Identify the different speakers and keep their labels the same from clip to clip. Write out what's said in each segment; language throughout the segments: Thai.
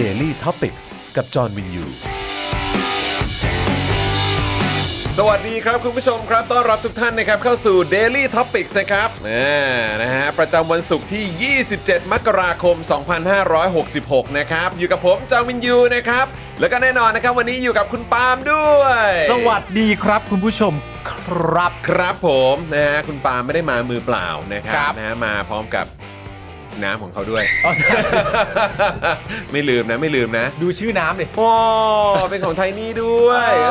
Speaker 1: Daily t o p i c กกับจอห์นวินยู
Speaker 2: สวัสดีครับคุณผู้ชมครับต้อนรับทุกท่านนะครับเข้าสู่ Daily Topics นะครับอ่านะฮะประจำวันศุกร์ที่ 27 มกราคม 2566 นะครับ อยู่กับผมจางวินยูนะครับ แล้วก็แน่นอนนะครับวันนี้อยู่กับคุณปาล์มด้วย
Speaker 3: สวัสดีครับคุณผู้ชมครับ
Speaker 2: ครับผมนะฮะคุณปาล์มไม่ได้มามือเปล่านะค
Speaker 3: ค
Speaker 2: รั
Speaker 3: รั
Speaker 2: บบ นะฮะมาพร้อมกับน้ำของเขาด้วย ไม่ลืมนะไม่ลืมนะ
Speaker 3: ดูชื่อน้ำเลย
Speaker 2: โอ้เป็นของไทยนี่ด้วย เอ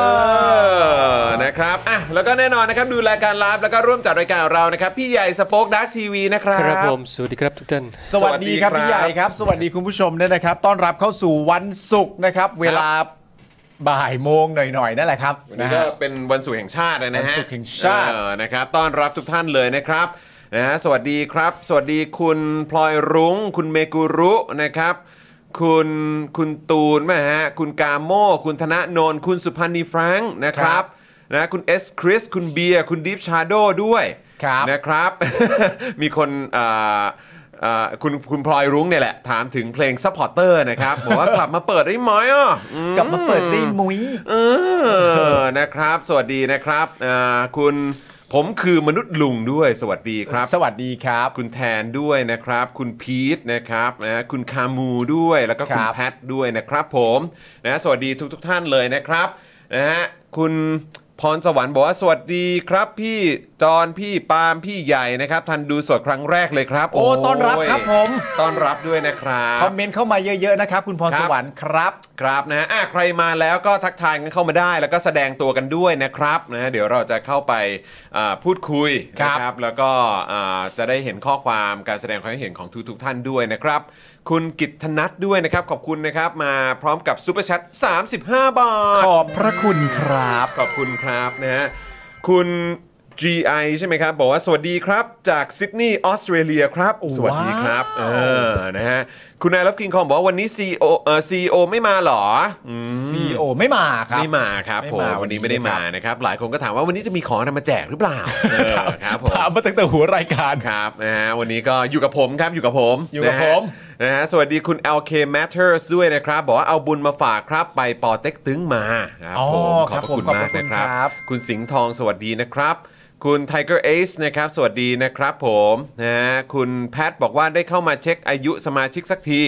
Speaker 2: อ นะครับ อ่ะ แล้วก็แน่นอนนะครับ ดูรายการไลฟ์แล้วก็ร่วมจัดรายการเรานะครับ พี่ใหญ่สป็อคดักทีวีนะครับ
Speaker 4: ครับผมสวัสดีครับทุกท่าน
Speaker 3: สวัสดีครับ
Speaker 2: สวัสดีครับ
Speaker 3: พี่ใหญ่ครับ สวัสดีคุณผู้ชมด้วยนะครับ ต้อนรับเข้าสู่วันศุกร์นะครับ เวลาบ่ายโมงหน่อยๆนั่นแหละครับ
Speaker 2: วัน
Speaker 3: นะ
Speaker 2: นี้ก็
Speaker 3: ฮะ
Speaker 2: เป็นวันศุกร์แห่งชาตินะฮะ
Speaker 3: วันศุกร์แห่งชาติ
Speaker 2: เออนะครับ ต้อนรับทุกท่านเลยนะครับ นะฮะ สวัสดีครับ สวัสดีคุณพลอยรุ้ง คุณเมกุรุนะครับ คุณ คุณตูนไหมฮะ คุณกาโม คุณธนาโนน คุณสุพันธ์นีแฟรงค์นะครับ นะคุณเอสคริส คุณเบียร์ คุณดิฟชาโดด้วย
Speaker 3: ครับ
Speaker 2: นะ นะครับ มีคนอ่าอ่าคุณคุณพลอยรุ้งเนี่ยแหละ ถามถึงเพลง Supporter นะครับ บอกว่าก ลับมาเปิดได้ไหมอ่ะอืม
Speaker 3: กลับมาเปิดได้มุ้ย
Speaker 2: เออนะครับ สวัสดีนะครับอ่าคุณผมคือมนุษย์ลุงด้วยสวัสดีครับ
Speaker 3: สวัสดีครับ
Speaker 2: คุณแทนด้วยนะครับ คุณพีทนะครับนะคุณคามูด้วยแล้วก็คุณ
Speaker 3: ครับ
Speaker 2: แพทด้วยนะครับผมนะสวัสดีทุกทท่านเลยนะครับนะฮะคุณพรสวรรค์บอกว่าสวัสดีครับ พี่จอนพี่ปาล์มพี่ใหญ่นะครับทันดูสดครั้งแรกเลยครับ
Speaker 3: โอ้ต้อนรับครับผม
Speaker 2: ต้อนรับด้วยนะครับ
Speaker 3: คอมเมนต์เข้ามาเยอะๆนะครับ คุณพร
Speaker 2: ครับ
Speaker 3: สวรรค์ครับ
Speaker 2: ครับนะฮะอ่ะใครมาแล้วก็ทักทายกันเข้ามาได้ แล้วก็แสดงตัวกันด้วยนะครับนะฮะเดี๋ยวเราจะเข้าไปอ่าพูดคุย
Speaker 3: ครั
Speaker 2: นะ
Speaker 3: บ
Speaker 2: ครับแล้วก็อ่าจะได้เห็นข้อความการแสดงความคิดเห็นของทุกๆท่านด้วยนะครับ คุณกิตธนัทด้วยนะครับ ขอบคุณนะครับ มาพร้อมกับซูเปอร์แชท35 บาท
Speaker 3: ขอบพระคุณครับ
Speaker 2: ขอบคุณครับนะฮะคุณ GI ใช่ไหมครับ บอกว่าสวัสดีครับ จากซิดนีย์ออสเตรเลียครับ สวัสดีครับเออนะฮะคุณนายรับกินคองบอกว่าวันนี้ CEO เอ่อ CEO ไม่มาเหรออืม
Speaker 3: CEO ไม่มาครับ
Speaker 2: ไม่มาครับ
Speaker 3: ไม่
Speaker 2: ผม
Speaker 3: มาวั
Speaker 2: วัน
Speaker 3: นนี้
Speaker 2: นี้ไม่ได้มา
Speaker 3: ครับ
Speaker 2: นะครับ หลายคนก็ถามว่าวันนี้จะมีของนำมาแจกหรือเปล่าเออครับผม
Speaker 3: ถามมาตั้งแต่หัวรายการ
Speaker 2: ครับนะฮะวันนี้ก็อยู่กับผมครับอยู่กับผม
Speaker 3: อยู่กับ
Speaker 2: นะฮะ
Speaker 3: ผม
Speaker 2: นะฮะสวัสดีคุณ LK Matters ด้วยนะครับ บอกว่าเอาบุญมาฝากครับ ไปปอเต็กตึงมาครับ
Speaker 3: อ๋อ
Speaker 2: ผมข
Speaker 3: ครั
Speaker 2: อบบ พระคุณ
Speaker 3: ผมขอบ
Speaker 2: มา
Speaker 3: พ
Speaker 2: ก
Speaker 3: ระคุ
Speaker 2: นะ
Speaker 3: ณ
Speaker 2: ครับ
Speaker 3: ครับ
Speaker 2: คุณสิงห์ทองสวัสดีนะครับ คุณ Tiger Ace นะครับ สวัสดีนะครับผมนะฮะคุณแพทบอกว่าได้เข้ามาเช็คอายุสมาชิกสักที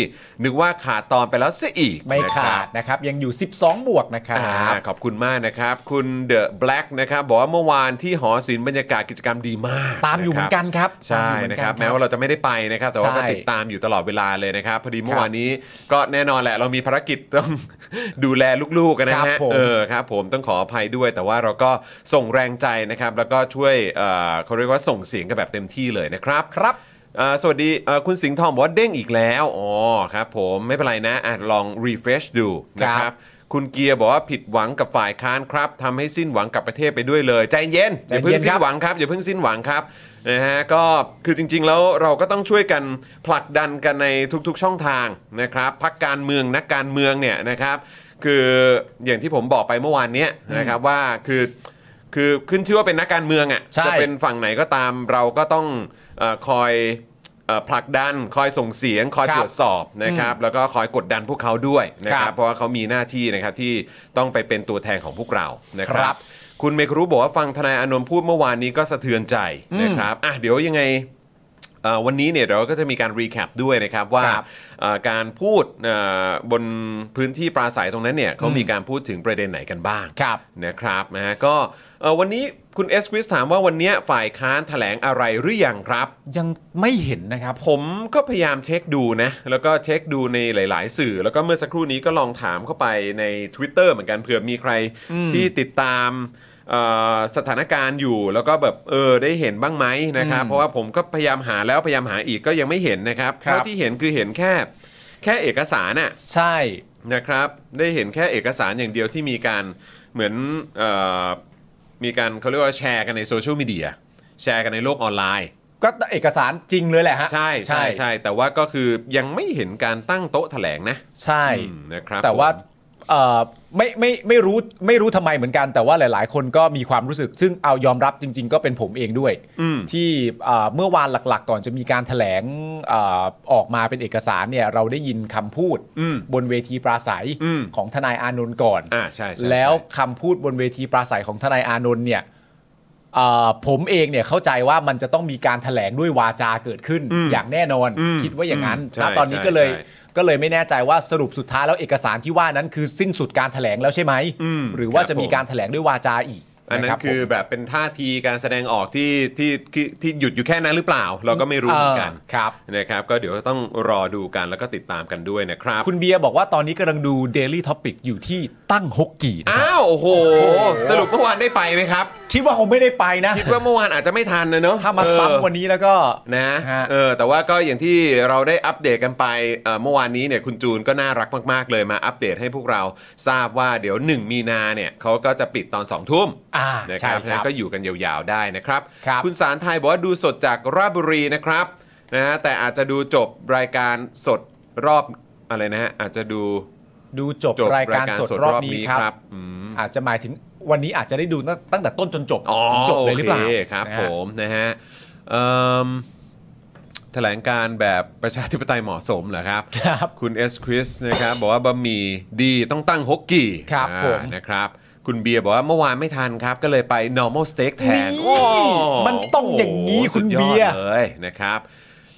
Speaker 2: นึกว่าขาดตอนไปแล้วเสียอีก
Speaker 3: ไม่
Speaker 2: นะค
Speaker 3: ขา
Speaker 2: รับ
Speaker 3: ดนะครับ ยังอยู่ 12 บวกนะครั
Speaker 2: อ่า
Speaker 3: บ
Speaker 2: ขอบคุณมากนะครับ คุณเดอะแบล็กนะครับบอกว่าเมื่อวานที่หอศิลป์บรรยากาศกิจกรรมดีมาก
Speaker 3: ตามอยู่เหมือนะ กันครับ
Speaker 2: ใช่
Speaker 3: ตามอยู่เหมือนกัน
Speaker 2: นะค
Speaker 3: ค
Speaker 2: รับ
Speaker 3: รับ
Speaker 2: แม้ว่าเราจะไม่ได้ไปนะครับ แต่ว่าก็
Speaker 3: ใช่
Speaker 2: ติดตามอยู่ตลอดเวลาเลยนะครับ พอดีเมื่อ
Speaker 3: ครับ
Speaker 2: วานนี้ก็แน่นอนแหละเรามีภารกิจต้อง ดูแลลูกๆกันนะ
Speaker 3: ครั
Speaker 2: ฮะ
Speaker 3: บผม
Speaker 2: เออครับผมต้องขออภัยด้วย แต่ว่าเราก็ส่งแรงใจนะครับ แล้วก็ช่วยเอ่อเขาเรียกว่าส่งเสียงกันแบบเต็มที่เลยนะครับ
Speaker 3: ครับ
Speaker 2: เอ่อสวัสดีเอ่อคุณสิงห์ทองบอกว่าเด้งอีกแล้วอ๋อครับ ผมไม่เป็นไรนะอ่ะลอง refresh ดูนะค
Speaker 3: ครั
Speaker 2: รับ
Speaker 3: บ
Speaker 2: คุณเกียร์บอกว่าผิดหวังกับฝ่ายค้านครับทำให้สิ้นหวังกับประเทศไปด้วยเลย ใจเย็นอย่าเพิ่ง
Speaker 3: ใจเย็น
Speaker 2: สิ้
Speaker 3: ครั
Speaker 2: น
Speaker 3: บ
Speaker 2: หวังครับอย่าเพิ่งสิ้นหวังครับนะฮะก็คือจริง ๆ แล้วเราก็ต้องช่วยกันผลักดันกันในทุกๆช่องทางนะครับพักการเมืองนักการเมืองเนี่ยนะครับ คืออย่างที่ผมบอกไปเมื่อวานเนี้ยนะครับว่าคือคือขึ้นชื่อว่าเป็นนักการเมืองอ่ะ
Speaker 3: ใช่
Speaker 2: จะเป็นฝั่งไหนก็ตามเราก็ต้องเออคอยเอ่อผลักดันคอยส่งเสียงคอย
Speaker 3: ครับ
Speaker 2: ตรวจสอบนะครับแล้วก็คอยกดดันพวกเขาด้วยนะค
Speaker 3: ครั
Speaker 2: รับ
Speaker 3: บ
Speaker 2: เพราะว่าเขามีหน้าที่นะครับที่ต้องไปเป็นตัวแทนของพวกเรานะครั
Speaker 3: ครับ บ
Speaker 2: คุณเมครู้บอกว่าฟังทนายอานนท์พูดเมื่อวานนี้ก็สะเทือนใจนะครับอ่ะเดี๋ยวยังไงเอ่อวันนี้เนี่ยเดี๋ยวเราก็จะมีการรีแคปด้วยนะครับว่า
Speaker 3: ครับ
Speaker 2: เอ่อการพูดเอ่อบนพื้นที่ปราศัยตรงนั้นเนี่ยเขามีการพูดถึงประเด็นไหนกันบ้าง
Speaker 3: ครับ
Speaker 2: นะครับนะฮะก็เอ่อวันนี้คุณเอสควิสถามว่าวันเนี้ยฝ่ายค้านแถลงอะไรหรือยังครับ
Speaker 3: ยังไม่เห็นนะครับ
Speaker 2: ผมก็พยายามเช็คดูนะ แล้วก็เช็คดูในหลาย ๆ สื่อ แล้วก็เมื่อสักครู่นี้ก็ลองถามเข้าไปใน Twitter เหมือนกันเผื่อมีใครที่ติดตามเอ่อสถานการณ์อยู่ แล้วก็แบบเออได้เห็นบ้างไหมนะครับ เพราะว่าผมก็พยายามหาแล้วพยายามหาอีกก็ยังไม่เห็นนะครับ
Speaker 3: ครับ
Speaker 2: เท่าที่เห็นคือเห็นแค่ แค่เอกสารน่ะ
Speaker 3: ใช่
Speaker 2: นะครับได้เห็นแค่เอกสารอย่างเดียวที่มีการเหมือนเออมีการเขาเรียกว่าแชร์กันในโซเชียลมีเดียแชร์กันในโลกออนไลน์
Speaker 3: ก็เอกสารจริงเลยแหละฮะ
Speaker 2: ใช่ใช่ใช่แต่ว่าก็คือยังไม่เห็นการตั้งโต๊ะแถลงนะ
Speaker 3: ใช่
Speaker 2: อืมนะครับ
Speaker 3: แต่ว่า
Speaker 2: ผม
Speaker 3: เอ่อ ไม่ไม่ไม่รู้ไม่รู้ทำไมเหมือนกัน แต่ว่าหลาย ๆ คนก็มีความรู้สึก ซึ่งเอายอมรับจริง ๆ ก็เป็นผมเองด้วย ที่เอ่อเมื่อวานหลัก ๆ ก่อนจะมีการถแถลงเอ่อออกมาเป็นเอกสารเนี่ยเราได้ยินคำพูด
Speaker 2: อืม
Speaker 3: บนเวทีปราศัย
Speaker 2: อืม
Speaker 3: ของทนายอานนท์ก่อน
Speaker 2: อ่าใช่ใช่ใช่
Speaker 3: แล้วคำพูดบนเวทีปราศัยของทนายอานนท์เนี่ยเอ่อผมเองเนี่ยเข้าใจว่ามันจะต้องมีการแถลงด้วยวาจาเกิดขึ้น
Speaker 2: อืม
Speaker 3: อย่างแน่นอน
Speaker 2: อืม
Speaker 3: คิดว่าอย่างนั้น
Speaker 2: อืมใช่
Speaker 3: นะตอนนี้
Speaker 2: ใช่
Speaker 3: ก็เลย
Speaker 2: ใช่
Speaker 3: ก็เลยไม่แน่ใจว่าสรุปสุดท้ายแล้วเอกสารที่ว่านั้นคือสิ้นสุดการแถลงแล้วใช่ไหม
Speaker 2: อืม
Speaker 3: หรือว่า
Speaker 2: ครับ
Speaker 3: จะมี
Speaker 2: ผม
Speaker 3: การแถลงด้วยวาจาอีก
Speaker 2: อันนั้
Speaker 3: ะรั
Speaker 2: น
Speaker 3: บ
Speaker 2: คือ
Speaker 3: ผม
Speaker 2: แบบเป็นท่าทีการแสดงออกที่ที่ที่ที่หยุดอยู่แค่นั้นหรือเปล่า เราก็ไม่รู้เหมือนกัน
Speaker 3: เออครับ
Speaker 2: นะครับก็เดี๋ยวต้องรอดูกันแล้วก็ติดตามกันด้วยนะครับ
Speaker 3: คุณเบียร์บอกว่าตอนนี้กำลังดู Daily Topic อยู่ที่ตั้งฮกกี่นะ
Speaker 2: อ้าวโอ้โห สรุปเมื่อวานได้ไปไหมครับ
Speaker 3: คิดว่าคงไม่ได้ไปนะ
Speaker 2: คิดว่าเมื่อวานอาจจะไม่ทันนะเนอะ
Speaker 3: ถ้ามา
Speaker 2: เออ
Speaker 3: ซ้ำวันนี้แล้วก็
Speaker 2: นะ
Speaker 3: ฮะ
Speaker 2: เออแต่ว่าก็อย่างที่เราได้อัปเดตกันไปเอ่อเมื่อวานนี้เนี่ยคุณจูนก็น่ารักมากๆเลยมาอัปเดตให้พวกเราทราบว่าเดี๋ยว 1 มีนาเนี่ยเขาก็จะปิดตอน 2 ทุ่ม
Speaker 3: อ่า
Speaker 2: นะ
Speaker 3: ใช่
Speaker 2: ค
Speaker 3: ครั
Speaker 2: รับบ ฉะนั้นก็อยู่กันยาวๆได้นะครับ
Speaker 3: ครับ
Speaker 2: คุณสารไทยบอกว่าดูสดจากราชบุรีนะครับนะฮะแต่อาจจะดูจบรายการสดรอบอะไรนะฮะอาจจะดู
Speaker 3: ดูจบ
Speaker 2: จบ
Speaker 3: รายการสดรอบนี้ครับ
Speaker 2: อืม
Speaker 3: อาจจะหมายถึงวันนี้อาจจะได้ดูตั้งตั้งแต่ต้นจนจบ
Speaker 2: อ๋อ
Speaker 3: ถึงจบเลยหรือเปล่า
Speaker 2: โอคครับ
Speaker 3: นะฮะ
Speaker 2: ผมนะฮะเอิ่มแถลงการแบบ ประชาธิปไตยเหมาะสมเหรอครับ
Speaker 3: ครับ
Speaker 2: คุณเอสคริสนะครับบอกว่าบะหมี่ดีต้องตั้งฮกกี่
Speaker 3: ครับ
Speaker 2: อ่า
Speaker 3: ผม
Speaker 2: นะครับ คุณเบียร์บอกว่าเมื่อวานไม่ทันครับ ก็เลยไป normal steak แทน
Speaker 3: นี่
Speaker 2: โอ้โห
Speaker 3: มันต้องอย่างนี้
Speaker 2: โโห
Speaker 3: คุณ
Speaker 2: สุดอด
Speaker 3: เบียร์
Speaker 2: เลยนะครับ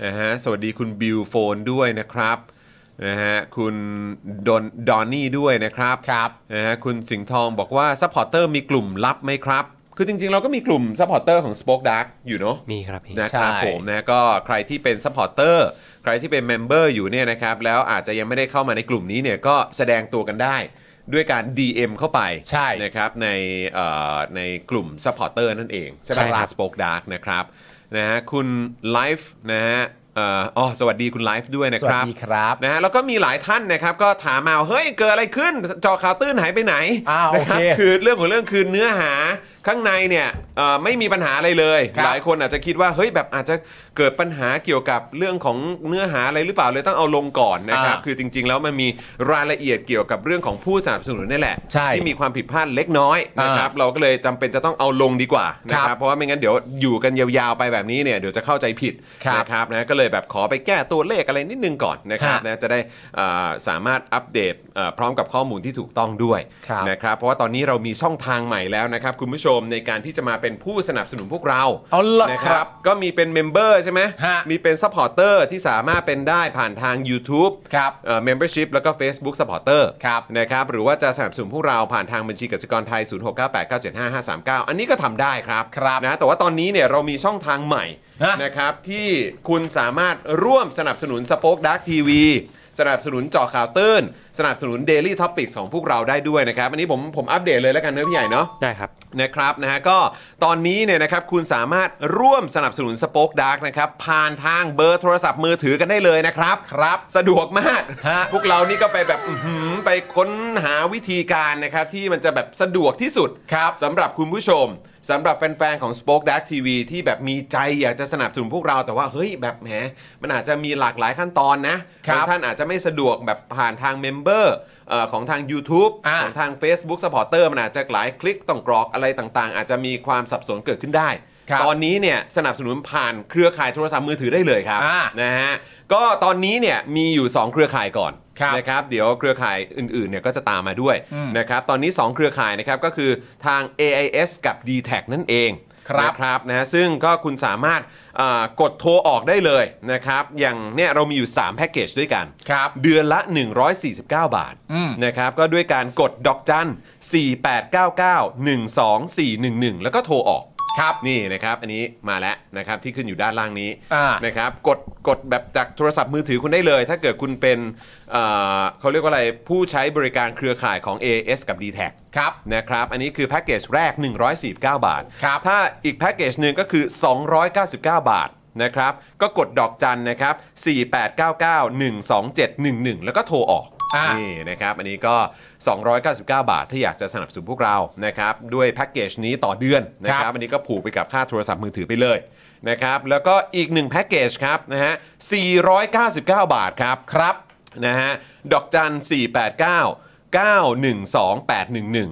Speaker 2: นะฮะสวัสดีคุณบิวโฟนด้วยนะครับนะฮะคุณดอนดอนนี่ด้วยนะครับ
Speaker 3: ครับ
Speaker 2: นะฮะคุณสิงห์ทองบอกว่าซัพพอร์เตอร์มีกลุ่มลับไหมครับ คือจริงๆ เราก็มีกลุ่มซัพพอร์เตอร์ของ Spoke Dark อยู่เนาะ
Speaker 4: มีครับพี่
Speaker 2: นะครับ
Speaker 3: ใช่
Speaker 2: ผมนะก็ใครที่เป็นซัพพอร์เตอร์ใครที่เป็นเมมเบอร์อยู่เนี่ยนะครับแล้วอาจจะยังไม่ได้เข้ามาในกลุ่มนี้เนี่ยก็แสดงตัวกันได้ ด้วยการ DM เข้าไป
Speaker 3: ใช่
Speaker 2: นะครับในเอ่อในกลุ่มซัพพอร์เตอร์นั่นเอง ใช่ไหม
Speaker 4: ใช่ค
Speaker 2: ลา
Speaker 4: รับ
Speaker 2: สป็อกดาร์กนะครับนะฮะคุณไลฟ์นะฮะเอ่ออ๋อสวัสดีคุณไลฟ์ด้วยนะครับ
Speaker 3: สวัสดีครับ
Speaker 2: นะฮะแล้วก็มีหลายท่านนะครับก็ถามมาว่าเฮ้ยเกิดอะไรขึ้นจอข่าวตื้นหายไปไหน
Speaker 3: อ้าว
Speaker 2: นะรับ
Speaker 3: โอเค
Speaker 2: คือเรื่องของเรื่องคือเนื้อหาข้างในเนี่ยเอ่อไม่มีปัญหาอะไรเลย
Speaker 3: ครับ
Speaker 2: หลายคนอาจจะคิดว่าเฮ้ยแบบอาจจะเกิดปัญหาเกี่ยวกับเรื่องของเนื้อหาอะไรหรือเปล่าเลยต้องเอาลงก่อนนะครับ
Speaker 3: อ่า
Speaker 2: คือจริง ๆ แล้วมันมีรายละเอียดเกี่ยวกับเรื่องของผู้สนับสนุนนี่แหละ
Speaker 3: ใช่
Speaker 2: ที่มีความผิดพลาดเล็กน้อยนะครับเราก็เลยจำเป็นจะต้องเอาลงดีกว่านะ
Speaker 3: ค
Speaker 2: ค
Speaker 3: รั
Speaker 2: รับบ เพราะว่าไม่งั้นเดี๋ยวอยู่กันยาวๆไปแบบนี้เนี่ยเดี๋ยวจะเข้าใจผิด
Speaker 3: ครับ
Speaker 2: นะครับนะก็เลยแบบขอไปแก้ตัวเลขอะไรนิดนึงก่อนนะครับ
Speaker 3: ฮะ
Speaker 2: นะจะได้เอ่อสามารถอัปเดตเอ่อพร้อมกับข้อมูลที่ถูกต้องด้วย
Speaker 3: ครับ
Speaker 2: นะครับเพราะว่าตอนนี้เรามีช่องทางใหม่แล้วนะครับคุณผู้ชมในการที่จะมาเป็นผู้สนับสนุนพวกเรา
Speaker 3: เอาล่ะ
Speaker 2: นะ
Speaker 3: ครั
Speaker 2: รับ ก็มีเป็นเมมเบอร์ใช่ไหม
Speaker 3: ฮะ
Speaker 2: มีเป็นซัพพอร์เตอร์ที่สามารถเป็นได้ผ่านทาง YouTube
Speaker 3: ครับ
Speaker 2: เอ่อ membership แล้วก็ Facebook supporter
Speaker 3: ครับ
Speaker 2: นะครับหรือว่าจะสนับสนุนพวกเราผ่านทางบัญชีกสิกรไทย 0698975539 อันนี้ก็ทำได้ครับ
Speaker 3: ครับ
Speaker 2: นะแต่ว่าตอนนี้เนี่ยเรามีช่องทางใหม่
Speaker 3: ฮะ
Speaker 2: นะครับที่คุณสามารถร่วมสนับสนุนสป็อคดักทีวีสนับสนุนเจาะข่าวตื้น สนับสนุน Daily Topics ของพวกเราได้ด้วยนะครับ อันนี้ผมผมอัปเดตเลยแล้วกันเนอะพี่ใหญ่เนาะ
Speaker 4: ได้ครับ
Speaker 2: นะครับนะฮะก็ตอนนี้เนี่ยนะครับคุณสามารถร่วมสนับสนุนสป็อคดักนะครับผ่านทางเบอร์โทรศัพท์มือถือกันได้เลยนะครับครับสะดวกมาก
Speaker 3: ฮะ
Speaker 2: พวกเรานี่ก็ไปแบบอื้อหือไปค้นหาวิธีการนะครับที่มันจะแบบสะดวกที่สุด
Speaker 3: ครับ
Speaker 2: สำหรับคุณผู้ชมสำหรับแฟน ๆ ของ Spoke Dark TV ที่แบบมีใจอยากจะสนับสนุนพวกเราแต่ว่าเฮ้ยแบบแหมมันอาจจะมีหลากหลายขั้นตอนนะครับ งท่านอาจจะไม่สะดวกแบบผ่านทางเมมเบอร์ของทาง YouTube
Speaker 3: อ่า
Speaker 2: ของทาง Facebook Supporter มันอาจจะหลายคลิกต้องกรอกอะไรต่างๆ อาจจะมีความสับสนเกิดขึ้นได้
Speaker 3: ครับ
Speaker 2: ตอนนี้เนี่ยสนับสนุนผ่านเครือข่ายโทรศัพท์มือถือได้เลยครับ
Speaker 3: อ่า
Speaker 2: นะฮะก็ตอนนี้เนี่ยมีอยู่ 2 เครือข่ายก่อน
Speaker 3: ครับ
Speaker 2: นะครับเดี๋ยวเครือข่ายอื่นๆเนี่ยก็จะตามมาด้วย
Speaker 3: อืม
Speaker 2: นะครับตอนนี้ 2 เครือข่ายนะครับก็คือทาง AIS กับ d t แทนั่นเอง
Speaker 3: ครับ
Speaker 2: นะครับนะซึ่งก็คุณสามารถอ่ากดโทรออกได้เลยนะครับอย่างเนี่ยเรามีอยู่ 3 แพ็กเกจด้วยกัน
Speaker 3: ครับ
Speaker 2: เดือนละ 149 บาท
Speaker 3: อืม
Speaker 2: นะครับก็ด้วยการกดดอกจัน 4899 12411 แล้วก็โทรออก
Speaker 3: ครับ
Speaker 2: นี่นะครับอันนี้มาแล้วนะครับที่ขึ้นอยู่ด้านล่างนี้
Speaker 3: อ่า
Speaker 2: นะครับกดกดแบบจากโทรศัพท์มือถือคุณได้เลย ถ้าเกิดคุณเป็นเอ่อเขาเรียกว่าอะไรผู้ใช้บริการเครือข่ายของ AS กับ d t แท
Speaker 3: ครับ
Speaker 2: นะครับอันนี้คือแพ็กเกจแรก 149 บาท
Speaker 3: ครับ
Speaker 2: ถ้าอีกแพ็กเกจหนึ่งก็คือ 299 บาทนะครับก็กดดอกจันนะครับ4899127111 แล้วก็โทรออก
Speaker 3: อ่า
Speaker 2: นี่ นี่นะครับอันนี้ก็ 299 บาท ถ้าอยากจะสนับสนุนพวกเรานะครับด้วยแพ็กเกจนี้ต่อเดือนนะค
Speaker 3: ค
Speaker 2: รั
Speaker 3: รั
Speaker 2: บบ อันนี้ก็ผูกไปกับค่าโทรศัพท์มือถือไปเลยนะครับแล้วก็อีกหนึ่งแพ็กเกจครับนะฮะ 499 บาทครับ
Speaker 3: ครับ
Speaker 2: นะฮะ ดอกจัน 489 912-811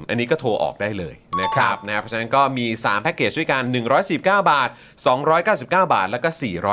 Speaker 2: อันนี้ก็โทรออกได้เลยนะครับนะเพราะฉะนั้นก็มี 3 แพ็กเกจด้วยกัน 119 บาท 299 บาท แล้วก็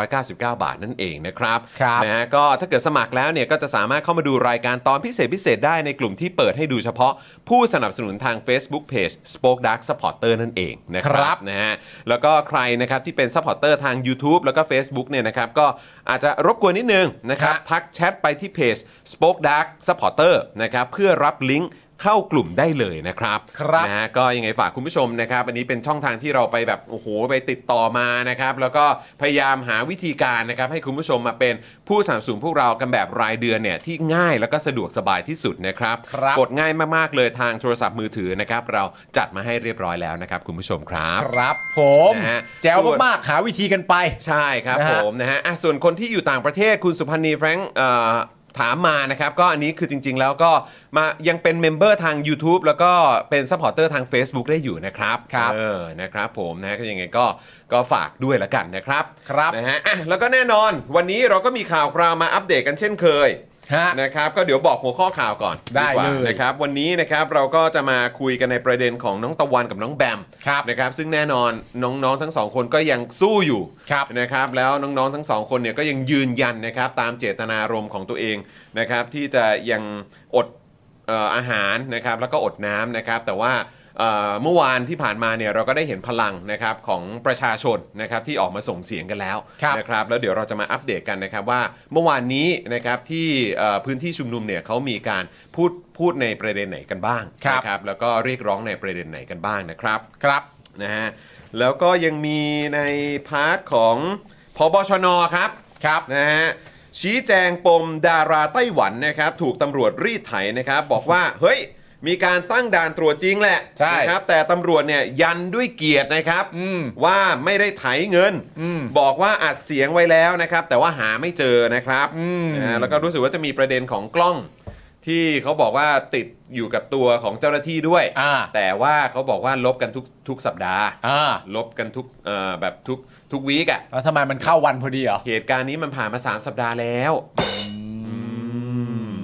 Speaker 2: 499 บาทนั่นเองนะครับ
Speaker 3: ครับ
Speaker 2: นะฮะก็ถ้าเกิดสมัครแล้วเนี่ยก็จะสามารถเข้ามาดูรายการตอนพิเศษพิเศษได้ในกลุ่มที่เปิดให้ดูเฉพาะผู้สนับสนุนทาง Facebook Page Spoke Dark Supporter นั่นเองนะค
Speaker 3: ครั
Speaker 2: รับ
Speaker 3: บ
Speaker 2: นะฮะแล้วก็ใครนะครับที่เป็นซัพพอร์ตเตอร์ทาง YouTube แล้วก็ Facebook เนี่ยนะครับก็อาจจะรบกวนนิดนึงนะครับ
Speaker 3: ฮะ
Speaker 2: ทักแชทไปที่เพจ Spoke Dark Supporter นะครับเพื่อรับลิงก์เข้ากลุ่มได้เลยนะครับ
Speaker 3: ครับ
Speaker 2: นะฮะก็ยังไงฝากคุณผู้ชมนะครับอันนี้เป็นช่องทางที่เราไปแบบโอ้โหไปติดต่อมานะครับแล้วก็พยายามหาวิธีการนะครับให้คุณผู้ชมมาเป็นผู้สนับสนุนพวกเรากันแบบรายเดือนเนี่ยที่ง่ายแล้วก็สะดวกสบายที่สุดนะครับ
Speaker 3: ครับ
Speaker 2: กดง่ายมากๆเลยทางโทรศัพท์มือถือนะครับเราจัดมาให้เรียบร้อยแล้วนะครับคุณผู้ชมครับ
Speaker 3: ครับผม
Speaker 2: นะฮะ
Speaker 3: แจ๋วมากๆหาวิธีกันไป
Speaker 2: ใช่ครับ
Speaker 3: นะ
Speaker 2: ผ
Speaker 3: ฮะ
Speaker 2: มนะฮะอ่ะส่วนคนที่อยู่ต่างประเทศคุณสุพันธ์นีแฟรงค์เอ่อถามมานะครับก็อันนี้คือจริง ๆ แล้วก็มายังเป็นเมมเบอร์ทาง YouTube แล้วก็เป็นซัพพอร์เตอร์ทาง Facebook ได้อยู่นะครับ
Speaker 3: ครับ
Speaker 2: เออนะครับผมนะก็ยังไงก็ก็ฝากด้วยละกันนะครับ
Speaker 3: ครับ
Speaker 2: นะฮะอ่ะแล้วก็แน่นอนวันนี้เราก็มีข่าวคราวมาอัปเดตกันเช่นเคย
Speaker 3: ฮะ
Speaker 2: นะครับก็เดี๋ยวบอกหัวข้อข่าวก่อน
Speaker 3: ได้
Speaker 2: กว่า
Speaker 3: เลย
Speaker 2: นะครับวันนี้นะครับเราก็จะมาคุยกันในประเด็นของน้องตะวันกับน้องแบม
Speaker 3: ครับ
Speaker 2: นะครับซึ่งแน่นอนน้องๆทั้งสองคนก็ยังสู้อยู่
Speaker 3: ครับ
Speaker 2: นะครับแล้วน้องๆทั้งสองคนเนี่ยก็ยังยืนยันนะครับตามเจตนารมณ์ของตัวเองนะครับที่จะยังอดเอ่ออาหารนะครับแล้วก็อดน้ำนะครับแต่ว่าเอ่อเมื่อวานที่ผ่านมาเนี่ยเราก็ได้เห็นพลังนะครับของประชาชนนะครับที่ออกมาส่งเสียงกันแล้ว
Speaker 3: ครับ
Speaker 2: นะ นะครับแล้วเดี๋ยวเราจะมาอัปเดตกันนะครับว่าเมื่อวานนี้นะครับที่เอ่อพื้นที่ชุมนุมเนี่ยเขามีการพูดพูดในประเด็นไหนกันบ้าง
Speaker 3: ครับ
Speaker 2: นะครับแล้วก็เรียกร้องในประเด็นไหนกันบ้างนะครับ
Speaker 3: ครับ
Speaker 2: นะฮะแล้วก็ยังมีในพาร์ทของพบชนครับ
Speaker 3: ครับ
Speaker 2: นะฮะชี้แจงปมดาราไต้หวันนะครับถูกตำรวจรีดไถนะครับบอกว่าเฮ้ยมีการตั้งด่านตรวจจริงแหละ
Speaker 3: ใช่
Speaker 2: นะครับแต่ตำรวจเนี่ยยันด้วยเกียรตินะครับ
Speaker 3: อืม
Speaker 2: ว่าไม่ได้ไถเงิน
Speaker 3: อืม
Speaker 2: บอกว่าอัดเสียงไว้แล้วนะครับ แต่ว่าหาไม่เจอนะครับ
Speaker 3: อืม
Speaker 2: นะแล้วก็รู้สึกว่าจะมีประเด็นของกล้อง ที่เขาบอกว่าติดอยู่กับตัวของเจ้าหน้าที่ด้วย
Speaker 3: อ่า
Speaker 2: แต่ว่าเขาบอกว่าลบกันทุกทุกสัปดาห์
Speaker 3: อ่า
Speaker 2: ลบกันทุกเอ่อแบบทุกทุกวีกอะ
Speaker 3: แล้วทำไมมันเข้าวันพอดีเหรอ
Speaker 2: เหตุการณ์นี้มันผ่านมา 3 สัปดาห์แล้วอื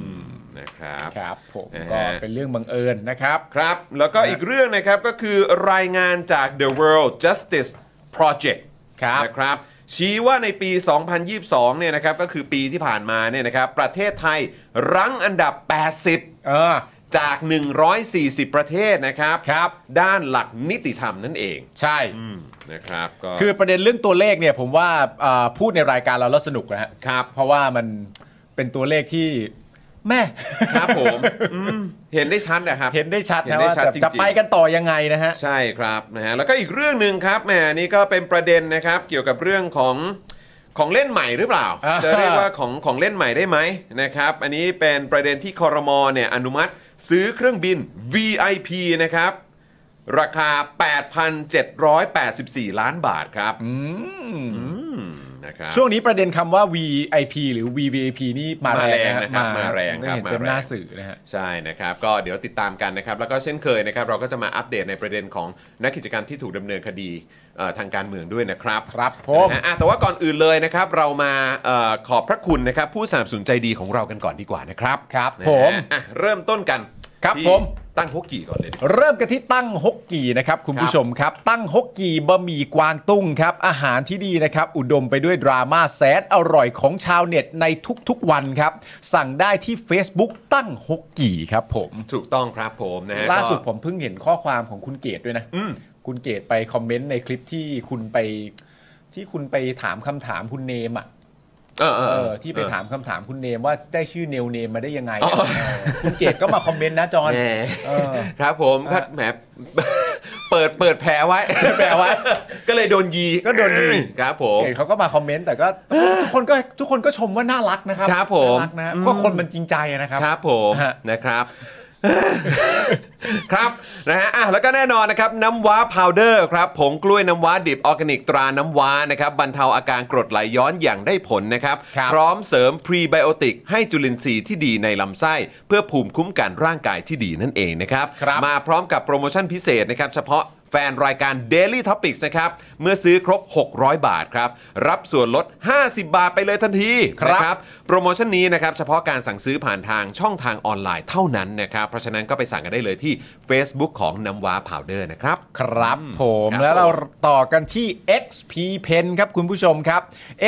Speaker 2: มนะครับ
Speaker 3: ครับ ผม
Speaker 2: นะฮะ
Speaker 3: ก็เป็นเรื่องบังเอิญนะครับ
Speaker 2: ครับ แล้วก็
Speaker 3: ครับ
Speaker 2: อีกเรื่องนะครับก็คือรายงานจาก The World Justice Project
Speaker 3: ครับ
Speaker 2: นะครับชี้ว่าในปี 2022 เนี่ยนะครับก็คือปีที่ผ่านมาเนี่ยนะครับประเทศไทยรั้งอันดับ
Speaker 3: เออ
Speaker 2: 80 จาก 140 ประเทศนะครับ
Speaker 3: ครับ
Speaker 2: ด้านหลักนิติธรรมนั่นเอง
Speaker 3: ใช่
Speaker 2: อืมนะครับก็
Speaker 3: คือประเด็นเรื่องตัวเลขเนี่ยผมว่าเอ่อพูดในรายการเราแล้วสนุกนะฮะ
Speaker 2: ครับ
Speaker 3: เพราะว่ามันเป็นตัวเลขที่แม่
Speaker 2: ครับผมอืมเห็นได้ชัดนะครับ
Speaker 3: เห็นได้ชัด
Speaker 2: เห็น
Speaker 3: นะ
Speaker 2: ได้
Speaker 3: ว่า
Speaker 2: ชัด
Speaker 3: จะ
Speaker 2: จริงๆ
Speaker 3: จะไปกันต่อยังไงนะฮะ
Speaker 2: ใช่ครับนะฮะแล้วก็อีกเรื่องหนึ่งครับแหมนี่ก็เป็นประเด็นนะครับเกี่ยวกับเรื่องของของเล่นใหม่หรือเปล่า
Speaker 3: อ่า
Speaker 2: จะเรียกว่าของของเล่นใหม่ได้ไหมนะครับอันนี้เป็นประเด็นที่คอรมอเนี่ยอนุมัติซื้อเครื่องบิน VIP นะครับราคา 8,784 ล้านบาทครับอืมนะครับ
Speaker 3: ช่วงนี้ประเด็นคำว่า VIP หรือ VVIP นี่มา
Speaker 2: มา
Speaker 3: แรง
Speaker 2: แรงนะครับมาแรงครับ
Speaker 3: เห็น
Speaker 2: มา
Speaker 3: เต็ม
Speaker 2: แรง
Speaker 3: หน้าสื่อนะฮะ
Speaker 2: ใช่นะครับ ก็เดี๋ยวติดตามกันนะครับ แล้วก็เช่นเคยนะครับ เราก็จะมาอัปเดตในประเด็นของนักกิจกรรมที่ถูกดำเนินคดีเอ่อทางการเมืองด้วยนะครับ
Speaker 3: ครับผม
Speaker 2: นะฮะอ่ะแต่ว่าก่อนอื่นเลยนะครับ เรามาเออขอบพระคุณนะครับ ผู้สนับสนุนใจดีของเรากันก่อนดีกว่านะครับ
Speaker 3: ครับ
Speaker 2: นะฮะ
Speaker 3: ผม
Speaker 2: อ่ะเริ่มต้นกัน
Speaker 3: ครับ
Speaker 2: ที่
Speaker 3: ผม
Speaker 2: ตั้งฮกกี่ก่อนเลยดีกว่า
Speaker 3: เริ่มกันที่ตั้งฮกกีนะครับคุณผู้ชมครับ ตั้งฮกกีบะหมี่กวางตุ้งครับ อาหารที่ดีนะครับ อุดมไปด้วยดราม่าแสนอร่อยของชาวเน็ตในทุกๆวันครับ สั่งได้ที่ Facebook ตั้งฮกกีครับผม
Speaker 2: ถูกต้องครับผมนะฮะ
Speaker 3: ล่าสุด
Speaker 2: ก็
Speaker 3: ผมเพิ่งเห็นข้อความของคุณเกตด้วยนะ
Speaker 2: อืม
Speaker 3: คุณเกตไปคอมเมนต์ในคลิปที่คุณไปที่คุณไปถามคำถามคุณเนมอ่ะ
Speaker 2: เออเออ
Speaker 3: เอ
Speaker 2: เอ
Speaker 3: อ
Speaker 2: อ
Speaker 3: ที่ไปถามคำถามคุณเนมว่าได้ชื่อเนวเนมมาได้ยังไง
Speaker 2: อ๋
Speaker 3: อะ
Speaker 2: อ
Speaker 3: คุณเกดก็มาคอมเมนต์นะจอน
Speaker 2: แหม
Speaker 3: เออ
Speaker 2: ครับผมก็
Speaker 3: อ่ะ
Speaker 2: แหม เปิดเปิดแผลไว้
Speaker 3: แปลว่า
Speaker 2: ก็เลยโดนยี
Speaker 3: ก็โดนยี
Speaker 2: ครับผม
Speaker 3: เกดเขาก็มาคอมเมนต์แต่ก็ทุกคนก็ทุกคนก็ชมว่าน่ารักนะครับ
Speaker 2: ครับผม
Speaker 3: น่ารักนะ
Speaker 2: อืม
Speaker 3: ก็คนมันจริงใจนะครับ
Speaker 2: ครับผม
Speaker 3: ฮะ
Speaker 2: นะครับ ครับนะฮะอ่ะแล้วก็แน่นอนนะครับน้ำว้าพาวเดอร์ครับผงกล้วยน้ำว้าดิบออร์แกนิกตราน้ำว้านะครับบรรเทาอาการกรดไหลย้อนอย่างได้ผลนะครับ
Speaker 3: ครับ
Speaker 2: พร้อมเสริมพรีไบโอติกให้จุลินทรีย์ที่ดีในลำไส้ เพื่อภูมิคุ้มกันร่างกายที่ดีนั่นเองนะครับ
Speaker 3: ครับ
Speaker 2: มาพร้อมกับโปรโมชั่นพิเศษนะครับเฉพาะแ ฟนรายการ Daily Topics นะครับ เมื่อซื้อครบ 600 บาทครับ รับส่วนลด 50 บาทไปเลยทันที
Speaker 3: ครับ
Speaker 2: นะ โปรโมชั่นนี้นะครับเฉพาะการสั่งซื้อผ่านทางช่องทางออนไลน์เท่านั้นนะครับเพราะฉะนั้นก็ไปสั่งกันได้เลยที่ Facebook ของน้ำว้าพาวเดอร์นะครับ
Speaker 3: ครับผม
Speaker 2: ครับ
Speaker 3: แล้วเราต่อกันที่ XP Pen ครับคุณผู้ชมครับ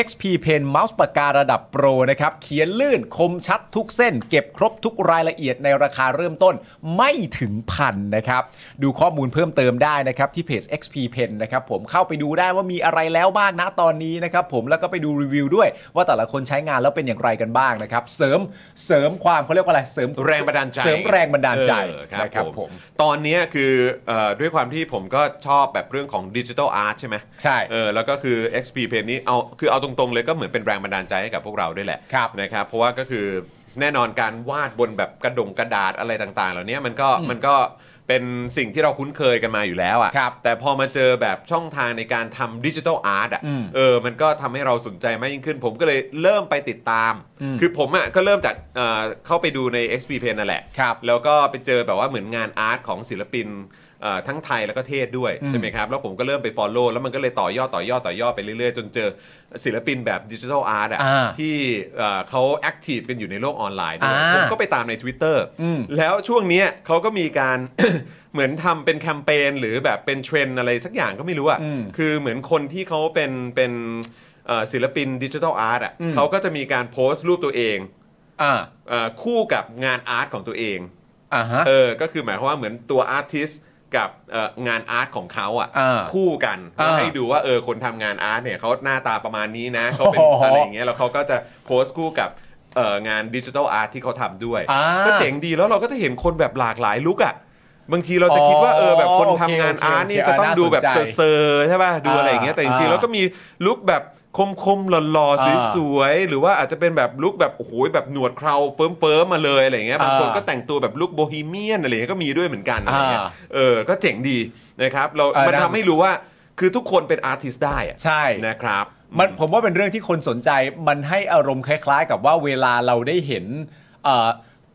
Speaker 3: XP Pen เมาส์ปากการะดับโปรนะครับ เขียนลื่นคมชัดทุกเส้น เก็บครบทุกรายละเอียดในราคาเริ่มต้นไม่ถึงพันนะครับ ดูข้อมูลเพิ่มเติมได้นะครับที่เพจ XP Pen นะครับผมเข้าไปดูได้ว่ามีอะไรแล้วบ้างนะตอนนี้นะครับผมแล้วก็ไปดูรีวิวด้วยว่าแต่ละคนใช้งานแล้วเป็นอย่างไรกันบ้างนะครับเสริมเสริมความเขาเรียกว่าอะไรเสริม
Speaker 2: แรงบันดาลใจ
Speaker 3: เสริมแรงบันดาลใจ
Speaker 2: เออครับ
Speaker 3: นะครับ
Speaker 2: ผ
Speaker 3: ผม ม
Speaker 2: ตอนเนี้ยคือเอ่อด้วยความที่ผมก็ชอบแบบเรื่องของดิจิทัลอาร์ตใช่ไหม
Speaker 3: ใช่
Speaker 2: เออแล้วก็คือ XP Pen นี้เอาคือเอาตรงๆเลยก็เหมือนเป็นแรงบันดาลใจให้กับพวกเราด้วยแหละ
Speaker 3: ครับ
Speaker 2: นะครับเพราะว่าก็คือแน่นอนการวาดบนแบบกระดงกระดาษอะไรต่างๆ เหล่านี้มันก็มันก็เป็นสิ่งที่เราคุ้นเคยกันมาอยู่แล้ว
Speaker 3: ครั
Speaker 2: อะ่ะ
Speaker 3: บ
Speaker 2: แต่พอมาเจอแบบช่องทางในการทำดิจิทัลอาร์ตอ่ะ
Speaker 3: อืม
Speaker 2: เออมันก็ทำให้เราสนใจมากยิ่งขึ้น ผมก็เลยเริ่มไปติดตาม
Speaker 3: อืม
Speaker 2: คือผมอะ่ะก็เริ่มจากเอ่อเข้าไปดูใน XP Pen นั่นแหละ
Speaker 3: ครับ
Speaker 2: แล้วก็ไปเจอแบบว่าเหมือนงานอาร์ตของศิลปินเอ่อทั้งไทยแล้วก็เทศด้วย
Speaker 3: อืม
Speaker 2: ใช่ไหมครับ แล้วผมก็เริ่มไป Follow แล้วมันก็เลยต่อยอดต่อยอดต่อยอดไปเรื่อยๆ จนเจอศิลปินแบบดิจิทัลอาร์ตอ่ะ
Speaker 3: อ่า
Speaker 2: ที่เอ่อเขาแอคทีฟกันอยู่ในโลกออนไลน์ด้วย
Speaker 3: อ่า
Speaker 2: ผมก็ไปตามใน Twitter
Speaker 3: อืม
Speaker 2: แล้วช่วงเนี้ยเขาก็มีการ เหมือนทำเป็นแคมเปญหรือแบบเป็นเทรนด์อะไรสักอย่างก็ไม่รู้อ่ะ
Speaker 3: อืม
Speaker 2: คือเหมือนคนที่เขาเป็นเป็นเอ่อศิลปินดิจิทัลอาร์ตอ่ะ
Speaker 3: อืม
Speaker 2: เขาก็จะมีการโพสต์รูปตัวเอง
Speaker 3: อ่า
Speaker 2: เอ่อคู่กับงานอาร์ตของตัวเอง
Speaker 3: อ่าฮะ
Speaker 2: เออ ก็คือหมายความว่าเหมือนตัวอาร์ติสกับเอ่องานอาร์ตของเขาอ่ะ
Speaker 3: อ่า
Speaker 2: คู่กัน
Speaker 3: อ่า
Speaker 2: แล้วให้ดูว่าเออคนทำงานอาร์ตเนี่ยเขาหน้าตาประมาณ นี้นะเขาเป็น
Speaker 3: โอ้โห
Speaker 2: อะไรอย่างเงี้ยแล้วเขาก็จะโพสต์คู่กับเอ่องานดิจิทัลอาร์ตที่เขาทำด้วย
Speaker 3: อ่า
Speaker 2: ก็เจ๋งดีแล้วเราก็จะเห็นคนแบบหลากหลายลุกอ่ะบางทีเราจะคิดว่าเออแบบคน
Speaker 3: อ๋อ
Speaker 2: ทำงาน
Speaker 3: โอเคโอเค
Speaker 2: อาร์ตนี่
Speaker 3: โอเค
Speaker 2: จะต้อง
Speaker 3: น่า
Speaker 2: ดูแบบ
Speaker 3: สนใจ
Speaker 2: เซอร์ๆใช่ป่ะดูอะไรอย่างเงี้ยแต่จริงๆ
Speaker 3: อ่า
Speaker 2: แล้วก็มีลุกแบบคมๆหล่อ
Speaker 3: อ่า
Speaker 2: ๆสวยๆหรือว่าอาจจะเป็นแบบลุกแบบโอ้โหแบบหนวดเคราเฟิร์มๆมาเลยอะไรอย่างเงี้ยบางคน
Speaker 3: อ่า
Speaker 2: ก็ แต่งตัวแบบลุคโบฮีเมียนอะไรอย่างเงี้ยก็มีด้วยเหมือนกันอะไรเงี้ย
Speaker 3: อ่า
Speaker 2: เออ ก็เจ๋งดีนะครับเรา
Speaker 3: เออ
Speaker 2: มัน
Speaker 3: ได้
Speaker 2: ทำให้รู้ว่าคือทุกคนเป็นอาร์ติสต์ได้อะ
Speaker 3: ใช่
Speaker 2: นะครับ
Speaker 3: มันผมว่าเป็นเรื่องที่คนสนใจมันให้อารมณ์คล้าย ๆ กับว่าเวลาเราได้เห็นเอ่อ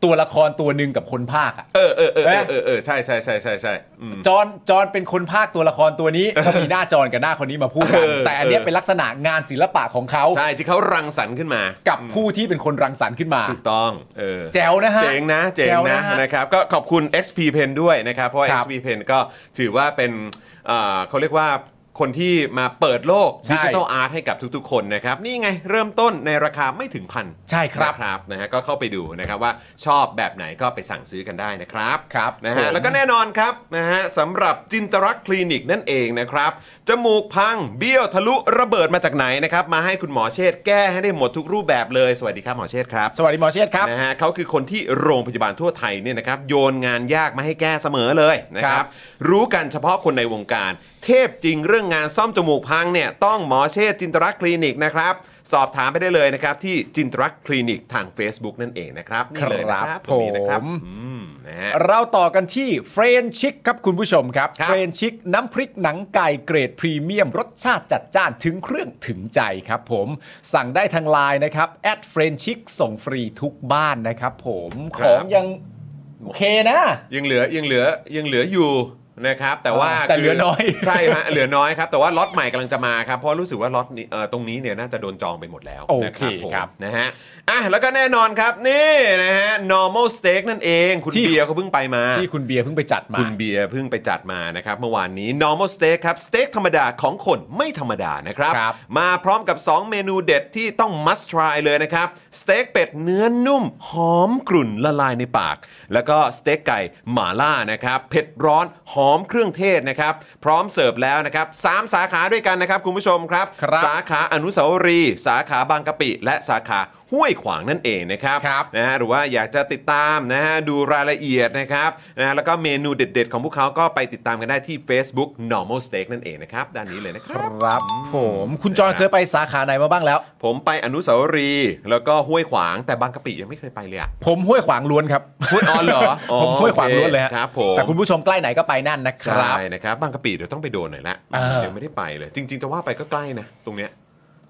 Speaker 3: ตัวละครตัวหนึ่งกับคนภาคอะ
Speaker 2: เออเออเออเออเออเออใช่ใช่ใช่ใช่ใช่อืม
Speaker 3: จอนจอนเป็นคนภาคตัวละครตัวนี้ ก็มีหน้าจอนกับหน้าคนนี้มาพูดกัน
Speaker 2: เออ
Speaker 3: แต่อันเนี้ย
Speaker 2: เออ
Speaker 3: เป็นลักษณะงานศิลปะของเขา
Speaker 2: ใช่ที่เขารังสรรค์ขึ้นมา
Speaker 3: กับผู้ที่เป็นคนรังสรรค์ขึ้นมา
Speaker 2: ถูกต้องเออ
Speaker 3: แจ๋วนะฮะ
Speaker 2: เจ๋งนะเจ๋ง
Speaker 3: แว
Speaker 2: นะ
Speaker 3: ฮ
Speaker 2: นะครับก็ขอบคุณ XP Pen ด้วยนะครับ เพราะว่า
Speaker 3: ครับ
Speaker 2: XP Pen ก็ถือว่าเป็นเอ่อเขาเรียกว่าคนที่มาเปิดโลก
Speaker 3: ใช่
Speaker 2: ดิจิทัลอาร์ตให้กับทุกๆ คนนะครับ นี่ไงเริ่มต้นในราคาไม่ถึงพัน
Speaker 3: ใช่ครับ
Speaker 2: นะนะฮะก็เข้าไปดูนะครับว่าชอบแบบไหนก็ไปสั่งซื้อกันได้นะครับ
Speaker 3: ครับ
Speaker 2: นะ
Speaker 3: ผ
Speaker 2: ฮะ
Speaker 3: ม
Speaker 2: แล้วก็แน่นอนครับนะฮะสำหรับจินตรักษณ์คลินิกนั่นเองนะครับจมูกพังเบี้ยวทะลุระเบิดมาจากไหนนะครับมาให้คุณหมอเชษฐ์แก้ให้ได้หมดทุกรูปแบบเลยสวัสดีครับหมอเชษฐ์ครับ
Speaker 3: สวัสดีหมอเชษฐ์ครับ
Speaker 2: นะฮะเขาคือคนที่โรงพยาบาลทั่วไทยเนี่ยนะครับโยนงานยากมาให้แก้เสมอเลยนะค
Speaker 3: ครั
Speaker 2: รับบ รู้กันเฉพาะคนในวงการ เทพจริงเรื่องงานซ่อมจมูกพังเนี่ยต้องหมอเชษฐ์จินตรักษณ์คลินิกนะครับสอบถามไปได้เลยนะครับที่จินตรักษณ์คลินิกทาง Facebook นั่นเองนะครับนี่เลยนะครับตรงนี้นะครับอืมนะฮะ
Speaker 3: เราต่อกันที่เฟรนชิกครับคุณผู้ชมครับ
Speaker 2: ครับ
Speaker 3: เฟรนชิกน้ำพริกหนังไก่เกรดพรีเมียม รสชาติจัดจ้านถึงเครื่องถึงใจครับผมสั่งได้ทางไลน์นะครับแอดเฟรนชิกส่งฟรีทุกบ้านนะครับผมของยังโอเคนะ
Speaker 2: ยังเหลือยังเหลือยังเหลืออยู่นะครับแต่ว่า
Speaker 3: อ่าแต่
Speaker 2: คื
Speaker 3: เหลือน้อย
Speaker 2: ใช่ฮะเหลือน้อยครับแต่ว่าล็อตใหม่กำลังจะมาครับเพราะรู้สึกว่าล็อตนี้เอ่อตรงนี้เนี่ยน่าจะโดนจองไปหมดแล้ว
Speaker 3: โอ
Speaker 2: นะ
Speaker 3: เค
Speaker 2: ผม
Speaker 3: ครับ
Speaker 2: นะฮะอ่ะแล้วก็แน่นอนครับนี่นะฮะ normal steak นั่นเองคุณ
Speaker 3: ที่
Speaker 2: เบียร์เขาเพิ่งไปมา
Speaker 3: ที่คุณเบียร์เพิ่งไปจัดมา
Speaker 2: คุณเบียร์เพิ่งไปจัดมานะครับเมื่อวานนี้ normal steak ครับสเต็กธรรมดาของคนไม่ธรรมดานะครับ
Speaker 3: ครับ
Speaker 2: มาพร้อมกับ 2 เมนูเด็ดที่ต้อง must try เลยนะครับสเต็กเป็ดเนื้อนุ่ม หอมกลุ่นละลายในปาก แล้วก็สเต็กไก่หม่าล่านะครับเผ็ดร้อนหอมเครื่องเทศนะครับพร้อมเสิร์ฟแล้วนะครับสามสาขาด้วยกันนะครับคุณผู้ชมครับ
Speaker 3: ครับ
Speaker 2: สาขาอนุสาวรีย์สาขาบางกะปิ และสาขาห้วยขวางนั่นเองนะครับ
Speaker 3: ครับ
Speaker 2: นะฮะหรือว่าอยากจะติดตามนะฮะดูรายละเอียดนะครับนะฮะแล้วก็เมนูเด็ด ๆ ของพวกเขาก็ไปติดตามกันได้ที่ Facebook normal steak นั่นเองนะครับ ด้านนี้เลยนะค
Speaker 3: ครับ รับผมคุณจอน
Speaker 2: นะครับ
Speaker 3: เคยไปสาขาไหนมาบ้างแล้ว
Speaker 2: ผมไปอนุสาวรีย์แล้วก็ห้วยขวางแต่บางกะปิยังไม่เคยไปเลยอะ
Speaker 3: ผมห้วยขวางล้วนครับ
Speaker 2: ห้วยอ๋อเหรออ๋อ
Speaker 3: ผมห้วยขวางล้วนเลยฮะ
Speaker 2: ครับผม
Speaker 3: แต่คุณผู้ชมใกล้ไหนก็ไปนั่นนะค
Speaker 2: ใช่
Speaker 3: รับ
Speaker 2: นะครับบางกะปิเดี๋ยวต้องไปโดนหน่อยละ
Speaker 3: อ่า
Speaker 2: ยังไม่ได้ไปเลย จริง ๆ จะว่าไปก็ใกล้นะ ตรงเนี้ย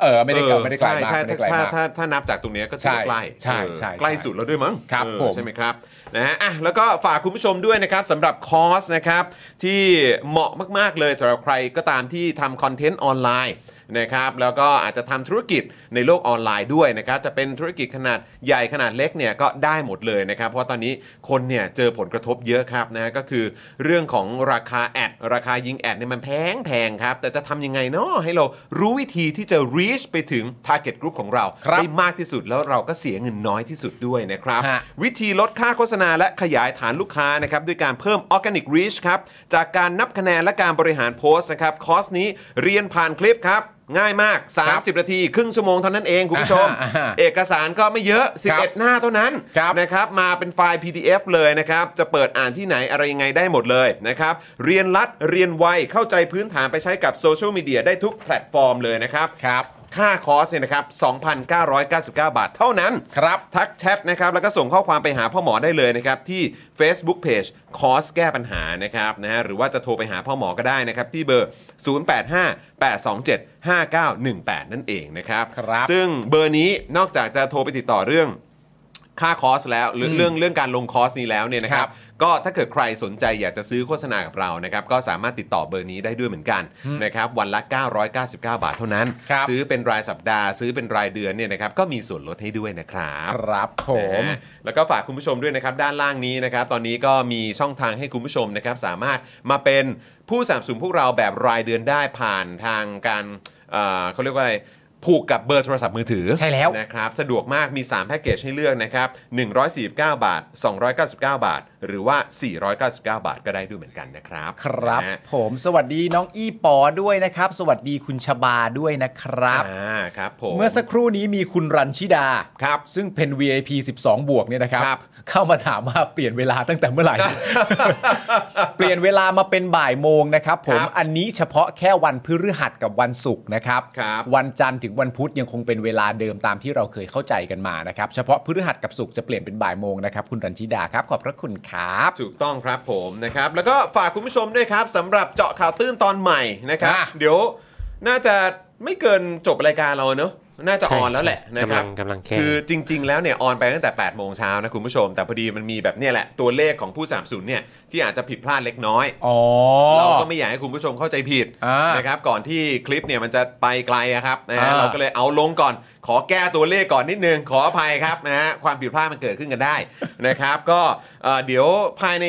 Speaker 3: เออไม่ได้ไกลไม่ได้ไกลมาก
Speaker 2: ใช่
Speaker 3: ไม่ได้ไก
Speaker 2: ใช่
Speaker 3: ลา
Speaker 2: ถ้าม
Speaker 3: ก
Speaker 2: ถ้าถ้านับจากตรงเนี้ยก็ถือ
Speaker 3: ใช่
Speaker 2: ว่าใกล้
Speaker 3: ใช่
Speaker 2: เออ
Speaker 3: ใช่ใช่
Speaker 2: ใกล้สุดแล้วด้วยมั้ง
Speaker 3: ครับ
Speaker 2: เออ
Speaker 3: ผม
Speaker 2: ใช่ไหมครับนะฮะอ่ะแล้วก็ฝากคุณผู้ชมด้วยนะครับสำหรับคอร์สนะครับที่เหมาะมาก ๆ เลยสำหรับใครก็ตามที่ทำคอนเทนต์ออนไลน์นะครับแล้วก็อาจจะทำธุรกิจในโลกออนไลน์ด้วยนะครับจะเป็นธุรกิจขนาดใหญ่ขนาดเล็กเนี่ยก็ได้หมดเลยนะครับ เพราะว่าตอนนี้คนเนี่ยเจอผลกระทบเยอะครับนะก็คือเรื่องของราคาแอดราคายิงแอดเนี่ยมันแพงแพงครับแต่จะทำยังไงเนาะให้เรารู้วิธีที่จะ reach ไปถึง target group ของเรา
Speaker 3: ครับ
Speaker 2: ได้ มากที่สุดแล้วเราก็เสียเงินน้อยที่สุดด้วยนะครับ
Speaker 3: ฮะ
Speaker 2: วิธีลดค่าโฆษณาและขยายฐานลูกค้านะครับด้วยการเพิ่ม Organic Reach ครับ จากการนับคะแนนและการบริหารโพสต์นะครับคอร์สนี้เรียนผ่านคลิปครับ ง่ายมาก 30 นาที ครึ่งชั่วโมงเท่านั้นเองคุณผู้ชม
Speaker 3: อ่าฮะ
Speaker 2: เอกสารก็ไม่เยอะ
Speaker 3: ครับ
Speaker 2: 11 หน้าเท่านั้น
Speaker 3: ครับ
Speaker 2: นะครับมาเป็นไฟล์ PDF เลยนะครับ จะเปิดอ่านที่ไหนอะไรยังไงได้หมดเลยนะครับเรียนรัดเรียนไวเข้าใจพื้นฐานไปใช้กับโซเชียลมีเดียได้ทุกแพลตฟอร์มเลยนะครับ
Speaker 3: ครับ
Speaker 2: ค่าคอร์สเนี่ยนะครับ 2,999 บาทเท่านั้น
Speaker 3: ครับ
Speaker 2: ทักแชทนะครับ แล้วก็ส่งข้อความไปหาพ่อหมอได้เลยนะครับ ที่ Facebook Page คอร์สแก้ปัญหานะครับนะฮะหรือว่าจะโทรไปหาพ่อหมอก็ได้นะครับ ที่เบอร์ 0858275918 นั่นเองนะครับ
Speaker 3: ครับ
Speaker 2: ซึ่งเบอร์นี้นอกจากจะโทรไปติดต่อเรื่อง ค่าคอร์สแล้วหรือเรื่องเรื่องการลงคอร์สนี้แล้วเนี่ยนะครับ ก็ถ้าเกิดใครสนใจอยากจะซื้อโฆษณากับเรานะครับ ก็สามารถติดต่อเบอร์นี้ได้ด้วยเหมือนกันนะครับ วันละ 999 บาทเท่านั้น
Speaker 3: ครับ
Speaker 2: ซื้อเป็นรายสัปดาห์ ซื้อเป็นรายเดือนเนี่ยนะครับ ก็มีส่วนลดให้ด้วยนะครับ
Speaker 3: ครับผม
Speaker 2: นะแล้วก็ฝากคุณผู้ชมด้วยนะครับ ด้านล่างนี้นะครับ ตอนนี้ก็มีช่องทางให้คุณผู้ชมนะครับ สามารถมาเป็นผู้สนับสนุนพวกเราแบบรายเดือนได้ผ่านทางการเอ่อเขาเรียกว่าอะไรผูกกับเบอร์โทรศัพท์มือถือ
Speaker 3: ใช่แล้ว
Speaker 2: นะครับสะดวกมากมี 3 แพ็กเกจให้เลือกนะครับ 149 บาท 299 บาท หรือว่า 499 บาทก็ได้ด้วยเหมือนกันนะครับ
Speaker 3: ครับ
Speaker 2: นะฮะ
Speaker 3: ผมสวัสดีน้องอี้ปอด้วยนะครับ สวัสดีคุณชบาด้วยนะครับ
Speaker 2: อ่าครับผม
Speaker 3: เมื่อสักครู่นี้มีคุณรันชิดา
Speaker 2: ครับ
Speaker 3: ซึ่งเป็น VIP 12 บวกเนี่ยนะครับ
Speaker 2: ครับ
Speaker 3: เข้ามาถามว่าเปลี่ยนเวลาตั้งแต่เมื่อไหร่ เปลี่ยนเวลามาเป็นบ่ายโมงนะครับ ผม
Speaker 2: ครับ
Speaker 3: อันนี้เฉพาะแค่วันพฤหัสกับวันศุกร์นะครับ
Speaker 2: ครับ
Speaker 3: วันจันทร์ถึงวันพุธยังคงเป็นเวลาเดิมตามที่เราเคยเข้าใจกันมานะครับ เฉพาะพฤหัสกับศุกร์จะเปลี่ยนเป็นบ่ายโมงนะครับ คุณรันชิดาครับ ขอบพระคุณครับ
Speaker 2: ถูกต้องครับผมนะครับ แล้วก็ฝากคุณผู้ชมด้วยครับสำหรับเจาะข่าวตื้นตอนใหม่นะครับ
Speaker 3: อ่ะ
Speaker 2: เดี๋ยวน่าจะไม่เกินจบรายการเราเนอะน่าจะออนแล้วแหละ
Speaker 4: ใช่
Speaker 2: นะครับ
Speaker 4: กำลังกำลังแค่
Speaker 2: คือจริง ๆ แล้วเนี่ยออนไปตั้งแต่ 8 โมงเช้านะคุณผู้ชม แต่พอดีมันมีแบบเนี่ยแหละตัวเลขของผู้สามสูนเนี่ยที่อาจจะผิดพลาดเล็กน้อย
Speaker 3: ๋อ
Speaker 2: เราก็ไม่อยากให้คุณผู้ชมเข้าใจผิด
Speaker 3: อ่า
Speaker 2: นะครับก่อนที่คลิปเนี่ยมันจะไปไกลอะครับนะฮะ
Speaker 3: อ่า
Speaker 2: เราก็เลยเอาลงก่อน ขอแก้ตัวเลขก่อนนิดนึง ขออภัยครับนะฮะความผิดพลาดมันเกิดขึ้นกันได้ นะครับ ก็เอ่อเดี๋ยวภายใน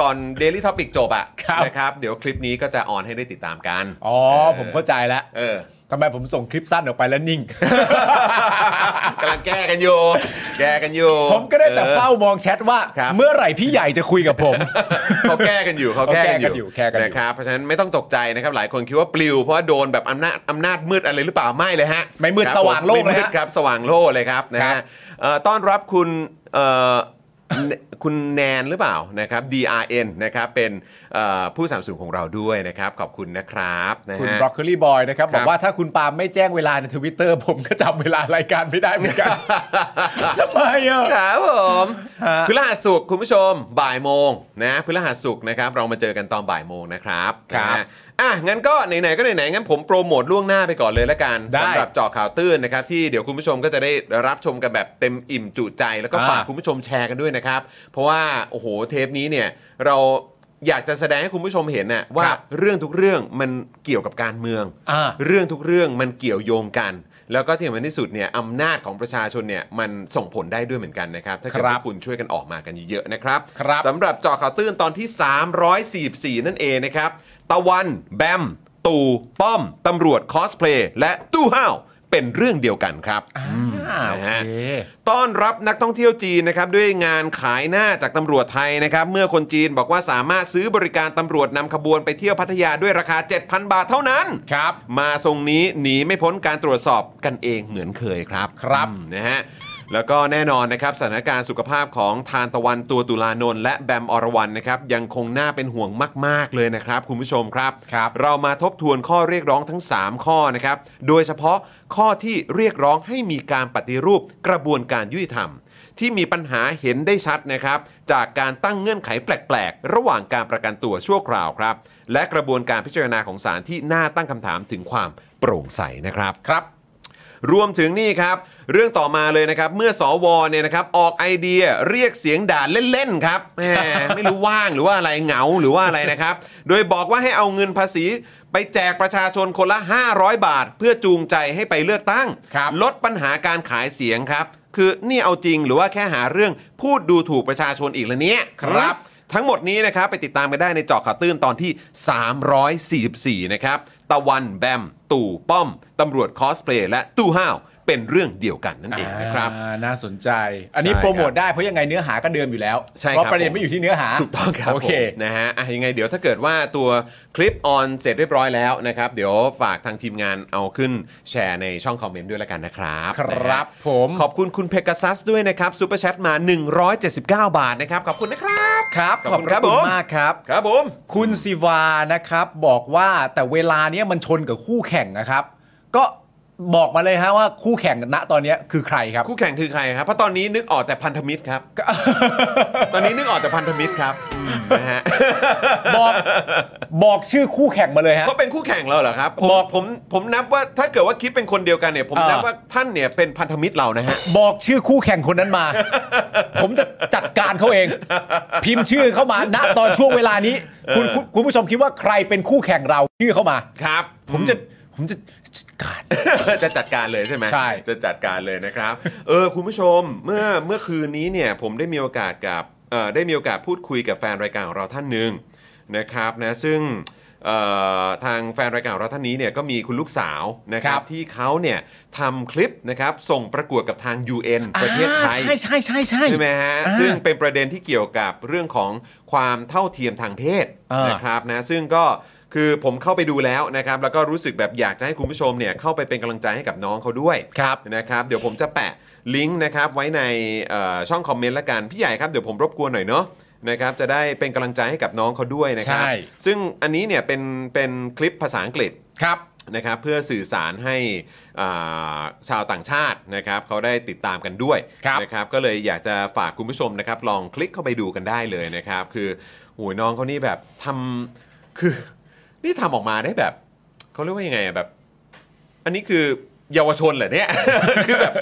Speaker 2: ก่อน Daily Topic จบอะ
Speaker 3: ครับ
Speaker 2: นะครับเดี๋ยวคลิปนี้ก็จะออนให้ได้ติดตามกัน
Speaker 3: อ๋อ
Speaker 2: เ
Speaker 3: ผมเข้าใจแล้ว
Speaker 2: เออ
Speaker 3: ทำไมผมส่งคลิปสั้นออกไปแล้วนิ่ง
Speaker 2: กำลังแก้กันอยู่ แก้กันอยู่
Speaker 3: ผมก็ได้แต่
Speaker 2: ออ
Speaker 3: เฝ้ามองแชทว่า
Speaker 2: ครับ
Speaker 3: เมื่อไหร่พี่ใหญ่จะคุยกับผม
Speaker 2: เขาแก้กันอยู่เขาแก้กั
Speaker 3: เขา
Speaker 2: น
Speaker 3: แก้กัน
Speaker 2: อ
Speaker 3: อยู่
Speaker 2: ยู่
Speaker 3: แก้กันอยู่
Speaker 2: นะครับเพราะฉะนั้นไม่ต้องตกใจนะครับหลายคนคิดว่าปลิวเพราะว่าโดนแบบอำนาจอำนาจมืดอะไรหรือเปล่าไม่เลยฮะ
Speaker 3: ไม่มืด
Speaker 2: ครับผ
Speaker 3: สว่างโล่งเลยฮะ
Speaker 2: ไม่มืดครับสว่างโล่เลยครับนะ
Speaker 3: ครั
Speaker 2: ฮะ
Speaker 3: บ
Speaker 2: เอ่อต้อนรับคุณเอ่อ คุณแนนหรือเปล่านะครับ DRN นะครับเป็นเอ่อผู้สามสูงของเราด้วยนะครับขอบคุณนะครับนะ
Speaker 3: คุณ
Speaker 2: ฮะ
Speaker 3: Broccoli Boy นะครับ
Speaker 2: ครับ บ
Speaker 3: อกว่าถ้าคุณปาล์มไม่แจ้งเวลาในทวิตเตอร์ผมก็จำเวลารายการไม่ได้เหมือนกันทำไมอ่ะ
Speaker 2: ครับผม
Speaker 3: ฮะ
Speaker 2: พฤหัสสุกร์คุณผู้ชมบ่ายโมงนะพฤหัสสุกร์นะครับเรามาเจอกันตอนบ่ายโมงนะครับ
Speaker 3: ครับ
Speaker 2: นะฮะอ่ะงั้นก็ไหนๆก็ไหนๆงั้นผมโปรโมทล่วงหน้าไปก่อนเลยละกัน
Speaker 3: ได้
Speaker 2: สำหรับเจาะข่าวตื้นนะครับที่เดี๋ยวคุณผู้ชมก็จะได้รับชมกันแบบเต็มอิ่มจุใจ แล้วก็
Speaker 3: อ่า
Speaker 2: ฝากคุณผู้ชมแชร์กันด้วยนะครับ เพราะว่าโอ้โหเทปนี้เนี่ยเราอยากจะแสดงให้คุณผู้ชมเห็นน่ะว่าเรื่องทุกเรื่องมันเกี่ยวกับการเมือง
Speaker 3: อ่า
Speaker 2: เรื่องทุกเรื่องมันเกี่ยวโยงกัน แล้วก็ที่สำคัญที่สุดเนี่ยอำนาจของประชาชนเนี่ยมันส่งผลได้ด้วยเหมือนกันนะครับ ถ้าเกิด
Speaker 3: ครับ
Speaker 2: ว่าคุณช่วยกันออกมากันเยอะๆนะครับ
Speaker 3: ครับ
Speaker 2: สำหรับเจอข่าวตื้นตอนที่ 344 นั่นเองนะครับ ตะวัน แบม ตู่ป้อมตำรวจคอสเพลย์และตู้ห้าวเป็นเรื่องเดียวกันครับ
Speaker 3: อ่าโอ
Speaker 2: นะฮะ
Speaker 3: เค
Speaker 2: ต้อนรับนักท่องเที่ยวจีนนะครับด้วยงานขายหน้าจากตำรวจไทยนะครับ เมื่อคนจีนบอกว่าสามารถซื้อบริการตำรวจนำขบวนไปเที่ยวพัทยาด้วยราคา 7,000 บาทเท่านั้น
Speaker 3: ครับ
Speaker 2: มาทรงนี้หนีไม่พ้นการตรวจสอบกันเองเหมือนเคยครับ
Speaker 3: ครับ
Speaker 2: อืมนะฮะแล้วก็แน่นอนนะครับสถานการณ์สุขภาพของทานตะวันตัวตุลานนท์และแบมอรวรันนะครับยังคงน่าเป็นห่วงมาก ๆ เลยนะครับคุณผู้ชมครับ
Speaker 3: ครับ
Speaker 2: เรามาทบทวนข้อเรียกร้องทั้ง 3 ข้อนะครับ โดยเฉพาะข้อที่เรียกร้องให้มีการปฏิรูปกระบวนการยุติธรรม ที่มีปัญหาเห็นได้ชัดนะครับ จากการตั้งเงื่อนไขแปลก ๆ ระหว่างการประกันตัวชั่วคราวครับ และกระบวนการพิจารณาของศาลที่น่าตั้งคำถามถึงความโปร่งใสนะครับ
Speaker 3: ครับ
Speaker 2: รวมถึงนี่ครับ เรื่องต่อมาเลยนะครับ เมื่อสวเนี่ยนะครับออกไอเดียเรียกเสียงด่าเล่นๆครับแหม ไม่รู้ว่างหรือว่าอะไรเหงาหรือว่าอะไรนะครับ โดยบอกว่าให้เอาเงินภาษีไปแจกประชาชนคนละ 500 บาท เพื่อจูงใจให้ไปเลือกตั้ง
Speaker 3: ครับ
Speaker 2: ลดปัญหาการขายเสียงครับ คือนี่เอาจริงหรือว่าแค่หาเรื่องพูดดูถูกประชาชนอีกละเนี้ย
Speaker 3: ครับ
Speaker 2: ทั้งหมดนี้นะครับ ไปติดตามกันได้ในเจาะข่าวตื้นตอนที่ 344 นะครับ ตะวันแบม ตู่ป้อม ตำรวจคอสเพลย์และตู้ห้าว เป็นเรื่องเดียวกันนั่นเองนะครับ
Speaker 3: อ่าน่าสนใจ อันนี้
Speaker 2: ใช่ครับ
Speaker 3: โปรโมทได้เพราะยังไงเนื้อหาก็เดิมอยู่แล้ว
Speaker 2: ใช่ครับ
Speaker 3: เพราะประเด็นไม่อยู่ที่เนื้อหา
Speaker 2: ถูกต้องครับ
Speaker 3: โอเค
Speaker 2: ผมนะฮะอ่ะยังไงเดี๋ยวถ้าเกิดว่าตัวคลิปออนเสร็จเรียบร้อยแล้วนะครับ เดี๋ยวฝากทางทีมงานเอาขึ้นแชร์ในช่องคอมเมนต์ด้วยละกันนะครับ
Speaker 3: ครับ
Speaker 2: นะฮะ
Speaker 3: ผม
Speaker 2: ขอบคุณคุณเพก a ซัสด้วยนะครับซูเปอร์แชทมา 179 บาทนะครับ ขอบคุณนะครับ
Speaker 3: ครับ
Speaker 2: ข
Speaker 3: ข
Speaker 2: อ
Speaker 3: อ
Speaker 2: บบ คุณ
Speaker 3: พ
Speaker 2: ครั
Speaker 3: ระ
Speaker 2: บ
Speaker 3: คุ
Speaker 2: ผม
Speaker 3: ณมากครับ
Speaker 2: ครับผม
Speaker 3: คุณสิวานะครับบอกว่าแต่เวลาเนี้ยมันชนกับคู่แข่งนะครับ ก็บอกมาเลยฮะว่าคู่แข่งณตอนเนี้ยคือใคร ครับ
Speaker 2: คู่แข่งคือใครครับ เพราะตอนนี้นึกออกแต่พันธมิตรครับ ตอนนี้นึกออกแต่พันธมิตรครับอืมนะฮะ
Speaker 3: บอกบอกชื่อคู่แข่งมาเลยฮะ
Speaker 2: เขาเป็นคู่แข่งเราเหรอครับผม
Speaker 3: บอก
Speaker 2: ผมผมนับว่าถ้าเกิดว่าคิดเป็นคนเดียวกันเนี่ย ผม
Speaker 3: อ่า
Speaker 2: นับว่าท่านเนี่ยเป็นพันธมิตรเรานะฮะ
Speaker 3: บอกชื่อคู่แข่งคนนั้นมา ผมจะจัดการเขาเอง พิมพ์ชื่อเข้ามาณตอนช่วงเวลานี้ คุณคุณคุณผู้ชมคิดว่าใครเป็นคู่แข่งเราชื่อเข้ามา
Speaker 2: ครับ
Speaker 3: ผมจะผมจะจัดการ
Speaker 2: จะจัดการเลยใช่ไหม
Speaker 3: ใช่
Speaker 2: จะจัดการเลยนะครับ เออคุณผู้ชมเมื่อเมื่อคืนนี้เนี่ยผมได้มีโอกาสกับเอ่อได้มีโอกาสพูดคุยกับแฟนรายการของเราท่านหนึ่งนะครับนะซึ่งเอ่อทางแฟนรายการของเราท่านนี้เนี่ยก็มีคุณลูกสาวนะครั
Speaker 3: ครับ บ
Speaker 2: ที่เขาเนี่ยทำคลิปนะครับส่งประกวดกับทาง UN ประเทศไทย
Speaker 3: อ่าใช่ใช่ใช่
Speaker 2: ใช่ไหมฮะ
Speaker 3: อ่า
Speaker 2: ซึ่งเป็นประเด็นที่เกี่ยวกับเรื่องของความเท่าเทียมทางเพศ
Speaker 3: อ่าน
Speaker 2: นะครับนะซึ่งก็คือผมเข้าไปดูแล้วนะครับ แล้วก็รู้สึกแบบอยากจะให้คุณผู้ชมเนี่ยเข้าไปเป็นกำลังใจให้กับน้องเขาด้วย
Speaker 3: ครับ
Speaker 2: นะครับ เดี๋ยวผมจะแปะลิงก์นะครับไว้ในเอ่อช่องคอมเมนต์ละกันพี่ใหญ่ครับเดี๋ยวผมรบกวนหน่อยเนาะนะครับจะได้เป็นกำลังใจให้กับน้องเขาด้วยนะครับ
Speaker 3: ใช่
Speaker 2: ซึ่งอันนี้เนี่ยเป็นเป็นคลิปภาษาอังกฤษ
Speaker 3: ครับ
Speaker 2: นะครับเพื่อสื่อสารให้อ่าชาวต่างชาตินะครับเขาได้ติดตามกันด้วย
Speaker 3: ครับ
Speaker 2: นะครับก็เลยอยากจะฝากคุณผู้ชมนะครับลองคลิกเข้าไปดูกันได้เลยนะครับ คือโหูน้องเขานี่แบบทำคือนี่ทำออกมาได้แบบเขาเรียกว่ายังไงอะแบบ อันนี้คือเยาวชนเหรอเนี่ย คือแบบ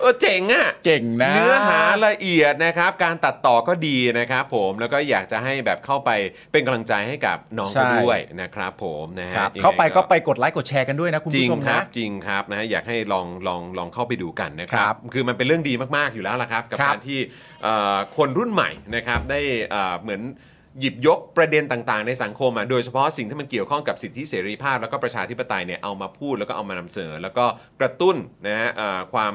Speaker 2: เออเจ๋งอะ
Speaker 3: เก่งนะ
Speaker 2: เนื้อหาละเอียดนะครับ การตัดต่อก็ดีนะครับผมแล้วก็อยากจะให้แบบเข้าไปเป็นกำลังใจให้กับน้องเขา
Speaker 3: ใช่
Speaker 2: ด้วยนะครับผมนะฮะ
Speaker 3: ครับ
Speaker 2: ยังง
Speaker 3: เข้าไปก็ไปกดไลค์กดแชร์กันด้วยนะคุณ
Speaker 2: จริ
Speaker 3: ผู้
Speaker 2: ง
Speaker 3: ชม
Speaker 2: ครั
Speaker 3: นะ
Speaker 2: บจริงครับนะอยากให้ลองลองลองเข้าไปดูกันนะครั
Speaker 3: ครับ บ
Speaker 2: คือมันเป็นเรื่องดีมากๆอยู่แล้วล่ะครับ กับ
Speaker 3: ครับ
Speaker 2: การที่เอ่อคนรุ่นใหม่นะครับได้เอ่อเหมือนหยิบยกประเด็นต่างๆ ในสังคมอ่ะโดยเฉพาะสิ่งที่มันเกี่ยวข้องกับสิทธิเสรีภาพ แล้วก็ประชาธิปไตยเนี่ยเอามาพูดแล้วก็เอามานำเสนอแล้วก็กระตุ้นนะฮะเอ่อความ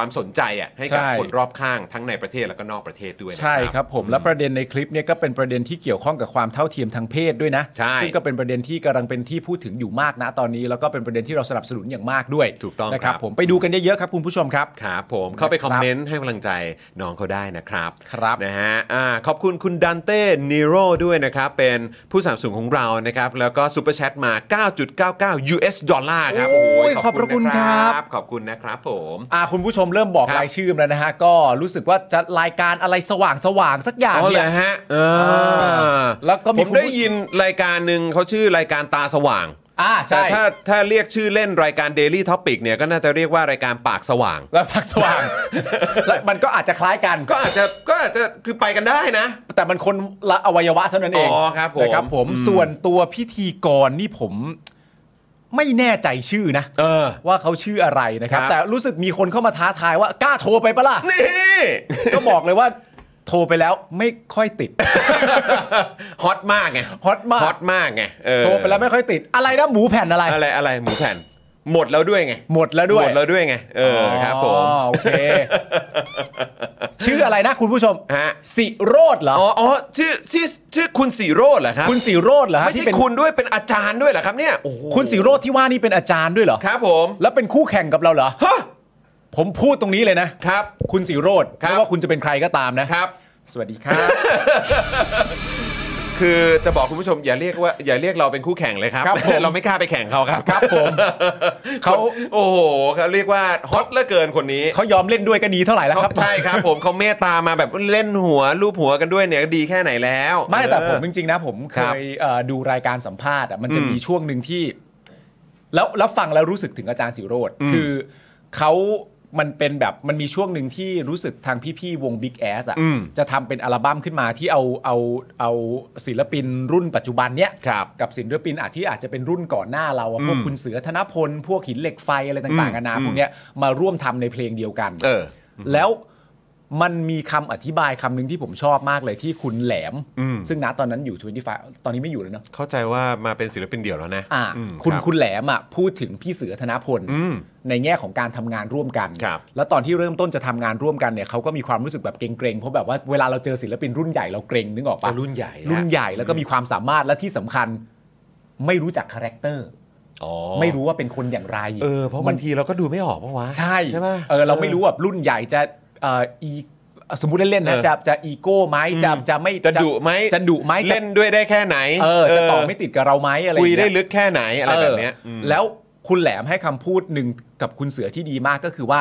Speaker 2: ความสนใจอ่ะให้กับ
Speaker 3: ใช่
Speaker 2: คนรอบข้างทั้งในประเทศแล้วก็นอกประเทศด้วยนะ
Speaker 3: ใช่ครับผมและประเด็นในคลิปเนี่ยก็เป็นประเด็นที่เกี่ยวข้องกับความเท่าเทียมทางเพศด้วยนะ
Speaker 2: ใช่
Speaker 3: ซึ่งก็เป็นประเด็นที่กำลังเป็นที่พูดถึงอยู่มากนะตอนนี้ แล้วก็เป็นประเด็นที่เราสนับสนุนอย่างมากด้วย
Speaker 2: ถูกต้อง
Speaker 3: นะครับผมไปดูกันเยอะๆครับคุณผู้ชมครับ
Speaker 2: ครับผมเข้าไป
Speaker 3: นะค
Speaker 2: ครับ อมเมนต์ให้กำลังใจน้องเขาได้นะครับ
Speaker 3: ครับ
Speaker 2: นะฮะอ่าขอบคุณคุณดันเต้นิโรด้วยนะครับ เป็นผู้สนับสนุนของเรานะครับ แล้วก็ซูเปอร์แชทมา 9.99 US ดอลลาร์ครับ
Speaker 3: โอ้ย
Speaker 2: ห
Speaker 3: ขอบพระคุณครับ
Speaker 2: นะขอบคุณนะครับผม
Speaker 3: อ่าคุณผู้ชมเริ่มบอก
Speaker 2: ครับ
Speaker 3: รายชื่อมาแล้วนะฮะก็รู้สึกว่าจะรายการอะไรสว่างสว่างๆสักอย่าง
Speaker 2: อ๋อเล
Speaker 3: เนี่ย
Speaker 2: ยฮะเออ
Speaker 3: แล้วก็มี
Speaker 2: ผม
Speaker 3: คุณผู้
Speaker 2: ได้ยินรายการหนึ่งเขาชื่อรายการตาสว่าง
Speaker 3: อ่า
Speaker 2: แต่
Speaker 3: ใช่
Speaker 2: ถ้าถ้าเรียกชื่อเล่นรายการ Daily Topic เนี่ยก็น่าจะเรียกว่ารายการปากสว่าง
Speaker 3: แล้วพักส ว่าง แล้วมันก็อาจจะคล้ายกัน
Speaker 2: ก็อาจจะก็อาจจะคือไปกันได้นะ
Speaker 3: แต่มันคนละอวัยวะเท่านั้นเอง
Speaker 2: อ๋อครับผม
Speaker 3: นะครับผม
Speaker 2: อืม
Speaker 3: ส่วนตัวพิธีกรนี่ผมไม่แน่ใจชื่อนะ
Speaker 2: เออ
Speaker 3: ว่าเขาชื่ออะไรนะครับ
Speaker 2: ครับ
Speaker 3: แต่รู้สึกมีคนเข้ามาท้าทายว่ากล้าโทรไปปะล่ะ
Speaker 2: นี่
Speaker 3: ก็บอกเลยว่าโทรไปแล้วไม่ค่อยติด
Speaker 2: ฮอตมากไง
Speaker 3: ฮอตมาก
Speaker 2: ฮอตมากไงเออ
Speaker 3: โทรไปแล้วไม่ค่อยติด อะไรนะหมูแผ่นอะไร
Speaker 2: อะไรอะไรหมูแผ่น หมดแล้วด้วยไง
Speaker 3: หมดแล้วด้วย
Speaker 2: หมดแล้วด้วยไงเอออครับผม
Speaker 3: อ๋อโอเค ชื่ออะไรนะคุณผู้ชม
Speaker 2: ฮะ
Speaker 3: สิโรดเหรอ
Speaker 2: อ๋ออ๋อชื่อชื่อชื่อคุณสีโรดเหรอครับ
Speaker 3: คุณสิโรดเหรอครับ
Speaker 2: ไม่
Speaker 3: ที่
Speaker 2: ใช่
Speaker 3: เป็น
Speaker 2: คุณด้วยเป็นอาจารย์ด้วยเหรอครับเนี่ยโอ้โห
Speaker 3: คุณสิโรดที่ว่านี่เป็นอาจารย์ด้วยเหรอ
Speaker 2: ครับผม
Speaker 3: แล้วเป็นคู่แข่งกับเราเหรอ
Speaker 2: ฮะ
Speaker 3: ผมพูดตรงนี้เลยนะ
Speaker 2: ครับ
Speaker 3: คุณสิโรด
Speaker 2: ครับ
Speaker 3: ไม่ว่าคุณจะเป็นใครก็ตามนะ
Speaker 2: ครับ
Speaker 3: สวัสดีครับ
Speaker 2: คือจะบอกคุณผู้ชมอย่าเรียกว่าอย่าเรียกเราเป็นคู่แข่งเลยครับ
Speaker 3: ครับผม
Speaker 2: เราไม่กล้าไปแข่งเขาครับ
Speaker 3: ครับผม
Speaker 2: เขา
Speaker 3: เขา
Speaker 2: โอ้โหเขาเรียกว่าฮอตเหลือเกินคนนี้
Speaker 3: เขายอมเล่นด้วยก็ดีเท่าไหร่แล้วครับ
Speaker 2: ใช่ครับผมเขาเมตตามาแบบเล่นหัวรูปหัวกันด้วยเนี่ยก็ดีแค่ไหนแล้ว
Speaker 3: ไม่แต่ผมจริงๆนะผม
Speaker 2: ค
Speaker 3: เค
Speaker 2: รับ
Speaker 3: ยเอ่อดูรายการสัมภาษณ์อ่ะมันจะ
Speaker 2: อืม
Speaker 3: มีช่วงหนึ่งที่ แล้วแล้วฟังแล้วรู้สึกถึงอาจารย์สิโรธคือ เขามันเป็นแบบมันมีช่วงหนึ่งที่รู้สึกทางพี่ๆวง Big Ass อ่ะ
Speaker 2: อืม
Speaker 3: จะทำเป็นอัลบั้มขึ้นมาที่เอาเอาเอาศิลปินรุ่นปัจจุบันเนี้ย
Speaker 2: ครับ
Speaker 3: กับศิลปินอาจที่อาจจะเป็นรุ่นก่อนหน้าเราอะ
Speaker 2: อืม
Speaker 3: พวกคุณเสือธนพล พวกหินเหล็กไฟอะไรต่างๆ
Speaker 2: อืม
Speaker 3: กันานา
Speaker 2: อืม
Speaker 3: พวกเนี้ยมาร่วมทำในเพลงเดียวกัน
Speaker 2: เออ
Speaker 3: แล้วมันมีคำอธิบายคำหนึงที่ผมชอบมากเลยที่คุณแหลม
Speaker 2: อืม
Speaker 3: ซึ่งณตอนนั้นอยู่25ตอนนี้ไม่อยู่แล้วเนอะ
Speaker 2: เข้าใจว่ามาเป็นศิลปินเดี่ยวแล้วนะ
Speaker 3: อ่า
Speaker 2: อืม
Speaker 3: คุณ
Speaker 2: รับ
Speaker 3: คุณแหลมอ่ะพูดถึงพี่เสือธนพล
Speaker 2: อืม
Speaker 3: ในแง่ของการทำงานร่วมกัน
Speaker 2: ครับ
Speaker 3: แล้วตอนที่เริ่มต้นจะทำงานร่วมกันเนี่ยเขาก็มีความรู้สึกแบบเกรงๆเพราะแบบว่าเวลาเราเจอศิลปินรุ่นใหญ่เราเกรงนึกออกปะ
Speaker 2: ก็รุ่นใหญ่อะ
Speaker 3: รุ่นใหญ่แล้วก็มีความสามารถและที่สำคัญไม่รู้จักคาแรคเตอร์
Speaker 2: อ๋อ
Speaker 3: ไม่รู้ว่าเป็นคนอย่างไร
Speaker 2: เออเพราะ
Speaker 3: มั
Speaker 2: บางทีเราก็ดูไม่ออกปะวะ
Speaker 3: ใช่
Speaker 2: ใช่ปะ
Speaker 3: เออเราไม่รู้แบบรุ่นใหญ่จะเอ่ออีสมมติเล่นๆนะ
Speaker 2: เออ
Speaker 3: จะจะอีโก้ไหมจะ
Speaker 2: อืม
Speaker 3: จะไม่
Speaker 2: จะดุไหม
Speaker 3: จะดุไหมจะ
Speaker 2: เล่นด้วยได้แค่ไหน
Speaker 3: เออจะตอบไม่ติดกับเราไหมอะไร
Speaker 2: คุย
Speaker 3: อางเงี้
Speaker 2: ได้ลึกแค่ไหนอะไรแบบเนี้ย
Speaker 3: อออ
Speaker 2: ม
Speaker 3: แล้วคุณแหลมให้คำพูดหนึ่งกับคุณเสือที่ดีมากก็คือว่า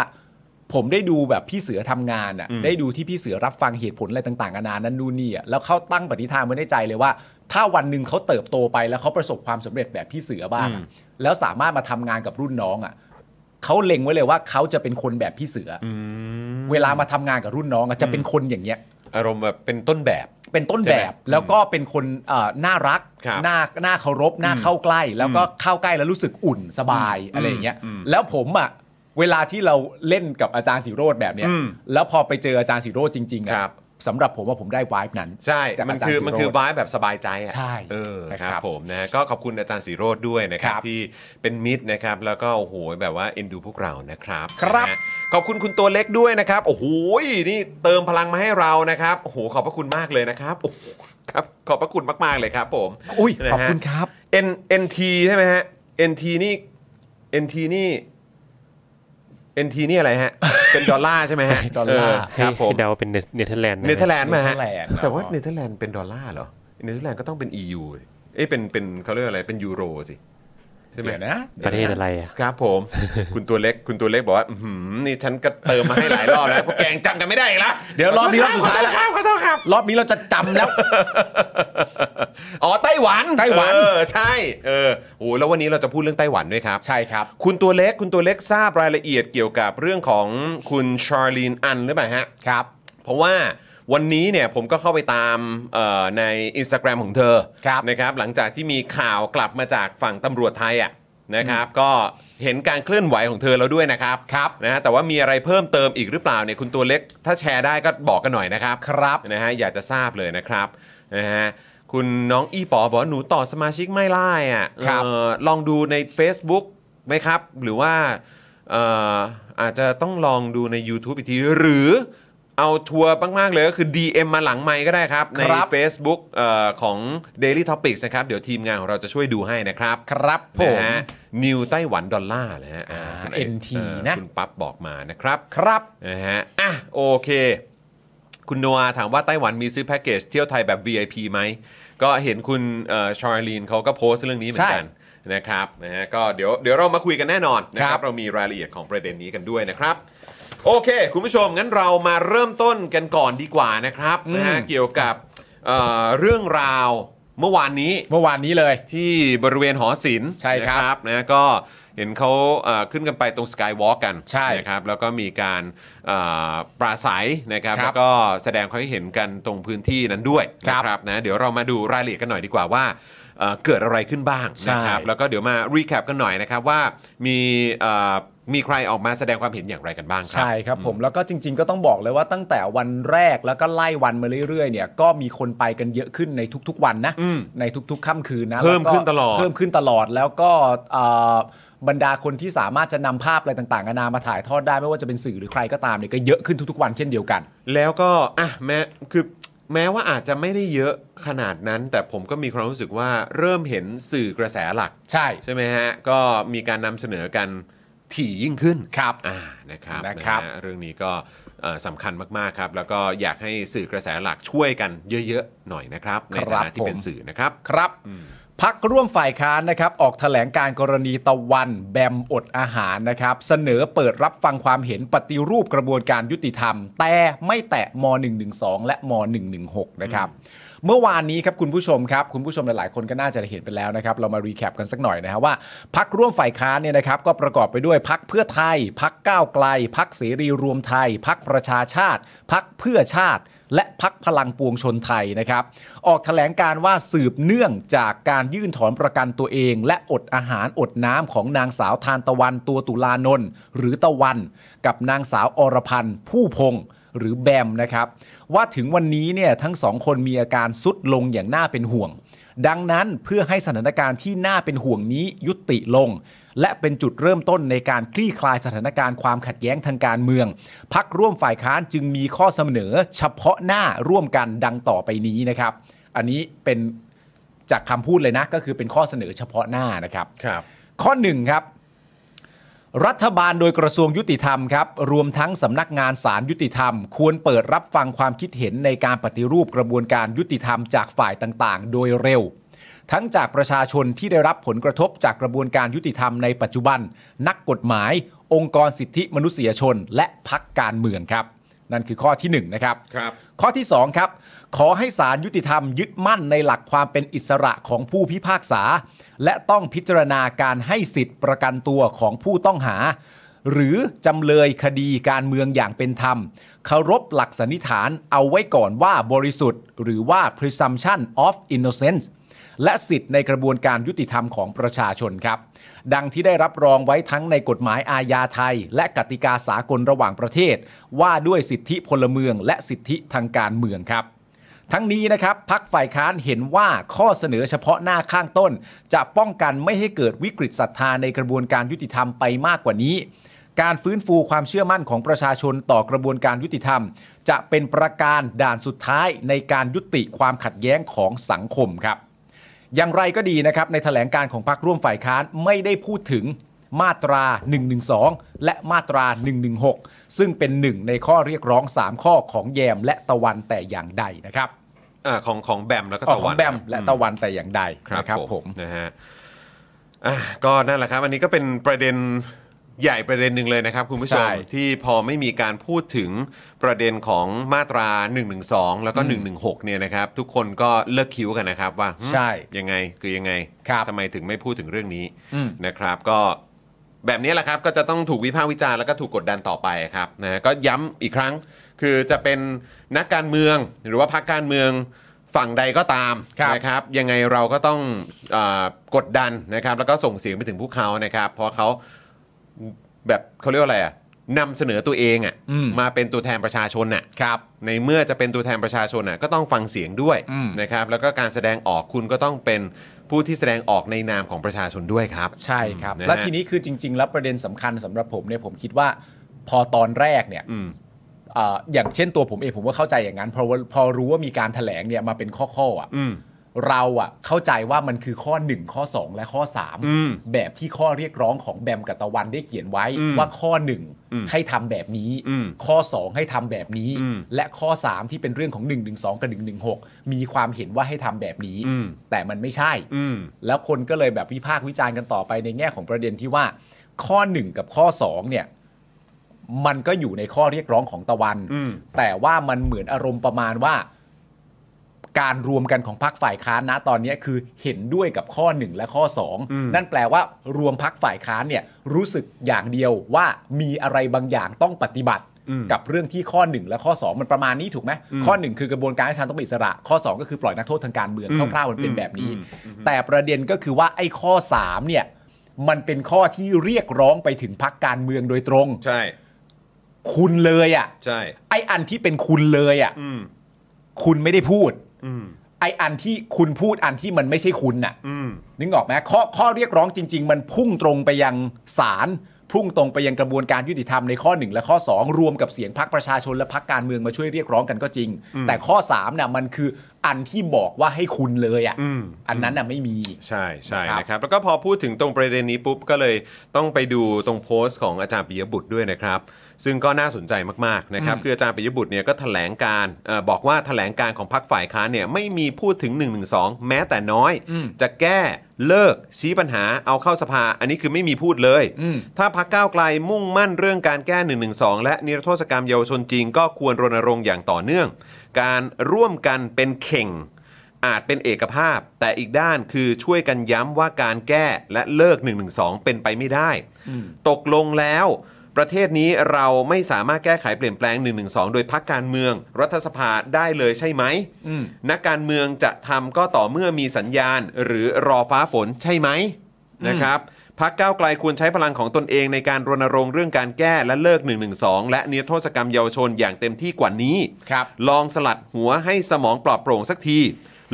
Speaker 3: ผมได้ดูแบบพี่เสือทำงานอ่ะ
Speaker 2: อืม
Speaker 3: ได้ดูที่พี่เสือรับฟังเหตุผลอะไรต่างๆนานานั้นนู่นนี่อ่ะแล้วเขาตั้งปณิธานไว้ในใจเลยว่า ถ้าวันหนึ่งเขาเติบโตไปแล้วเขาประสบความสำเร็จแบบพี่เสือบ้างอะแล้วสามารถมาทำงานกับรุ่นน้องอ่ะเขาเล็งไว้เลยว่าเขาจะเป็นคนแบบพี่เสืออ
Speaker 2: อืม
Speaker 3: เวลามาทำงานกับรุ่นน้องอะจะเป็นคนอย่างเงี้ย
Speaker 2: อารมณ์แบบเป็นต้นแบบ
Speaker 3: เป็นต้น
Speaker 2: ใช่
Speaker 3: แบ
Speaker 2: ไหม
Speaker 3: บแล้วก็เป็นคนเอ่อน่ารัก
Speaker 2: ครับ
Speaker 3: น่าน่าเคารพน่าเข้าใกล้ แล้วก็เข้าใกล้แล้วรู้สึกอุ่นสบาย
Speaker 2: อืม
Speaker 3: อะไรอย่างเงี้ย
Speaker 2: อืม
Speaker 3: แล้วผมอ่ะเวลาที่เราเล่นกับอาจารย์สิโรธแบบเนี้ย
Speaker 2: อืม
Speaker 3: แล้วพอไปเจออาจารย์สิโรธจริงๆ
Speaker 2: ครั
Speaker 3: อ่ะ
Speaker 2: บ
Speaker 3: สำหรับผมว่าผมได้วายนั้น
Speaker 2: ใช่
Speaker 3: จาก
Speaker 2: มัน
Speaker 3: อาจาร
Speaker 2: คื
Speaker 3: ย์
Speaker 2: อ
Speaker 3: สิ
Speaker 2: มัน
Speaker 3: โร
Speaker 2: คือ
Speaker 3: ธ
Speaker 2: วายแบบสบายใจอ่ะ
Speaker 3: ใช่
Speaker 2: เออ
Speaker 3: นะ
Speaker 2: ค
Speaker 3: ครั
Speaker 2: รั
Speaker 3: บบ
Speaker 2: ผมนะฮะก็ขอบคุณอาจารย์สีโรดด้วยนะครับ
Speaker 3: ครับ
Speaker 2: ที่เป็นมิตรนะครับ แล้วก็โอ้โหแบบว่าเอ็นดูพวกเรานะครับ
Speaker 3: ครับ
Speaker 2: นะฮะขอบคุณคุณตัวเล็กด้วยนะครับ โอ้โหนี่เติมพลังมาให้เรานะครับ โอ้โห ขอบพระคุณมากเลยนะครับโอ้โหครับ ขอบพระคุณมาก ๆ เลยครับผม
Speaker 3: อุ๊ย
Speaker 2: นะฮะ
Speaker 3: ขอบคุณครับ
Speaker 2: N NT ใช่ไหมฮะ NT นี่ NT นี่ NT นี่อะไรฮะ เป็นดอลลาร์ใช่ไหมฮะ
Speaker 3: ดอลลาร์
Speaker 2: เค
Speaker 4: ให้
Speaker 2: รับผม
Speaker 4: ให้เดาเป็นเนเนเธอร์แลนด์ะ
Speaker 2: เนเธอร์แลนด์ไหมฮะ
Speaker 3: เนเธอร์แลนด์
Speaker 2: แต่ว่าเนเธอร์แลนด์เป็นดอลลาร์เหรอ เนเธอร์แลนด์ก็ต้องเป็น EU เอ้ยเป็นเป็นเขาเรียกอะไรเป็นยูโรสิใช่ไหม
Speaker 3: เดี๋ยวนะ
Speaker 4: ประเทศอะไรอ่ะ
Speaker 2: ครับผม คุณตัวเล็กคุณตัวเล็กบอกว่าอื้อหือนี่ฉันก็เติมมาให้หลายรอบแล้วพวกแกงจำกันไม่ได้อีกแล้ว
Speaker 3: เดี๋ยวรอบนี้รอบสุดท้ายแล้ว
Speaker 2: ครับขอโทษครับ
Speaker 3: รอบนี้เราจะจำแล้ว
Speaker 2: อ๋อไต้หวัน
Speaker 3: ไต้หวัน
Speaker 2: เออใช่เออโอ้แล้ววันนี้เราจะพูดเรื่องไต้หวันด้วยครับ
Speaker 3: ใช่ครับ
Speaker 2: คุณตัวเล็กคุณตัวเล็กทราบรายละเอียดเกี่ยวกับเรื่องของคุณชาร์ลีนอันหรือเปล่าฮะ
Speaker 3: ครับ
Speaker 2: เพราะว่าวันนี้เนี่ยผมก็เข้าไปตามเอ่อใน Instagram ของเธอ
Speaker 3: ครับ
Speaker 2: นะครับหลังจากที่มีข่าวกลับมาจากฝั่งตำรวจไทยอ่ะนะครับก็เห็นการเคลื่อนไหวของเธอแล้วด้วยนะครับ
Speaker 3: ครับ
Speaker 2: นะฮะแต่ว่ามีอะไรเพิ่มเติมอีกหรือเปล่าเนี่ยคุณตัวเล็กถ้าแชร์ได้ก็บอกกันหน่อยนะครับ
Speaker 3: ครับ
Speaker 2: นะฮะอยากจะทราบเลยนะครับนะฮะคุณน้องอีปอบอกว่าหนูต่อสมาชิกไม่ไล่อ่ะ
Speaker 3: ครับ
Speaker 2: เอ่อลองดูใน Facebook ไหมครับ หรือว่าเอ่ออาจจะต้องลองดูใน YouTube อีกที หรือเอาทัวร์มาก ๆ เลยก็คือ DM มาหลังไมค์ก็ได้ครับ ใน
Speaker 3: ครับ
Speaker 2: Facebook เอ่อของ Daily Topics นะครับ เดี๋ยวทีมงานของเราจะช่วยดูให้นะครับ
Speaker 3: ครับผม
Speaker 2: นะฮะนิวไต้หวันดอลลาร์เลยฮะา
Speaker 3: อ่า
Speaker 2: คุณเอก
Speaker 3: NT
Speaker 2: เอ่อ
Speaker 3: นะ
Speaker 2: คุณปั๊บบอกมานะครับ
Speaker 3: ครับ
Speaker 2: นะฮะ อ่ะ โอเค คุณโนอาถามว่าไต้หวันมีซื้อแพ็กเกจเที่ยวไทยแบบ VIP ไหม ก็เห็นคุณชาร์ลีนเขาก็โพสต์เรื่องนี้เหมือนกันนะครับ นะฮะ ก็เดี๋ยวเดี๋ยวเรามาคุยกันแน่นอนนะค
Speaker 3: ครั
Speaker 2: รับ
Speaker 3: บ
Speaker 2: เรามีรายละเอียดของประเด็นนี้กันด้วยนะครับ โอเค คุณผู้ชม งั้นเรามาเริ่มต้นกันก่อนดีกว่านะครับนะฮะ เกี่ยวกับเอ่อเรื่องราวเมื่อวานนี้
Speaker 3: เมื่อวานนี้เลย
Speaker 2: ที่บริเวณหอศิลป์
Speaker 3: ใช่ครับ
Speaker 2: นะนะก็เห็นเขาเอ่อขึ้นกันไปตรงสกายวอล์กกัน
Speaker 3: ใช่
Speaker 2: นะครับแล้วก็มีการเอ่อปราศัยนะครับ
Speaker 3: ครับ
Speaker 2: แล้วก็แสดงความคิดเห็นกันตรงพื้นที่นั้นด้วย
Speaker 3: ครับ
Speaker 2: นะครับนะเดี๋ยวเรามาดูรายละเอียดกันหน่อยดีกว่าว่าเอ่อเกิดอะไรขึ้นบ้าง
Speaker 3: ใช่
Speaker 2: นะครับแล้วก็เดี๋ยวมารีแคปกันหน่อยนะครับว่ามีเอ่อมีใครออกมาแสดงความเห็นอย่างไรกันบ้างครั
Speaker 3: ใช่ครับผมแล้วก็จริง ๆ ก็ต้องบอกเลยว่าตั้งแต่วันแรกแล้วก็ไล่วันมาเรื่อยๆเนี่ยก็มีคนไปกันเยอะขึ้นในทุกๆวันนะ
Speaker 2: อืม
Speaker 3: ในทุกๆค่ำคืนนะ
Speaker 2: เพิ่ม
Speaker 3: แวก็
Speaker 2: ขึ้นตลอด
Speaker 3: เพิ่มขึ้นตลอดแล้วก็เอ่อบรรดาคนที่สามารถจะนำภาพอะไรต่างๆนานามาถ่ายทอดได้ไม่ว่าจะเป็นสื่อหรือใครก็ตามเนี่ยก็เยอะขึ้นทุกๆวันเช่นเดียวกัน
Speaker 2: แล้วก็อ่ะแม้คือแม้ว่าอาจจะไม่ได้เยอะขนาดนั้น แต่ผมก็มีความรู้สึกว่าเริ่มเห็นสื่อกระแสหลัก
Speaker 3: ใช่
Speaker 2: ใช่ไหมฮะ ก็มีการนำเสนอกันถี่ยิ่งขึ้น
Speaker 3: ครับ
Speaker 2: อ่านะครับ
Speaker 3: นะครับ
Speaker 2: นะฮะเรื่องนี้ก็เอ่อสำคัญมาก ๆ ครับ แล้วก็อยากให้สื่อกระแสหลักช่วยกันเยอะ ๆ หน่อยนะครับ ใน
Speaker 3: ครับ
Speaker 2: ฐานะที่เป็น
Speaker 3: ผม
Speaker 2: สื่อนะครับ
Speaker 3: ครับ พักร่วมฝ่ายค้านนะครับออกแถลงการกรณีตะวันแบมอดอาหารนะครับเสนอเปิดรับฟังความเห็นปฏิรูปกระบวนการยุติธรรม แต่ไม่แตะม .112 และม .116 นะครับเมื่อวานนี้ครับคุณผู้ชมครับ คุณผู้ชมหลายๆคนก็น่าจะได้เห็นไปแล้วนะครับเรามารีแคปกันสักหน่อยนะฮะว่าพักร่วมฝ่ายค้านเนี่ยนะครับก็ประกอบไปด้วยพักเพื่อไทยพักก้าวไกลพักเสรีรวมไทยพักประชาชาติพักเพื่อชาติ และพักพลังปวงชนไทยนะครับ ออกแถลงการว่าสืบเนื่องจากการยื่นถอนประกันตัวเอง และอดอาหารอดน้ำของนางสาวทานตะวันตัวตุลานนท์หรือตะวัน กับนางสาวอรพันธ์ผู้พงศ์หรือแบมนะครับ ว่าถึงวันนี้เนี่ยทั้งสองคนมีอาการสุดลงอย่างน่าเป็นห่วง ดังนั้นเพื่อให้สถานการณ์ที่น่าเป็นห่วงนี้ยุติลง และเป็นจุดเริ่มต้นในการคลี่คลายสถานการณ์ความขัดแย้งทางการเมือง พักร่วมฝ่ายค้านจึงมีข้อเสนอเฉพาะหน้าร่วมกันดังต่อไปนี้นะครับ อันนี้เป็นจากคำพูดเลยนะ ก็คือเป็นข้อเสนอเฉพาะหน้านะครับ
Speaker 2: ครับ
Speaker 3: ข้อหนึ่งครับ รัฐบาลโดยกระทรวงยุติธรรมครับ รวมทั้งสำนักงานสารยุติธรรม ควรเปิดรับฟังความคิดเห็นในการปฏิรูปกระบวนการยุติธรรมจากฝ่ายต่างๆ โดยเร็ว ทั้งจากประชาชนที่ได้รับผลกระทบจากกระบวนการยุติธรรมในปัจจุบัน นักกฎหมาย องค์กรสิทธิมนุษยชน และพักการเมืองครับ นั่นคือข้อที่หนึ่งนะครับ
Speaker 2: ครับ
Speaker 3: ข้อที่ 2 ครับ ขอให้ศาลยุติธรรมยึดมั่นในหลักความเป็นอิสระของผู้พิพากษา และต้องพิจารณาการให้สิทธิ์ประกันตัวของผู้ต้องหา หรือจำเลยคดีการเมืองอย่างเป็นธรรมเคารพหลักสันนิษฐานเอาไว้ก่อนว่าบริสุทธิ์ หรือว่า presumption of innocence และสิทธิ์ในกระบวนการยุติธรรมของประชาชนครับ ดังที่ได้รับรองไว้ทั้งในกฎหมายอาญาไทย และกติกาสากลระหว่างประเทศ ว่าด้วยสิทธิพลเมืองและสิทธิทางการเมืองครับ ทั้งนี้นะครับพักฝ่ายค้านเห็นว่าข้อเสนอเฉพาะหน้าข้างต้น จะป้องกันไม่ให้เกิดวิกฤตศรัทธาในกระบวนการยุติธรรมไปมากกว่านี้ การฟื้นฟูความเชื่อมั่นของประชาชนต่อกระบวนการยุติธรรม จะเป็นประการด่านสุดท้ายในการยุติความขัดแย้งของสังคมครับ อย่างไรก็ดีนะครับ ในแถลงการของพรรคร่วมฝ่ายค้านไม่ได้พูดถึงมาตรา 112 และมาตรา 116 ซึ่งเป็นหนึ่งในข้อเรียกร้อง 3 ข้อของแยมและตะวันแต่อย่างใดนะครับ
Speaker 2: อ่าของของแบมแล้วก็
Speaker 3: ออ
Speaker 2: ตะ
Speaker 3: ขอ
Speaker 2: วั
Speaker 3: ง
Speaker 2: น
Speaker 3: แบม
Speaker 2: ครับ
Speaker 3: และ
Speaker 2: อืม
Speaker 3: ตะวันแต่อย่างใด
Speaker 2: ครับ
Speaker 3: นะครับ
Speaker 2: ผ
Speaker 3: ผม ม
Speaker 2: นะฮะอ่ะก็นั่นแหละครับ อันนี้ก็เป็นประเด็นใหญ่ประเด็นหนึ่งเลยนะครับ คุณผู้ชม
Speaker 3: ใช่
Speaker 2: ที่พอไม่มีการพูดถึงประเด็นของมาตรา 112 แล้วก็ 116 เนี่ยนะครับ ทุกคนก็เลิกคิ้วกันนะครับว่าหึ
Speaker 3: ใช่
Speaker 2: ยังไงคือยังไง
Speaker 3: ครับ
Speaker 2: ทำไมถึงไม่พูดถึงเรื่องนี้
Speaker 3: อืม
Speaker 2: นะครับ ก็แบบนี้แหละครับก็จะต้องถูกวิพากษ์วิจารณ์แล้วก็ถูกกดดันต่อไปครับนะฮะก็ย้ำอีกครั้งคือจะเป็นนักการเมืองหรือว่าพรรคการเมืองฝั่งใดก็ตาม
Speaker 3: ครับ
Speaker 2: นะ นะครับยังไงเราก็ต้องอากดดันนะครับ แล้วก็ส่งเสียงไปถึงพวกเขานะครับ เพราะเขาแบบเขาเรียกว่าอะไรอ่ะนำเสนอตัวเองอ่ะ
Speaker 3: อืม
Speaker 2: เป็นตัวแทนประชาชนน่ะ
Speaker 3: ครับ
Speaker 2: ในเมื่อจะเป็นตัวแทนประชาชนน่ะก็ต้องฟังเสียงด้วย
Speaker 3: อืม
Speaker 2: นะครับ แล้วก็การแสดงออกคุณก็ต้องเป็นผู้ที่แสดงออกในนามของประชาชนด้วยครับ
Speaker 3: ใช่ครับ
Speaker 2: นะฮะ
Speaker 3: และทีนี้คือจริง ๆ แล้วประเด็นสำคัญสำหรับผมเนี่ยผมคิดว่าพอตอนแรกเนี่ย
Speaker 2: อืม
Speaker 3: เอ่ออย่างเช่นตัวผมเองผมก็เข้าใจอย่างนั้นเพราะว่าพอรู้ว่ามีการแถลงเนี่ยมาเป็นข้อข้อๆอ่ะ
Speaker 2: อืม
Speaker 3: เราอ่ะเข้าใจว่ามันคือข้อ 1 ข้อ 2 และข้อ
Speaker 2: อืม
Speaker 3: 3 แบบที่ข้อเรียกร้องของแบมกับตะวันได้เขียนไว้
Speaker 2: อืม
Speaker 3: ว่าข้อ
Speaker 2: อืม
Speaker 3: 1 ให้ทำแบบนี้
Speaker 2: อืม
Speaker 3: ข้อ 2 ให้ทำแบบนี้
Speaker 2: อืม
Speaker 3: และข้อ 3 ที่เป็นเรื่องของ 1 1 2 กับ 1 1 6 มีความเห็นว่าให้ทำแบบนี้
Speaker 2: อืม
Speaker 3: แต่มันไม่ใช่
Speaker 2: อืม
Speaker 3: แล้วคนก็เลยแบบวิพากษ์วิจารณ์กันต่อไปในแง่ของประเด็นที่ว่า ข้อ 1 กับข้อ 2 เนี่ย มันก็อยู่ในข้อเรียกร้องของตะวัน
Speaker 2: อืม
Speaker 3: แต่ว่ามันเหมือนอารมณ์ประมาณว่า การรวมกันของพักฝ่ายค้านนะตอนนี้คือเห็นด้วยกับข้อ 1 และข้อ 2 นั่นแปลว่ารวมพักฝ่ายค้านเนี่ยรู้สึกอย่างเดียวว่ามีอะไรบางอย่างต้องปฏิบัติ กับเรื่องที่ข้อ 1 และข้อ 2 มันประมาณนี้ถูกไหมข้อ 1 คือกระบวนการให้ทางต้องเป็นอิสระ ข้อ 2 ก็คือปล่อยนักโทษทางการเมืองคร่าวๆมันเป็นแบบนี้ แต่ประเด็นก็คือว่าไอ้ข้อ 3 เนี่ย มันเป็นข้อที่เรียกร้องไปถึงพักการเมืองโดยตรง
Speaker 2: ใช่
Speaker 3: คุณเลยอ่ะ
Speaker 2: ใช่
Speaker 3: ไออันที่เป็นคุณเลยอ่ะ
Speaker 2: อืม
Speaker 3: คุณไม่ได้พูด
Speaker 2: อืม
Speaker 3: ไออันที่คุณพูดอันที่มันไม่ใช่คุณน่ะ
Speaker 2: อืม
Speaker 3: นึกออกไหมข้อข้อเรียกร้องจริง ๆ มันพุ่งตรงไปยังศาลพุ่งตรงไปยังกระบวนการยุติธรรมในข้อ 1 และข้อ 2 รวมกับเสียงพักประชาชนและพักการเมืองมาช่วยเรียกร้องกันก็จริง แต่ข้อ3น่ะมันคืออันที่บอกว่าให้คุณเลยอ่ะ
Speaker 2: อืม
Speaker 3: อันนั้นน่ะไม่มี
Speaker 2: ใช่ใช่
Speaker 3: นะครับ
Speaker 2: นะครับแล้วก็พอพูดถึงตรงประเด็นนี้ปุ๊บก็เลยต้องไปดูตรงโพสต์ของอาจารย์ปิยบุตรด้วยนะครับ ซึ่งก็น่าสนใจมากๆนะครับคืออาจารย์ปิยบุตรเนี่ยก็แถลงการเอ่อบอกว่าแถลงการของพรรคฝ่ายค้านเนี่ยไม่มีพูดถึง 112 แม้แต่น้อย จะแก้เลิกชี้ปัญหาเอาเข้าสภา อันนี้คือไม่มีพูดเลย ถ้าพรรคก้าวไกลมุ่งมั่นเรื่องการแก้ 112 และนิรโทษกรรมเยาวชนจริงก็ควรรณรงค์อย่างต่อเนื่อง การร่วมกันเป็นเข่ง อาจเป็นเอกภาพ แต่อีกด้านคือช่วยกันย้ำว่าการแก้และเลิก 112 เป็นไปไม่ได้ ตกลงแล้ว ประเทศนี้เราไม่สามารถแก้ไขเปลี่ยนแปลง 112 โดยพักการเมือง รัฐสภาได้เลยใช่ไหม นักการเมืองจะทำก็ต่อเมื่อมีสัญญาณ หรือรอฟ้าฝนใช่ไหมนะครับพักก้าวไกลควรใช้พลังของตนเองในการรณรงค์เรื่องการแก้และเลิก 112 และนิรโทษกรรมเยาวชนอย่างเต็มที่กว่านี้
Speaker 3: ครับ
Speaker 2: ลองสลัดหัวให้สมองปลอดโปร่งสักที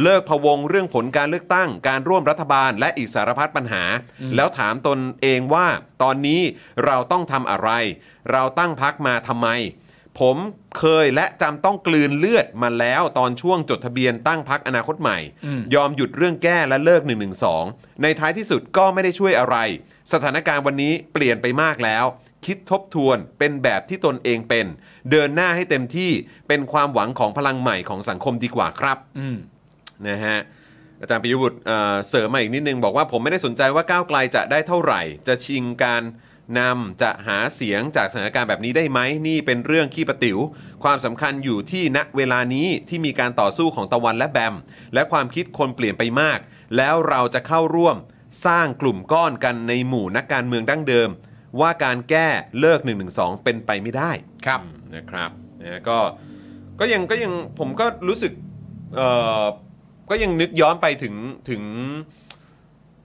Speaker 2: เลิกพะวงเรื่องผลการเลือกตั้ง การร่วมรัฐบาลและอีกสารพัดปัญหา แล้วถามตนเองว่า ตอนนี้เราต้องทำอะไร เราตั้งพักมาทำไม ผมเคยและจำต้องกลืนเลือดมาแล้วตอนช่วงจดทะเบียนตั้งพักอนาคตใหม่ ยอมหยุดเรื่องแก้และเลิก 112 ในท้ายที่สุดก็ไม่ได้ช่วยอะไร สถานการณ์วันนี้เปลี่ยนไปมากแล้ว คิดทบทวนเป็นแบบที่ตนเองเป็น เดินหน้าให้เต็มที่เป็นความหวังของพลังใหม่ของสังคมดีกว่าครับนะฮะอาจารย์ปิยบุตรเอ่อเสริมมาอีกนิดนึง บอกว่าผมไม่ได้สนใจว่าก้าวไกลจะได้เท่าไหร่ จะชิงการนำจะหาเสียงจากสถานการณ์แบบนี้ได้ไหมนี่เป็นเรื่องขี้ประติว๋วความสำคัญอยู่ที่ณเวลานี้ที่มีการต่อสู้ของตะวันและแบม และความคิดคนเปลี่ยนไปมาก แล้วเราจะเข้าร่วมสร้างกลุ่มก้อนกันในหมู่นักการเมืองดั้งเดิม ว่าการแก้เลิก 112 เป็นไปไม่ได้
Speaker 3: ครับ
Speaker 2: นะครับนะก็ก็ยังก็ยังผมก็รู้สึกเอ่อก็ยังนึกย้อนไปถึงถึง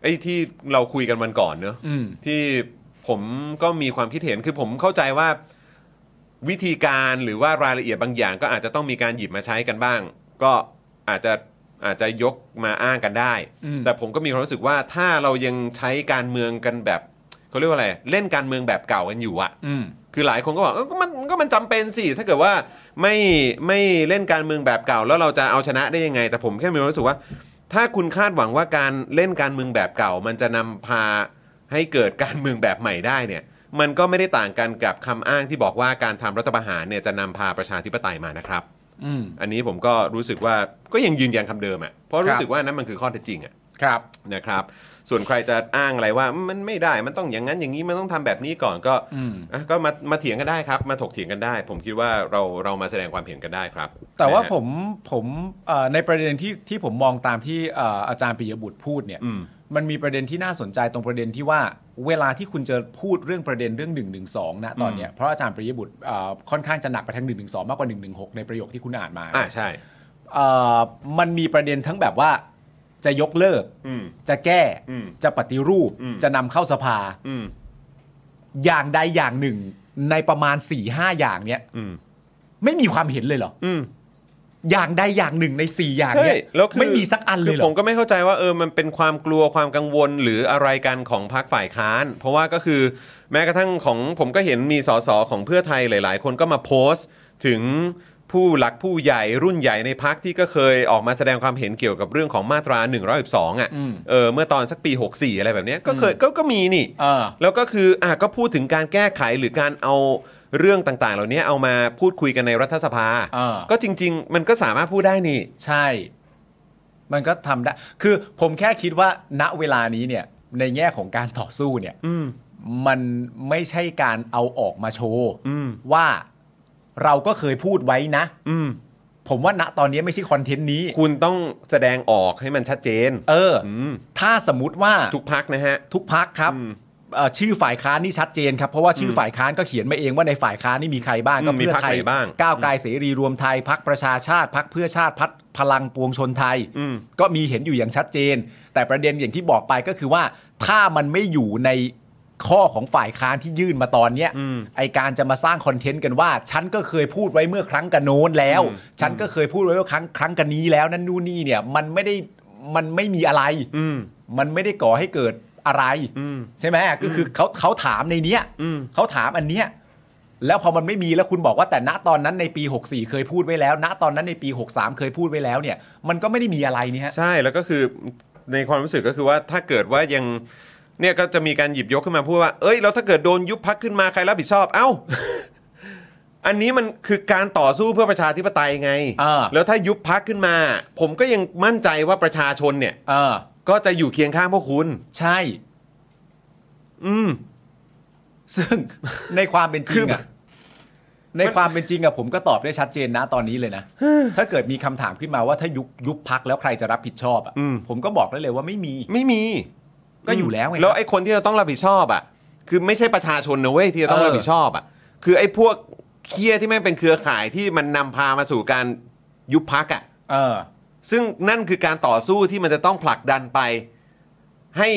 Speaker 2: ไอ้ที่เราคุยกันวันก่อนเนอะ
Speaker 3: อืม
Speaker 2: ที่ผมก็มีความคิดเห็นคือผมเข้าใจว่าวิธีการหรือว่ารายละเอียดบางอย่าง ก็อาจจะต้องมีการหยิบมาใช้กันบ้าง ก็อาจจะอาจจะยกมาอ้างกันได้
Speaker 3: อืม
Speaker 2: แต่ผมก็มีความรู้สึกว่าถ้าเรายังใช้การเมืองกันแบบเขาเรียกว่าอะไรเล่นการเมืองแบบเก่ากันอยู่อะ
Speaker 3: อืม
Speaker 2: คือหลายคนก็บอกเออก็มันก็มันจำเป็นสิ ถ้าเกิดว่าไม่ไม่เล่นการเมืองแบบเก่า แล้วเราจะเอาชนะได้ยังไง แต่ผมแค่มีความรู้สึกว่า ถ้าคุณคาดหวังว่าการเล่นการเมืองแบบเก่า มันจะนำพาให้เกิดการเมืองแบบใหม่ได้เนี่ย มันก็ไม่ได้ต่างกันกับคำอ้างที่บอกว่าการทำรัฐประหารเนี่ยจะนำพาประชาธิปไตยมานะครับ
Speaker 3: อืม
Speaker 2: อันนี้ผมก็รู้สึกว่าก็ยังยืนยันคำเดิมอะ่ะเพราะ
Speaker 3: ครั
Speaker 2: รู้
Speaker 3: บ
Speaker 2: สึกว่านั้นมันคือข้อเท็จจริงอ่ะ
Speaker 3: ครับ
Speaker 2: นะครับ ส่วนใครจะอ้างอะไรว่ามันไม่ได้ มันต้องอย่างนั้นอย่างนี้ มันต้องทำแบบนี้ก่อนก็
Speaker 3: อืม
Speaker 2: อ่ะก็มามาเถียงกันได้ครับ มาถกเถียงกันได้ ผมคิดว่าเราเรามาแสดงความเห็นกันได้ครับ
Speaker 3: แต่ว่า
Speaker 2: นะฮะ
Speaker 3: ผมผมเอ่อในประเด็นที่ที่ผมมองตามที่เอ่ออาจารย์ปิยบุตรพูดเนี่ย
Speaker 2: อืม
Speaker 3: มันมีประเด็นที่น่าสนใจตรงประเด็นที่ว่าเวลาที่คุณจะพูดเรื่องประเด็นเรื่อง1นึนะตอนเนี้ยเพราะอาจารย์ปริยบุตรเอ่อค่อนข้างจะหนักไปทาง1นึมากกว่า1นึในประโยคที่คุณอ่านมา
Speaker 2: อ่าใช่
Speaker 3: เอ่อมันมีประเด็นทั้งแบบว่าจะยกเลิก
Speaker 2: อืม
Speaker 3: จะแก้
Speaker 2: อืม
Speaker 3: จะปฏิรูป
Speaker 2: อืม
Speaker 3: จะนำเข้าสภา
Speaker 2: อืม
Speaker 3: อย่างใดอย่างหนึ่ง ในประมาณ4ี่ห้าอย่างเนี้ย
Speaker 2: อืม
Speaker 3: ไม่มีความเห็นเลยเหรอ
Speaker 2: อืม
Speaker 3: อย่างใดอย่างหนึ่งในสี่อย่าง
Speaker 2: ใช่
Speaker 3: เนี้ย
Speaker 2: แล้วคือ
Speaker 3: ไม่มีสักอันเลย
Speaker 2: คื
Speaker 3: เหร
Speaker 2: ผ
Speaker 3: อ
Speaker 2: มก็ไม่เข้าใจว่าเออมันเป็นความกลัวความกังวลหรืออะไรกันของพรรคฝ่ายค้าน เพราะว่าก็คือแม้กระทั่งของผมก็เห็นมีสสของเพื่อไทยหลาย ๆ คนก็มาโพสต์ ถึงผู้หลักผู้ใหญ่รุ่นใหญ่ในพักที่ก็เคยออกมาแสดงความเห็นเกี่ยวกับเรื่องของมาตรา1นึอ่ะ
Speaker 3: อืม
Speaker 2: เออเมื่อตอนสักปี 64 อะไรแบบเนี้ยก็เคยก็ก็มีนี่
Speaker 3: เออ
Speaker 2: แล้วก็คืออ่ะก็พูดถึงการแก้ไขหรือการเอาเรื่องต่างๆ เหล่านี้เอามาพูดคุยกันในรัฐสภา
Speaker 3: อ่า
Speaker 2: ก็จริง ๆ มันก็สามารถพูดได้นี่
Speaker 3: ใช่ มันก็ทำได้ คือผมแค่คิดว่า ณ เวลานี้เนี่ย ในแง่ของการต่อสู้เนี่ย
Speaker 2: อืม
Speaker 3: มันไม่ใช่การเอาออกมาโชว์
Speaker 2: อืม
Speaker 3: ว่าเราก็เคยพูดไว้นะ
Speaker 2: อืม
Speaker 3: ผมว่าณตอนนี้ไม่ใช่คอนเทนต์นี้
Speaker 2: คุณต้องแสดงออกให้มันชัดเจน
Speaker 3: เอออ
Speaker 2: อืม
Speaker 3: ถ้าสมมติว่า
Speaker 2: ทุกพักนะฮะ
Speaker 3: ทุกพักครับ
Speaker 2: อืม
Speaker 3: เอ่อชื่อฝ่ายค้านนี่ชัดเจนครับ เพราะว่าชื่อฝ่ายค้านก็เขียนมาเองว่าในฝ่ายค้านนี่มีใครบ้าง ก็
Speaker 2: อืมมี
Speaker 3: เพื่อ
Speaker 2: พรรค
Speaker 3: ไทย
Speaker 2: ไหนบ้าง
Speaker 3: ก้าวไกลเสรีรวมไทยพักประชาชาติพักเพื่อชาติพักพลังปวงชนไทย
Speaker 2: อืม
Speaker 3: ก็มีเห็นอยู่อย่างชัดเจน แต่ประเด็นอย่างที่บอกไปก็คือว่า ถ้ามันไม่อยู่ในข้อของฝ่ายค้านที่ยื่นมาตอนเนี้ย
Speaker 2: อืม
Speaker 3: ไอการจะมาสร้างคอนเทนต์กันว่า ฉันก็เคยพูดไว้เมื่อครั้งกันโน้นแล้ว
Speaker 2: อืม
Speaker 3: ฉันก็เคยพูดไว้เมื่อครั้งครั้งกันนี้แล้วนั่นนู่นนี่เนี่ย มันไม่ได้มันไม่มีอะไร
Speaker 2: อืม
Speaker 3: มันไม่ได้ก่อให้เกิดอะไร
Speaker 2: อืม
Speaker 3: ใช่ไหมก็คือเขาเขาถามในเนี้ย
Speaker 2: อืม
Speaker 3: เขาถามอันเนี้ยแล้วพอมันไม่มีแล้วคุณบอกว่าแต่ณตอนนั้นในปี 64 เคยพูดไว้แล้ว ณตอนนั้นในปี 63 เคยพูดไว้แล้วเนี่ย มันก็ไม่ได้มีอะไรนี่ฮะ
Speaker 2: ใช่แล้วก็คือในความรู้สึกก็คือว่าถ้าเกิดว่ายังเนี่ยก็จะมีการหยิบยกขึ้นมาพูดว่า เอ้ยแล้วถ้าเกิดโดนยุบพักขึ้นมาใครรับผิดชอบเอ้า อันนี้มันคือการต่อสู้เพื่อประชาธิปไตยไง
Speaker 3: อ่า
Speaker 2: แล้วถ้ายุบพักขึ้นมา ผมก็ยังมั่นใจว่าประชาชนเนี่ย
Speaker 3: เออ
Speaker 2: ก็จะอยู่เคียงข้างพวกคุณ
Speaker 3: ใช่
Speaker 2: อืม
Speaker 3: ซึ่ง ในความเป็นจริงอะในความเป็นจริงอะผมก็ตอบได้ชัดเจนนะตอนนี้เลยนะ ถ้าเกิดมีคำถามขึ้นมาว่าถ้ายุบยุบพักแล้วใครจะรับผิดชอบอะ
Speaker 2: อืม
Speaker 3: ผมก็บอกได้เลยว่าไม่มี
Speaker 2: ไม่มี
Speaker 3: ก็อยู่แล้วไง
Speaker 2: แล้วไอ้คนที่จะต้องรับผิดชอบอ่ะ คือไม่ใช่ประชาชนนะเว้ยที่จะต้อง
Speaker 3: เออ
Speaker 2: รับผิดชอบอ่ะ คือไอ้พวกเคียที่แม่งเป็นเครือข่ายที่มันนำพามาสู่การยุบพักอ่ะ
Speaker 3: เออ
Speaker 2: ซึ่งนั่นคือการต่อสู้ที่มันจะต้องผลักดันไป ให้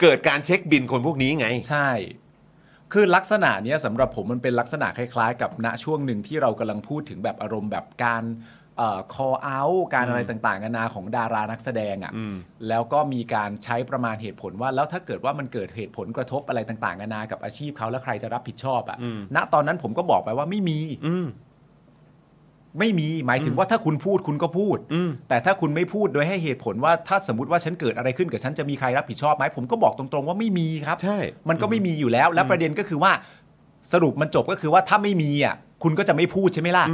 Speaker 2: เกิดการเช็คบินคนพวกนี้ไง
Speaker 3: ใช่ คือลักษณะเนี้ยสำหรับผมมันเป็นลักษณะคล้ายๆ กับณช่วงหนึ่งที่เรากำลังพูดถึงแบบอารมณ์แบบการเอ่อ call out การอะไรต่างๆนานาของดารานักแสดงอะ่ะ แล้วก็มีการใช้ประมาณเหตุผลว่าแล้วถ้าเกิดว่ามันเกิดเหตุผลกระทบอะไรต่างๆนานากับอาชีพเขาแล้วใครจะรับผิดชอบอะ
Speaker 2: อืม
Speaker 3: ่ะ ณตอนนั้นผมก็บอกไปว่าไม่มี
Speaker 2: อืม
Speaker 3: ไม่มีหมายถึงว่าถ้าคุณพูดคุณก็พูด
Speaker 2: อืม
Speaker 3: แต่ถ้าคุณไม่พูดโดยให้เหตุผลว่าถ้าสมมติว่าฉันเกิดอะไรขึ้นกับฉันจะมีใครรับผิดชอบไหมผมก็บอกตรงๆว่าไม่มีครับ
Speaker 2: ใช่
Speaker 3: มันก็ไม่มีอยู่แล้ว และประเด็นก็คือว่าสรุปมันจบก็คือว่าถ้าไม่มีอ่ะคุณก็จะไม่พูดใช่ไหมล่ะ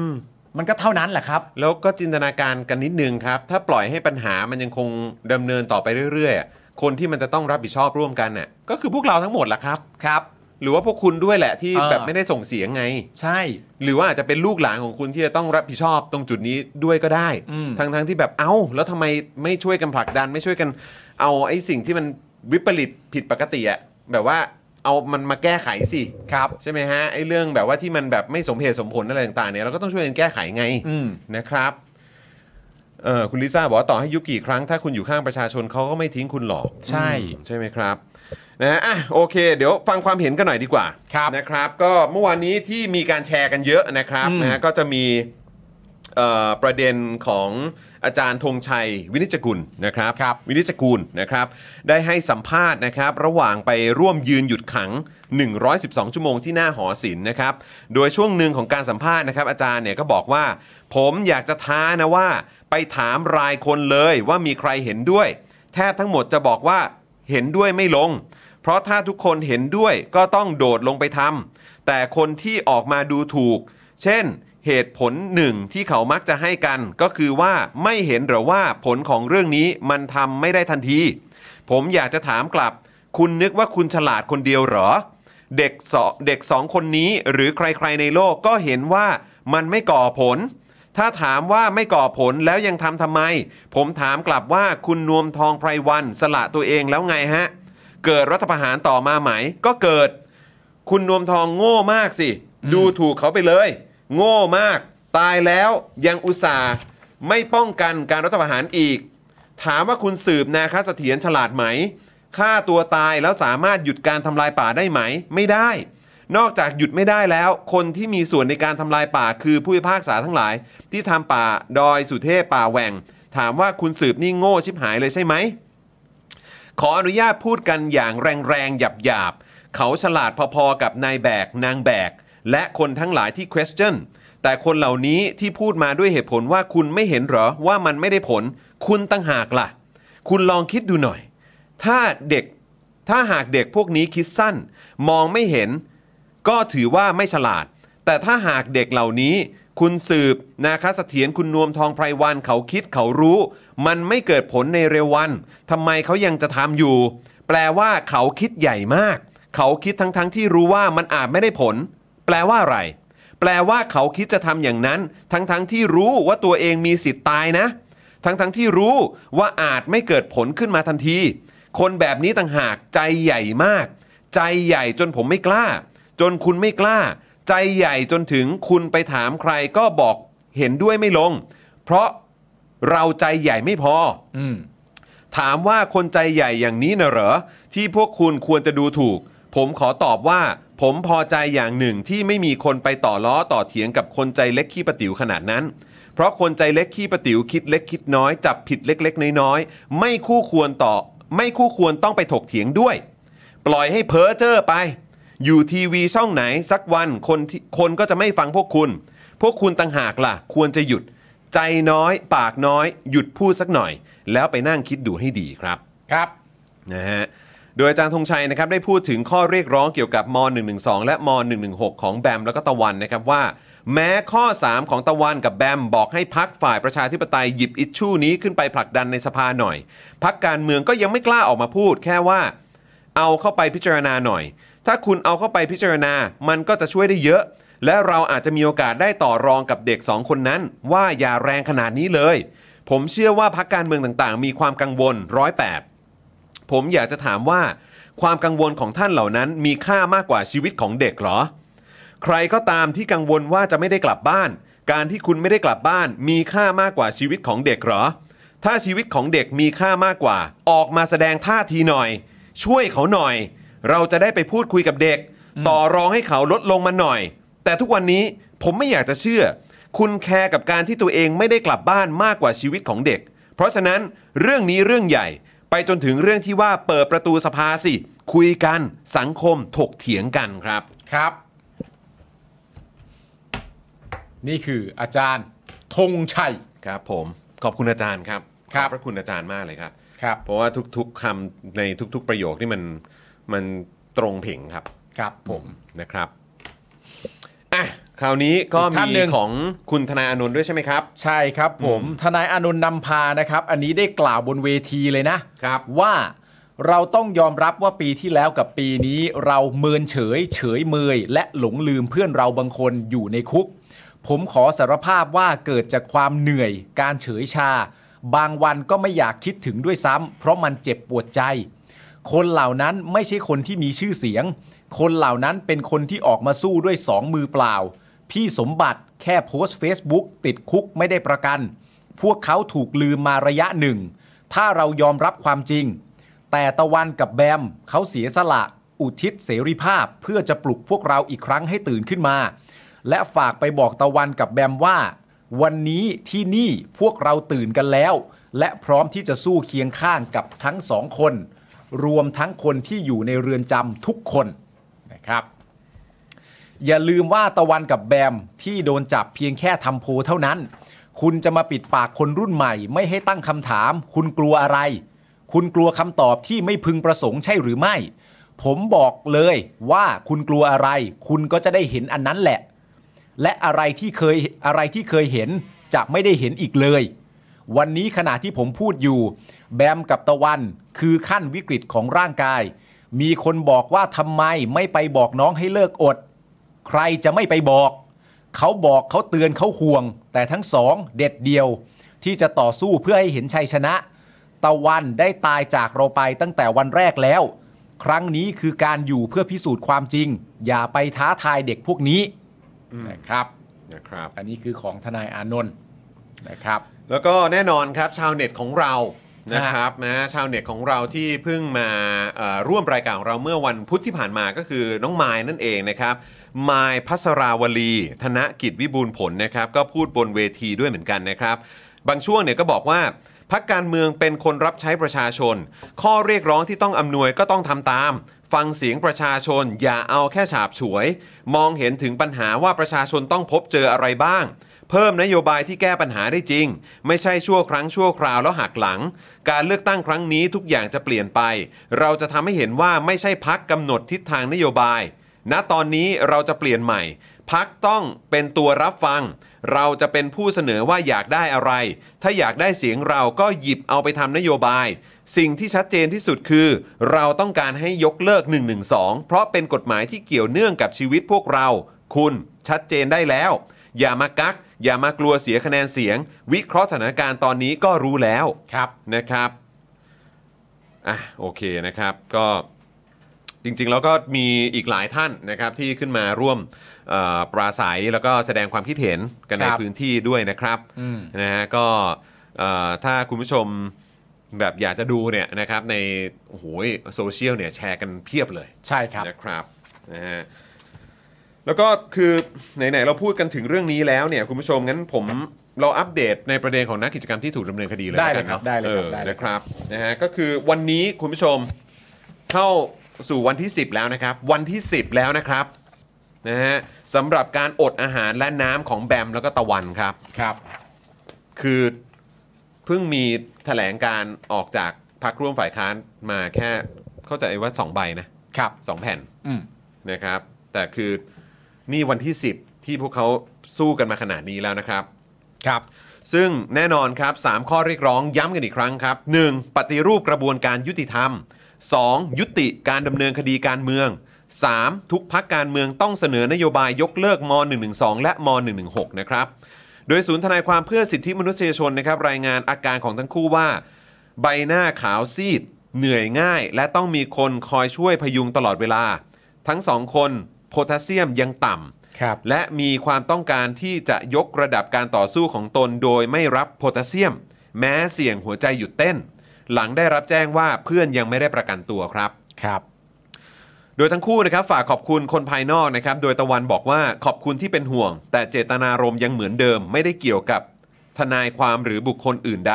Speaker 3: มันก็เท่านั้นแหละครับ
Speaker 2: แล้วก็จินตนาการกันนิดนึงครับ ถ้าปล่อยให้ปัญหามันยังคงดำเนินต่อไปเรื่อยๆอะคนที่มันจะต้องรับผิดชอบร่วมกันน่ะ ก็คือพวกเราทั้งหมดล่ะครับ
Speaker 3: ครับ
Speaker 2: หรือว่าพวกคุณด้วยแหละที่
Speaker 3: เออ
Speaker 2: แบบไม่ได้ส่งเสียงไง
Speaker 3: ใช่
Speaker 2: หรือว่าอาจจะเป็นลูกหลานของคุณที่จะต้องรับผิดชอบตรงจุดนี้ด้วยก็ได้
Speaker 3: อืม
Speaker 2: ทั้งๆที่แบบเอ้า แล้วทำไมไม่ช่วยกันผลักดัน ไม่ช่วยกันเอาไอ้สิ่งที่มันวิปริตผิดปกติอะแบบว่าเอามันมาแก้ไขสิ
Speaker 3: ครับ
Speaker 2: ใช่ไหมฮะไอ้เรื่องแบบว่าที่มันแบบไม่สมเหตุสมผลอะไรต่างๆเนี่ยเราก็ต้องช่วยกันแก้ไขไง
Speaker 3: อืม
Speaker 2: นะครับเออคุณลิซ่าบอกว่าต่อให้ยุบกี่ครั้ง ถ้าคุณอยู่ข้างประชาชนเขาก็ไม่ทิ้งคุณหรอก
Speaker 3: ใช่
Speaker 2: ใช่ไหมครับนะฮะอ่ะโอเค เดี๋ยวฟังความเห็นกันหน่อยดีกว่า
Speaker 3: ครับ
Speaker 2: นะครับ ก็เมื่อวานนี้ที่มีการแชร์กันเยอะนะครับ
Speaker 3: อืม
Speaker 2: นะฮะก็จะมีเอ่อประเด็นของอาจารย์ธงชัยวินิจฉัยกุลนะครับ
Speaker 3: ครับ
Speaker 2: วินิจฉัยกูลนะครับได้ให้สัมภาษณ์นะครับระหว่างไปร่วมยืนหยุดขัง 112 ชั่วโมงที่หน้าหอศิลป์นะครับโดยช่วงหนึ่งของการสัมภาษณ์นะครับอาจารย์เนี่ยก็บอกว่า ผมอยากจะท้านะว่า ไปถามรายคนเลยว่ามีใครเห็นด้วย แทบทั้งหมดจะบอกว่าเห็นด้วยไม่ลง เพราะถ้าทุกคนเห็นด้วยก็ต้องโดดลงไปทำแต่คนที่ออกมาดูถูก เช่น เหตุผลหนึ่งที่เขามักจะให้กัน ก็คือว่าไม่เห็นหรือว่าผลของเรื่องนี้มันทำไม่ได้ทันที ผมอยากจะถามกลับ คุณนึกว่าคุณฉลาดคนเดียวเหรอ เด็กสองเด็กสองคนนี้หรือใครๆในโลกก็เห็นว่ามันไม่ก่อผล ถ้าถามว่าไม่ก่อผลแล้วยังทำทำไม ผมถามกลับว่าคุณนวมทองไพรวันสละตัวเองแล้วไงฮะ เกิดรัฐประหารต่อมาไหมก็เกิด คุณนวมทองโง่มากสิ ดูถูกเขาไปเลย โง่มาก ตายแล้วยังอุตส่าห์ไม่ป้องกันการรัฐประหารอีก ถามว่าคุณสืบนาคาเสถียรฉลาดไหมฆ่าตัวตายแล้วสามารถหยุดการทำลายป่าได้ไหม ไม่ได้ นอกจากหยุดไม่ได้แล้ว คนที่มีส่วนในการทำลายป่าคือผู้พิพากษาทั้งหลาย ที่ทำป่าดอยสุเทพป่าแหว่ง ถามว่าคุณสืบนี่โง่ชิบหายเลยใช่ไหม ขออนุญาตพูดกันอย่างแรงๆ หยาบๆ เขาฉลาดพอๆ กับนายแบก นางแบก และคนทั้งหลายที่ question แต่คนเหล่านี้ที่พูดมาด้วยเหตุผลว่าคุณไม่เห็นเหรอ ว่ามันไม่ได้ผล คุณตั้งหากล่ะ คุณลองคิดดูหน่อย ถ้าเด็กถ้าหากเด็กพวกนี้คิดสั้น มองไม่เห็น ก็ถือว่าไม่ฉลาด แต่ถ้าหากเด็กเหล่านี้ คุณสืบนาคาเสถียรคุณนวมทองไพรวันเขาคิดเขารู้ มันไม่เกิดผลในเร็ววันทำไมเขายังจะทำอยู่ แปลว่าเขาคิดใหญ่มาก เขาคิดทั้งๆทที่รู้ว่ามันอาจไม่ได้ผล แปลว่าอะไร แปลว่าเขาคิดจะทำอย่างนั้น ทั้งๆทที่รู้ว่าตัวเองมีสิทธิ์ตายนะ ทั้งๆทที่รู้ว่าอาจไม่เกิดผลขึ้นมาทันที คนแบบนี้ต่างหากใจใหญ่มาก ใจใหญ่จนผมไม่กล้า จนคุณไม่กล้า ใจใหญ่จนถึงคุณไปถามใครก็บอกเห็นด้วยไม่ลง เพราะเราใจใหญ่ไม่พอ
Speaker 3: อืม
Speaker 2: ถามว่าคนใจใหญ่อย่างนี้นะเหรอ ที่พวกคุณควรจะดูถูก ผมขอตอบว่า ผมพอใจอย่างหนึ่งที่ไม่มีคนไปต่อล้อต่อเถียงกับคนใจเล็กขี้ประติ๋วขนาดนั้น เพราะคนใจเล็กขี้ประติ๋วคิดเล็กคิดน้อย จับผิดเล็กๆ น้อยๆไม่คู่ควรต่อ ไม่คู่ควรต้องไปถกเถียงด้วย ปล่อยให้เพ้อเจ้อไป อยู่ทีวีช่องไหนสักวันคนที่คนก็จะไม่ฟังพวกคุณ พวกคุณต่างหากล่ะ ควรจะหยุด ใจน้อย ปากน้อย หยุดพูดสักหน่อย แล้วไปนั่งคิดดูให้ดีครับ
Speaker 3: ครับ
Speaker 2: นะฮะ โดยอาจารย์ธงชัยนะครับได้พูดถึงข้อเรียกร้องเกี่ยวกับม .112 และม .116 ของแบมแล้วก็ตะวันนะครับว่า แม้ข้อ 3 ของตะวันกับแบมบอกให้พักฝ่ายประชาธิปไตยหยิบอิชชูนี้ขึ้นไปผลักดันในสภาหน่อย พักการเมืองก็ยังไม่กล้าออกมาพูด แค่ว่า เอาเข้าไปพิจารณาหน่อย ถ้าคุณเอาเข้าไปพิจารณา มันก็จะช่วยได้เยอะ และเราอาจจะมีโอกาสได้ต่อรองกับเด็กสองคนนั้น ว่าอย่าแรงขนาดนี้เลย ผมเชื่อว่าพักการเมืองต่างๆ มีความกังวลร้อยแปด ผมอยากจะถามว่า ความกังวลของท่านเหล่านั้นมีค่ามากกว่าชีวิตของเด็กเหรอ ใครก็ตามที่กังวลว่าจะไม่ได้กลับบ้าน การที่คุณไม่ได้กลับบ้าน มีค่ามากกว่าชีวิตของเด็กเหรอ ถ้าชีวิตของเด็กมีค่ามากกว่า ออกมาแสดงท่าทีหน่อย ช่วยเขาหน่อย เราจะได้ไปพูดคุยกับเด็ก ต่อรองให้เขาลดลงมาหน่อย แต่ทุกวันนี้ผมไม่อยากจะเชื่อ คุณแคร์กับการที่ตัวเองไม่ได้กลับบ้านมากกว่าชีวิตของเด็ก เพราะฉะนั้นเรื่องนี้เรื่องใหญ่ ไปจนถึงเรื่องที่ว่าเปิดประตูสภาสิ คุยกันสังคมถกเถียงกันครับ
Speaker 3: ครับ นี่คืออาจารย์ธงชัย
Speaker 2: ครับผมขอบคุณอาจารย์ครับ
Speaker 3: ครับ
Speaker 2: ขอพระคุณอาจารย์มากเลยครับ
Speaker 3: ครับ
Speaker 2: เพราะว่าทุกๆคำในทุกๆประโยคนี่มันมันตรงเพ่งครับ
Speaker 3: ครับผม
Speaker 2: นะครับอ่ะคราวนี้ก็มีของคุณธนาอานนท์ด้วยใช่ไหมครับ
Speaker 3: ใช่ครับผมทนายอานนท์นำพานะครับ อันนี้ได้กล่าวบนเวทีเลยนะครับ ว่าเราต้องยอมรับว่าปีที่แล้วกับปีนี้ เราเมินเฉย เฉยเมย และหลงลืมเพื่อนเราบางคนอยู่ในคุก ผมขอสารภาพว่าเกิดจากความเหนื่อย การเฉยชา บางวันก็ไม่อยากคิดถึงด้วยซ้ำเพราะมันเจ็บปวดใจ คนเหล่านั้นไม่ใช่คนที่มีชื่อเสียง คนเหล่านั้นเป็นคนที่ออกมาสู้ด้วยสองมือเปล่า พี่สมบัติแค่โพสต์ Facebook ติดคุกไม่ได้ประกัน พวกเขาถูกลืมมาระยะหนึ่ง ถ้าเรายอมรับความจริง แต่ตะวันกับแบมเขาเสียสละ อุทิศเสรีภาพเพื่อจะปลุกพวกเราอีกครั้งให้ตื่นขึ้นมา และฝากไปบอกตะวันกับแบมว่า วันนี้ที่นี่พวกเราตื่นกันแล้ว และพร้อมที่จะสู้เคียงข้างกับทั้งสองคน รวมทั้งคนที่อยู่ในเรือนจำทุกคนนะครับ อย่าลืมว่าตะวันกับแบมที่โดนจับเพียงแค่ทำโพลเท่านั้น คุณจะมาปิดปากคนรุ่นใหม่ ไม่ให้ตั้งคำถาม คุณกลัวอะไร คุณกลัวคำตอบที่ไม่พึงประสงค์ใช่หรือไม่ ผมบอกเลยว่าคุณกลัวอะไร คุณก็จะได้เห็นอันนั้นแหละ และอะไรที่เคยอะไรที่เคยเห็นจะไม่ได้เห็นอีกเลย วันนี้ขณะที่ผมพูดอยู่ แบมกับตะวันคือขั้นวิกฤตของร่างกาย มีคนบอกว่าทำไมไม่ไปบอกน้องให้เลิกอด ใครจะไม่ไปบอก เขาบอกเขาเตือนเขาห่วง แต่ทั้งสองเด็ดเดียว ที่จะต่อสู้เพื่อให้เห็นชัยชนะ ตะวันได้ตายจากเราไปตั้งแต่วันแรกแล้ว ครั้งนี้คือการอยู่เพื่อพิสูจน์ความจริง อย่าไปท้าทายเด็กพวกนี้นะครับ
Speaker 2: นะครับ
Speaker 3: อันนี้คือของทนายอานนท์นะครับ
Speaker 2: แล้วก็แน่นอนครับชาวเน็ตของเรานะครับนะชาวเน็ตของเราที่เพิ่งมาเอ่อร่วมรายการของเราเมื่อวันพุธที่ผ่านมาก็คือน้องไม้นั่นเองนะครับไมายพัสราวลี ธนกิจวิบูลย์ผลนะครับก็พูดบนเวทีด้วยเหมือนกันนะครับ บางช่วงเนี่ยก็บอกว่าพักการเมืองเป็นคนรับใช้ประชาชน ข้อเรียกร้องที่ต้องอำนวยก็ต้องทำตาม ฟังเสียงประชาชนอย่าเอาแค่ฉาบฉวย มองเห็นถึงปัญหาว่าประชาชนต้องพบเจออะไรบ้าง เพิ่มนโยบายที่แก้ปัญหาได้จริง ไม่ใช่ชั่วครั้งชั่วคราวแล้วหักหลัง การเลือกตั้งครั้งนี้ทุกอย่างจะเปลี่ยนไป เราจะทำให้เห็นว่าไม่ใช่พักกำหนดทิศทางนโยบาย ณตอนนี้เราจะเปลี่ยนใหม่ พักต้องเป็นตัวรับฟัง เราจะเป็นผู้เสนอว่าอยากได้อะไร ถ้าอยากได้เสียงเราก็หยิบเอาไปทำนโยบาย สิ่งที่ชัดเจนที่สุดคือ เราต้องการให้ยกเลิก 112 เพราะเป็นกฎหมายที่เกี่ยวเนื่องกับชีวิตพวกเรา คุณชัดเจนได้แล้ว อย่ามากัก อย่ามากลัวเสียคะแนนเสียง วิเคราะห์สถานการณ์ตอนนี้ก็รู้แล้ว
Speaker 3: ครับ
Speaker 2: นะครับอ่ะโอเคนะครับก็จริงๆแล้วก็มีอีกหลายท่านนะครับที่ขึ้นมาร่วมเอ่อปราศัยแล้วก็แสดงความคิดเห็นกันใน
Speaker 3: ครับ
Speaker 2: พื้นที่ด้วยนะครับ
Speaker 3: อืม
Speaker 2: นะฮะก็เอ่อถ้าคุณผู้ชมแบบอยากจะดูเนี่ยนะครับในโอ้โหยโซเชียลเนี่ยแชร์กันเพียบเลย
Speaker 3: ใช่ครับ
Speaker 2: นะครับนะฮะแล้วก็คือไหนๆเราพูดกันถึงเรื่องนี้แล้วเนี่ยคุณผู้ชมงั้นผมเราอัปเดตในประเด็นของนักกิจกรรมที่ถูกดำเนินคดีเลย
Speaker 3: ได้เลย
Speaker 2: แล้วกัน
Speaker 3: ค
Speaker 2: นาะ
Speaker 3: รับได้เลยครับ
Speaker 2: ออ
Speaker 3: ได้เลย
Speaker 2: นะครับนะฮะก็คือวันนี้คุณผู้ชมเข้าสู่วันที่ 10 แล้วนะครับ วันที่ 10 แล้วนะครับนะฮะสำหรับการอดอาหารและน้ำของแบมแล้วก็ตะวันครับ
Speaker 3: ครับ
Speaker 2: คือเพิ่งมีแถลงการออกจากพักร่วมฝ่ายค้านมาแค่เข้าใจว่า 2 ใบนะครับ สองแผ่น
Speaker 3: อืม
Speaker 2: นะครับ แต่คือนี่วันที่ 10 ที่พวกเขา สู้กันมาขนาดนี้แล้วนะครับ
Speaker 3: ครับ
Speaker 2: ซึ่งแน่นอนครับ 3 ข้อเรียกร้องย้ำกันอีกครั้งครับ 1. ปฏิรูปกระบวนการยุติธรรม 2. ยุติการดำเนินคดีการเมือง 3. ทุกพักการเมืองต้องเสนอนโยบายยกเลิกม .112 และม .116 นะครับ โดยศูนย์ทนายความเพื่อสิทธิมนุษยชนนะครับรายงานอาการของทั้งคู่ว่า ใบหน้าขาวซีด เหนื่อยง่าย และต้องมีคนคอยช่วยพยุงตลอดเวลา ทั้งสองคนโพแทสเซียมยังต่ำ
Speaker 3: ครับ
Speaker 2: และมีความต้องการที่จะยกระดับการต่อสู้ของตนโดยไม่รับโพแทสเซียม แม้เสี่ยงหัวใจหยุดเต้น หลังได้รับแจ้งว่าเพื่อนยังไม่ได้ประกันตัวครับ
Speaker 3: ครับ
Speaker 2: โดยทั้งคู่นะครับฝากขอบคุณคนภายนอกนะครับ โดยตะวันบอกว่าขอบคุณที่เป็นห่วง แต่เจตนารมณ์ยังเหมือนเดิม ไม่ได้เกี่ยวกับทนายความหรือบุคคลอื่นใด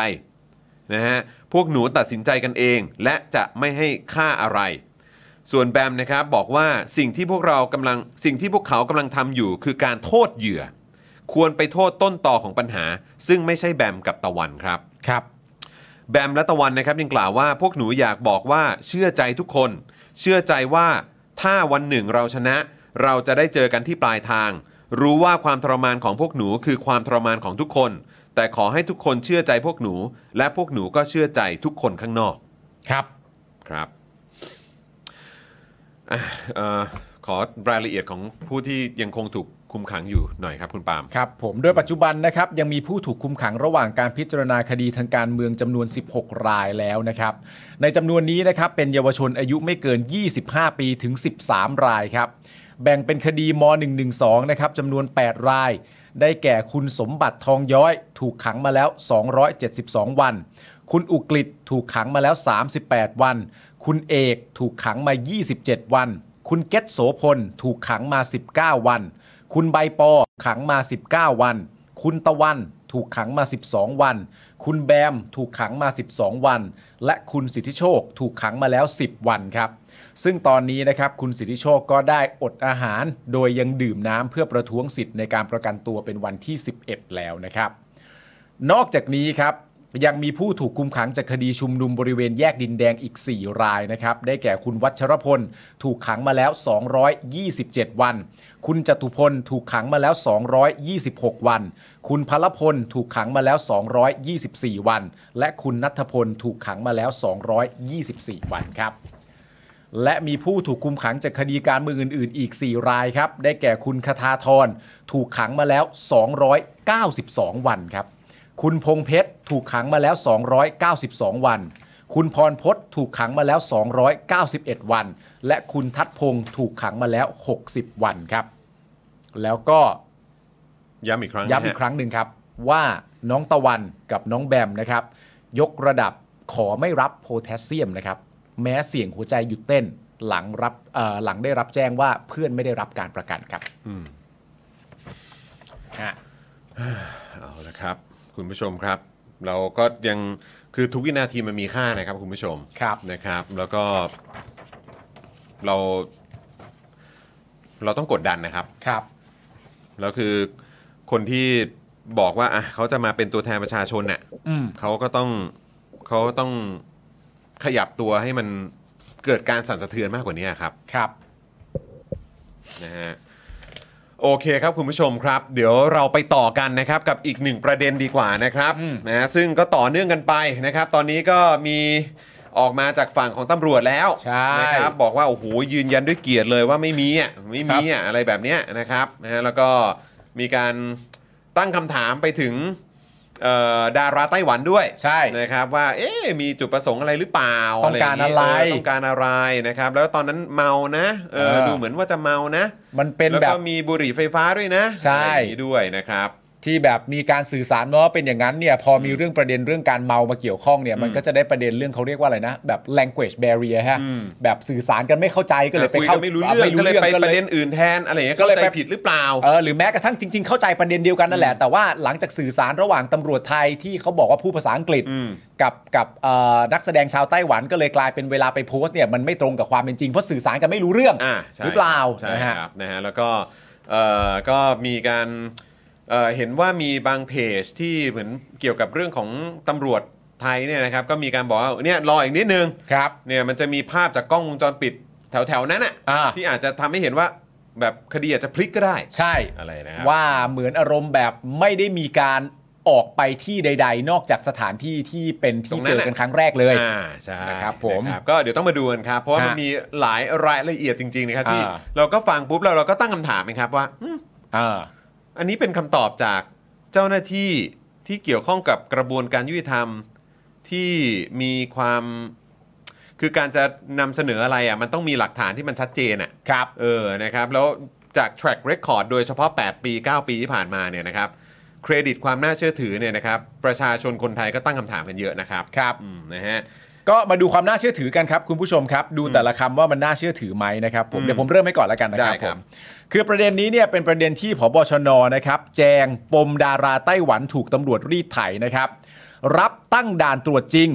Speaker 2: นะฮะพวกหนูตัดสินใจกันเอง และจะไม่ให้ค่าอะไร ส่วนแบมนะครับบอกว่าสิ่งที่พวกเรากำลังสิ่งที่พวกเขากำลังทำอยู่ คือการโทษเหยื่อ ควรไปโทษต้นต่อของปัญหา ซึ่งไม่ใช่แบมกับตะวันครับ
Speaker 3: ครับ
Speaker 2: แบมและตะวันนะครับยังกล่าวว่าพวกหนูอยากบอกว่าเชื่อใจทุกคน เชื่อใจว่าถ้าวันหนึ่งเราชนะ เราจะได้เจอกันที่ปลายทาง รู้ว่าความทรมานของพวกหนูคือความทรมานของทุกคน แต่ขอให้ทุกคนเชื่อใจพวกหนู และพวกหนูก็เชื่อใจทุกคนข้างนอก
Speaker 3: ครับ
Speaker 2: ครับอ่ะเออขอรายละเอียดของผู้ที่ยังคงถูกคุมขังอยู่หน่อยครับคุณปาล์ม
Speaker 3: ครับผมโดยปัจจุบันนะครับยังมีผู้ถูกคุมขังระหว่างการพิจารณาคดีทางการเมืองจำนวน 16 รายแล้วนะครับ ในจำนวนนี้นะครับเป็นเยาวชนอายุไม่เกิน 25 ปีถึง 13 รายครับ แบ่งเป็นคดีม .112 นะครับจำนวน 8 ราย ได้แก่คุณสมบัติทองย้อย ถูกขังมาแล้ว 272 วัน คุณอุกฤษถูกขังมาแล้ว 38 วัน คุณเอกถูกขังมา 27 วัน คุณเกตโสพลถูกขังมา 19 วัน คุณใบปอขังมา 19 วัน คุณตะวันถูกขังมา 12 วัน คุณแบมถูกขังมา 12 วัน และคุณสิทธิโชคถูกขังมาแล้ว 10 วันครับ ซึ่งตอนนี้นะครับคุณสิทธิโชคก็ได้อดอาหาร โดยยังดื่มน้ำเพื่อประท้วงสิทธิ์ในการประกันตัวเป็นวันที่ 11 แล้วนะครับ นอกจากนี้ครับ ยังมีผู้ถูกคุมขังจากคดีชุมนุมบริเวณแยกดินแดงอีก 4 รายนะครับ ได้แก่คุณวัชรพล ถูกขังมาแล้ว 227 วัน คุณจตุพลถูกขังมาแล้ว 226 วัน คุณพลพลถูกขังมาแล้ว 224 วัน และคุณนัทพลถูกขังมาแล้ว 224 วันครับ และมีผู้ถูกคุมขังจากคดีการเมืองอื่น ๆ อีก 4 รายครับ ได้แก่คุณคทาธรถูกขังมาแล้ว 292 วันครับ คุณพงเพชรถูกขังมาแล้ว 292 วัน คุณพรพศถูกขังมาแล้ว 291 วัน และคุณทัดพงศ์ถูกขังมาแล้ว 60 วันครับ แล้วก็
Speaker 2: ย้ำอีกครั้งนะฮะ
Speaker 3: ย้ำอีกครั้งหนึ่งครับ ว่าน้องตะวันกับน้องแบมนะครับ ยกระดับขอไม่รับโพแทสเซียมนะครับ แม้เสี่ยงหัวใจหยุดเต้นหลังรับเอ่อหลังได้รับแจ้งว่าเพื่อนไม่ได้รับการประกันครับ
Speaker 2: อืม
Speaker 3: ฮะ
Speaker 2: เอาละครับ คุณผู้ชมครับ เราก็ยังคือทุกวินาทีมันมีค่านะครับ คุณผู้ชม
Speaker 3: ครับ
Speaker 2: นะครับ แล้วก็เรา เราต้องกดดันนะครับ
Speaker 3: ครับ
Speaker 2: แล้วคือคนที่บอกว่าอ่ะเขาจะมาเป็นตัวแทนประชาชนเนี่ย
Speaker 3: อืม
Speaker 2: เขาก็ต้องเขาต้องขยับตัวให้มันเกิดการสั่นสะเทือนมากกว่านี้ครับ
Speaker 3: ครับ
Speaker 2: นะฮะโอเคครับคุณผู้ชมครับ เดี๋ยวเราไปต่อกันนะครับกับอีกหนึ่งประเด็นดีกว่านะครับ
Speaker 3: อืม
Speaker 2: นะฮะซึ่งก็ต่อเนื่องกันไปนะครับ ตอนนี้ก็มีออกมาจากฝั่งของตำรวจแล้ว
Speaker 3: ใช่
Speaker 2: นะครับบอกว่าโอ้โหยืนยันด้วยเกียรติเลยว่าไม่มีอ่ะไม่มีอ่ะอะไรแบบเนี้ยนะครับนะฮะแล้วก็มีการตั้งคำถามไปถึงเอ่อดาราไต้หวันด้วย
Speaker 3: ใช่
Speaker 2: นะครับว่าเอ๊ะมีจุดประสงค์อะไรหรือเปล่า
Speaker 3: ต้องการ
Speaker 2: ย่
Speaker 3: อะไร
Speaker 2: เต้องการอะไรนะครับ แล้วตอนนั้นเมานะเออดูเหมือนว่าจะเมานะ
Speaker 3: มันเป็น
Speaker 2: แล้ว
Speaker 3: แบ
Speaker 2: ก็
Speaker 3: บ
Speaker 2: มีบุหรี่ไฟฟ้าด้วยนะ
Speaker 3: ใช่
Speaker 2: อะไรอย่างนี้ด้วยนะครับ
Speaker 3: ที่แบบมีการสื่อสารเนาะเป็นอย่างนั้นเนี่ยพอมีเรื่องประเด็นเรื่องการเมามาเกี่ยวข้องเนี่ยมันก็จะได้ประเด็นเรื่องเขาเรียกว่าอะไรนะ แบบ language barrier ฮะ
Speaker 2: อืม
Speaker 3: แบบสื่อสารกันไม่เข้าใจก็เลยไป
Speaker 2: คุย
Speaker 3: เข้า
Speaker 2: กันไม่รู้เรื่องก็เลยไป
Speaker 3: ก็
Speaker 2: ประ
Speaker 3: เลย
Speaker 2: เด็นอื่นแทนอะไรอย่างเงี้ย
Speaker 3: ก็
Speaker 2: เข้า
Speaker 3: เลย
Speaker 2: ใจ
Speaker 3: ไป
Speaker 2: ผิดหรือเปล่า
Speaker 3: เออหรือแม้กระทั่งจริง ๆ เข้าใจประเด็นเดียวกันนั่นแหละ แต่ว่าหลังจากสื่อสารระหว่างตำรวจไทยที่เขาบอกว่าพูดภาษาอังกฤษ
Speaker 2: อืม
Speaker 3: กับกับเอ่อนักแสดงชาวไต้หวันก็เลยกลายเป็นเวลาไปโพสต์เนี่ยมันไม่ตรงกับความเป็นจริงเพราะสื่อสารกันไม่รู้เรื่อง
Speaker 2: อ่าใช่
Speaker 3: หรือเปล่า
Speaker 2: ใช่
Speaker 3: นะฮะ
Speaker 2: ครับนะฮะแล้วก็เอ่อก็มีการเอ่อเห็นว่ามีบางเพจที่เหมือนเกี่ยวกับเรื่องของตำรวจไทยเนี่ยนะครับ ก็มีการบอกว่าเนี่ยรออีกนิดนึง
Speaker 3: ครับ
Speaker 2: เนี่ยมันจะมีภาพจากกล้องวงจรปิดแถวๆนั้นอ่ะ
Speaker 3: อ่า
Speaker 2: ที่อาจจะทำให้เห็นว่า แบบคดีอาจจะพลิกก็ได้
Speaker 3: ใช่
Speaker 2: อะไรนะครับ
Speaker 3: ว่าเหมือนอารมณ์แบบไม่ได้มีการออกไปที่ใด ๆ นอกจากสถานที่ที่เป็นที่เจอกันครั้งแรกเลย
Speaker 2: อ่าใช่
Speaker 3: นะครับผม
Speaker 2: นะก็เดี๋ยวต้องมาดูกันครับ เพราะว่า
Speaker 3: ฮะ
Speaker 2: มันมีหลายรายละเอียดจริงๆนะครับที่
Speaker 3: อ่า
Speaker 2: เราก็ฟังปุ๊บแล้วเราก็ตั้งคำถามนะครับว่าอืม
Speaker 3: อ่า
Speaker 2: อันนี้เป็นคำตอบจากเจ้าหน้าที่ที่เกี่ยวข้องกับกระบวนการยุติธรรมที่มีความ คือการจะนำเสนออะไรอ่ะมันต้องมีหลักฐานที่มันชัดเจนอ่ะ
Speaker 3: ครับ
Speaker 2: เออ นะครับ แล้วจาก track record โดยเฉพาะ 8 ปี 9 ปีที่ผ่านมาเนี่ยนะครับ เครดิตความน่าเชื่อถือเนี่ยนะครับ ประชาชนคนไทยก็ตั้งคำถามกันเยอะนะครับ
Speaker 3: ครับ
Speaker 2: อืมนะฮะ
Speaker 3: ก็มาดูความน่าเชื่อถือกันครับคุณผู้ชมครับ ดูแต่ละคำว่ามันน่าเชื่อถือไหมนะครับผมเดี๋ยวผมเริ่มให้ก่อนแล้วกันนะครับ
Speaker 2: ได้
Speaker 3: ผ
Speaker 2: ครับ
Speaker 3: มคือประเด็นนี้เนี่ยเป็นประเด็นที่ผบชนนะครับแจงปมดาราไต้หวันถูกตำรวจรีดไถนะครับ รับตั้งด่านตรวจจริง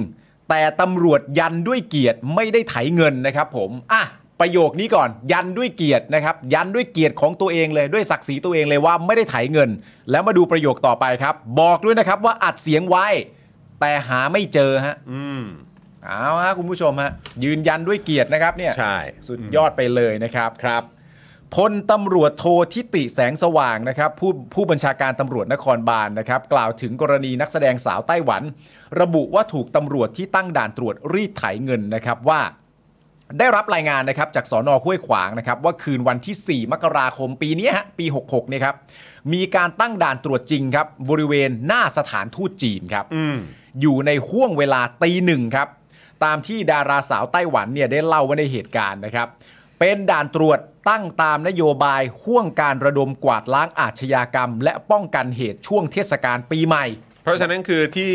Speaker 3: แต่ตำรวจยันด้วยเกียรติไม่ได้ไถเงินนะครับผมอ่ะประโยคนี้ก่อนยันด้วยเกียรตินะครับยันด้วยเกียรติของตัวเองเลยด้วยศักดิ์ศรีตัวเองเลยว่าไม่ได้ไถเงิน แล้วมาดูประโยคต่อไปครับ บอกด้วยนะครับว่าอัดเสียงไว้ แต่หาไม่เจอฮะ
Speaker 2: อืม
Speaker 3: เอาฮะคุณผู้ชมฮะยืนยันด้วยเกียรตินะครับเนี่ย
Speaker 2: ใช่
Speaker 3: สุดยอดไปเลยนะครับ
Speaker 2: ครับ
Speaker 3: พลตำรวจโททิติแสงสว่างนะครับผู้ผู้บัญชาการตำรวจนครบาลนะครับ กล่าวถึงกรณีนักแสดงสาวไต้หวัน ระบุว่าถูกตำรวจที่ตั้งด่านตรวจรีดไถเงินนะครับว่า ได้รับรายงานนะครับจากสอนอห้วยขวางนะครับว่าคืนวันที่ 4 มกราคมปีเนี้ยฮะปี 66เนี่ยครับมีการตั้งด่านตรวจจริงครับบริเวณหน้าสถานทูตจีนครับ
Speaker 2: อืม
Speaker 3: อยู่ในห่วงเวลาตีหนึ่งครับ ตามที่ดาราสาวไต้หวันเนี่ยได้เล่าไว้ในเหตุการณ์นะครับ เป็นด่านตรวจตั้งตามนโยบายห่วงการระดมกวาดล้างอาชญากรรม และป้องกันเหตุช่วงเทศกาลปีใหม่
Speaker 2: เพราะฉะนั้นคือที่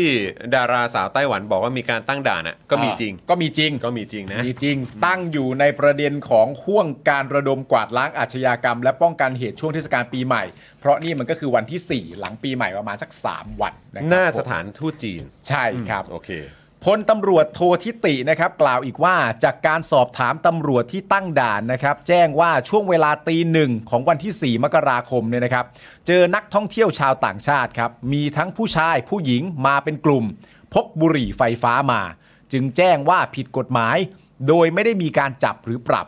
Speaker 2: ดาราสาวไต้หวันบอกว่ามีการตั้งด่านอ่ะ ก็มีจริง
Speaker 3: ก็มีจริง
Speaker 2: ก็มีจริงนะ
Speaker 3: มีจริง ตั้งอยู่ในประเด็นของห่วงการระดมกวาดล้างอาชญากรรม และป้องกันเหตุช่วงเทศกาลปีใหม่ เพราะนี่มันก็คือวันที่สี่หลังปีใหม่ประมาณสักสามวันนะครับ
Speaker 2: หน้าสถานทูตจีน
Speaker 3: ใช่ครับ
Speaker 2: โอเค
Speaker 3: พลตำรวจโททิตินะครับ กล่าวอีกว่าจากการสอบถามตำรวจที่ตั้งด่านนะครับ แจ้งว่าช่วงเวลาตีหนึ่งของวันที่ 4 มกราคมเนี่ยนะครับ เจอนักท่องเที่ยวชาวต่างชาติครับ มีทั้งผู้ชายผู้หญิงมาเป็นกลุ่ม พกบุหรี่ไฟฟ้ามา จึงแจ้งว่าผิดกฎหมาย โดยไม่ได้มีการจับหรือปรับ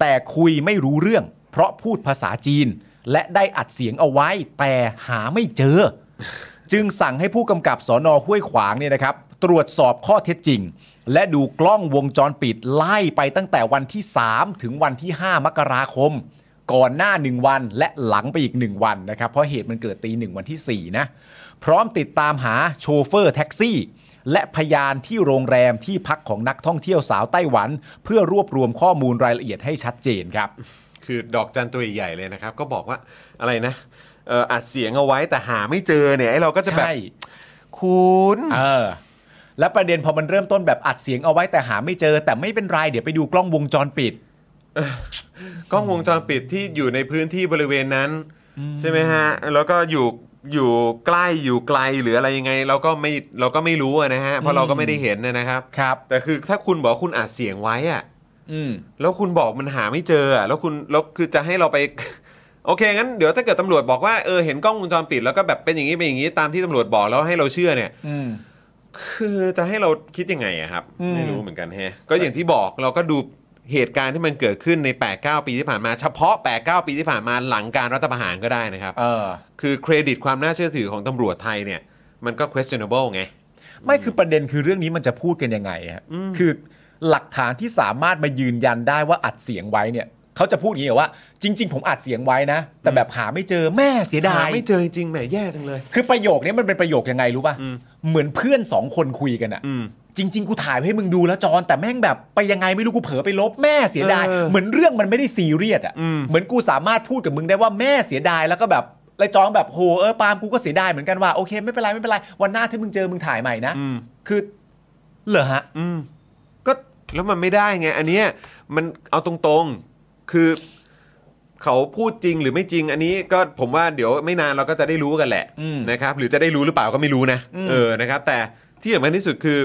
Speaker 3: แต่คุยไม่รู้เรื่อง เพราะพูดภาษาจีน และได้อัดเสียงเอาไว้ แต่หาไม่เจอ จึงสั่งให้ผู้กำกับสอนอห้วยขวางเนี่ยนะครับ ตรวจสอบข้อเท็จจริง และดูกล้องวงจรปิดไล่ไปตั้งแต่วันที่ 3 ถึงวันที่ 5 มกราคม ก่อนหน้า 1 วันและหลังไปอีก 1 วันนะครับ เพราะเหตุมันเกิดตีหนึ่งวันที่ 4 นะ พร้อมติดตามหาโชเฟอร์แท็กซี่ และพยานที่โรงแรมที่พักของนักท่องเที่ยวสาวไต้หวัน เพื่อรวบรวมข้อมูลรายละเอียดให้ชัดเจนครับ
Speaker 2: คือดอกจันตัวใหญ่ๆเลยนะครับ ก็บอกว่าอะไรนะเอ่ออัดเสียงเอาไว้แต่หาไม่เจอเนี่ยไอ้เราก็จะแบบ
Speaker 3: ใช่
Speaker 2: คุณ
Speaker 3: เออและประเด็นพอมันเริ่มต้นแบบอัดเสียงเอาไว้แต่หาไม่เจอ แต่ไม่เป็นไรเดี๋ยวไปดูกล้องวงจรปิด
Speaker 2: กล้องวงจรปิดที่อยู่ในพื้นที่บริเวณนั้น ใช่ไหมฮะ แล้วก็อยู่อยู่ใกล้อยู่ไกลหรืออะไรยังไง เราก็ไม่เราก็ไม่รู้อะนะฮะเพราะเราก็ไม่ได้เห็นนะนะครับ
Speaker 3: ครับ
Speaker 2: แต่คือถ้าคุณบอกว่าคุณอัดเสียงไว้อะ
Speaker 3: อืม
Speaker 2: แล้วคุณบอกมันหาไม่เจออะแล้วคุณแล้วคือจะให้เราไป โอเคงั้นเดี๋ยวถ้าเกิดตำรวจบอกว่าเออเห็นกล้องวงจรปิดแล้วก็แบบเป็นอย่างนี้เป็นอย่างนี้ตามที่ตำรวจบอกแล้วให้เราเชื่อเนี่ย
Speaker 3: อืม
Speaker 2: คือจะให้เราคิดยังไงอะครับ
Speaker 3: อืม
Speaker 2: ไม่รู้เหมือนกันแฮะก็อย่างที่บอกเราก็ดูเหตุการณ์ที่มันเกิดขึ้นใน 8-9 ปีที่ผ่านมา เฉพาะ 8-9 ปีที่ผ่านมาหลังการรัฐประหารก็ได้นะครับ
Speaker 3: เออ
Speaker 2: คือเครดิตความน่าเชื่อถือของตำรวจไทยเนี่ย มันก็ questionable ไง
Speaker 3: ไม่คือประเด็นคือเรื่องนี้มันจะพูดกันยังไงฮะคือหลักฐานที่สามารถมายืนยันได้ว่าอัดเสียงไว้เนี่ยเขาจะพูดอย่างนี้เหรอว่า จริง ๆ ผมอัดเสียงไว้นะ แต่แบบหาไม่เจอแม่เสียดา
Speaker 2: หาย ไม่เจอจริงๆแหมแย่จังเลย
Speaker 3: คือประโยคนี้มันเป็นประโยคยังไงรู้ป่ะ เหมือนเพื่อนสองคนคุยกันอะ
Speaker 2: อืม
Speaker 3: จริง ๆ กูถ่ายไว้ให้มึงดูแล้วจอนแต่แม่งแบบไปยังไงไม่รู้กูเผลอไปลบแม่เสียดาย
Speaker 2: เออ
Speaker 3: เหมือนเรื่องมันไม่ได้ซีเรียสอะ
Speaker 2: อืม
Speaker 3: เหมือนกูสามารถพูดกับมึงได้ว่าแม่เสียดายแล้วก็แบบแล้วจองแบบโหเออปาล์มกูก็เสียดายเหมือนกันว่าโอเคไม่เป็นไรไม่เป็นไรวันหน้าถ้ามึงเจอมึงถ่ายใหม่นะ
Speaker 2: อืม
Speaker 3: คือเหรอฮะ
Speaker 2: อืม
Speaker 3: ก็
Speaker 2: แล้วมันไม่ได้ไง อันเนี้ยมันเอาตรงๆ คือเขาพูดจริงหรือไม่จริง อันนี้ก็ผมว่าเดี๋ยวไม่นานเราก็จะได้รู้กันแหละ
Speaker 3: อืม
Speaker 2: นะครับ หรือจะได้รู้หรือเปล่าก็ไม่รู้นะ
Speaker 3: อืม
Speaker 2: เออนะครับ แต่ที่สำคัญที่สุดคือ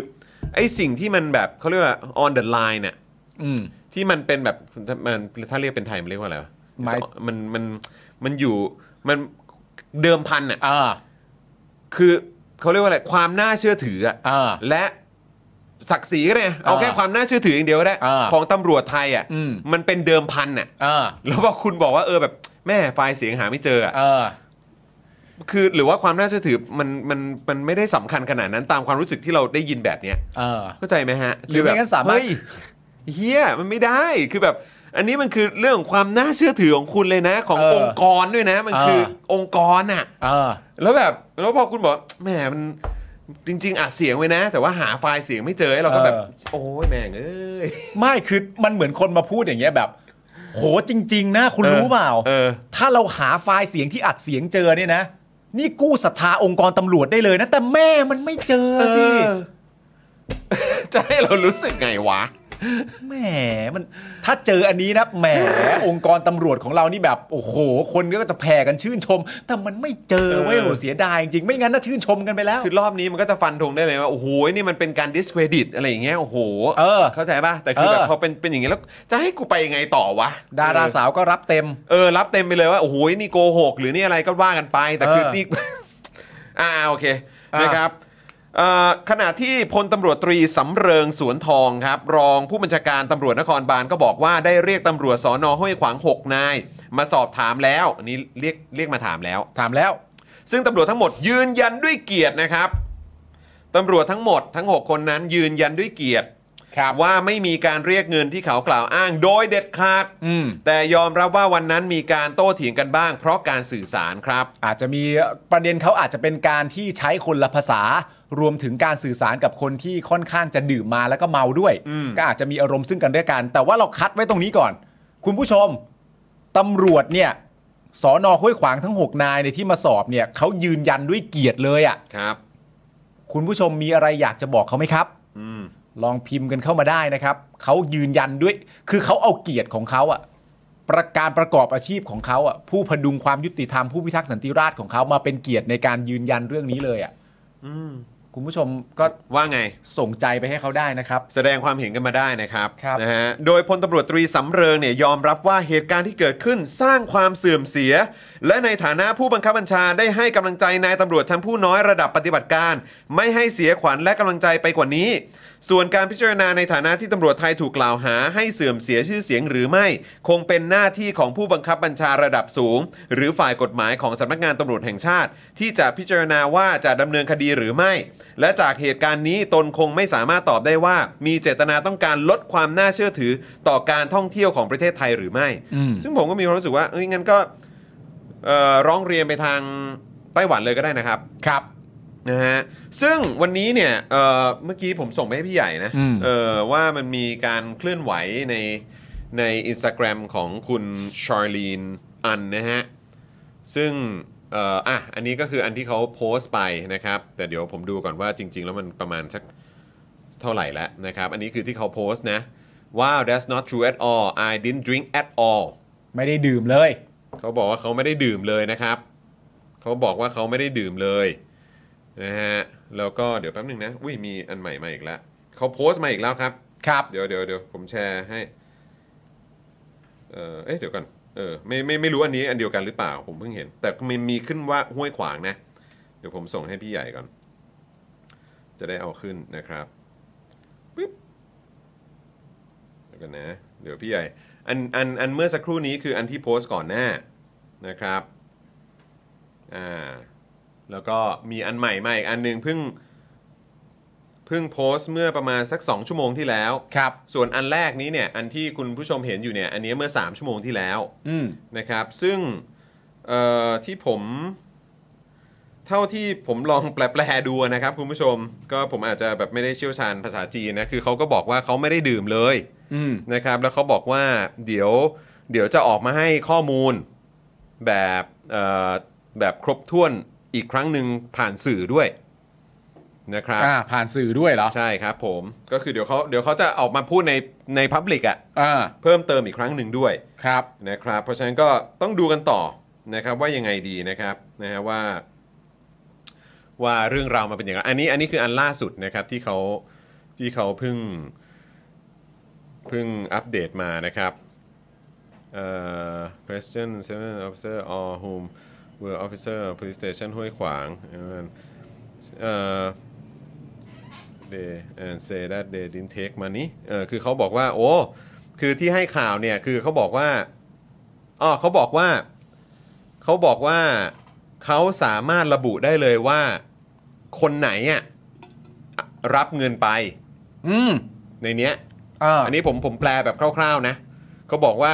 Speaker 2: ไอ้สิ่งที่มันแบบเขาเรียกว่า on the line เนี่ย
Speaker 3: อืม
Speaker 2: ที่มันเป็นแบบมันถ้าเรียกเป็นไทยมันเรียกว่าอะไรวะ
Speaker 3: หมาย
Speaker 2: มันมันมันอยู่มันเดิมพันอ่ะ
Speaker 3: อ่า
Speaker 2: คือเขาเรียกว่าอะไรความน่าเชื่อถืออ่ะ
Speaker 3: อ่า
Speaker 2: และ ศักดิ์ศรีก็ได้เอาแค่ความน่าเชื่อถืออย่างเดียวก็ได้
Speaker 3: อ่า
Speaker 2: ของตำรวจไทยอ่ะ
Speaker 3: อืม
Speaker 2: มันเป็นเดิมพันอ่ะ
Speaker 3: เออ
Speaker 2: แล้วพอคุณบอกว่าเออแบบแม่ไฟล์เสียงหาไม่เจออะ
Speaker 3: เออ
Speaker 2: คือหรือว่าความน่าเชื่อถือมันมันมันไม่ได้สำคัญขนาดนั้นตามความรู้สึกที่เราได้ยินแบบเนี้ย
Speaker 3: เออ
Speaker 2: เข้าใจไหมฮะ
Speaker 3: หรือไม่งั้นสามารถ
Speaker 2: เฮ้ยเฮียมันไม่ได้คือแบบ อันนี้มันคือเรื่องของความน่าเชื่อถือของคุณเลยนะ ของ
Speaker 3: เออ
Speaker 2: องค์กรด้วยนะ มันคือ
Speaker 3: เออ
Speaker 2: องค์กรน่ะ
Speaker 3: เออ
Speaker 2: แล้วแบบแล้วพอคุณบอกแหมมันจริง ๆอัดเสียงไว้นะ แต่ว่าหาไฟล์เสียงไม่เจอเราก็แบบ
Speaker 3: เออ
Speaker 2: โอ้ยแม่งเอ้ย
Speaker 3: ไม่คือมันเหมือนคนมาพูดอย่างเงี้ยแบบ โหจริง ๆ นะ คุณ
Speaker 2: เออ
Speaker 3: รู้เปล่า
Speaker 2: เออ
Speaker 3: ถ้าเราหาไฟล์เสียงที่อัดเสียงเจอเนี่ยนะ นี่กู้ศรัทธาองค์กรตำรวจได้เลยนะ แต่แม่มันไม่เจอสิ
Speaker 2: เออจะให้เรารู้สึกไงวะ
Speaker 3: แหมมันถ้าเจออันนี้นะแหม องค์กรตำรวจของเรานี่แบบ โอ้โห คนก็จะแผ่กันชื่นชม แต่มันไม่เจอเว้ย
Speaker 2: เออ
Speaker 3: โอ้เสียดายจริง ไม่งั้นน่าชื่นชมกันไปแล้ว
Speaker 2: คือรอบนี้มันก็จะฟันธงได้เลยว่าโอ้โหนี่มันเป็นการ discredit อะไรอย่างเงี้ยโอ้โห
Speaker 3: เออ
Speaker 2: เข้าใจป่ะแต่คือแบบ
Speaker 3: เออ
Speaker 2: พอเป็นเป็นอย่างเงี้ยแล้ว จะให้กูไปยังไงต่อวะ
Speaker 3: ดารา
Speaker 2: เออ
Speaker 3: สาวก็รับเต็ม
Speaker 2: เออรับเต็มไปเลยว่าโอ้โหนี่โกหก หรือนี่อะไรก็ว่ากันไป แต่คือ
Speaker 3: เออ
Speaker 2: นี่ อ่าโอเค
Speaker 3: อ่าน
Speaker 2: นะครับเอ่อขณะที่พลตำรวจตรีสำเริงสวนทองครับ รองผู้บัญชาการตำรวจนครบาลก็บอกว่าได้เรียกตำรวจสอนอห้วยขวาง 6 นาย มาสอบถามแล้วอันนี้เรียกเรียกมาถามแล้ว
Speaker 3: ถามแล้ว
Speaker 2: ซึ่งตำรวจทั้งหมดยืนยันด้วยเกียรตินะครับตำรวจทั้งหมดทั้ง 6 คนนั้นยืนยันด้วยเกียรติ
Speaker 3: ครับ
Speaker 2: ว่าไม่มีการเรียกเงินที่เขากล่าวอ้างโดยเด็ดขาด
Speaker 3: อืม
Speaker 2: แต่ยอมรับว่าวันนั้นมีการโต้เถียงกันบ้าง เพราะการสื่อสารครับ
Speaker 3: อาจจะมีประเด็นเขาอาจจะเป็นการที่ใช้คนละภาษา รวมถึงการสื่อสารกับคนที่ค่อนข้างจะดื่มมาแล้วก็เมาด้วย ก็อาจจะมีอารมณ์ซึ่งกันและกัน แต่ว่าเราคัดไว้ตรงนี้ก่อน คุณผู้ชมตำรวจเนี่ยสอนอห้วยขวางทั้ง 6 นายในยที่มาสอบเนี่ยเขายืนยันด้วยเกียรติเลยอะ่ะ
Speaker 2: ครับ
Speaker 3: คุณผู้ชมมีอะไรอยากจะบอกเขาไหมครับ
Speaker 2: อืม
Speaker 3: ลองพิมพ์กันเข้ามาได้นะครับ เขายืนยันด้วย คือเขาเอาเกียรติของเขาอะประการประกอบอาชีพของเขาอะผู้พดุงความยุติธรรมผู้พิทักษ์สันติราษฎร์ของเขามาเป็นเกียรติในการยืนยันเรื่องนี้เลยอะคุณผู้ชมก็
Speaker 2: ว่าไง
Speaker 3: ส่งใจไปให้เขาได้นะครับ
Speaker 2: แสดงความเห็นกันมาได้นะครับ
Speaker 3: ครับ
Speaker 2: นะฮะโดยพลตำรวจตรีสำเริงเนี่ยยอมรับว่าเหตุการณ์ที่เกิดขึ้นสร้างความเสื่อมเสีย และในฐานะผู้บังคับบัญชาได้ให้กำลังใจนายตำรวจชั้นผู้น้อยระดับปฏิบัติการ ไม่ให้เสียขวัญและกำลังใจไปกว่านี้ ส่วนการพิจารณาในฐานะที่ตำรวจไทยถูกกล่าวหา ให้เสื่อมเสียชื่อเสียงหรือไม่ คงเป็นหน้าที่ของผู้บังคับบัญชาระดับสูง หรือฝ่ายกฎหมายของสำนักงานตำรวจแห่งชาติ ที่จะพิจารณาว่าจะดำเนินคดีหรือไม่ และจากเหตุการณ์นี้ตนคงไม่สามารถตอบได้ว่า มีเจตนาต้องการลดความน่าเชื่อถือต่อการท่องเที่ยวของประเทศไทยหรือไม่
Speaker 3: อืม
Speaker 2: ซึ่งผมก็มีความรู้สึกว่าเอ้ยงั้นก็เอ่อร้องเรียนไปทางไต้หวันเลยก็ได้นะครับ
Speaker 3: ครับ
Speaker 2: นะฮะซึ่งวันนี้เนี่ยเอ่อเมื่อกี้ผมส่งไปให้พี่ใหญ่นะ
Speaker 3: อืม
Speaker 2: เออว่ามันมีการเคลื่อนไหวในใน Instagram ของคุณชาร์ลีนอันนะฮะ ซึ่งเอ่ออ่ะอันนี้ก็คืออันที่เขาโพสต์ไปนะครับ แต่เดี๋ยวผมดูก่อนว่าจริง ๆ แล้วมันประมาณสักเท่าไหร่แล้วนะครับ อันนี้คือที่เขาโพสต์นะ wow that's not true at all I didn't drink at all
Speaker 3: ไม่ได้ดื่มเลย
Speaker 2: เขาบอกว่าเขาไม่ได้ดื่มเลยนะครับ เขาบอกว่าเขาไม่ได้ดื่มเลยนะฮะ แล้วก็เดี๋ยวแป๊บหนึ่งนะ อุ้ยมีอันใหม่มาอีกแล้ว เขาโพสต์มาอีกแล้วครับ
Speaker 3: ครับ
Speaker 2: เดี๋ยวเดี๋ยวเดี๋ยวผมแชร์ให้ เออเอ๊ะเดี๋ยวก่อน เออไม่ไม่ไม่รู้อันนี้อันเดียวกันหรือเปล่า ผมเพิ่งเห็น แต่มันมีขึ้นว่าห้วยขวางนะ เดี๋ยวผมส่งให้พี่ใหญ่ก่อน จะได้เอาขึ้นนะครับปึ๊บเดี๋ยวกันนะ เดี๋ยวพี่ใหญ่ อันอันอันเมื่อสักครู่นี้คืออันที่โพสต์ก่อนหน้านะครับ อ่า แล้วก็มีอันใหม่มาอีกอันหนึ่งเพิ่ง เพิ่งโพสต์เมื่อประมาณสัก 2 ชั่วโมงที่แล้ว
Speaker 3: ครับ
Speaker 2: ส่วนอันแรกนี้เนี่ยอันที่คุณผู้ชมเห็นอยู่เนี่ยอันนี้เมื่อ 3 ชั่วโมงที่แล้ว
Speaker 3: อืม
Speaker 2: นะครับ ซึ่งเอ่อที่ผมเท่าที่ผมลองแปลๆดูนะครับคุณผู้ชมก็ผมอาจจะแบบไม่ได้เชี่ยวชาญภาษาจีนนะคือเขาก็บอกว่าเขาไม่ได้ดื่มเลย
Speaker 3: อืม
Speaker 2: นะครับแล้วเขาบอกว่าเดี๋ยวเดี๋ยวจะออกมาให้ข้อมูลแบบเอ่อแบบครบถ้วนอีกครั้งหนึ่งผ่านสื่อด้วยนะครับ
Speaker 3: อ่าผ่านสื่อด้วยเหรอ
Speaker 2: ใช่ครับผมก็คือเดี๋ยวเขาเดี๋ยวเขาจะออกมาพูดในในพับลิกอ่ะ
Speaker 3: อ่า
Speaker 2: เพิ่มเติมอีกครั้งหนึ่งด้วย
Speaker 3: ครับ
Speaker 2: นะครับ เพราะฉะนั้นก็ต้องดูกันต่อนะครับว่ายังไงดีนะครับนะฮะว่า ว่าเรื่องราวมันเป็นอย่างไรอันนี้อันนี้คืออันล่าสุดนะครับที่เขาที่เขาเพิ่งเพิ่งอัปเดตมานะครับเอ่อ question seven officer or whom were officer police station ห้วยขวางเอ่อ they and say that they didn't take money เออคือเขาบอกว่า โอ้ คือที่ให้ข่าวเนี่ย คือเขาบอกว่าอ๋อเขาบอกว่า เขาบอกว่าเขาสามารถระบุได้เลยว่าคนไหนอ่ะรับเงินไป
Speaker 3: อืม
Speaker 2: ในเนี้ย
Speaker 3: อ่า
Speaker 2: อันนี้ผมผมแปลแบบคร่าวๆนะเขาบอกว่า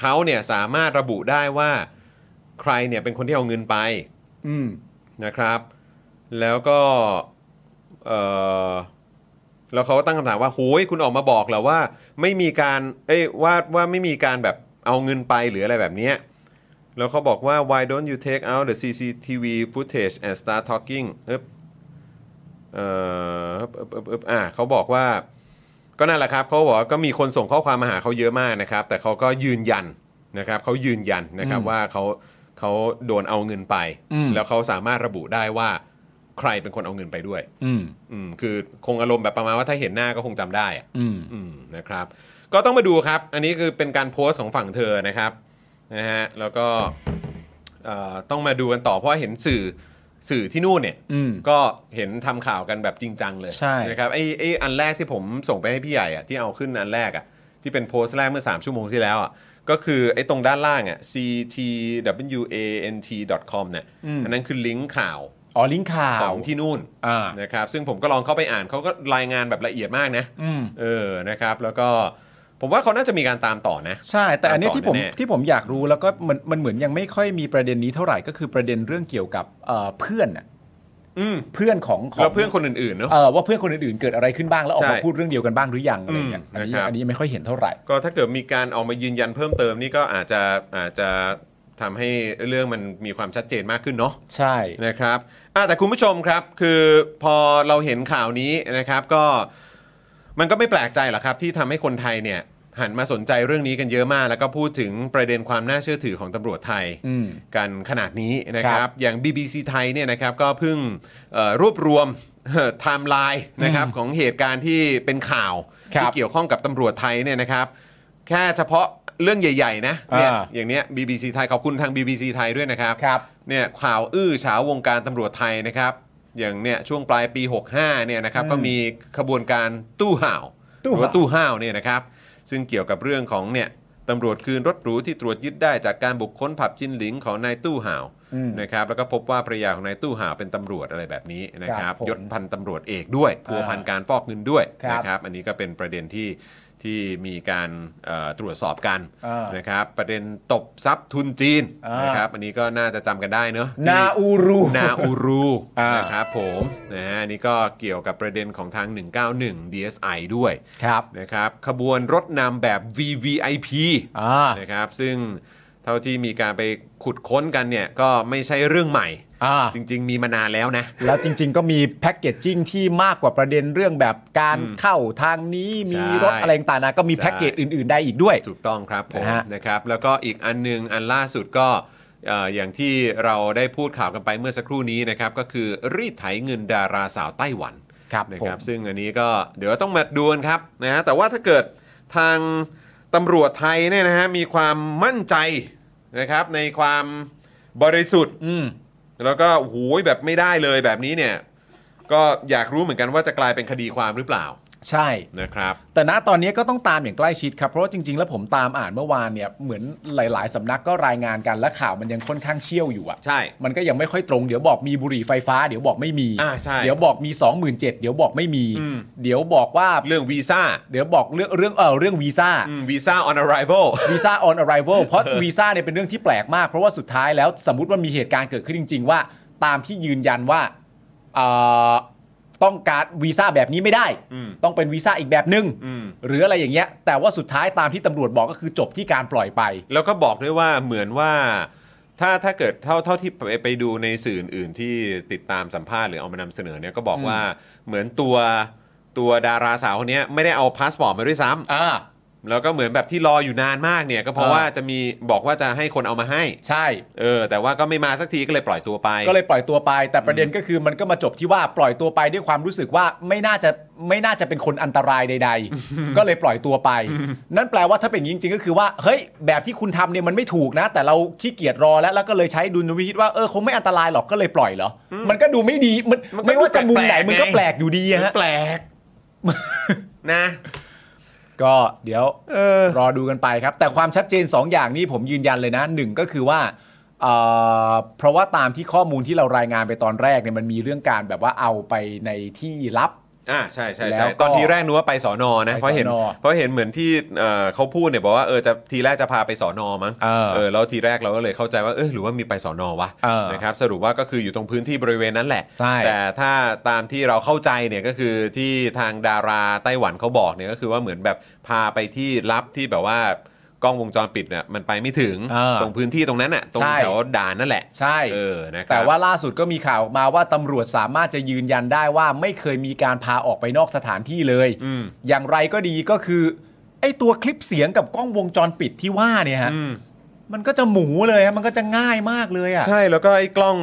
Speaker 2: เขาเนี่ยสามารถระบุได้ว่าใครเนี่ยเป็นคนที่เอาเงินไป
Speaker 3: อืม
Speaker 2: นะครับ แล้วก็เออแล้วเขาก็ตั้งคำถามว่าโอ้ยคุณออกมาบอกแล้วว่า ไม่มีการเอ้ยว่าว่าไม่มีการแบบเอาเงินไปหรืออะไรแบบเนี้ยแล้วเขาบอกว่า why don't you take out the CCTV footage and start talking เอบเออเอิบเอิบเอิบอ่าเขาบอกว่า ก็นั่นแหละครับเขาบอกว่าก็มีคนส่งข้อความมาหาเขาเยอะมากนะครับ แต่เขาก็ยืนยันนะครับเขายืนยันนะครับว่าเขาเขาโดนเอาเงินไป แล้วเขาสามารถระบุได้ว่าใครเป็นคนเอาเงินไปด้วย
Speaker 3: อืม
Speaker 2: อืมคือคงอารมณ์แบบประมาณว่าถ้าเห็นหน้าก็คงจำได้อะ
Speaker 3: อืม
Speaker 2: อืมนะครับ ก็ต้องมาดูครับ อันนี้คือเป็นการโพสต์ของฝั่งเธอนะครับนะฮะแล้วก็เอ่อต้องมาดูกันต่อเพราะว่าเห็นสื่อสื่อที่นู่นเนี่ย
Speaker 3: อืม
Speaker 2: ก็เห็นทำข่าวกันแบบจริงจังเลย
Speaker 3: ใช่
Speaker 2: นะครับไอ้ไอ้อันแรกที่ผมส่งไปให้พี่ใหญ่อะที่เอาขึ้นอันแรกอะที่เป็นโพสต์แรกเมื่อ 3 ชั่วโมงที่แล้วอะก็คือไอ้ตรงด้านล่างอะ ctwant.com เนี่ยอันนั้นคือลิงก์ข่าว
Speaker 3: อ๋อลิงก์ข่า
Speaker 2: ข
Speaker 3: ว
Speaker 2: องที่นู่น
Speaker 3: อ่า
Speaker 2: นะครับซึ่งผมก็ลองเข้าไปอ่านเขาก็รายงานแบบละเอียดมากนะ
Speaker 3: อืม
Speaker 2: เออนะครับแล้วก็ผมว่าเขาน่าจะมีการตามต่อนะ
Speaker 3: ใช่แต่อันเนี้ย
Speaker 2: ตามต่อ
Speaker 3: ที่ผม
Speaker 2: แน่ๆ
Speaker 3: ที่ผมอยากรู้แล้วก็มันมันเหมือนยังไม่ค่อยมีประเด็นนี้เท่าไหร่ก็คือประเด็นเรื่องเกี่ยวกับเอ่อเพื่อนน่ะ
Speaker 2: อืม
Speaker 3: เพื่อนของขง
Speaker 2: แล้วเพื่อนคนอื่นๆเนอะ
Speaker 3: เอ่อว่าเพื่อนคนอื่นๆเกิดอะไรขึ้นบ้างแล้วออก
Speaker 2: ใช่
Speaker 3: มาพูดเรื่องเดียวกันบ้างหรือยังอะไรอย่างเงี้ย
Speaker 2: อืม
Speaker 3: อันนี้
Speaker 2: นะครับ
Speaker 3: อันนี้ยังไม่ค่อยเห็นเท่าไหร่
Speaker 2: ก็ถ้าเกิดมีการออกมายืนยันเพิ่มเติมนี่ก็อาจจะอาจจะทำให้เรื่องมันมีความชัดเจนมากขึ้นเนาะ
Speaker 3: ใช่
Speaker 2: นะครับอ่ะแต่คุณผู้ชมครับ คือพอเราเห็นข่าวนี้นะครับก็มันก็ไม่แปลกใจหรอกครับ ที่ทำให้คนไทยเนี่ยหันมาสนใจเรื่องนี้กันเยอะมาก แล้วก็พูดถึงประเด็นความน่าเชื่อถือของตำรวจไทย
Speaker 3: อืม
Speaker 2: กันขนาดนี้นะค
Speaker 3: ค
Speaker 2: รั
Speaker 3: รับ บ
Speaker 2: อย่าง BBC ไทยเนี่ยนะครับก็เพิ่งเอ่อรวบรวม ไทม์ไลน์นะครับของเหตุการณ์ที่เป็นข่าว
Speaker 3: ครับ
Speaker 2: ที่เกี่ยวข้องกับตำรวจไทยเนี่ยนะครับ แค่เฉพาะเรื่องใหญ่ๆนะเนี่ย
Speaker 3: อ่า
Speaker 2: อย่างเนี้ย BBC ไทยขอบคุณทาง BBC ไทยด้วยนะครับ
Speaker 3: ครับ
Speaker 2: เนี่ยข่าวอื้อเฉาววงการตำรวจไทยนะครับ อย่างเนี่ยช่วงปลายปี 65เนี่ยนะครับ
Speaker 3: อืม
Speaker 2: ก็มีขบวนการตู้ห่าวห
Speaker 3: ตู้ห่าว
Speaker 2: รืว่าตู้ห่าวเนี่ยนะครับ ซึ่งเกี่ยวกับเรื่องของเนี่ยตำรวจคืนรถหรูที่ตรวจยึดได้จากการบุกค้นผับจินหลิงของนายตู้ห่าว
Speaker 3: อืม
Speaker 2: นะครับแล้วก็พบว่าภรรยาของนายตู้ห่าวเป็นตำรวจอะไรแบบนี้นะค
Speaker 3: ค
Speaker 2: รั
Speaker 3: รั
Speaker 2: บบ
Speaker 3: ผม
Speaker 2: ยศพันตำรวจเอกด้วยพัวพันการฟอกเงินด้วย
Speaker 3: ครับ
Speaker 2: นะครับอันนี้ก็เป็นประเด็นที่ที่มีการเอ่อตรวจสอบกัน
Speaker 3: อ่าน
Speaker 2: นะครับประเด็นตบทรัพย์ทุนจีน
Speaker 3: อ่าน
Speaker 2: นะครับ ครับอันนี้ก็น่าจะจำกันได้เนอะที่
Speaker 3: นาอูรู
Speaker 2: นาอูรู
Speaker 3: อ่าน
Speaker 2: นะครับผมนะฮะอันนี่ก็เกี่ยวกับประเด็นของทาง 191 DSI ด้วย
Speaker 3: ครับ
Speaker 2: นะครับขบวนรถนำแบบ VVIP
Speaker 3: อ่า
Speaker 2: นะครับซึ่งเท่าที่มีการไปขุดค้นกันเนี่ย ก็ไม่ใช่เรื่องใหม่
Speaker 3: อ่า
Speaker 2: จริง ๆ มีมานานแล้วนะ
Speaker 3: แล้วจริง ๆ ก็มีแพ็กเกจจิ้งที่มากกว่าประเด็นเรื่องแบบการเข้าทางนี้มี
Speaker 2: ใช่
Speaker 3: รถอะไรต่างๆนะก็มี
Speaker 2: ใช่
Speaker 3: แพ็กเกจอื่น ๆ ได้อีกด้วย
Speaker 2: ถูกต้องครับผม
Speaker 3: นะฮะ
Speaker 2: นะครับแล้วก็อีกอันหนึง อันล่าสุดก็เอ่ออย่างที่เราได้พูดข่าวกันไปเมื่อสักครู่นี้นะครับ ก็คือรีดไถเงินดาราสาวไต้หวัน
Speaker 3: ครับ
Speaker 2: นะครับ
Speaker 3: ผม
Speaker 2: ซึ่งอันนี้ก็เดี๋ยวต้องมาดูกันครับนะฮะแต่ว่าถ้าเกิดทางตำรวจไทยเนี่ยนะฮะมีความมั่นใจนะครับในความบริสุทธิ์แล้วก็โอ้โหแบบไม่ได้เลยแบบนี้เนี่ยก็อยากรู้เหมือนกันว่าจะกลายเป็นคดีความหรือเปล่า
Speaker 3: ใช่
Speaker 2: นะครับ
Speaker 3: แต่ณตอนนี้ก็ต้องตามอย่างใกล้ชิดครับ เพราะว่าจริง ๆ แล้วผมตามอ่านเมื่อวานเนี่ยเหมือนหลาย ๆ สำนักก็รายงานกันและข่าวมันยังค่อนข้างเชี่ยวอยู่อะ
Speaker 2: ใช่
Speaker 3: มันก็ยังไม่ค่อยตรงเดี๋ยวบอกมีบุหรี่ไฟฟ้าเดี๋ยวบอกไม่มี
Speaker 2: อ่าใช่
Speaker 3: เดี๋ยวบอกมี 2 7 0 0 0เดี๋ยวบอกไม่มี
Speaker 2: อืม
Speaker 3: เดี๋ยวบอกว่า
Speaker 2: เรื่องวีซ่า
Speaker 3: เดี๋ยวบอกเรื่องเรื่องเออเรื่องวีซ่า
Speaker 2: วีซ่า on arrival
Speaker 3: วีซ่าออนอ r ไรเวลเพราะวีซ่าเนี่ยเป็นเรื่องที่แปลกมาก เพราะว่าสุดท้ายแล้วสมมติว่ามีเหตุการณ์เกิดขึ้นจริง ๆ ว่า ตามที่ยืนยันว่าเอ่อต้องการวีซ่าแบบนี้ไม่ได้
Speaker 2: อืม
Speaker 3: ต้องเป็นวีซ่าอีกแบบหนึ่ง
Speaker 2: อืม
Speaker 3: หรืออะไรอย่างเงี้ย แต่ว่าสุดท้ายตามที่ตำรวจบอกก็คือจบที่การปล่อยไป
Speaker 2: แล้วก็บอกด้วยว่าเหมือนว่า ถ้าถ้าเกิดเท่าเท่าที่ไปไปดูในสื่ออื่นๆที่ติดตามสัมภาษณ์หรือเอามานำเสนอเนี่ยก็บอกว่าเหมือนตัวตัวดาราสาวคนเนี้ยไม่ได้เอาพาสปอร์ตมาด้วยซ้ำ
Speaker 3: อ่า
Speaker 2: แล้วก็เหมือนแบบที่รออยู่นานมากเนี่ย ก็เพราะ
Speaker 3: เออ
Speaker 2: ว่าจะมีบอกว่าจะให้คนเอามาให้
Speaker 3: ใช่
Speaker 2: เออ แต่ว่าก็ไม่มาสักทีก็เลยปล่อยตัวไป
Speaker 3: ก็เลยปล่อยตัวไป แต่ประเด็นก็คือมันก็มาจบที่ว่าปล่อยตัวไปด้วยความรู้สึกว่าไม่น่าจะไม่น่าจะเป็นคนอันตรายใด ๆ ก็เลยปล่อยตัวไป นั่นแปลว่าถ้าเป็นอย่างนี้จริงๆก็คือว่าเฮ้ยแบบที่คุณทำเนี่ยมันไม่ถูกนะ แต่เราขี้เกียจรอแล้วแล้วก็เลยใช้ดุลพินิจว่าเออคงไม่อันตรายหรอกก็เลยปล่อยเหรออมันก็ดูไม่ดีมัน
Speaker 2: มันก็
Speaker 3: ไม่ว่าจะมุมไหน
Speaker 2: ดูแปล
Speaker 3: มันก็
Speaker 2: กๆไง
Speaker 3: แปลกอยู่ดีอะ ฮะ
Speaker 2: แปล ก นะ
Speaker 3: ก็เดี๋ยว
Speaker 2: เออ
Speaker 3: รอดูกันไปครับ แต่ความชัดเจน 2 อย่างนี้ผมยืนยันเลยนะหนึ่งก็คือว่าเอ่อเพราะว่าตามที่ข้อมูลที่เรารายงานไปตอนแรกเนี่ยมันมีเรื่องการแบบว่าเอาไปในที่ลับ
Speaker 2: อ่าใช่ใช่
Speaker 3: แล้
Speaker 2: ใช่
Speaker 3: วก็
Speaker 2: ตอนทีแรกนึกว่าไปสอนอนะ
Speaker 3: ไป
Speaker 2: เพราะเห็น
Speaker 3: สอนอ
Speaker 2: เพราะเห็นเหมือนที่เอ่อเขาพูดเนี่ยบอกว่าเออจะทีแรกจะพาไปสอนอมั้ง
Speaker 3: เออ
Speaker 2: เออแล้วทีแรกเราก็เลยเข้าใจว่าเออหรือว่ามีไปสอนอวะ
Speaker 3: เออ
Speaker 2: นะครับสรุปว่าก็คืออยู่ตรงพื้นที่บริเวณนั้นแหละ
Speaker 3: ใช่
Speaker 2: แต่ถ้าตามที่เราเข้าใจเนี่ยก็คือที่ทางดาราไต้หวันเขาบอกเนี่ยก็คือว่าเหมือนแบบพาไปที่ลับที่แบบว่ากล้องวงจรปิดเนี่ยมันไปไม่ถึง
Speaker 3: เออ
Speaker 2: ตรงพื้นที่ตรงนั้นน่ะตรง
Speaker 3: ใช่
Speaker 2: แถวด่านนั่นแหละ
Speaker 3: ใช่
Speaker 2: เออนะครับ
Speaker 3: แต่ว่าล่าสุดก็มีข่าวออกมาว่าตำรวจสามารถจะยืนยันได้ว่าไม่เคยมีการพาออกไปนอกสถานที่เลย
Speaker 2: อืม
Speaker 3: อย่างไรก็ดีก็คือไอ้ตัวคลิปเสียงกับกล้องวงจรปิดที่ว่าเนี่ยฮะ
Speaker 2: อืม
Speaker 3: มันก็จะหมูเลยฮะมันก็จะง่ายมากเลยอ่ะ
Speaker 2: ใช่แล้วก็ไอ้กล้อง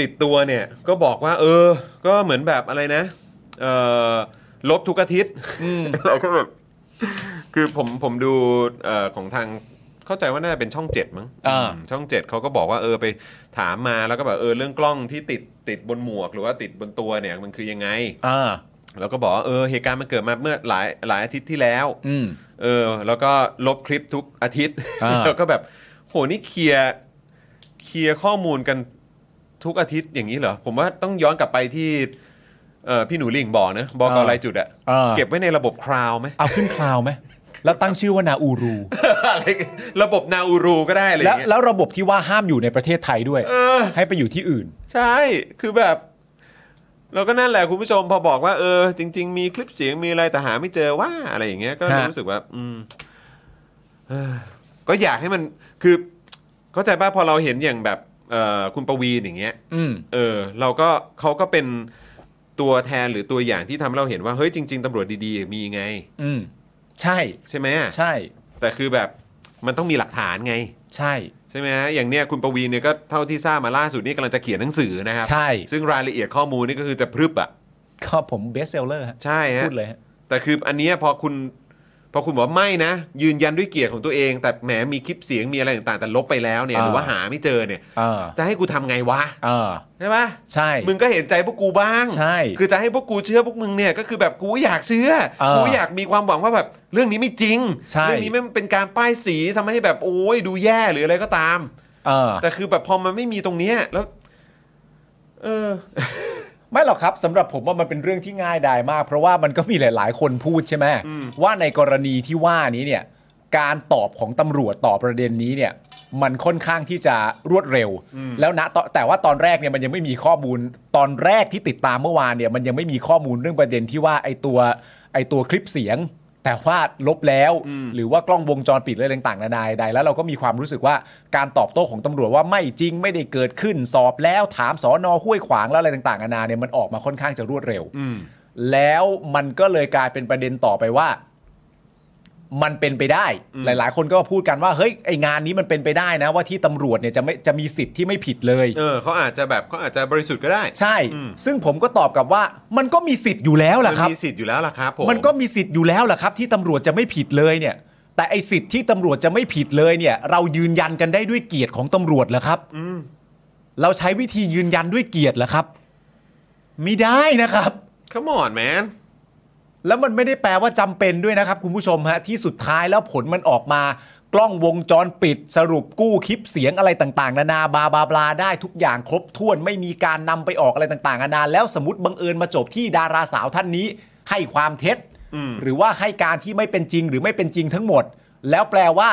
Speaker 2: ติดตัวเนี่ยก็บอกว่า เออ ก็เหมือนแบบอะไรนะเออลบทุกอาทิตย์ เราก็แบบคือผมผมดูเออของทางเข้าใจว่าน่าจะเป็นช่องเจ็ดมั้ง
Speaker 3: อ่า
Speaker 2: อืมช่องเจ็ดเขาก็บอกว่าเออไปถามมาแล้วก็แบบเออเรื่องกล้องที่ติดติดบนหมวก หรือว่าติดบนตัวเนี่ยมันคือยังไง
Speaker 3: อ่า
Speaker 2: แล้วก็บอกว่าเออเหตุการณ์มันเกิดมาเมื่อหลายหลายอาทิตย์ที่แล้ว
Speaker 3: อืม
Speaker 2: เออแล้วก็ลบคลิปทุกอาทิตย์
Speaker 3: อ่า
Speaker 2: แล้วก็แบบโหนี่เคลียร์เคลียร์ข้อมูลกันทุกอาทิตย์อย่างนี้เหรอ ผมว่าต้องย้อนกลับไปที่เออพี่หนูหลิงบอกนะบอกรายจุดอะ
Speaker 3: อ่า
Speaker 2: เก็บไว้ในระบบคลาวไหม
Speaker 3: เอาขึ้นคลาวไหมแล้วตั้งชื่อว่านาอูรู
Speaker 2: อะไรระบบนาอูรูก็ได้อะไรอ
Speaker 3: แล้ว
Speaker 2: ย่างเงี้ย
Speaker 3: แล้วระบบที่ว่าห้ามอยู่ในประเทศไทยด้วย
Speaker 2: เออ
Speaker 3: ให้ไปอยู่ที่อื่น
Speaker 2: ใช่ คือแบบ เราก็นั่นแหละคุณผู้ชมพอบอกว่าเออ จริง ๆ มีคลิปเสียงมีอะไรแต่หาไม่เจอว่าอะไรอย่างเงี้ยก็
Speaker 3: ฮะ
Speaker 2: รู้สึกว่า อืมเอ้อก็อยากให้มันคือ เข้าใจป่ะพอเราเห็นอย่างแบบเอ่อคุณประวีนอย่างเงี้ย
Speaker 3: อืม
Speaker 2: เออ เราก็เขาก็เป็นตัวแทนหรือตัวอย่างที่ทำให้เราเห็นว่าเฮ้ยจริง ๆตำรวจดีๆ มีไง
Speaker 3: อืม ใช่
Speaker 2: ใช่ไหมอะ
Speaker 3: ใช่
Speaker 2: แต่คือแบบมันต้องมีหลักฐานไง
Speaker 3: ใช่
Speaker 2: ใช่ไหมฮะอย่างเนี้ยคุณประวีนเนี่ยก็เท่าที่ทราบมาล่าสุดนี่กำลังจะเขียนหนังสือนะครับ
Speaker 3: ใช่
Speaker 2: ซึ่งรายละเอียดข้อมูลนี่ก็คือจะพรึบอ่ะ
Speaker 3: ก็ผมเบสเซลเลอร์
Speaker 2: ใช่ฮะ
Speaker 3: พูดเลยฮะ
Speaker 2: แต่คืออันเนี้ยพอคุณพอคุณบอกว่าไม่นะ ยืนยันด้วยเกียรติของตัวเอง แต่แหมมีคลิปเสียงมีอะไรต่างๆ แต่ลบไปแล้วเนี่ย
Speaker 3: อ่า
Speaker 2: หรือว่าหาไม่เจอเนี่ย
Speaker 3: เออ
Speaker 2: จะให้กูทำไงวะ
Speaker 3: เออ
Speaker 2: ใช่ปะ
Speaker 3: ใช่
Speaker 2: มึงก็เห็นใจพวกกูบ้าง
Speaker 3: ใช่
Speaker 2: คือจะให้พวกกูเชื่อพวกมึงเนี่ยก็คือแบบกูอยากเชื่อ
Speaker 3: เออ
Speaker 2: กูอยากมีความหวังว่าแบบเรื่องนี้ไม่จริง
Speaker 3: ใช่
Speaker 2: เรื่องนี้ไม่เป็นการป้ายสีทำให้แบบโอ้ยดูแย่หรืออะไรก็ตาม
Speaker 3: เออ
Speaker 2: แต่คือแบบพอมันไม่มีตรงเนี้ยแล้ว เออ
Speaker 3: ไม่หรอกครับสำหรับผมว่ามันเป็นเรื่องที่ง่ายดายมาก เพราะว่ามันก็มีหลาย ๆ คนพูดใช่ไหมว่าในกรณีที่ว่านี้เนี่ย การตอบของตำรวจต่อประเด็นนี้เนี่ย มันค่อนข้างที่จะรวดเร็ว แล้วนะตอนแต่ว่าตอนแรกเนี่ยมันยังไม่มีข้อมูลตอนแรกที่ติดตามเมื่อวานเนี่ย มันยังไม่มีข้อมูลเรื่องประเด็นที่ว่าไอตัวไอตัวคลิปเสียง แต่ว่าลบแล้ว หรือว่ากล้องวงจรปิดอะไรต่างๆนานาใดๆแล้วเราก็มีความรู้สึกว่าการตอบโต้ของตำรวจว่าไม่จริงไม่ได้เกิดขึ้นสอบแล้วถามสอนอห้วยขวางแล้วอะไรต่างๆนานาเนี่ยมันออกมาค่อนข้างจะรวดเร็ว
Speaker 2: อืม
Speaker 3: แล้วมันก็เลยกลายเป็นประเด็นต่อไปว่า มันเป็นไปได้ หลาย ๆ คนก็มาพูดกันว่าเฮ้ยไองานนี้มันเป็นไปได้นะ ว่าที่ตำรวจเนี่ยจะไม่จะมีสิทธิ์ที่ไม่ผิดเลย
Speaker 2: เออเขาอาจจะแบบเขาอาจจะบริสุทธิ์ก็ได้
Speaker 3: ใช่
Speaker 2: อืม
Speaker 3: ซึ่งผมก็ตอบกลับว่า มันก็มีสิทธิ์อยู่แล้ว
Speaker 2: มั
Speaker 3: ล่ะครับ
Speaker 2: มีสิทธิ์อยู่แล้วล่ะครับผม
Speaker 3: มันก็มีสิทธิ์อยู่แล้วล่ะครับ ที่ตำรวจจะไม่ผิดเลยเนี่ย แต่ไอสิทธิ์ที่ตำรวจจะไม่ผิดเลยเนี่ย เรายืนยันกันได้ด้วยเกียรติของตำรวจเหรอครับเราใช้วิธียืนยันด้วยเกียรติเหรอครับไม่ได้นะครับ
Speaker 2: Come on man
Speaker 3: แล้วมันไม่ได้แปลว่าจำเป็นด้วยนะครับ คุณผู้ชมฮะที่สุดท้ายแล้วผลมันออกมา กล้องวงจรปิด สรุปกู้คลิปเสียงอะไรต่างๆ นานาบาบาบลาได้ทุกอย่างครบถ้วนไม่มีการนำไปออกอะไรต่างๆนานาแล้วสมมติบังเอิญมาจบที่ดาราสาวท่านนี้ ให้ความเท็จหรือว่าให้การที่ไม่เป็นจริงหรือไม่เป็นจริงทั้งหมด แล้วแปลว่า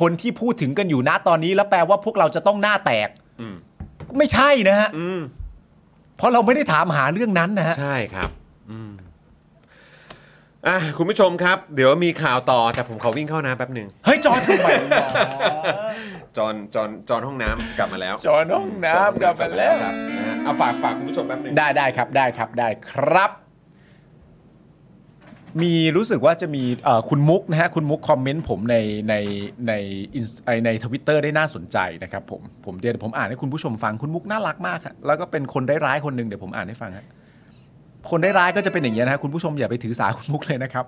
Speaker 3: คนที่พูดถึงกันอยู่นะตอนนี้ แล้วแปลว่าพวกเราจะต้องหน้าแตก
Speaker 2: อืม
Speaker 3: ไม่ใช่นะฮะ
Speaker 2: อืม
Speaker 3: เพราะเราไม่ได้ถามหาเรื่องนั้นนะฮะ
Speaker 2: ใช่ครับอืมอ่ะคุณผู้ชมครับ เดี๋ยวมีข่าวต่อ แต่ผมขอวิ่งเข้าน้ำแป๊บหนึ่ง
Speaker 3: เฮ้ยจอทำไมวะ
Speaker 2: จอนจอนจอนห้องน้ำกลับมาแล้ว
Speaker 3: จอน้องน้ำกลับมาแล้ว
Speaker 2: ครับนะฮะเอาฝากฝากคุณผู้ชมแป๊บหนึ่ง
Speaker 3: ได้ได้ครับได้ครับได้ครับ มีรู้สึกว่าจะมีเอ่อคุณมุกนะฮะคุณมุกคอมเมนต์ผมในในใน Inst- ไอ้ในทวิตเตอร์ได้น่าสนใจนะครับผมผมเดี๋ยวผมอ่านให้คุณผู้ชมฟังคุณมุกน่ารักมากฮะแล้วก็เป็นคนร้ายๆคนหนึ่งเดี๋ยวผมอ่านให้ฟังฮะคนร้ายๆก็จะเป็นอย่างนี้ยนะฮะคุณผู้ชมอย่าไปถือสา คุณมุกเลยนะครับ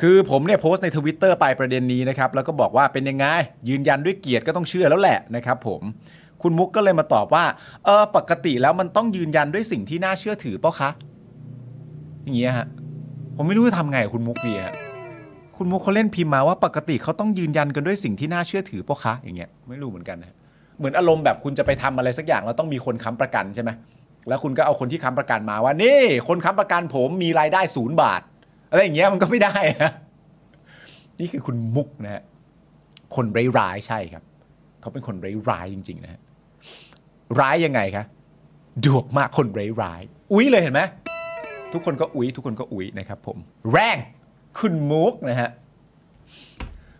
Speaker 3: คือผมเนี่ยโพสต์ในทวิตเตอร์ไปประเด็นนี้นะครับ แล้วก็บอกว่าเป็นยังไง ยืนยันด้วยเกียรติก็ต้องเชื่อแล้วแหละนะครับผมคุณมุกก็เลยมาตอบว่าเออปกติแล้วมันต้องยืนยันด้วยสิ่งที่น่าเชื่อถือเปะคะ อย่างเงี้ยฮะผมไม่รู้จะทำไงกับคุณมุกดีฮะคุณมุกเขาเล่นพิมพ์มาว่าปกติเขาต้องยืนยันกันด้วยสิ่งที่น่าเชื่อถือเปะคะอย่างเงี้ยไม่รู้เหมือนกันนะเหมือนอารมณ์แบบคุณจะไปทำอะไรสักอย่างแล้วต้องมีคนค้ำประกันใช่ไหมแล้วคุณก็เอาคนที่ค้ำประกันมาว่านี่ คนค้ำประกันผมมีรายได้ศูนย์บาท อะไรอย่างเงี้ยมันก็ไม่ได้ฮะนี่คือคุณมุกนะฮะคนร้ายๆใช่ครับ เขาเป็นคนร้ายๆจริงๆนะฮะร้ายยังไงคะดวกมากคนร้ายๆอุ้ยเลยเห็นไหม ทุกคนก็อุ๊ย ทุกคนก็อุ๊ยนะครับผม แรงคุณมุกนะฮะ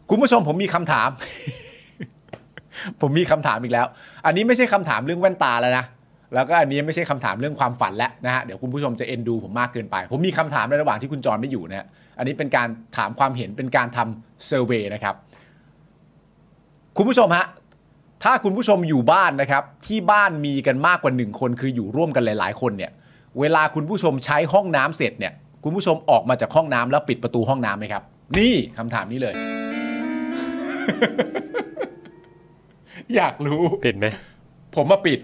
Speaker 3: คุณผู้ชมผมมีคำถาม ผมมีคำถามอีกแล้ว อันนี้ไม่ใช่คำถามเรื่องแว่นตาแล้วนะ แล้วก็อันนี้ไม่ใช่คำถามเรื่องความฝันแล้วนะฮะ เดี๋ยวคุณผู้ชมจะเอ็นดูผมมากเกินไป ผมมีคำถามในระหว่างที่คุณจรไม่อยู่นะฮะ อันนี้เป็นการถามความเห็นเป็นการทำเซอร์เวยนะครับ คุณผู้ชมฮะ ถ้าคุณผู้ชมอยู่บ้านนะครับ ที่บ้านมีกันมากกว่าหนึ่งคนคืออยู่ร่วมกันหลาย ๆ คนเนี่ย เวลาคุณผู้ชมใช้ห้องน้ำเสร็จเนี่ยคุณผู้ชมออกมาจากห้องน้ำแล้วปิดประตูห้องน้ำไหมครับ นี่คำถามนี้เลย อยากรู้
Speaker 4: ปิดไหม
Speaker 3: ผมมาปิด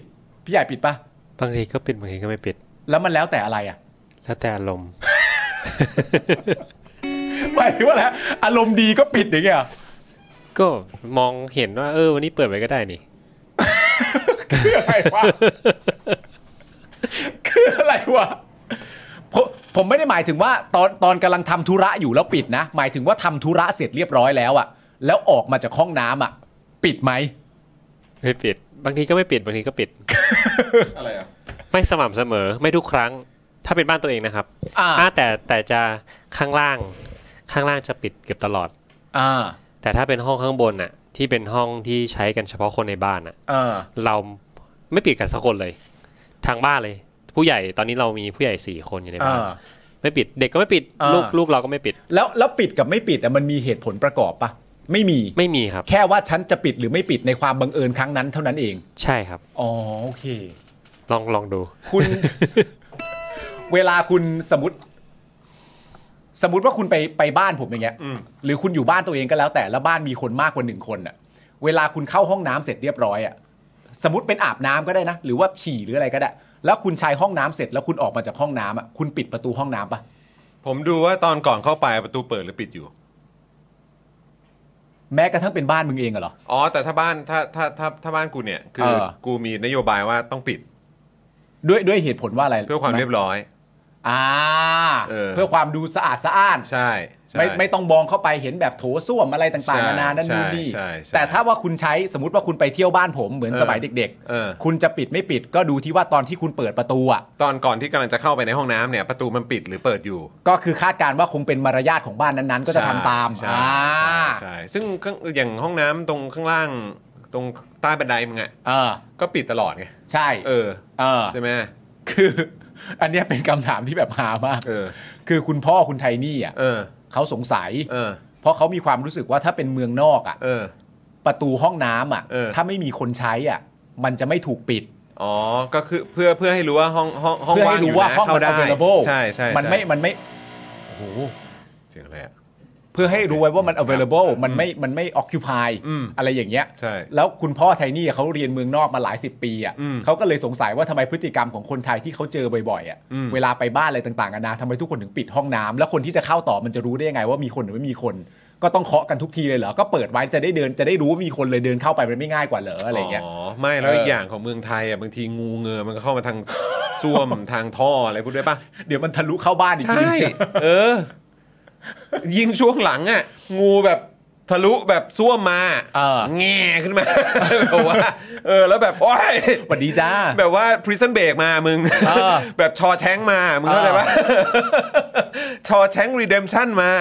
Speaker 3: พี่ใหญ่ปิดปะ
Speaker 4: บางทีก็ปิดบางทีก็ไม่ปิด
Speaker 3: แล้วมันแล้วแต่อะไรอ่ะ
Speaker 4: แล้วแต่อารมณ์
Speaker 3: หมายถึงว่าแล้วอารมณ์ดีก็ปิดอย่างเงี้ยเหรอ
Speaker 4: ก็มองเห็นว่า เออวันนี้เปิดไว้ก็ได้นี่
Speaker 3: คืออะไรวะ คืออะไรวะผมผมไม่ได้หมายถึงว่า ตอนตอนกำลังทำธุระอยู่แล้วปิดนะ หมายถึงว่าทำธุระเสร็จเรียบร้อยแล้วอ่ะ แล้วออกมาจากห้องน้ำอ่ะ ปิดไหม
Speaker 4: ไม่ปิด บางทีก็ไม่ปิดบางทีก็ปิด
Speaker 2: อะไรอ่ะ
Speaker 4: ไม่สม่ำเสมอไม่ทุกครั้ง ถ้าเป็นบ้านตัวเองนะครับ
Speaker 3: อ่า
Speaker 4: อ่าแต่แต่จะข้างล่าง ข้างล่างจะปิดเกือบตลอด
Speaker 3: อ่า
Speaker 4: แต่ถ้าเป็นห้องข้างบนน่ะ ที่เป็นห้องที่ใช้กันเฉพาะคนในบ้านน่ะ
Speaker 3: เออ
Speaker 4: เราไม่ปิดกันสักคนเลย ทางบ้านเลย ผู้ใหญ่ตอนนี้เรามีผู้ใหญ่สี่คนอยู่ในบ้าน
Speaker 3: เออ
Speaker 4: ไม่ปิดเด็กก็ไม่ปิด
Speaker 3: เออ
Speaker 4: ลูกลูกเราก็ไม่ปิด
Speaker 3: แล้วแล้วปิดกับไม่ปิดอะมันมีเหตุผลประกอบปะไม่มี
Speaker 4: ไม่มีครับ
Speaker 3: แค่ว่าฉันจะปิดหรือไม่ปิดในความบังเอิญครั้งนั้นเท่านั้นเอง
Speaker 4: ใช่ครับ
Speaker 3: อ๋อโอเค
Speaker 4: ลองลองดู
Speaker 3: คุณ เวลาคุณสมมติ สมมติว่าคุณไปไปบ้านผมอย่างเงี้ยหรือคุณอยู่บ้านตัวเองก็แล้วแต่แล้วบ้านมีคนมากกว่าหนึ่งคนอะเวลาคุณเข้าห้องน้ำเสร็จเรียบร้อยอะสมมติเป็นอาบน้ำก็ได้นะหรือว่าฉี่หรืออะไรก็ได้ แล้วคุณใช้ห้องน้ำเสร็จแล้วคุณออกมาจากห้องน้ำอะคุณปิดประตูห้องน้ำปะ
Speaker 2: ผมดูว่าตอนก่อนเข้าไปประตูเปิดหรือปิดอยู่
Speaker 3: แม้กระทั่งเป็นบ้านมึงเองอะเหรอ
Speaker 2: อ๋อ แต่ถ้าบ้านถ้าถ้าถ้าถ้าบ้านกูเนี่ย คือ
Speaker 3: เออ
Speaker 2: กูมีนโยบายว่าต้องปิด
Speaker 3: ด้วยด้วยเหตุผลว่าอะไร
Speaker 2: เพื่อความเรียบร้อย
Speaker 3: อ่า
Speaker 2: เออ
Speaker 3: เพื่อความดูสะอาดสะอ้าน
Speaker 2: ใช่ใช่
Speaker 3: ไม่ไม่ต้องมองเข้าไปเห็นแบบโถส้วมอะไรต่างๆ
Speaker 2: ใช่
Speaker 3: นานานั่นนู่นนี่
Speaker 2: ใช่ใช่
Speaker 3: แต่ถ้าว่าคุณใช้สมมติว่าคุณไปเที่ยวบ้านผมเหมือน
Speaker 2: เออ
Speaker 3: สมัยเด็ก
Speaker 2: เออ
Speaker 3: คุณจะปิดไม่ปิดก็ดูที่ว่าตอนที่คุณเปิดประตูอ่ะ
Speaker 2: ตอนก่อนที่กำลังจะเข้าไปในห้องน้ำเนี่ย ประตูมันปิดหรือเปิดอยู่
Speaker 3: ก็คือคาดการณ์ว่าคงเป็นมารยาทของบ้านนั้นๆ ก็จะทำตาม
Speaker 2: ใช่
Speaker 3: อ่า
Speaker 2: ใช่ใช่ซึ่งข้างอย่างห้องน้ำตรงข้างล่างตรงใต้บันไดมึงอะ
Speaker 3: เออ
Speaker 2: ก็ปิดตลอดไง
Speaker 3: ใช่
Speaker 2: เออ
Speaker 3: เออ
Speaker 2: ใช่ไหม
Speaker 3: คือ อันเนี้ยเป็นคำถามที่แบบหามาก
Speaker 2: เออ
Speaker 3: คือคุณพ่อคุณไทนี่อ่ะ
Speaker 2: เออ
Speaker 3: เขาสงสัย
Speaker 2: เออ
Speaker 3: เพราะเขามีความรู้สึกว่าถ้าเป็นเมืองนอกอ่ะ
Speaker 2: เออ
Speaker 3: ประตูห้องน้ำอ่ะ
Speaker 2: เออ
Speaker 3: ถ้าไม่มีคนใช้อ่ะ มันจะไม่ถูกปิด
Speaker 2: อ๋อ ก็คือเพื่อเพื่อให้รู้ว่าห้องห้องห้อง
Speaker 3: เพื่อ
Speaker 2: ว่าง
Speaker 3: ให้
Speaker 2: อยู่
Speaker 3: รู้ว่า
Speaker 2: นะ
Speaker 3: ห้อง
Speaker 2: เข้า
Speaker 3: มัน
Speaker 2: ได้
Speaker 3: available
Speaker 2: ใช่ใช่
Speaker 3: มัน
Speaker 2: ใช่
Speaker 3: ไม่ มันไม่ โอ้โห
Speaker 2: เสียงอะไรอะ
Speaker 3: เพื่อให้รู้ไว้ว่ามัน available มันไม่ มันไม่ occupy
Speaker 2: อืม
Speaker 3: อะไรอย่างเงี้ย
Speaker 2: ใช่
Speaker 3: แล้วคุณพ่อไทนี่เขาเรียนเมืองนอกมาหลายสิบปีอ่ะ
Speaker 2: อืม
Speaker 3: เขาก็เลยสงสัยว่าทำไมพฤติกรรมของคนไทยที่เขาเจอบ่อยๆอ่ะ
Speaker 2: อืม
Speaker 3: เวลาไปบ้านอะไรต่างๆกันานาทำไมทุกคนถึงปิดห้องน้ำแล้วคนที่จะเข้าต่อมันจะรู้ได้ยังไง ว่ามีคนหรือไม่มีคน ก็ต้องเคาะกันทุกทีเลยเหรอ ก็เปิดไว้จะได้เดินจะได้รู้ว่ามีคนเลยเดินเข้าไปมันไม่ง่ายกว่าเหรออะไรอย่างเงี้ย
Speaker 2: อ๋อ ไม่แล้ว
Speaker 3: เอก
Speaker 2: อี
Speaker 3: อ
Speaker 2: อ
Speaker 3: อ
Speaker 2: ย่างของเมืองไทยอ่ะบางทีงูเงือมันก็เข้ามาทาง ซ่วมทางท่ออะไรพูดด้วยปะ
Speaker 3: เดี๋ยวมันทะลุเข้าบ้านอีกที
Speaker 2: ใช่ เออ ยิงช่วงหลังอ่ะ งูแบบทะลุแบบซ่วมมา
Speaker 3: เออ
Speaker 2: แง่ขึ้นมา แบบว่าเออ แล้วแบบโอ้ย
Speaker 3: สวัสดีจ้า
Speaker 2: แบบว่า prison break มามึง
Speaker 3: เอ อ
Speaker 2: แบบชอแชงมา มึงเข้าใจปะ ชอแชง redemption มา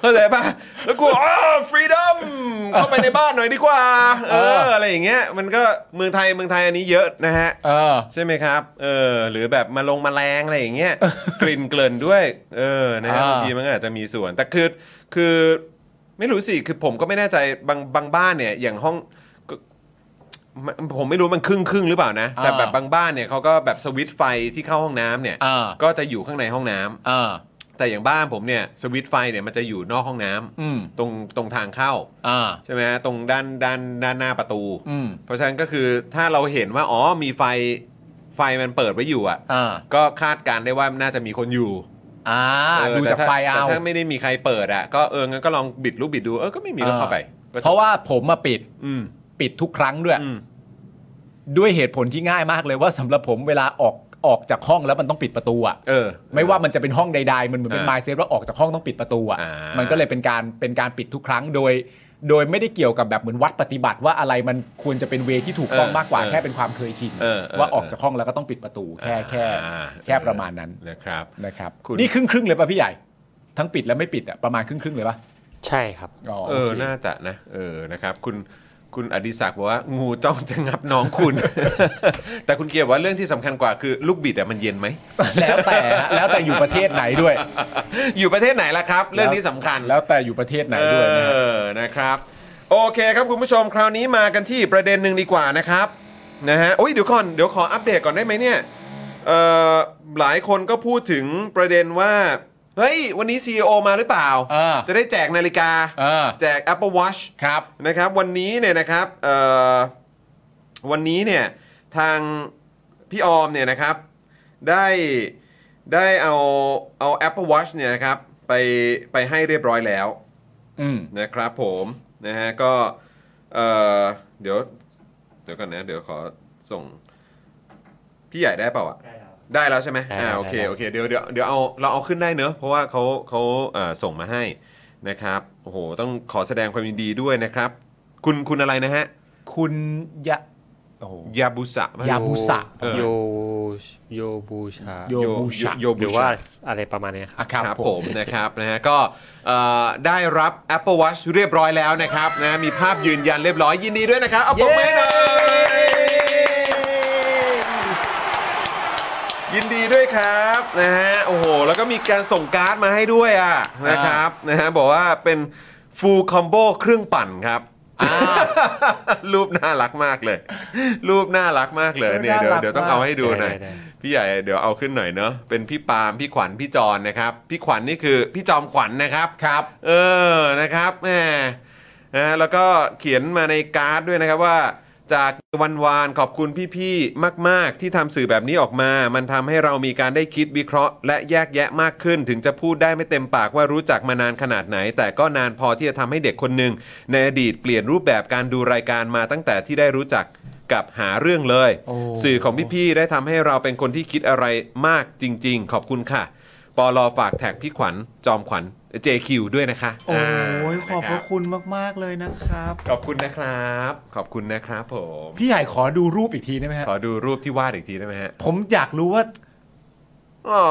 Speaker 2: เข้าใจป่ะแล้วกูอ๋อฟรีดอมเข้าไปในบ้านหน่อยดีกว่า เอออะไรอย่างเงี้ยมันก็เมืองไทยเมืองไทยอันนี้เยอะนะฮะ
Speaker 3: เออ
Speaker 2: ใช่ไหมครับ เออ หรือแบบมาลงแมาแรงอะไรอย่า งเงี้ย กลิ่นเกลิ่นด้วย เออ นะฮะ
Speaker 3: อ่า
Speaker 2: บางทีมันก็อาจจะมีส่วน แต่คือ คือไม่รู้สิ คือผมก็ไม่แน่ใจบางบางบ้านเนี่ย อย่างห้องก็มันผมไม่รู้มันครึ่งครึ่งหรือเปล่านะ แต่แบบบางบ้านเนี่ยเขาก็แบบสวิตช์ไฟที่เข้าห้องน้ำเนี่ย
Speaker 3: อ่า
Speaker 2: ก็จะอยู่ข้างในห้องน้ำ
Speaker 3: อ่า
Speaker 2: แต่อย่างบ้านผมเนี่ยสวิตช์ไฟเนี่ยมันจะอยู่นอกห้องน้ำ
Speaker 3: อืม
Speaker 2: ตรงตรงทางเข้า
Speaker 3: อ่า
Speaker 2: ใช่ไหมฮะตรงด้านด้านด้านหน้าประตู
Speaker 3: อืม
Speaker 2: เพราะฉะนั้นก็คือถ้าเราเห็นว่าอ๋อมีไฟไฟมันเปิดไว้อยู่อ่ะ
Speaker 3: อ่า
Speaker 2: ก็คาดการณ์ได้ว่าน่าจะมีคนอยู่
Speaker 3: อ่า
Speaker 2: เออ
Speaker 3: ดูจาก
Speaker 2: แต่ถ้
Speaker 3: ไฟเอา
Speaker 2: แต่ถ้าไม่ได้มีใครเปิดอ่ะก็เอองั้นก็ลองบิดลูกบิดดูเออก็ไม่มีก็เข้าไปก็จบ
Speaker 3: เพราะว่าผมมาปิด
Speaker 2: อืม
Speaker 3: ปิดทุกครั้งด้วย
Speaker 2: อืม
Speaker 3: ด้วยเหตุผลที่ง่ายมากเลยว่าสำหรับผมเวลาออกออกจากห้องแล้วมันต้องปิดประตูอะ
Speaker 2: เออ
Speaker 3: ไม่ว่ามันจะเป็นห้องใดๆ มันเหมือนเป็น
Speaker 2: อ่า
Speaker 3: ไมเซ็ตว่าออกจากห้องต้องปิดประตูอะ
Speaker 2: อ่ามั
Speaker 3: มันก็เลยเป็นการเป็นการปิดทุกครั้งโดย โดยไม่ได้เกี่ยวกับแบบเหมือนวัดปฏิบัติว่าอะไรมันควรจะเป็นเวที่ถูกต้องมากกว่าแค่เป็นความเคยชิน
Speaker 2: เอเ
Speaker 3: ว่าออกจากห้องแล้วก็ต้องปิดประตู แค่แค่
Speaker 2: อ่า
Speaker 3: แค่ประมาณนั้น
Speaker 2: นะครับ
Speaker 3: นะครับ
Speaker 2: คุณ
Speaker 3: นี่ครึ่งครึ่งๆเลยป่ะพี่ใหญ่ ทั้งปิดและไม่ปิดอะประมาณครึ่งครึ่งๆเลยป่ะ
Speaker 4: ใช่ครับ
Speaker 3: อ๋อ
Speaker 2: เออ
Speaker 3: โค
Speaker 2: น่าจะนะเออนะครับ คุณคุณอดิศักดิ์บอกว่างูจ้องจะงับน้องคุณ แต่คุณเกียร์บอกว่าเรื่องที่สำคัญกว่าคือลูกบิดอ่ะมันเย็นไหม
Speaker 3: แล้วแต่ฮะแล้วแต่อยู่ประเทศไหนด้วย
Speaker 2: อยู่ประเทศไหนล่ะครับ เรื่องนี้สำคัญ
Speaker 3: แล้วแต่อยู่ประเทศไหนด้วยนะ
Speaker 2: เอ
Speaker 3: ฮะ
Speaker 2: อ นะครับ โอเคครับคุณผู้ชมคราวนี้มากันที่ประเด็นหนึ่งดีกว่านะครับนะฮะโอ้ยเดี๋ยวก่อนเดี๋ยวขออัปเดตก่อนได้ไหมเนี่ยเอ่อหลายคนก็พูดถึงประเด็นว่า เฮ้ย วันนี้ CEO มาหรือเปล่า
Speaker 3: อ่า
Speaker 2: จะได้แจกนาฬิกา
Speaker 3: อ่า
Speaker 2: แจก Apple Watch
Speaker 3: ครับ
Speaker 2: นะครับวันนี้เนี่ยนะครับเอ่อวันนี้เนี่ยทางพี่ออมเนี่ยนะครับได้ได้เอาเอา Apple Watch เนี่ยนะครับไปไปให้เรียบร้อยแล้ว
Speaker 3: อืม
Speaker 2: นะครับผมนะฮะก็เอ่อเดี๋ยวเดี๋ยวก่อนนะเดี๋ยวขอส่งพี่ใหญ่ได้เปล่าอ่ะได้แล้วใช่ไหม
Speaker 4: ได้
Speaker 2: อ่าโอเค
Speaker 4: ได้
Speaker 2: โอเคเดี๋ยวเดี๋ยวเดี๋ยวเอาเราเอาขึ้นได้เนอะเพราะว่าเขาเขาเอ่อส่งมาให้นะครับโอ้โหต้องขอแสดงความยินดีด้วยนะครับ คุณคุณอะไรนะฮะ
Speaker 3: คุณยะโอ้โห
Speaker 2: ยาบุสะปะ
Speaker 3: ยาบุสะ
Speaker 2: เออ
Speaker 4: โยโยบูชา
Speaker 3: โยบูชะ
Speaker 2: โย
Speaker 4: หรื
Speaker 2: บู
Speaker 4: อว่า
Speaker 2: ชา
Speaker 4: อะไรประมาณเนี้ยครับ
Speaker 3: อ่ะครับ
Speaker 2: ครับ
Speaker 3: ผ
Speaker 2: ผม มนะครับนะฮะก็เอ่อได้รับ Apple Watch เรียบร้อยแล้วนะครับนะมีภาพยืนยันเรียบร้อยยินดีด้วยนะครับ เอาปรบมือให้หน่อยยินดีด้วยครับนะฮะโอ้โห แล้วก็มีการส่งการ์ดมาให้ด้วยอ่ะนะครับนะฮะบอกว่าเป็นฟูลคอมโบเครื่องปั่นครับ
Speaker 3: อ่า
Speaker 2: รูปน่ารักมากเลย รูปน่ารักมากเลยเนี่ยเดี๋ยว
Speaker 3: น่ารักมาก
Speaker 2: เดี๋ยวต้องเอาให้ดูหน่อย
Speaker 4: ได้
Speaker 2: พี่ใหญ่เดี๋ยวเอาขึ้นหน่อยเนาะเป็นพี่ปาล์มพี่ขวัญพี่จอนนะครับ พี่ขวัญนี่คือพี่จอมขวัญนะครับ
Speaker 3: ครับ
Speaker 2: เออนะครับแหมนะแล้วก็เขียนมาในการ์ดด้วยนะครับว่า จากวันวานขอบคุณพี่ๆมาก ๆ ที่ทำสื่อแบบนี้ออกมา มันทำให้เรามีการได้คิดวิเคราะห์ และแยกแยะมากขึ้น ถึงจะพูดได้ไม่เต็มปากว่ารู้จักมานานขนาดไหน แต่ก็นานพอที่จะทำให้เด็กคนหนึ่งในอดีตเปลี่ยนรูปแบบการดูรายการมาตั้งแต่ที่ได้รู้จักกับหาเรื่องเลย
Speaker 3: โอ้
Speaker 2: สื่อของพี่ๆได้ทำให้เราเป็นคนที่คิดอะไรมากจริง ๆ ขอบคุณค่ะ ปอลอฝากแท็กพี่ขวัญจอมขวัญ JQ ด้วยนะคะ
Speaker 3: โอ้ย
Speaker 2: า
Speaker 3: ขอบพระ
Speaker 2: น
Speaker 3: คุณมาก ๆ เลยนะครับ
Speaker 2: รับขอบคุณนะครับ ขอบคุณนะครับผม
Speaker 3: พี่ใหญ่ขอดูรูปอีกทีได้ไหมฮะ
Speaker 2: ขอดูรูปที่วาดอีกทีได้ไหมฮะ
Speaker 3: ผมอยากรู้ว่า
Speaker 2: อ๋อ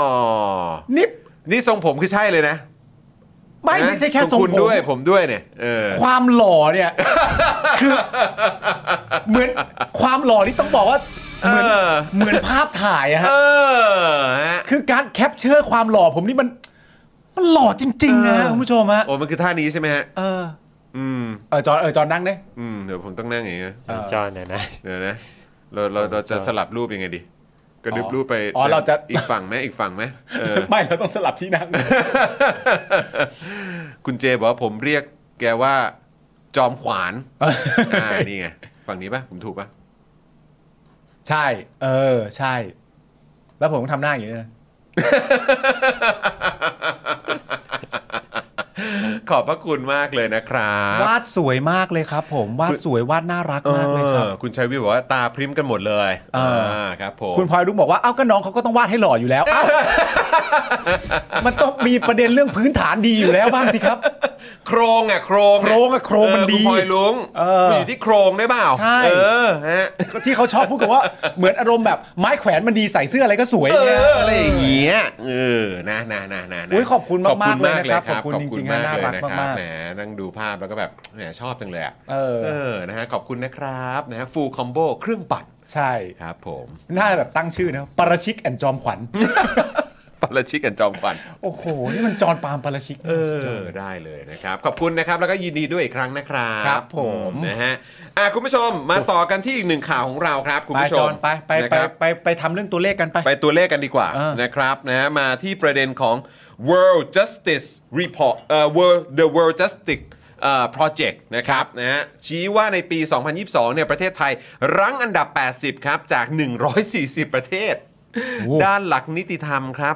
Speaker 3: นี่
Speaker 2: นี่ทรงผมคือใช่เลยนะ
Speaker 3: ไม่
Speaker 2: นะ
Speaker 3: ไม่ใช่แค่ทรง
Speaker 2: คุณ
Speaker 3: ผม
Speaker 2: ด้วยผมด้วยเนี่ยเออ
Speaker 3: ความหล่อเนี่ย คือ เหมือนความหล่อนี่ต้องบอกว่า เหมือน
Speaker 2: เออ
Speaker 3: เหมือนภาพถ่ายอะ
Speaker 2: เอ
Speaker 3: ฮะ
Speaker 2: อฮะ
Speaker 3: คือการแคปเจอร์ความหล่อผมนี่มัน มันหล่อจริงๆนะคุณผู้ชมฮะ
Speaker 2: โอ้มันคือท่านี้ใช่ไหมฮะ
Speaker 3: เออ
Speaker 2: อืม
Speaker 3: เออจอนเออจอนนั่งเนี่ย
Speaker 2: อืมเดี๋ยวผมต้องนั่งอย่างนี้นะ
Speaker 4: ได้จอห์นเนี่ยวนะ
Speaker 2: เดี๋ยวนะเราเราเราจะสลับรูปยังไงดี กระดึบรูปไป
Speaker 3: อ๋อเราจะ
Speaker 2: อีกฝั่งไหมอีกฝั่งไหมเออ
Speaker 3: ไม่เราต้องสลับที่นั่ง
Speaker 2: คุณเจบอกว่าผมเรียกแกว่าจอมขวาน อ่านี่ไง ฝั่งนี้ป่ะ ผมถูกป่ะ
Speaker 3: ใช่ เออ ใช่ แล้วผมก็ทำหน้าอย่างนี้ด้วยนะ
Speaker 2: ขอบพระคุณมากเลยนะครับ
Speaker 3: วาดสวยมากเลยครับผมวาดสวยวาดน่ารักมากเลยครับ
Speaker 2: เออคุณชัยวิทย์บอกว่าตาพริ้มกันหมดเลย
Speaker 3: เอออ่
Speaker 2: ครับผม
Speaker 3: คุณพลอยรุ้งบอกว่าเอ้าก็น้องเขาก็ต้องวาดให้หล่ออยู่แล้วเอ้ามันต้องมีประเด็นเรื่องพื้นฐานดีอยู่แล้วบ้างสิครับ
Speaker 2: โครงอ่ะโครง
Speaker 3: โครงอะโครงมันดี
Speaker 2: เออคุณพลอยลุง
Speaker 3: เออ
Speaker 2: มันอยู่ที่โครงได้เปล่า
Speaker 3: ใช่
Speaker 2: เออฮะ
Speaker 3: ที่เขาชอบพูดกันว่าเหมือนอารมณ์แบบไม้แขวนมันดีใส่เสื้ออะไรก็สวย
Speaker 2: เอออะไรอย่างเงี้ย นี้ยเออนะนะนะนะนะ
Speaker 3: อุ๊ยขอบคุณมากๆเลยนะครับ
Speaker 2: ขอบคุณ
Speaker 3: ขอบคุณจริงๆ
Speaker 2: มากเลย
Speaker 3: น่ารัก
Speaker 2: นะครับ
Speaker 3: มากๆ
Speaker 2: แหมนั่งดูภาพแล้วก็แบบแหมชอบจังเลยอ่ะ
Speaker 3: เออ
Speaker 2: เออนะฮะขอบคุณนะครับนะฮะฟูลคอมโบเครื่องปั่น
Speaker 3: ใช่
Speaker 2: ครับผม
Speaker 3: น่าแบบตั้งชื่อนะปาราชิกแอนจอมขวัญ
Speaker 2: ปาราชิกกันจอมขวัญ
Speaker 3: โอ้โห นี่มันจอนปาล์มปาราชิก
Speaker 2: เออได้เลยนะครับ ขอบคุณนะครับแล้วก็ยินดีด้วยอีกครั้งนะครับ
Speaker 3: ครับผม
Speaker 2: นะฮะอ่ะคุณผู้ชมมาต่อกันที่อีกหนึ่งข่าวของเราครับ คุณ
Speaker 3: ไป
Speaker 2: ผู้ช
Speaker 3: จอ
Speaker 2: ม
Speaker 3: นไปไป
Speaker 2: นะ
Speaker 3: ไป
Speaker 2: ครับ
Speaker 3: ไปไปทำเรื่องตัวเลขกันไป
Speaker 2: ไปตัวเลขกันดีกว่า
Speaker 3: เออ
Speaker 2: นะครับนะฮะมาที่ประเด็นของ World Justice Report เอ่อ World the World Justice เอ่อ Project นะครับนะฮะชี้ว่าในปี 2022 เนี่ยประเทศไทยรั้งอันดับ 80 ครับ จาก 140 ประเทศ ด้านหลักนิติธรรมครับ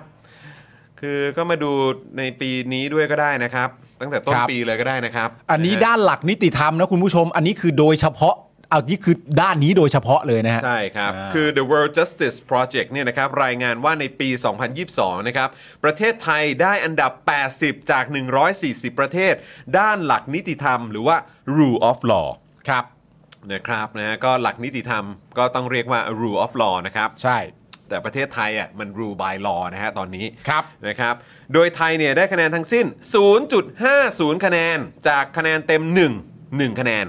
Speaker 2: คือก็มาดูในปีนี้ด้วยก็ได้นะครับ ตั้งแต่ต้น
Speaker 3: ครับ
Speaker 2: ปีเลยก็ได้นะครับ
Speaker 3: อันนี้
Speaker 2: ะฮะ
Speaker 3: ด้านหลักนิติธรรมนะคุณผู้ชม อันนี้คือโดยเฉพาะ เอานี่คือด้านนี้โดยเฉพาะเลย นะฮะ
Speaker 2: ใช่ครับ
Speaker 3: อ่า
Speaker 2: คือ the World Justice Project เนี่ยนะครับรายงานว่าในปี 2022 นะครับ ประเทศไทยได้อันดับ 80 จาก 140 ประเทศ ด้านหลักนิติธรรม หรือว่า rule of law
Speaker 3: ครับ
Speaker 2: นะครับนะฮะก็หลักนิติธรรมก็ต้องเรียกว่า rule of law นะครับ
Speaker 3: ใช่
Speaker 2: แต่ประเทศไทยอ่ะมัน rule by law นะฮะตอนนี้
Speaker 3: ครับ
Speaker 2: นะครับ โดยไทยเนี่ยได้คะแนนทั้งสิ้น 0.50 คะแนน จากคะแนนเต็ม 1 1 คะแนน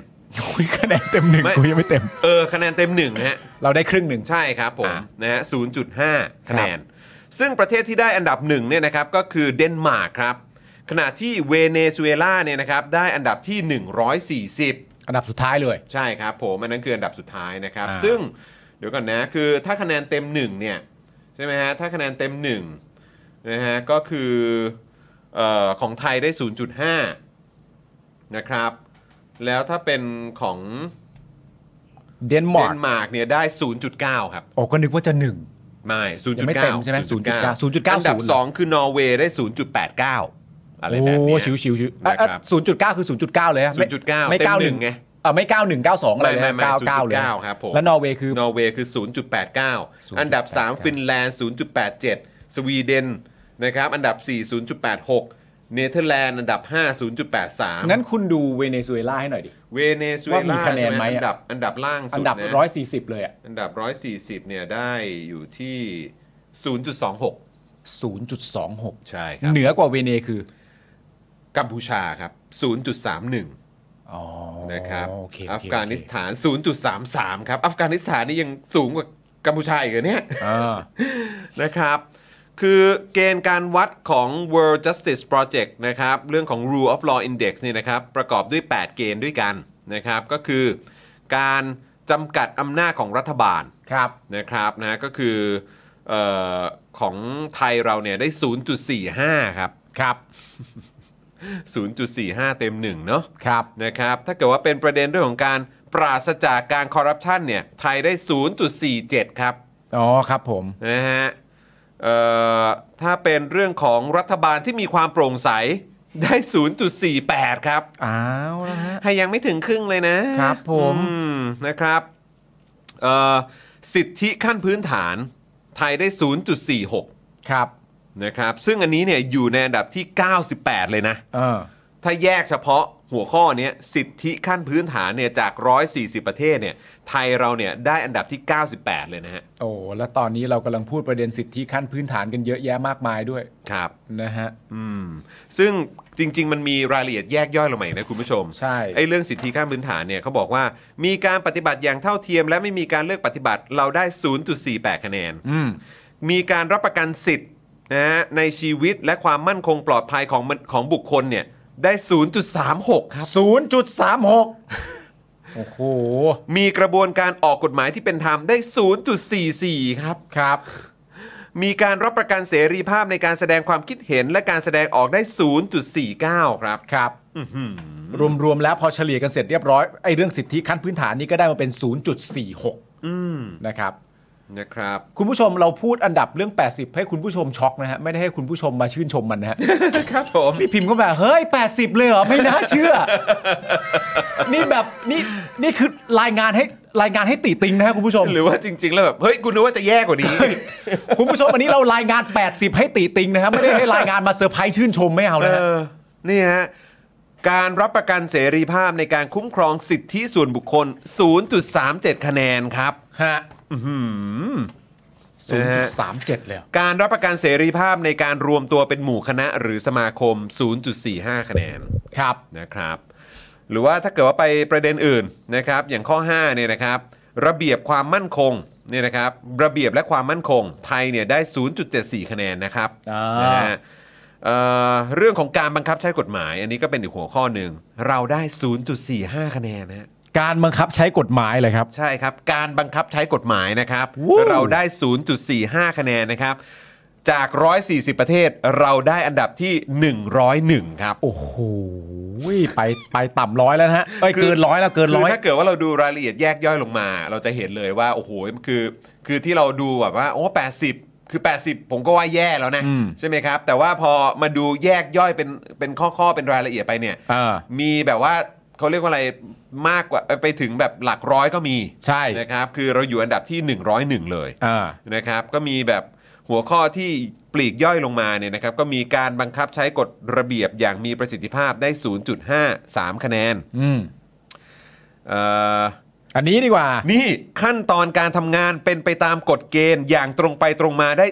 Speaker 3: คุยคะแนนเต็มหนึ่ง
Speaker 2: ไม่
Speaker 3: กูยังไม่เต็ม
Speaker 2: เออคะแนนเต็ม1นะฮะ
Speaker 3: เราได้ครึ่งหนึ่ง
Speaker 2: ใช่ครับผม
Speaker 3: อ่ะ
Speaker 2: นะฮะ0.5 คะแนน ซึ่งประเทศที่ได้อันดับหนึ่งเนี่ยนะครับก็คือเดนมาร์กครับ ขณะที่เวเนซุเอลาเนี่ยนะครับได้อันดับที่ 140
Speaker 3: อันดับสุดท้ายเลย
Speaker 2: ใช่ครับผม อันนั้นคืออันดับสุดท้ายนะครับ
Speaker 3: อ่า
Speaker 2: ซึ่งเดี๋ยวก่อนนะ คือถ้าคะแนนเต็มหนึ่งเนี่ยใช่ไหมฮะ ถ้าคะแนนเต็มหนึ่งนะฮะก็คือเอ่อของไทยได้ 0.5 นะครับ แล้วถ้าเป็นของ
Speaker 3: เดนมา
Speaker 2: เด
Speaker 3: ร์ก
Speaker 2: นมาร์กเนี่ยได้ 0.9 ครับ
Speaker 3: โอ้ก็นึกว่าจะหนึ่ง
Speaker 2: ไม่
Speaker 3: ยังไม่เต็ม
Speaker 2: 0.9
Speaker 3: ใช่ไหม0.9 0.90
Speaker 2: อันดับ 2 คือนอร์เวย์ได้ 0.89 อะไรแบบ
Speaker 3: โอ้
Speaker 2: เนี้ย
Speaker 3: ชิวชิวชิว
Speaker 2: นะครับ
Speaker 3: ศูนย์จุดเก้าคือศูนย์จุดเก้าเลยอะไม่
Speaker 2: 0.9
Speaker 3: ไม่
Speaker 2: เต็ม
Speaker 3: เก้า
Speaker 2: ห
Speaker 3: หนึ่
Speaker 2: นึ่ง
Speaker 3: ง
Speaker 2: ไง
Speaker 3: ไงเออไม่เก้าหนึ่งเก้าสองอะไรเลย
Speaker 2: ไม่ไม่
Speaker 3: เก้าเก้า
Speaker 2: 0.9
Speaker 3: เลย
Speaker 2: ครับผม
Speaker 3: แล้วนอร์เวย์คือ
Speaker 2: นอร์เวย์คือ 0.89
Speaker 3: 0.89
Speaker 2: อันดับ 3 ฟินแลนด์ 0.87 สวีเดนนะครับ อันดับ 4 0.86 เนเธอร์แลนด์ อันดับ 5
Speaker 3: งั้
Speaker 2: 0.83
Speaker 3: นคุณดูเวเนซุเอลาให้หน่อยดิ
Speaker 2: เวเนซุเอ
Speaker 3: ว่ามี
Speaker 2: ลา
Speaker 3: คะแนน
Speaker 2: ใช่ไหม
Speaker 3: ไหมอะ
Speaker 2: อันดับอันดับล่าง
Speaker 3: อั
Speaker 2: สุ
Speaker 3: น
Speaker 2: ด
Speaker 3: ดับ
Speaker 2: นะ
Speaker 3: ร้อยสี่สิบเลยอ่ะ
Speaker 2: อันดับ 140 เนี่ยได้อยู่ที่ 0.26
Speaker 3: ศูนย์จุดสองหก
Speaker 2: ใช่ครับ
Speaker 3: เหนือกว่าเวเนคือ
Speaker 2: กัมพูชาครับ 0.31
Speaker 3: อ๋อ
Speaker 2: นะครับ
Speaker 3: โอเค
Speaker 2: อั
Speaker 3: โเค
Speaker 2: ฟกานิสถาน 0.33 ครับ อัฟกานิสถานนี่ยังสูงกว่ากัมพูชาอีกเหรอเนี่ย
Speaker 3: อ่า
Speaker 2: นะครับ คือเกณฑ์การวัดของ World Justice Project นะครับ เรื่องของ Rule of Law Index เนี่ยนะครับ ประกอบด้วย 8 เกณฑ์ด้วยกันนะครับ ก็คือการจำกัดอำนาจของรัฐบาล
Speaker 3: ครับ
Speaker 2: นะครับนะก็คือเออของไทยเราเนี่ยได้ 0.45 ครับ ครับ 0.45 เต็มหนึ่งเนาะ
Speaker 3: ครับ
Speaker 2: นะครับถ้าเกิดว่าเป็นประเด็นเรื่องของการปราศจากการคอร์รัปชันเนี่ยไทยได้ 0.47 ครับ
Speaker 3: อ๋อ ครับผม
Speaker 2: นะฮะเอ่อถ้าเป็นเรื่องของรัฐบาลที่มีความโปร่งใสได้ 0.48 ครับ
Speaker 3: อ้าวแล้วฮะ
Speaker 2: ให้ยังไม่ถึงครึ่งเลยนะครับ
Speaker 3: ผม
Speaker 2: อืนะครับเอ่อสิทธิขั้นพื้นฐานไทยได้ 0.46
Speaker 3: ครับ
Speaker 2: นะครับซึ่งอันนี้เนี่ยอยู่ในอันดับที่ 98 เลยนะ
Speaker 3: เออ
Speaker 2: ถ้าแยกเฉพาะหัวข้อเนี้ยสิทธิขั้นพื้นฐานเนี่ยจาก 140 ประเทศเนี่ยไทยเราเนี่ยได้อันดับที่ 98 เลยนะฮะ
Speaker 3: โอ้ แล้วตอนนี้เรากำลังพูดประเด็นสิทธิขั้นพื้นฐานกันเยอะแยะมากมายด้วย
Speaker 2: ครับ
Speaker 3: นะฮะ
Speaker 2: อืมซึ่งจริง ๆ มันมีรายละเอียดแยกย่อยลงมาอีกนะคุณผู้ชม
Speaker 3: ใช่
Speaker 2: ไอ้เรื่องสิทธิขั้นพื้นฐานเนี่ยเขาบอกว่ามีการปฏิบัติอย่างเท่าเทียม และไม่มีการเลือกปฏิบัติเราได้ 0.48 คะแนน
Speaker 3: อืม
Speaker 2: มีการรับประกันสิทธิ์นะฮะในชีวิตและความมั่นคงปลอดภัยของมันของบุคคลเนี่ยได้ 0.36 ครับ
Speaker 3: ศูนย์จุดสามห กโอ้โห
Speaker 2: มีกระบวนการออกกฎหมายที่เป็นธรรมได้ 0.44 ครับ
Speaker 3: ครับ
Speaker 2: มีการรับประกันเสรีภาพในการแสดงความคิดเห็นและการแสดงออกได้ 0.49 ครับ
Speaker 3: ครับ รวมๆ แล้วพอเฉลี่ยกันเสร็จเรียบร้อย ไอ้เรื่องสิทธิขั้นพื้นฐานนี้ก็ได้มาเป็น 0.46
Speaker 2: อืม
Speaker 3: นะครับ
Speaker 2: นะครับ
Speaker 3: คุณผู้ชมเราพูดอันดับเรื่อง 80 ให้คุณผู้ชมช็อกนะฮะ ไม่ได้ให้คุณผู้ชมมาชื่นชมมันนะฮะ
Speaker 2: ครับผม
Speaker 3: พี่พิมพ์ก็แบบเฮ้ย 80 เลยเหรอ ไม่น่าเชื่อ นี่แบบนี่นี่คือรายงานให้รายงานให้ติติงนะฮะคุณผู้ชม
Speaker 2: หรือว่าจริง ๆ แล้วแบบ เฮ้ย กูนึกว่าจะแย่กว่านี้
Speaker 3: คุณผู้ชมอันนี้เรารายงาน 80 ให้ติติงนะครับไม่ได้ให้รายงานมาเซอร์ไพรส์ชื่นชมไม่เอานะฮะ
Speaker 2: เออนี่ฮะ การรับประกันเสรีภาพในการคุ้มครองสิทธิส่วนบุคคล 0.37 คะแนนครับ
Speaker 3: ฮะ ศูนย์
Speaker 2: นะ
Speaker 3: จุด
Speaker 2: ฮะ
Speaker 3: สามเจ็ดเลยเหรอ
Speaker 2: การรับประกันเสรีภาพในการรวมตัวเป็นหมู่คณะหรือสมาคม 0.45 คะแนน
Speaker 3: ครับ
Speaker 2: นะครับหรือว่าถ้าเกิดว่าไปประเด็นอื่นนะครับอย่างข้อ5เนี่ยนะครับระเบียบความมั่นคงเนี่ยนะครับระเบียบและความมั่นคงไทยเนี่ยได้ 0.74 คะแนนนะครับ
Speaker 3: อ่าน
Speaker 2: นะฮะเอ่อเรื่องของการบังคับใช้กฎหมาย อันนี้ก็เป็นอีกหัวข้อหนึ่งเราได้ 0.45 คะแนนนะฮะ
Speaker 3: การบังคับใช้กฎหมายเลยครับ
Speaker 2: ใช่ครับการบังคับใช้กฎหมายนะครับ
Speaker 3: วู้
Speaker 2: เราได้ 0.45 คะแนนนะครับจาก 140 ประเทศเราได้อันดับที่ 101 ครับ
Speaker 3: โอ้โหไปไปต่ำร้อยแล้วนะฮะเอ้ย
Speaker 2: คือ
Speaker 3: เกินร้อยแล้วเกิน
Speaker 2: คื
Speaker 3: ร้อย
Speaker 2: ถ้าเกิดว่าเราดูรายละเอียดแยกย่อยลงมา เราจะเห็นเลยว่า โอ้โหคือ คือที่เราดูแบบว่า โอ้แปดสิบคือ 80 ผมก็ว่าแย่แล้วนะ
Speaker 3: อืม
Speaker 2: ใช่ไหมครับ แต่ว่าพอมาดูแยกย่อยเป็นเป็นข้อข้อๆเป็นรายละเอียดไปเนี่ย
Speaker 3: อ่า
Speaker 2: มีแบบว่าเขาเรียกว่าอะไรมากกว่าไปถึงแบบหลักร้อยก็มี
Speaker 3: ใช่
Speaker 2: นะครับ คือเราอยู่อันดับที่ 101 เลย
Speaker 3: อ่า
Speaker 2: นะครับก็มีแบบหัวข้อที่ปลีกย่อยลงมาเนี่ยนะครับก็มีการบังคับใช้กฎระเบียบอย่างมีประสิทธิภาพได้ 0.53 คะแนน
Speaker 3: อืม
Speaker 2: เอ่อ
Speaker 3: อันนี้ดีกว่า
Speaker 2: นี่ขั้นตอนการทำงานเป็นไปตามกฎเกณฑ์อย่างตรงไปตรงมาได้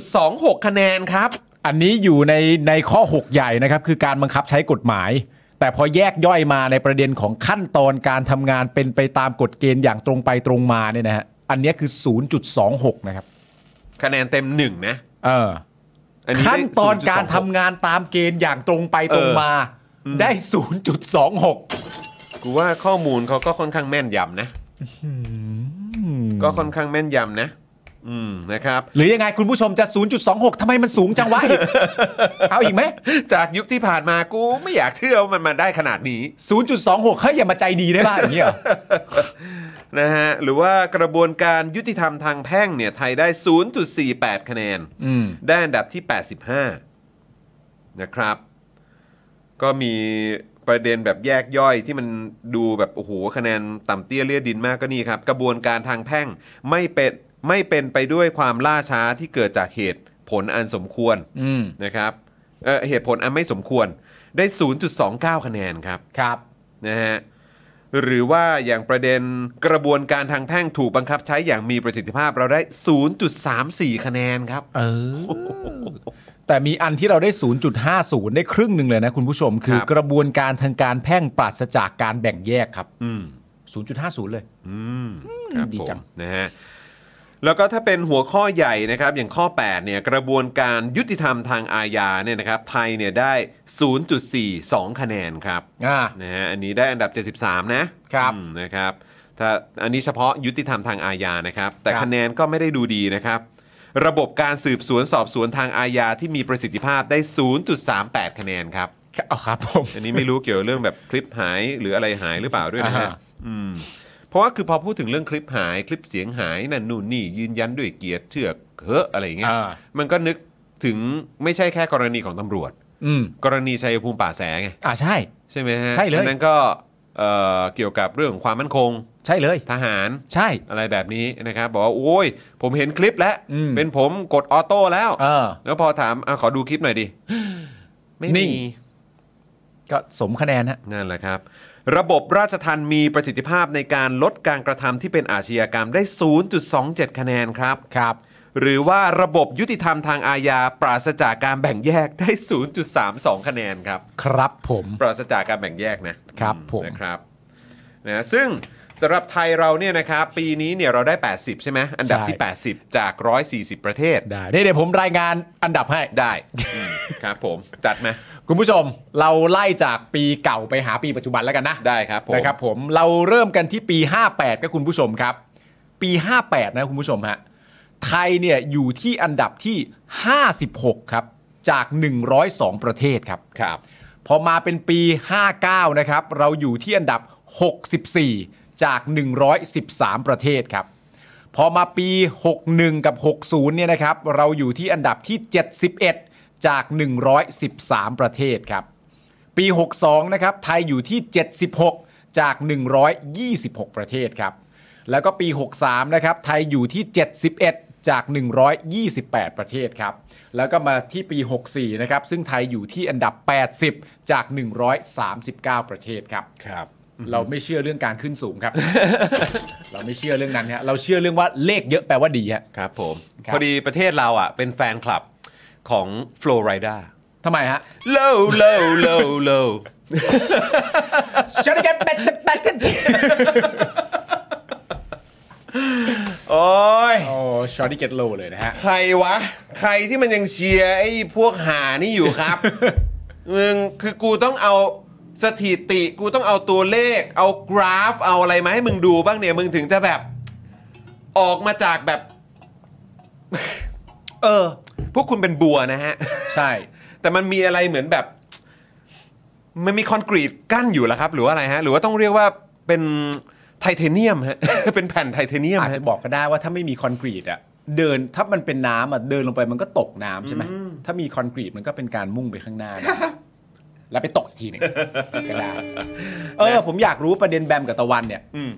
Speaker 2: 0.26 คะแนนครับ
Speaker 3: อันนี้อยู่ในในข้อ 6 ใหญ่นะครับ คือการบังคับใช้กฎหมาย แต่พอแยกย่อยมาในประเด็นของขั้นตอนการทำงานเป็นไปตามกฎเกณฑ์อย่างตรงไปตรงมาเนี่ยนะฮะอันเนี้ยคือ 0.26 นะครับ
Speaker 2: คะแนนเต็ม 1 นะ
Speaker 3: เออ
Speaker 2: ได้
Speaker 3: ขั้นตอนการ
Speaker 2: 0.26
Speaker 3: ทำงานตามเกณฑ์อย่างตรงไปตรงมา ได้ 0.26
Speaker 2: กูว่าข้อมูลเขาก็ค่อนข้างแม่นยำนะ ก็ค่อนข้างแม่นยำนะ อืมนะครับ
Speaker 3: หรือยังไงคุณผู้ชมจะ 0.26ทำไมมันสูงจังวะอีก เอาอีกไหม
Speaker 2: จากยุคที่ผ่านมากูไม่อยากเชื่อว่ามันมาได้ขนาดนี้
Speaker 3: 0.26 เฮ้ย อย่ามาใจดีได้ป่ะอย่างเงี้ยเหรอ
Speaker 2: นะฮะหรือว่ากระบวนการยุติธรรมทางแพ่งเนี่ยไทยได้ 0.48 คะแนน
Speaker 3: อืม
Speaker 2: ได้อันดับที่ 85 นะครับ ก็มีประเด็นแบบแยกย่อยที่มันดูแบบโอ้โหคะแนนต่ำเตี้ยเลี่ยดินมากก็นี่ครับ กระบวนการทางแพ่งไม่เป็นไม่เป็นไปด้วยความล่าช้าที่เกิดจากเหตุผลอันสมควร
Speaker 3: อืม
Speaker 2: นะครับเอ่อเหตุผลอันไม่สมควรได้ 0.29 คะแนนครับ
Speaker 3: ครับ
Speaker 2: นะฮะหรือว่าอย่างประเด็นกระบวนการทางแพ่งถูกบังคับใช้อย่างมีประสิทธิภาพเราได้ 0.34 คะแนนครับ
Speaker 3: เออ แต่มีอันที่เราได้ 0.50 ได้ครึ่งหนึ่งเลยนะคุณผู้ชม คือ
Speaker 2: ครับ
Speaker 3: กระบวนการทางการแพ่งปราศจากการแบ่งแยกครับ
Speaker 2: อืม
Speaker 3: 0.50 เลย
Speaker 2: อืมครับ
Speaker 3: ดี
Speaker 2: ผม
Speaker 3: จัง
Speaker 2: นะฮะแล้วก็ถ้าเป็นหัวข้อใหญ่นะครับ อย่างข้อ 8 เนี่ยกระบวนการยุติธรรมทางอาญาเนี่ยนะครับ ไทยเนี่ยได้ 0.42 คะแนนครับ
Speaker 3: อ่า
Speaker 2: นะฮะอันนี้ได้อันดับ 73 นะครับอืมนะครับถ้าอันนี้เฉพาะยุติธรรมทางอาญานะครับ แต่
Speaker 3: ครับ
Speaker 2: คะแนนก็ไม่ได้ดูดีนะครับ ระบบการสืบสวนสอบสวนทางอาญาที่มีประสิทธิภาพได้ 0.38 คะแนนครับ
Speaker 3: เอาครับผม
Speaker 2: อันนี้ไม่รู้เกี่ยวเรื่องแบบคลิปหายหรืออะไรหายหรือเปล่าด้วยนะฮะ
Speaker 3: อ่าฮะ
Speaker 2: อืมเพราะว่าคือพอพูดถึงเรื่องคลิปหายคลิปเสียงหายนั่นนู่นนี่ยืนยันด้วยเกียรติเชือกเฮ้อะอะไรอย่างเงี้ย
Speaker 3: อ่า
Speaker 2: มันก็นึกถึงไม่ใช่แค่กรณีของตำรวจ
Speaker 3: อืม
Speaker 2: กรณีชัยภูมิป่าแสไง
Speaker 3: อ่าใช่
Speaker 2: ใช่ไหมฮะ
Speaker 3: ใช่เลย
Speaker 2: อันนั้นก็เอ่อเกี่ยวกับเรื่องของความมั่นคง
Speaker 3: ใช่เลย
Speaker 2: ทหาร
Speaker 3: ใช่
Speaker 2: อะไรแบบนี้นะครับ บอกว่า โอ้ย ผมเห็นคลิปแล้ว
Speaker 3: อืม
Speaker 2: เป็นผมกดออโต้แล้ว
Speaker 3: เออ
Speaker 2: แล้วพอถามอะขอดูคลิปหน่อยดิ ไม่
Speaker 3: นิ่ง
Speaker 2: มี
Speaker 3: ก็สมคะแนนฮะ
Speaker 2: นั่นแหละครับ ระบบราชทันมีประสิทธิภาพในการลดการกระทำที่เป็นอาชญากรรมได้ 0.27 คะแนนครับ
Speaker 3: ครับ
Speaker 2: หรือว่าระบบยุติธรรมทางอาญาปราศจากการแบ่งแยกได้ 0.32 คะแนนครับ
Speaker 3: ครับผม
Speaker 2: ปราศจากการแบ่งแยกนะครับ
Speaker 3: ผม
Speaker 2: นะครับนะซึ่งสำหรับไทยเราเนี่ยนะครับปีนี้เนี่ยเราได้ 80 ใช่ไหมอันดับที่ 80 จาก 140 ประเทศ
Speaker 3: ได้เดี๋ยวเดี๋ยวผมรายงานอันดับให้
Speaker 2: ได้อืมครับผมจัดไหม
Speaker 3: คุณผู้ชม เราไล่จากปีเก่าไปหาปีปัจจุบันแล้วกันนะ
Speaker 2: ได้ครับผม
Speaker 3: นะครับผมเราเริ่มกันที่ปี 58ครับคุณผู้ชมครับ ปี 58 นะคุณผู้ชมฮะไทยเนี่ยอยู่ที่อันดับที่ 56 ครับ จาก 102 ประเทศครับ
Speaker 2: ครับ
Speaker 3: พอมาเป็นปี 59 นะครับ เราอยู่ที่อันดับ 64 จาก 113 ประเทศครับ พอมาปี 61 กับ 60 เนี่ยนะครับ เราอยู่ที่อันดับที่ 71 จาก 113 ประเทศครับ ปี 62 นะครับ ไทยอยู่ที่ 76 จาก 126 ประเทศครับ แล้วก็ปี 63 นะครับ ไทยอยู่ที่ 71 จาก 128 ประเทศครับ แล้วก็มาที่ปี 64 นะครับ ซึ่งไทยอยู่ที่อันดับ 80 จาก 139 ประเทศครับ
Speaker 2: ครับ
Speaker 3: เราไม่เชื่อเรื่องการขึ้นสูงครับ เราไม่เชื่อเรื่องนั้นฮะเราเชื่อเรื่องว่าเลขเยอะแปลว่าดีฮะ
Speaker 2: ครับผม
Speaker 3: ครับ
Speaker 2: พอดีประเทศเราอ่ะ เป็นแฟนคลับของฟลอริดา
Speaker 3: ทำไมฮะ
Speaker 2: low low low low
Speaker 3: ฉันแกแปดแปดกันที
Speaker 2: โอ้ย
Speaker 3: โอ้ชอตที่เกตโลเลยนะฮะ
Speaker 2: ใครวะ ใครที่มันยังเชียร์ไอ้พวกหานี่อยู่ครับ มึงคือกูต้องเอาสถิติกูต้องเอาตัวเลข เอากราฟเอาอะไรมาให้มึงดูบ้างเนี่ย มึงถึงจะแบบออกมาจากแบบ เออ พวกคุณเป็นบัวนะฮะ
Speaker 3: ใช่
Speaker 2: แต่มันมีอะไรเหมือนแบบ มันมีคอนกรีตกั้นอยู่แล้วครับ หรือว่าอะไรฮะ หรือว่าต้องเรียกว่าเป็นไทเทเนียมฮะ เป็นแผ่นไทเทเนียม
Speaker 3: อาจ
Speaker 2: ฮะ
Speaker 3: จะบอกก็ได้ว่าถ้าไม่มีคอนกรีตอะเดินถ้ามันเป็นน้ำอะเดินลงไปมันก็ตกน้ำใช่ไหมถ้ามีคอนกรีตมันก็เป็นการมุ่งไปข้างหน้านะ แล้วไปตกอีกทีหนึ่งก็ได้ เออ ผมอยากรู้ประเด็นแบมกับตะวันเนี่ย
Speaker 2: อืม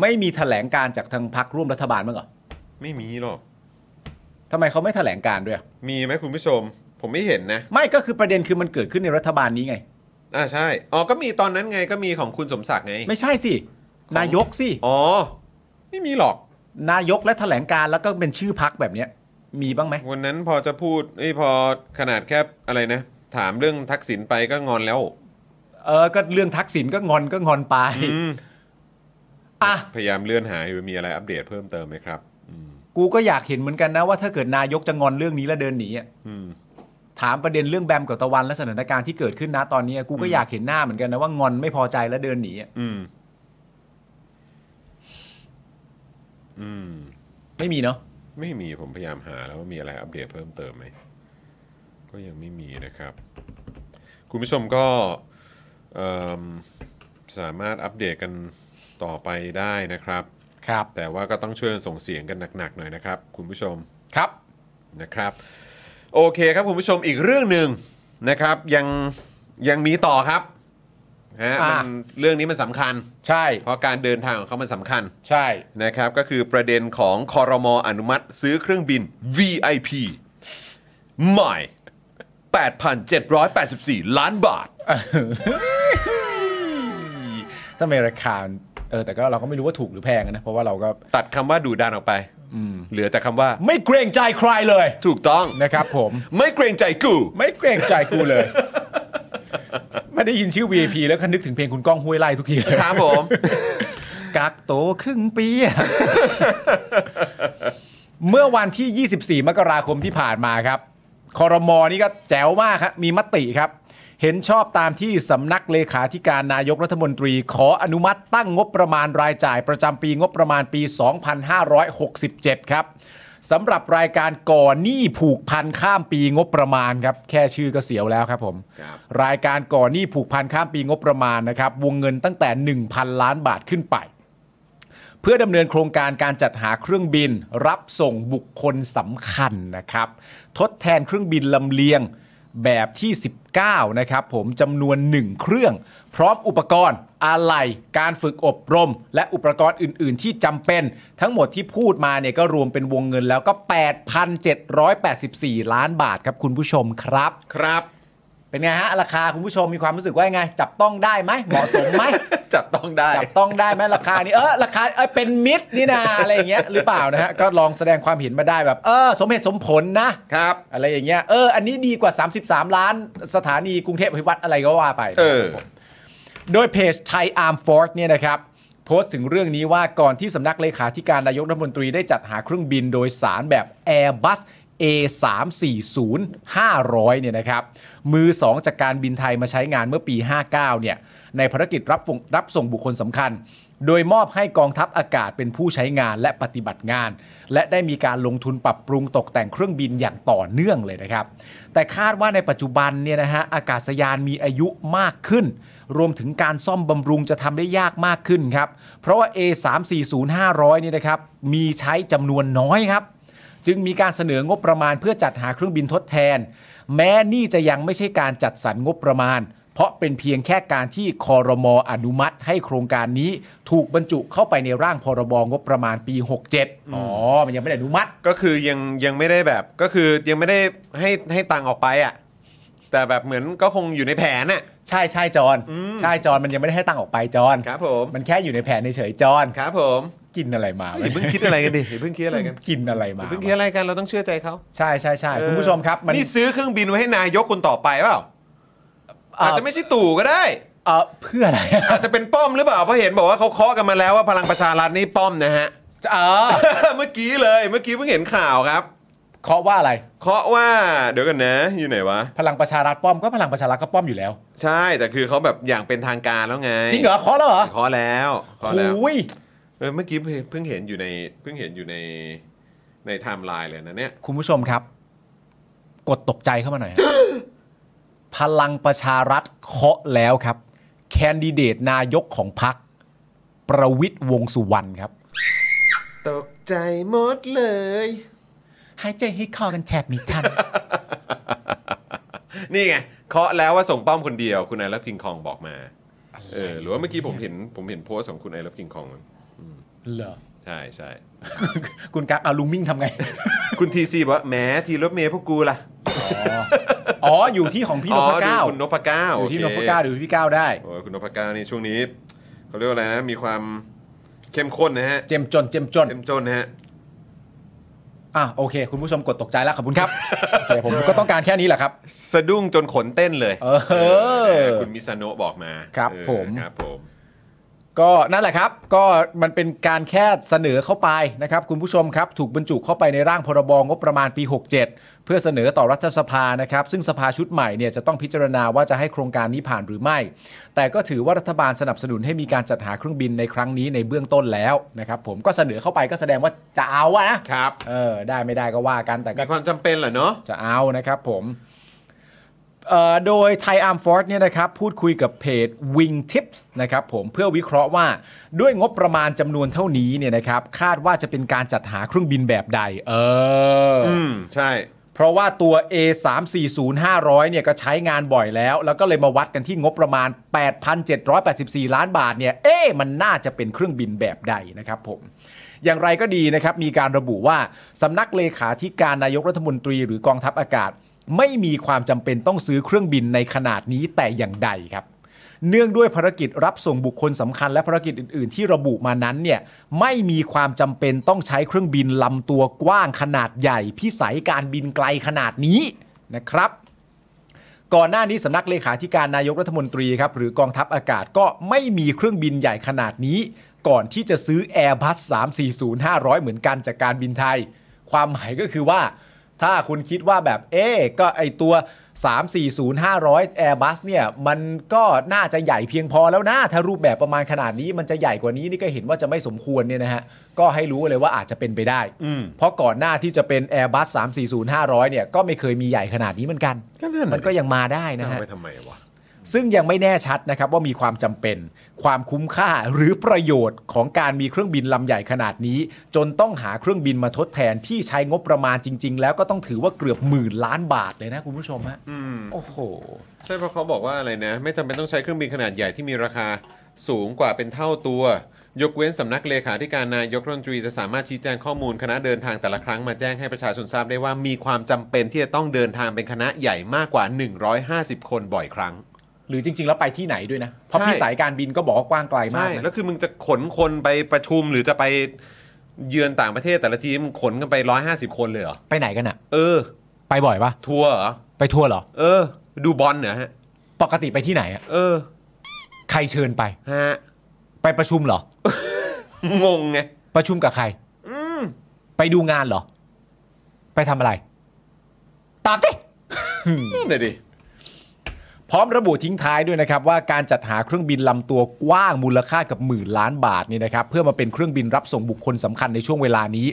Speaker 3: ไม่มีแถลงการจากทางพรรคร่วมรัฐบาลบ้างเหรอ
Speaker 2: ไม่มีหรอก
Speaker 3: ทำไมเขาไม่แถลงการด้วยอะ
Speaker 2: มีไหมคุณผู้ชม ผมไม่เห็นนะ
Speaker 3: ไม่ก็คือประเด็นคือมันเกิดขึ้นในรัฐบาลนี้ไง
Speaker 2: อ่าใช่ อ๋อ ก็มีตอนนั้นไงก็มีของคุณสมศักดิ์ไง
Speaker 3: ไม่ใช่สินายกสิ
Speaker 2: อ๋อ ไม่มีหรอก
Speaker 3: นายกและแถลงการแล้วก็เป็นชื่อพักแบบเนี้ย มีบ้างไหม
Speaker 2: วันนั้นพอจะพูดไอ้ยพอขนาดแค่อะไรนะ ถามเรื่องทักษิณไปก็งอนแล้ว
Speaker 3: เออก็เรื่องทักษิณก็งอนก็งอนไป
Speaker 2: อืม
Speaker 3: อ่ะ
Speaker 2: พยายามเลื่อนหาอยู่มีอะไรอัปเดตเพิ่มเติมไหมครับ
Speaker 3: กูก็อยากเห็นเหมือนกันนะว่าถ้าเกิดนายกจะงอนเรื่องนี้แล้วเดินหนีอะ
Speaker 2: อืม
Speaker 3: ถามประเด็นเรื่องแบมกับตะวันและสถานการณ์ที่เกิดขึ้นนะตอนนี้กูก็อยากเห็นหน้าเหมือนกันนะว่างอนไม่พอใจแล้วเดินหนีอะ
Speaker 2: อืม อืม
Speaker 3: ไม่มีเนาะ
Speaker 2: ไม่มีผมพยายามหาแล้วว่ามีอะไรอัปเดตเพิ่มเติมไหม ก็ยังไม่มีนะครับ คุณผู้ชมก็เอิ่มสามารถอัปเดตกันต่อไปได้นะครับ
Speaker 3: ครับ
Speaker 2: แต่ว่าก็ต้องช่วยกันส่งเสียงกันหนักๆหน่อยนะครับ คุณผู้ชม
Speaker 3: ครับ
Speaker 2: นะครับ โอเคครับคุณผู้ชมอีกเรื่องหนึ่งนะครับ ยังยังมีต่อครับนะฮะมัน
Speaker 3: อ่า
Speaker 2: เรื่องนี้มันสำคัญ
Speaker 3: ใช่
Speaker 2: เพราะการเดินทางของเขามันสำคัญ
Speaker 3: ใช่
Speaker 2: นะครับก็คือประเด็นของคอรมออนุมัติซื้อเครื่องบิน VIP ใหม่ 8,784 ล้านบาท
Speaker 3: ถ้าอเมริกาเออแต่ก็เราก็ไม่รู้ว่าถูกหรือแพงอะนะเพราะว่าเราก็
Speaker 2: ตัดคำว่าดูดานออกไป เหลือแต่คำว่า
Speaker 3: ไม่เกรงใจใครเลย
Speaker 2: ถูกต้อง
Speaker 3: นะครับ ผม
Speaker 2: ไม่เกรงใจกู
Speaker 3: ไม่เกรงใจกูเลย ไม่ได้ยินชื่อ VIP แล้วก็นึกถึงเพลงคุณก้องห้วยไล่ทุกทีเลย
Speaker 2: ครับผม
Speaker 3: กักโตครึ่งปีอะ เมื่อวันที่ 24 มกราคมที่ผ่านมาครับ คอรมอนี่ก็แจ๋วมากครับ มีมติครับ เห็นชอบตามที่สำนักเลขาธิการนายกรัฐมนตรี ขออนุมัติตั้งงบประมาณรายจ่ายประจำปีงบประมาณปี 2567 ครับสำหรับรายการก่อหนี้ผูกพันข้ามปีงบประมาณครับ แค่ชื่อก็เสียวแล้วครับผม
Speaker 2: ครับ
Speaker 3: รายการก่อหนี้ผูกพันข้ามปีงบประมาณนะครับวงเงินตั้งแต่ 1,000 ล้านบาทขึ้นไป เพื่อดำเนินโครงการการจัดหาเครื่องบิน รับส่งบุคคลสำคัญนะครับ ทดแทนเครื่องบินลำเลียงแบบที่ 19 นะครับผมจำนวน 1 เครื่อง พร้อมอุปกรณ์อะไหล่การฝึกอบรม และอุปกรณ์อื่น ๆ ที่จำเป็น ทั้งหมดที่พูดมาเนี่ยก็รวมเป็นวงเงินแล้วก็ 8,784 ล้านบาทครับคุณผู้ชมครับ
Speaker 2: ครับ
Speaker 3: เป็นไงฮะ ราคาคุณผู้ชมมีความรู้สึกว่ายังไง จับต้องได้ไหมเหมาะสมไหม
Speaker 2: จับต้องได้
Speaker 3: จับต้องได้ไหมราคานี้เออราคาเออเป็นมิตรนี่นาอะไรอย่างเงี้ยหรือเปล่านะฮะก็ลองแสดงความเห็นมาได้แบบ เออ สมเหตุสมผลนะครับ อะไรอย่างเงี้ยเอออันนี้ดีกว่า 33 ล้านสถานีกรุงเทพอภิวัตรอะไรก็ว่าไป
Speaker 2: เออ
Speaker 3: โดยเพจไทยอาร์มฟอร์เนี่ยนะครับโพสต์ถึงเรื่องนี้ว่าก่อนที่สำนักเลขาธิการนายกรัฐมนตรีได้จัดหาเครื่องบินโดยสารแบบ Airbus A340 500เนี่ยนะครับมือ 2 จากการบินไทยมาใช้งานเมื่อปี 59เนี่ยในภารกิจรับส่งรับส่งบุคคลสำคัญ โดยมอบให้กองทัพอากาศเป็นผู้ใช้งานและปฏิบัติงาน และได้มีการลงทุนปรับปรุงตกแต่งเครื่องบินอย่างต่อเนื่องเลยนะครับ แต่คาดว่าในปัจจุบันเนี่ยนะฮะอากาศยานมีอายุมากขึ้น รวมถึงการซ่อมบำรุงจะทำได้ยากมากขึ้นครับ เพราะว่า A340-500 เนี่ยนะครับมีใช้จำนวนน้อยครับ จึงมีการเสนองบประมาณเพื่อจัดหาเครื่องบินทดแทน แม้นี่จะยังไม่ใช่การจัดสรรงบประมาณ เพราะเป็นเพียงแค่การที่คอรมออนุมัติให้โครงการนี้ถูกบรรจุเข้าไปในร่างพรบงบประมาณปี 67 อ๋อ มันยังไม่ได้อนุมัติ
Speaker 2: ก็คือยังยังไม่ได้แบบ ก็คือยังไม่ได้ให้ให้ตังค์ออกไปอ่ะ แต่แบบเหมือนก็คงอยู่ในแผนน่ะ
Speaker 3: ใช่ใช่จอนใช่จอนมันยังไม่ได้ให้ตังค์ออกไปจอน
Speaker 2: ครับผม
Speaker 3: มันแค่อยู่ในแผนเฉยๆจอน
Speaker 2: ครับผม
Speaker 3: กินอะไรมา
Speaker 2: อย่าเพิ่งคิดอะไรกันดิอย่าเพิ่งคิดอะไรกัน
Speaker 3: กินอะไร
Speaker 2: อ
Speaker 3: มา
Speaker 2: ย่าเพิ่งคิดอะไรกันเราต้องเชื่อใจเขา
Speaker 3: ใช่ใช่ใช่คุณผู้ชมครับมัน
Speaker 2: นี่ซื้อเครื่องบินไว้ให้นายกคนต่อไปเปล่า
Speaker 3: เอ่
Speaker 2: อาจ
Speaker 3: อ
Speaker 2: จะไม่ใช่ตู่ก็ได้
Speaker 3: เอ่อเพื่อ อะไร
Speaker 2: อาจจะเป็นป้อมหรือเปล่าเพราะเห็นบอกว่าเขาเคาะกันมาแล้วว่าพลังประชารัฐนี่ป้อมนะฮะ
Speaker 3: เออ
Speaker 2: เมื่อกี้เลยเมื่อกี้เพิ่งเห็นข่าวครับ
Speaker 3: เคาะว่าอะไร
Speaker 2: เคาะว่าเดี๋ยวกันนะอยู่ไหนวะ
Speaker 3: พลังประชารัฐป้อมก็พลังประชารัฐก็ป้อมอยู่แล้ว
Speaker 2: ใช่แต่คือเขาแบบอย่างเป็นทางการแล้วไง
Speaker 3: จริงเหรอเคาะแล้วเหรอ
Speaker 2: เคาะแล้วเคาะแล้ว
Speaker 3: โอ้ย
Speaker 2: เออเมื่อกี้เพิ่งเห็นอยู่ในเพิ่งเห็นอยู่ในในไทม์ไลน์เลยนะเนี่ย
Speaker 3: คุณผู้ชมครับ กดตกใจเข้ามาหน่อย ฮะ พลังประชารัฐเคาะแล้วครับ แคนดิเดตนายกของพรรคประวิทย์วงษ์สุวรรณครับ
Speaker 2: ตกใจหมดเลย
Speaker 3: หายใจให้คอกันแทบไมี ทัน
Speaker 2: นี่ไงเคาะแล้วว่าส่งป้อมคนเดียวคุณไอรับกิงคองบอกมาเออหรือว่าเมื่อกี้ผมเห็นผมเห็นโพสต์ของคุณไอรับกิงคอง
Speaker 3: เหรอ
Speaker 2: ใช่ใช่
Speaker 3: คุณกราฟเอาลุงมิ่งทำไง
Speaker 2: คุณทีซีบอกว่าแหมทีรถเมย์พวกกูล่ะ
Speaker 3: อ๋อ อยู่ที่ของพี่นพเก้า
Speaker 2: อ๋อดูคุณนพเก้า
Speaker 3: อยู่ที่น
Speaker 2: โเค
Speaker 3: พเก้าหรือพี่เก้าได้
Speaker 2: โอ้ยคุณนพเก้านี่ช่วงนี้เขาเรียกว่าอะไรนะ มีความเข้มข้นนะฮะ
Speaker 3: เจมจนเจมจน
Speaker 2: เข้มจนนะฮะ
Speaker 3: อ่ะโอเค คุณผู้ชมกดตกใจแล้วขอบคุณครับโอเคผมก็ต้องการแค่นี้แหละครับ
Speaker 2: สะดุ้งจนขนเต้นเลย
Speaker 3: เออ
Speaker 2: นะฮะคุณมิซาโนะบอกมา
Speaker 3: ครับ
Speaker 2: เออ
Speaker 3: ผม
Speaker 2: ครับผม
Speaker 3: ก็นั่นแหละครับ ก็มันเป็นการแค่เสนอเข้าไปนะครับ คุณผู้ชมครับ ถูกบรรจุเข้าไปในร่างพรบงบประมาณปี 67 เพื่อเสนอต่อรัฐสภานะครับ ซึ่งสภาชุดใหม่เนี่ยจะต้องพิจารณาว่าจะให้โครงการนี้ผ่านหรือไม่ แต่ก็ถือว่ารัฐบาลสนับสนุนให้มีการจัดหาเครื่องบินในครั้งนี้ในเบื้องต้นแล้วนะครับผมก็เสนอเข้าไปก็แสดงว่าจะเอาอะนะครับ เออได้ไม่ได้ก็ว่ากันแต่ก็
Speaker 2: มีความจำเป็นเหรอเนาะ
Speaker 3: จะเอานะครับผมเอ่อโดยไทอาร์มฟอร์เนี่ยนะครับพูดคุยกับเพจ Wing Tips นะครับผมเพื่อวิเคราะห์ว่าด้วยงบประมาณจำนวนเท่านี้เนี่ยนะครับคาดว่าจะเป็นการจัดหาเครื่องบินแบบใด เอออ
Speaker 2: อืม ใช่
Speaker 3: เพราะว่าตัว A 3 4 0 500เนี่ยก็ใช้งานบ่อยแล้ว แล้วก็เลยมาวัดกันที่งบประมาณ 8,784 ล้านบาทเนี่ยเอ๊ะมันน่าจะเป็นเครื่องบินแบบใดนะครับผม อย่างไรก็ดีนะครับ มีการระบุว่าสำนักเลขาธิการนายกรัฐมนตรีหรือกองทัพอากาศ ไม่มีความจำเป็นต้องซื้อเครื่องบินในขนาดนี้แต่อย่างใดครับ เนื่องด้วยภารกิจรับส่งบุคคลสำคัญและภารกิจอื่น ๆ ที่ระบุมานั้นเนี่ยไม่มีความจำเป็นต้องใช้เครื่องบินลำตัวกว้างขนาดใหญ่ พิสัยการบินไกลขนาดนี้นะครับ ก่อนหน้านี้สำนักเลขาธิการนายกรัฐมนตรีครับหรือกองทัพอากาศก็ไม่มีเครื่องบินใหญ่ขนาดนี้ ก่อนที่จะซื้อ Airbus 340 500 เหมือนกันจากการบินไทย ความหมายก็คือว่า ถ้าคุณคิดว่าแบบเอ๊ะก็ไอตัว 340 500 Airbus เนี่ยมันก็น่าจะใหญ่เพียงพอแล้วนะ ถ้ารูปแบบประมาณขนาดนี้มันจะใหญ่กว่านี้นี่ก็เห็นว่าจะไม่สมควรเนี่ยนะฮะก็ให้รู้เลยว่าอาจจะเป็นไปได้ เพราะก่อนหน้าที่จะเป็น Airbus 340 500เนี่ยก็ไม่เคยมีใหญ่ขนาดนี้เหมือนกัน
Speaker 2: ก็นั่นน่ะ
Speaker 3: มันก็ยังมาได้
Speaker 2: จะ
Speaker 3: นะ
Speaker 2: เอา
Speaker 3: ฮะ
Speaker 2: ไปทำไมวะ
Speaker 3: ซึ่งยังไม่แน่ชัดนะครับว่ามีความจำเป็น ความคุ้มค่าหรือประโยชน์ของการมีเครื่องบินลำใหญ่ขนาดนี้ จนต้องหาเครื่องบินมาทดแทนที่ใช้งบประมาณจริง ๆ แล้วก็ต้องถือว่าเกือบหมื่นล้านบาทเลยนะคุณผู้ชมฮะ
Speaker 2: อืม
Speaker 3: โอ้โห
Speaker 2: ใช่เพราะเขาบอกว่าอะไรนะ ไม่จำเป็นต้องใช้เครื่องบินขนาดใหญ่ที่มีราคาสูงกว่าเป็นเท่าตัว ยกเว้นสำนักเลขาธิการนายกรัฐมนตรีจะสามารถชี้แจงข้อมูลคณะเดินทางแต่ละครั้งมาแจ้งให้ประชาชนทราบได้ว่ามีความจำเป็นที่จะต้องเดินทางเป็นคณะใหญ่มากกว่า 150 คนบ่อยครั้ง
Speaker 3: หรือจริง ๆ แล้วไปที่ไหนด้วยนะเพราะ
Speaker 2: ใช่
Speaker 3: พี่สายการบินก็บอกว่ากว้างไกลมา
Speaker 2: ใช่
Speaker 3: กนะ
Speaker 2: แล้วคือมึงจะขนคนไปประชุมหรือจะไปเยือนต่างประเทศแต่ละทีมงขนกันไป 150 คนเลยเหรอ
Speaker 3: ไปไหนกันอะ
Speaker 2: เออ
Speaker 3: ไปบ่อยปะ
Speaker 2: ทัวร์เหรอ
Speaker 3: ไปทัวร์เหรอ
Speaker 2: เออ ดูบอลเหรอฮะ
Speaker 3: ปกติไปที่ไหนอะ
Speaker 2: เออ
Speaker 3: ใครเชิญไป
Speaker 2: ฮะ
Speaker 3: ไปประชุมเหรอ
Speaker 2: งงไง
Speaker 3: ประชุมกับใครไปดูงานเหรอ ไปทำอะไร ตามดิ
Speaker 2: นั่นน่ะดิ
Speaker 3: พร้อมระบุทิ้งท้ายด้วยนะครับว่าการจัดหาเครื่องบินลำตัวกว้างมูลค่ากับหมื่นล้านบาทนี่นะครับเพื่อมาเป็นเครื่องบินรับส่งบุคคลสำคัญในช่วงเวลานี้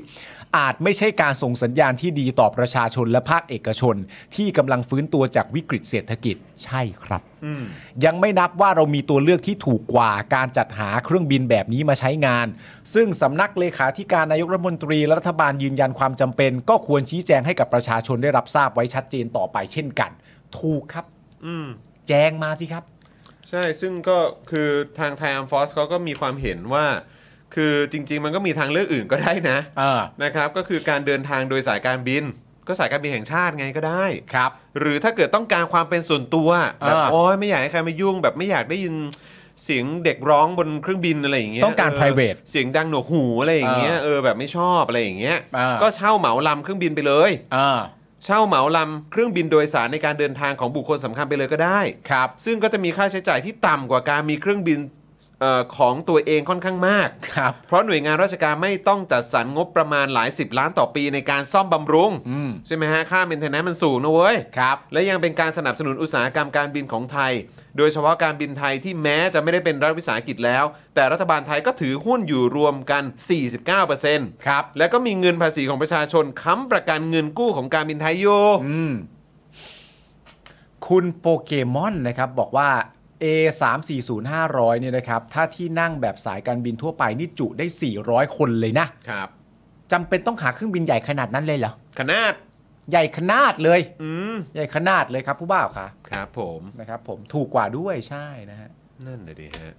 Speaker 3: อาจไม่ใช่การส่งสัญญาณที่ดีต่อประชาชนและภาคเอกชน ที่กำลังฟื้นตัวจากวิกฤตเศรษฐกิจใช่ครับ ยังไม่นับว่าเรามีตัวเลือกที่ถูกกว่าการจัดหาเครื่องบินแบบนี้มาใช้งาน ซึ่งสำนักเลขาธิการนายกรัฐมนตรีและรัฐบาลยืนยันความจำเป็น ก็ควรชี้แจงให้กับประชาชนได้รับทราบไว้ชัดเจนต่อไปเช่นกัน ถูกครับ แจงมาสิครับ
Speaker 2: ใช่ ซึ่งก็คือทางไทยอัมฟอสเขาก็มีความเห็นว่า คือจริง ๆ มันก็มีทางเลือกอื่นก็ได้นะ
Speaker 3: เออ
Speaker 2: นะครับ ก็คือการเดินทางโดยสายการบิน ก็สายการบินแห่งชาติไงก็ได้
Speaker 3: ครับ
Speaker 2: หรือถ้าเกิดต้องการความเป็นส่วนตัวแบบ
Speaker 3: อ่า
Speaker 2: โอ้ยไม่อยากให้ใครมายุ่ง แบบไม่อยากได้ยินเสียงเด็กร้องบนเครื่องบินอะไรอย่างเงี้ย
Speaker 3: ต้องการ private
Speaker 2: เสียงดังหนวกหูอะไรอย่างเงี้ยเออแบบไม่ชอบอะไรอย่างเงี้ย
Speaker 3: อ่า
Speaker 2: ก็เช่าเหมาลำเครื่องบินไปเลย
Speaker 3: อ่า
Speaker 2: เช่าเหมาลำเครื่องบินโดยสารในการเดินทางของบุคคลสำคัญไปเลยก็ได้
Speaker 3: ครับ
Speaker 2: ซึ่งก็จะมีค่าใช้จ่ายที่ต่ำกว่าการมีเครื่องบินเออของตัวเองค่อนข้างมาก
Speaker 3: ครับ
Speaker 2: เพราะหน่วยงานราชการไม่ต้องจัดสรรงบประมาณหลายสิบล้านต่อปีในการซ่อมบำรุง
Speaker 3: อืม
Speaker 2: ใช่ไหมฮะ ค่าเมนเทนแนนมันสูงนะเว้ย
Speaker 3: ครับ
Speaker 2: และยังเป็นการสนับสนุนอุตสาหกรรมการบินของไทย โดยเฉพาะการบินไทยที่แม้จะไม่ได้เป็นรัฐวิสาหกิจแล้ว แต่รัฐบาลไทยก็ถือหุ้นอยู่รวมกัน 49%
Speaker 3: ครับ
Speaker 2: และก็มีเงินภาษีของประชาชนค้ำประกันเงินกู้ของการบินไทยอยู่
Speaker 3: อืม คุณโปเกมอนนะครับ บอกว่า A 3 4 0 500เนี่ยนะครับ ถ้าที่นั่งแบบสายการบินทั่วไปนี่จุได้ 400 คนเลยนะครับ จำเป็นต้องหาเครื่องบินใหญ่ขนาดนั้นเลยเหรอ
Speaker 2: ขนาด
Speaker 3: ใหญ่ขนาดเลย
Speaker 2: อืม
Speaker 3: ใหญ่ขนาดเลยครับผู้บ่าวค่ะ
Speaker 2: ครับผม
Speaker 3: นะครับ ผมถูกกว่าด้วยใช่นะฮะ
Speaker 2: นั่นเลยดิฮะ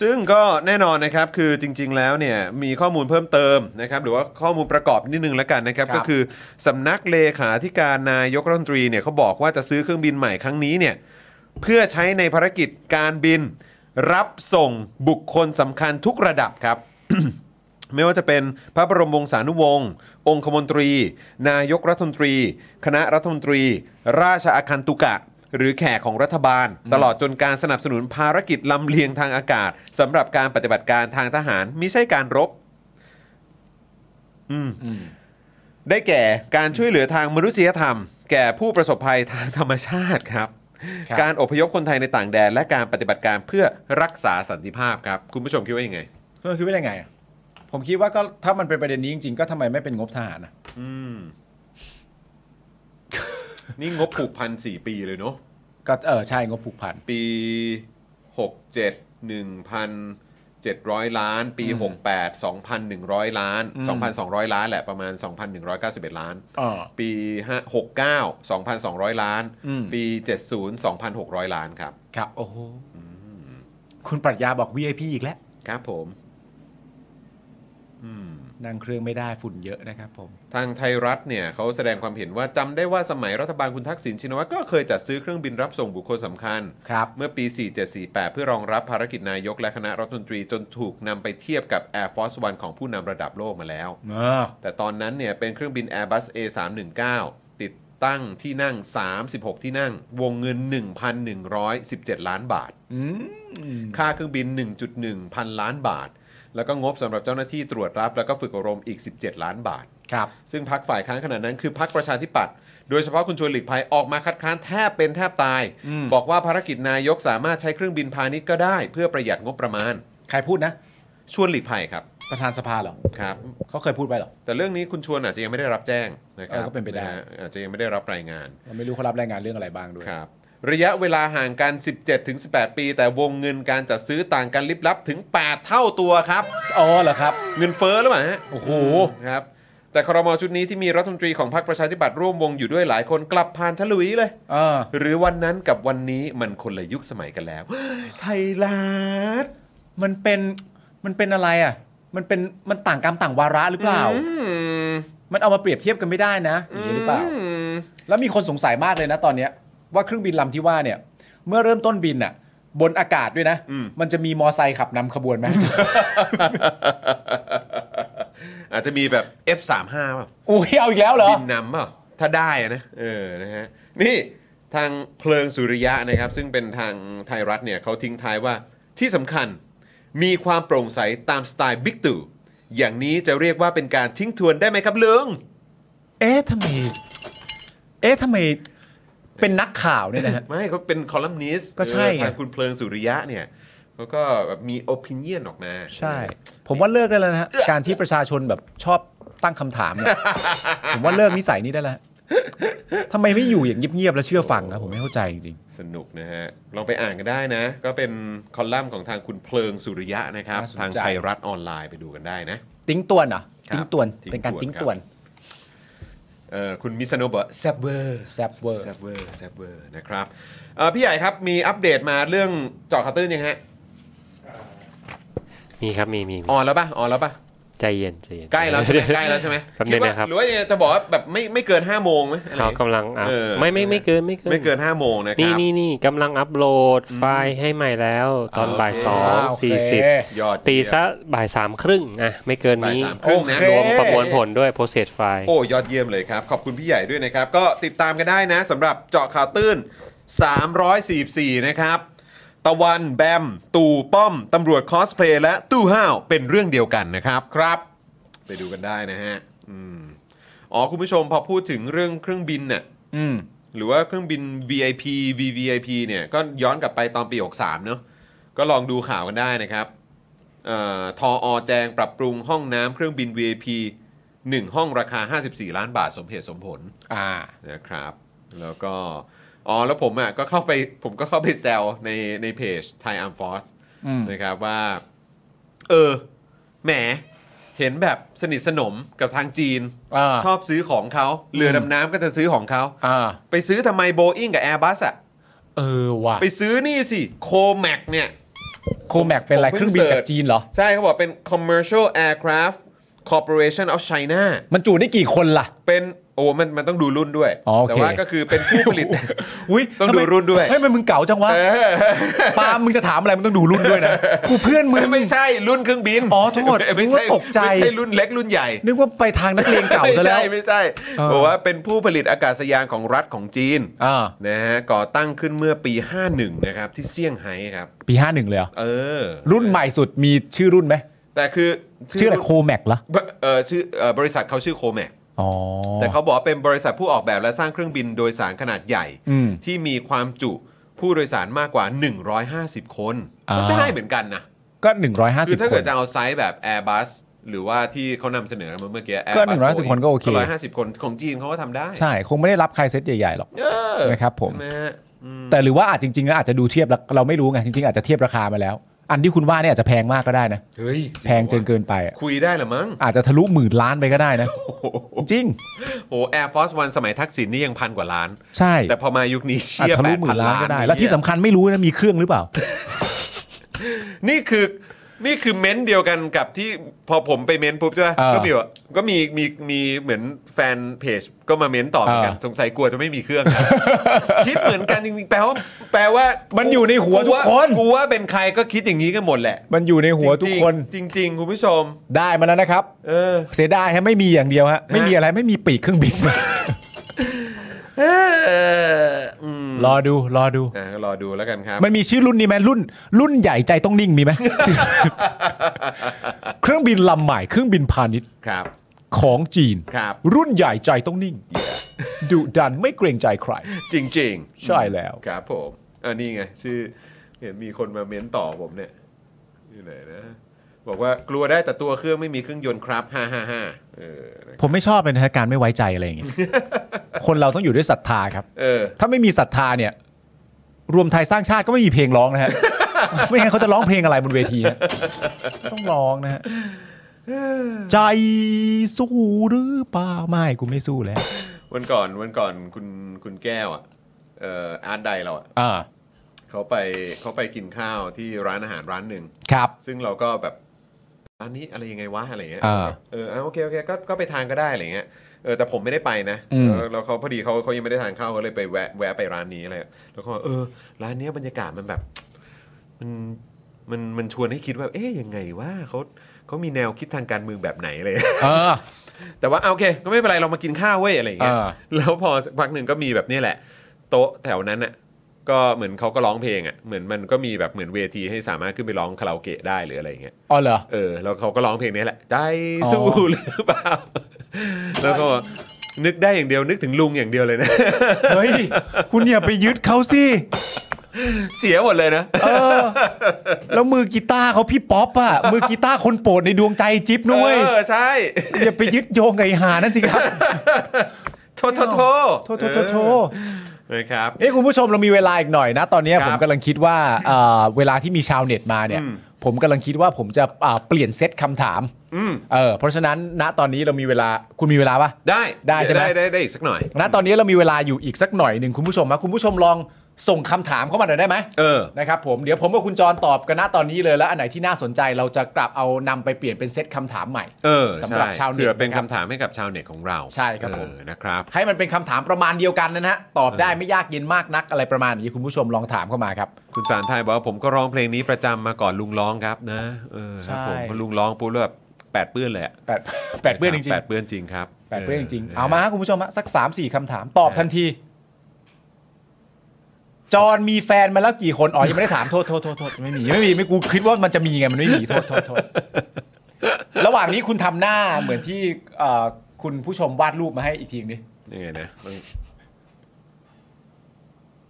Speaker 2: ซึ่งก็แน่นอนนะครับคือจริง ๆ แล้วเนี่ยมีข้อมูลเพิ่มเติมนะครับหรือว่าข้อมูลประกอบนิดนึงแล้วกันนะครับ
Speaker 3: ครับ
Speaker 2: ก็คือสำนักเลขาธิการนายกรัฐมนตรีเนี่ยเขาบอกว่าจะซื้อเครื่องบินใหม่ครั้งนี้เนี่ยเพื่อใช้ในภารกิจการบินรับส่งบุคคลสำคัญทุกระดับครับ ไม่ว่าจะเป็นพระบรมวงศานุวงศ์องคมนตรี นายกรัฐมนตรี คณะรัฐมนตรี ราชอาคันตุกะ หรือแขกของรัฐบาล ตลอดจนการสนับสนุนภารกิจลำเลียงทางอากาศสำหรับการปฏิบัติการทางทหารมิใช่การรบ
Speaker 3: อืม
Speaker 2: ได้แก่การช่วยเหลือทางมนุษยธรรม แก่ผู้ประสบภัยทางธรรมชาติครับ
Speaker 3: ครับ
Speaker 2: การอพยพคนไทยในต่างแดน และการปฏิบัติการเพื่อรักษาสันติภาพครับคุณผู้ชมคิดว่ายังไง
Speaker 3: เพื่อนคิดว่ายังไงอะผมคิดว่าก็ถ้ามันเป็นประเด็นนี้จริงๆ ก็ทำไมไม่เป็นงบทหารนะ
Speaker 2: อืม นี่งบผูกพันสี่ปีเลยเนาะ
Speaker 3: ก็เออใช่งบผูกพัน
Speaker 2: ปีหกเจ็ดหนึ่งพันเจ็ดร้อยล้าน ปี
Speaker 3: อืม
Speaker 2: หกแปดสองพันหนึ่งร้อยล้าน
Speaker 3: อืม
Speaker 2: สองพันสองร้อยล้านแหละประมาณสองพันหนึ่งร้อยเก้าสิบเอ็ดล้าน
Speaker 3: เออ
Speaker 2: ปีห้าหกเก้าสองพันสองร้อยล้าน
Speaker 3: อืม
Speaker 2: ปีเจ็ดศูนย์สองพันหกร้อยล้านครับ
Speaker 3: ครับ โอ้โหคุณปรัชญาบอก VIP อีกแล้ว
Speaker 2: ครับผม อืม
Speaker 3: นั่งเครื่องไม่ได้ฝุ่นเยอะนะครับผม
Speaker 2: ทางไทยรัฐเนี่ยเขาแสดงความเห็นว่าจำได้ว่าสมัยรัฐบาลคุณทักษิณชินวัตรก็เคยจัดซื้อเครื่องบินรับส่งบุคคลสำคัญ
Speaker 3: ครับ
Speaker 2: เมื่อปี 4748 เพื่อรองรับภารกิจนายกและคณะรัฐมนตรีจนถูกนำไปเทียบกับ Air Force One ของผู้นำระดับโลกมาแล้ว
Speaker 3: เออ
Speaker 2: แต่ตอนนั้นเนี่ยเป็นเครื่องบิน Airbus A319 ติดตั้งที่นั่ง 36 ที่นั่ง วงเงิน 1,117 ล้านบาท
Speaker 3: อืม
Speaker 2: ค่าเครื่องบิน 1.1 พันล้านบาท แล้วก็งบสำหรับเจ้าหน้าที่ตรวจรับแล้วก็ฝึกอบรมอีก 17 ล้านบาท
Speaker 3: ครับ
Speaker 2: ซึ่งพักฝ่ายค้านขณะนั้นคือพักประชาธิปัตย์โดยเฉพาะคุณชวนหลีกภัยออกมาคัดค้านแทบเป็นแทบตาย
Speaker 3: อืม
Speaker 2: บอกว่าภารกิจนายกสามารถใช้เครื่องบินพาณิชย์ก็ได้ เพื่อประหยัดงบประมาณ
Speaker 3: ใครพูดนะ
Speaker 2: ชวนหลีกภัยครับ
Speaker 3: ประธานสภาเหรอ
Speaker 2: ครับ
Speaker 3: เขาเคยพูดไปหรอ
Speaker 2: แต่เรื่องนี้คุณชวนอาจจะยังไม่ได้รับแจ้งนะครับ
Speaker 3: เออก็เป็นไปได้
Speaker 2: ะฮะอาจจะยังไม่ได้รับรายงาน
Speaker 3: เราไม่รู้เขารับรายงานเรื่องอะไรบ้างด้วย
Speaker 2: ครับระยะเวลาห่างกัน 17-18 ปี แต่วงเงินการจัดซื้อต่างกันลิบลับถึง 8 เท่าตัวครับ
Speaker 3: อ๋อเหรอครับ
Speaker 2: เงินเฟ้อหรือเปล่าฮะ
Speaker 3: โอ้โห
Speaker 2: ครับ แต่ครมชุดนี้ที่มีรัฐมนตรีของพรรคประชาธิปัตย์ร่วมวงอยู่ด้วยหลายคนกลับผ่านฉลุยเลย
Speaker 3: เออ
Speaker 2: หรือวันนั้นกับวันนี้มันคนละยุคสมัยกัน แล้ว ไทยรัฐ
Speaker 3: มันเป็น มันเป็นอะไรอ่ะ มันเป็น มันต่างกรรมต่างวาระหรือเปล่า
Speaker 2: อืม
Speaker 3: มันเอามาเปรียบเทียบกันไม่ได้นะ อย่างนี้หรือเปล่า
Speaker 2: อืม
Speaker 3: แล้วมีคนสงสัยมากเลยนะตอนเนี้ยว่าเครื่องบินลำที่ว่าเนี่ย เมื่อเริ่มต้นบินน่ะ บนอากาศด้วยนะ มันจะมีมอไซค์ขับนำขบวนไหม
Speaker 2: อาจจะมีแบบ F35 ป่ะ
Speaker 3: อุ้ยเอาอีกแล้วเหรอ
Speaker 2: บินนำป่ะถ้าได้อะนะ เออนะฮะ นี่ทางเพลิงสุริยะนะครับ ซึ่งเป็นทางไทยรัฐเนี่ยเขาทิ้งท้ายว่าที่สำคัญมีความโปร่งใสตามสไตล์บิ๊กตู่อย่างนี้จะเรียกว่าเป็นการทิ้งทวนได้ไหมครับเลือง
Speaker 3: เอ๊ะทำไม เอ๊ะทำไมเป็นนักข่าวเนี่ยนะฮะ
Speaker 2: ไม่เขาเป็นคอลัมนิสต์
Speaker 3: ก็ใช่
Speaker 2: เออ
Speaker 3: ไง
Speaker 2: ทางคุณเพลิงสุริยะเนี่ยเขาก็แบบมีโอปินเนียนออกมา
Speaker 3: ใช่ ผมว่าเลิกได้แล้วนะฮะ การที่ประชาชนแบบชอบตั้งคำถามเนี่ยผ มว่าเลิกนิสัยนี้ได้แล้วทำไมไม่อยู่อย่างเงียบๆแล้วเชื่อฟังครับผมไม่เข้าใจจริง
Speaker 2: สนุกนะฮะ ลองไปอ่านกันได้นะ ก็เป็นคอลัมน์ของทางคุณเพลิงสุริยะนะครับ
Speaker 3: น่าสนใจ
Speaker 2: ทางไทยรัฐออนไลน์ไปดูกันได้นะ
Speaker 3: ๆ ติ้งตวนเหรอ
Speaker 2: ครับ
Speaker 3: ติ้งตวน
Speaker 2: ติ๊ง
Speaker 3: เป็นการ
Speaker 2: ตวน
Speaker 3: ติ้ง
Speaker 2: ครับ
Speaker 3: ตวน
Speaker 2: เออคุณมิซโนบะแซบเวอร์
Speaker 3: แซบเวอร์
Speaker 2: แซบเวอร์แซบเวอร์นะครับเอ่อพี่ใหญ่ครับมีอัปเดตมาเรื่องเจอข่าวตื้นยังฮะ
Speaker 4: มีครับมีมีมี
Speaker 2: ออนแล้วปะออนแล้วปะ
Speaker 4: ใจเย็นใจเย็น
Speaker 2: ใกล้แล้วใช่ไหมใกล้แล้วใช่ไหม
Speaker 4: ครับ
Speaker 2: ดว่า
Speaker 4: เนี่ยนะครับ
Speaker 2: หรือว่ายังไงจะบอกว่าแบบไม่ไม่เกิน5้าโมงไหมอะไร
Speaker 4: เขากำลังอัพ
Speaker 2: เออ
Speaker 4: ไม่ไม่ไม่เกินไม่เกิน
Speaker 2: ไม่เกิน5้าโมงนะค
Speaker 4: นี่
Speaker 2: รับ
Speaker 4: นี่นี่กำลังอัพโหลดไฟล์ให้ใหม่แล้ว ตอนบ่าย
Speaker 2: โอเค
Speaker 4: สองสี่สิบ
Speaker 2: ยอดเยี่ยม
Speaker 4: ตีซะบ่ายสามครึ่งนะไม่เกินนี้
Speaker 2: บ่ายสามค
Speaker 3: โอ
Speaker 2: รึ่งนะ
Speaker 3: เค
Speaker 4: รวมประมวลผลด้วย process ไฟล์
Speaker 2: โอ้ยอดเยี่ยมเลยครับ ขอบคุณพี่ใหญ่ด้วยนะครับ ก็ติดตามกันได้นะสำหรับเจาะข่าวตื้น 344 นะครับ ตะวันแบม ตู่ป้อมตำรวจคอสเพลย์และตู้ห้าวเป็นเรื่องเดียวกันนะครับครับ ไปดูกันได้นะฮะอืมอ๋อ คุณผู้ชมพอพูดถึงเรื่องเครื่องบินเนี่ย
Speaker 3: อืม
Speaker 2: หรือว่าเครื่องบิน VIP VVIP เนี่ยก็ย้อนกลับไปตอนปี 63 เนอะก็ลองดูข่าวกันได้นะครับเอ่อทออแจงปรับปรุงห้องน้ำเครื่องบิน VIP หนึ่งห้องราคา 54 ล้านบาทสมเหตุสมผล
Speaker 3: อ่า
Speaker 2: นะครับ แล้วก็ อ๋อ แล้วผมอ่ะก็เข้าไปผมก็เข้าไปแซวในในเพจ Thai Arm Force
Speaker 3: อืม
Speaker 2: นะครับว่า เออ แหม เห็นแบบสนิทสนมกับทางจีน
Speaker 3: อ่า
Speaker 2: ชอบซื้อของเขาเรือดำน้ำก็จะซื้อของเขา
Speaker 3: อ่า
Speaker 2: ไปซื้อทำไมโบอิงกับ Airbus อ่ะ
Speaker 3: เออว่ะ
Speaker 2: ไปซื้อนี่สิโคแมกเนี่ย
Speaker 3: โคแมกเป็นอะไร
Speaker 2: ผม
Speaker 3: เค
Speaker 2: เพิ่
Speaker 3: รื่
Speaker 2: ง
Speaker 3: องบิน
Speaker 2: เสิร์ช
Speaker 3: จากจีนเหรอ
Speaker 2: ใช่เขาบอกเป็น Commercial Aircraft Corporation of China
Speaker 3: มันจูได้กี่คนล่ะ
Speaker 2: เป็นโอ้มันมันต้องดูรุ่นด้วย
Speaker 3: อ๋อโอเค
Speaker 2: แต่ว่าก็คือเป็นผู้ผลิต
Speaker 3: อุ้ย
Speaker 2: ต้อง
Speaker 3: ทำไม
Speaker 2: ดูรุ่นด้วย
Speaker 3: เฮ้ยมันมึงเก๋าจังวะปาล์มมึงจะถามอะไรมึงต้องดูรุ่นด้วยนะกูเพื่อนมึง
Speaker 2: ไม่ใช่รุ่นเครื่องบิน
Speaker 3: อ๋อโทษ
Speaker 2: ไม่
Speaker 3: นึก
Speaker 2: ใช่
Speaker 3: ว่าตกใจ
Speaker 2: ไม่ใช่รุ่นเล็กรุ่นใหญ่
Speaker 3: นึกว่าไปทางนักเลงเก่า
Speaker 2: ไม่
Speaker 3: ซะแล้
Speaker 2: ใช่
Speaker 3: ว
Speaker 2: ไม่ใช่
Speaker 3: เออ
Speaker 2: บอกว่าเป็นผู้ผลิตอากาศยานของรัฐของจีน
Speaker 3: อ่า
Speaker 2: นะฮะก่อตั้งขึ้นเมื่อปี 51 นะครับที่เซี่ยงไฮ้ครับ
Speaker 3: ปี 51 เลยเหรอ
Speaker 2: เออ
Speaker 3: รุ่นใหม่สุดมีชื่อรุ่นไหม
Speaker 2: แต่คือ
Speaker 3: ชื่ออะไรโคแมกเหรอ
Speaker 2: เออชื่อเอ่อบริษัทเขาชื่อโคแมก
Speaker 3: อ๋อ
Speaker 2: แต่เขาบอกว่าเป็นบริษัทผู้ออกแบบและสร้างเครื่องบินโดยสารขนาดใหญ่
Speaker 3: อืม
Speaker 2: ที่มีความจุผู้โดยสารมากกว่า 150 คน
Speaker 3: อ่า
Speaker 2: ก็ได้เหมือนกันนะ
Speaker 3: ก็ 150
Speaker 2: คือถ้า
Speaker 3: ค
Speaker 2: เกิด
Speaker 3: น
Speaker 2: จะเอาไซส์แบบ Airbus หรือว่าที่เขานำเสนอมาเมื่อกี้ Airbus
Speaker 3: ก็150คนก็โอเค
Speaker 2: 150 คนของจีนเขาก็ทำได้
Speaker 3: ใช่ คงไม่ได้รับใครเซตใหญ่ ๆ หรอก
Speaker 2: เออ
Speaker 3: นะครับผม
Speaker 2: นะฮะอืม
Speaker 3: แต่หรือว่าอาจจริงๆแล้วอาจจะดูเทียบแล้วเราไม่รู้ไงจริงๆอาจจะเทียบราคามาแล้ว อันที่คุณว่าเนี่ยอาจจะแพงมากก็ได้นะ
Speaker 2: เฮ้ย
Speaker 3: แพงจนเกินไปอะ
Speaker 2: คุยได้เหรอมั้ง
Speaker 3: อาจจะทะลุหมื่นล้านไปก็ได้นะ จริง
Speaker 2: โอ้ Air Force One สมัยทักษิณนี่ยังพันกว่าล้าน
Speaker 3: ใช่
Speaker 2: แต่พอมายุคนี้
Speaker 3: อาจ
Speaker 2: เชี่ย
Speaker 3: ทะ
Speaker 2: แป
Speaker 3: ลุ
Speaker 2: ด
Speaker 3: ห
Speaker 2: พั
Speaker 3: มื่
Speaker 2: น
Speaker 3: นล้าน
Speaker 2: ล้าน
Speaker 3: ก็ได้ และที่สำคัญไม่รู้นะมีเครื่องหรือเปล่า
Speaker 2: นี่คือนี่คือเม้นท์เดียวกันกับที่พอผมไปเม้นท์ปุ๊บใช่ไหม
Speaker 3: เออ
Speaker 2: ก็มีว่าก็มีมีมีเหมือนแฟนเพจก็มาเม้นต์ต่อเหมือนกัน
Speaker 3: เออ
Speaker 2: สงสัยกลัวจะไม่มีเครื่อง ครับ คิดเหมือนกันจริงๆแปลว่าแปลว่ามัน
Speaker 3: อยู่ในหัวทุกคน
Speaker 2: กูว่าเป็นใครก็คิดอย่างนี้กันหมดแหละ
Speaker 3: มันอยู่ในหัวทุกคน
Speaker 2: จริงๆจริง ๆ คุณผู้ชม
Speaker 3: ได้มาแล้วนะครับ
Speaker 2: เออ
Speaker 3: เสียดายฮะไม่มีอย่างเดียวฮะไม่มีอะไรไม่มีปีกเครื่องบิน
Speaker 2: เอออืม
Speaker 3: รอดูรอดู
Speaker 2: อ่ะก็รอดูแล้วกันครับ
Speaker 3: มันมีชื่อรุ่นนี้ไหมรุ่น รุ่นใหญ่ใจต้องนิ่งมีไหม เครื่องบินลำใหม่เครื่องบินพาณิชย์
Speaker 2: ครับ
Speaker 3: ของจีน
Speaker 2: ครับ
Speaker 3: รุ่นใหญ่ใจต้องนิ่งดุดันไม่เกรงใจใคร
Speaker 2: จริงๆ
Speaker 3: ใช่แล้ว
Speaker 2: ครับผมอันนี้ไง ชื่อเห็นมีคนมาเม้นต่อผมเนี่ยอยู่ไหนนะ บอกว่ากลัวได้แต่ตัวเครื่องไม่มีเครื่องยนต์ครับฮ่าฮ่าฮ่าเออนะครับ
Speaker 3: ผมไม่ชอบเลยนะฮะการไม่ไว้ใจอะไรอย่างเงี้ย คนเราต้องอยู่ด้วยศรัทธาครับ
Speaker 2: เออ
Speaker 3: ถ้าไม่มีศรัทธาเนี่ย รวมไทยสร้างชาติก็ไม่มีเพลงร้องนะฮะ ไม่งั้นเขาจะร้องเพลงอะไรบนเวทีฮะ ต้องร้องนะฮะ ใจสู้หรือเปล่าไม่กูไม่สู้แล้ว
Speaker 2: วันก่อนวันก่อนคุณคุณแก้วอ่ะเอ่ออาร์ตไดเราอ่ะ
Speaker 3: อ่า
Speaker 2: เขาไปเขาไปกินข้าวที่ร้านอาหารร้านหนึ่ง
Speaker 3: ครับ
Speaker 2: ซึ่งเราก็แบบร้านนี้อะไรยังไงวะอะไรเงี้ย
Speaker 3: อ่า
Speaker 2: เออเอาโอเคโอเคก็ก็ไปทานก็ได้อะไรเงี้ยเออแต่ผมไม่ได้ไปนะ
Speaker 3: อืม
Speaker 2: แล้วแล้วเขาพอดีเขาเขายังไม่ได้ทานข้าวเขาเลยไปแวะแวะไปร้านนี้อะไรแล้วก็เออ ร้านเนี้ยบรรยากาศมันแบบ มันมันมันชวนให้คิดว่า เอ๊ยยังไงว่าเขาเขามีแนวคิดทางการเมื องแบบไหนเลย
Speaker 3: เออ
Speaker 2: แต่ว่าเอาโอเค ก็ไม่เป็นไรเรามากินข้าวเว้ยอะไรอย่างเงี้ย
Speaker 3: อ่า
Speaker 2: แล้วพอสักพักหนึ่งก็มีแบบนี้แหละ โต๊ะแถวนั้นน่ะก็เหมือนเขาก็ร้องเพลงอ่ะเหมือนมันก็มีแบบเหมือนเวทีให้สามารถขึ้นไปร้องคาราโอเกะได้หรืออะไรอย่างเงี้ย
Speaker 3: อ๋อเหรอ
Speaker 2: เออแล้วเขาก็ร้องเพลงนี้แหละ ใจสู้
Speaker 3: อ๋อ
Speaker 2: หรือเปล่า แล้วก็บอกนึกได้อย่างเดียวนึกถึงลุงอย่างเดียวเลยนะ
Speaker 3: เฮ้ย คุณอย่าไปยึดเขาสิ
Speaker 2: เสียหมดเลยนะ
Speaker 3: เออ แล้วมือกีตาร์เขาพี่ป๊อปอะมือกีตาร์คนโปรดในดวงใจจิ๊บนุ้ย
Speaker 2: เออ ใช่
Speaker 3: อย่าไปยึดโยงกับไอ้หานั่นสิครับ
Speaker 2: โทษโทษโทษ
Speaker 3: โทษโทษโทษโทษ
Speaker 2: เออนะครับ
Speaker 3: เอ้คุณผู้ชมเรามีเวลาอีกหน่อยนะ ตอนเนี้ย
Speaker 2: ครั
Speaker 3: ผ
Speaker 2: บ
Speaker 3: มกำลังคิดว่าเอ่อเวลาที่มีชาวเน็ตมาเนี่ย
Speaker 2: อืม
Speaker 3: ผมกำลังคิดว่าผมจะอ่าเปลี่ยนเซตคำถาม
Speaker 2: อืม
Speaker 3: เออเพราะฉะนั้นณตอนนี้เรามีเวลาคุณมีเวลาปะ
Speaker 2: ได้
Speaker 3: ได้ใช่ไหม
Speaker 2: ได้ได้อีกสักหน่อย
Speaker 3: ณตอนนี้เรามีเวลาอยู่อีกสักหน่อยหนึ่งคุณผู้ชมนะคุณผู้ชมลอง ส่งคำถามเข้ามาหน่อยได้ไหม
Speaker 2: เออ
Speaker 3: นะครับผมเดี๋ยวผมกับคุณจรตอบกันหน้าตอนนี้เลยแล้วอันไหนที่น่าสนใจเราจะกลับเอานำไปเปลี่ยนเป็นเซตคำถามใหม่
Speaker 2: เออ
Speaker 3: สำหรับ
Speaker 2: ใ
Speaker 3: ชาวเน็ต
Speaker 2: เผื่อเป็น
Speaker 3: นะครั
Speaker 2: คำ
Speaker 3: บ
Speaker 2: ถามให้กับชาวเน็ตของเรา
Speaker 3: ใช่ครับผม
Speaker 2: เออนะครับ
Speaker 3: ให้มันเป็นคำถามประมาณเดียวกันนะฮะตอบได้ไม่ยากเย็นมากนักอะไรประมาณนี้คุณผู้ชมลองถามเข้ามาครับ
Speaker 2: คุณสารไทยบอกว่าผมก็ร้องเพลงนี้ประจำมาก่อนลุงร้องครับนะเออครับผม
Speaker 3: ใช่
Speaker 2: พอลุงร้องปุ๊บแล้วแบบแปดเปื้อนเลยอะ
Speaker 3: แปดแปดเปื้อนจริง
Speaker 2: แปดเปื้อนจริงครับ
Speaker 3: ๆแปดเปื้อนจริงๆ
Speaker 2: ะ
Speaker 3: เอามาฮะคุณผู้ชมฮะสัก3ามสี่คำถามตอบทันที จอห์นมีแฟนมาแล้วกี่คนอ๋อยังไม่ได้ถามโทษโทษโทษโทษไม่มีไม่มีไม่กูคิดว่ามันจะมีไงมันไม่มีโทษโทษโทษระหว่างนี้คุณทำหน้าเหมือนที่เอ่อคุณผู้ชมวาดรูปมาให้อีกทีนึง
Speaker 2: ยังไงนะมัน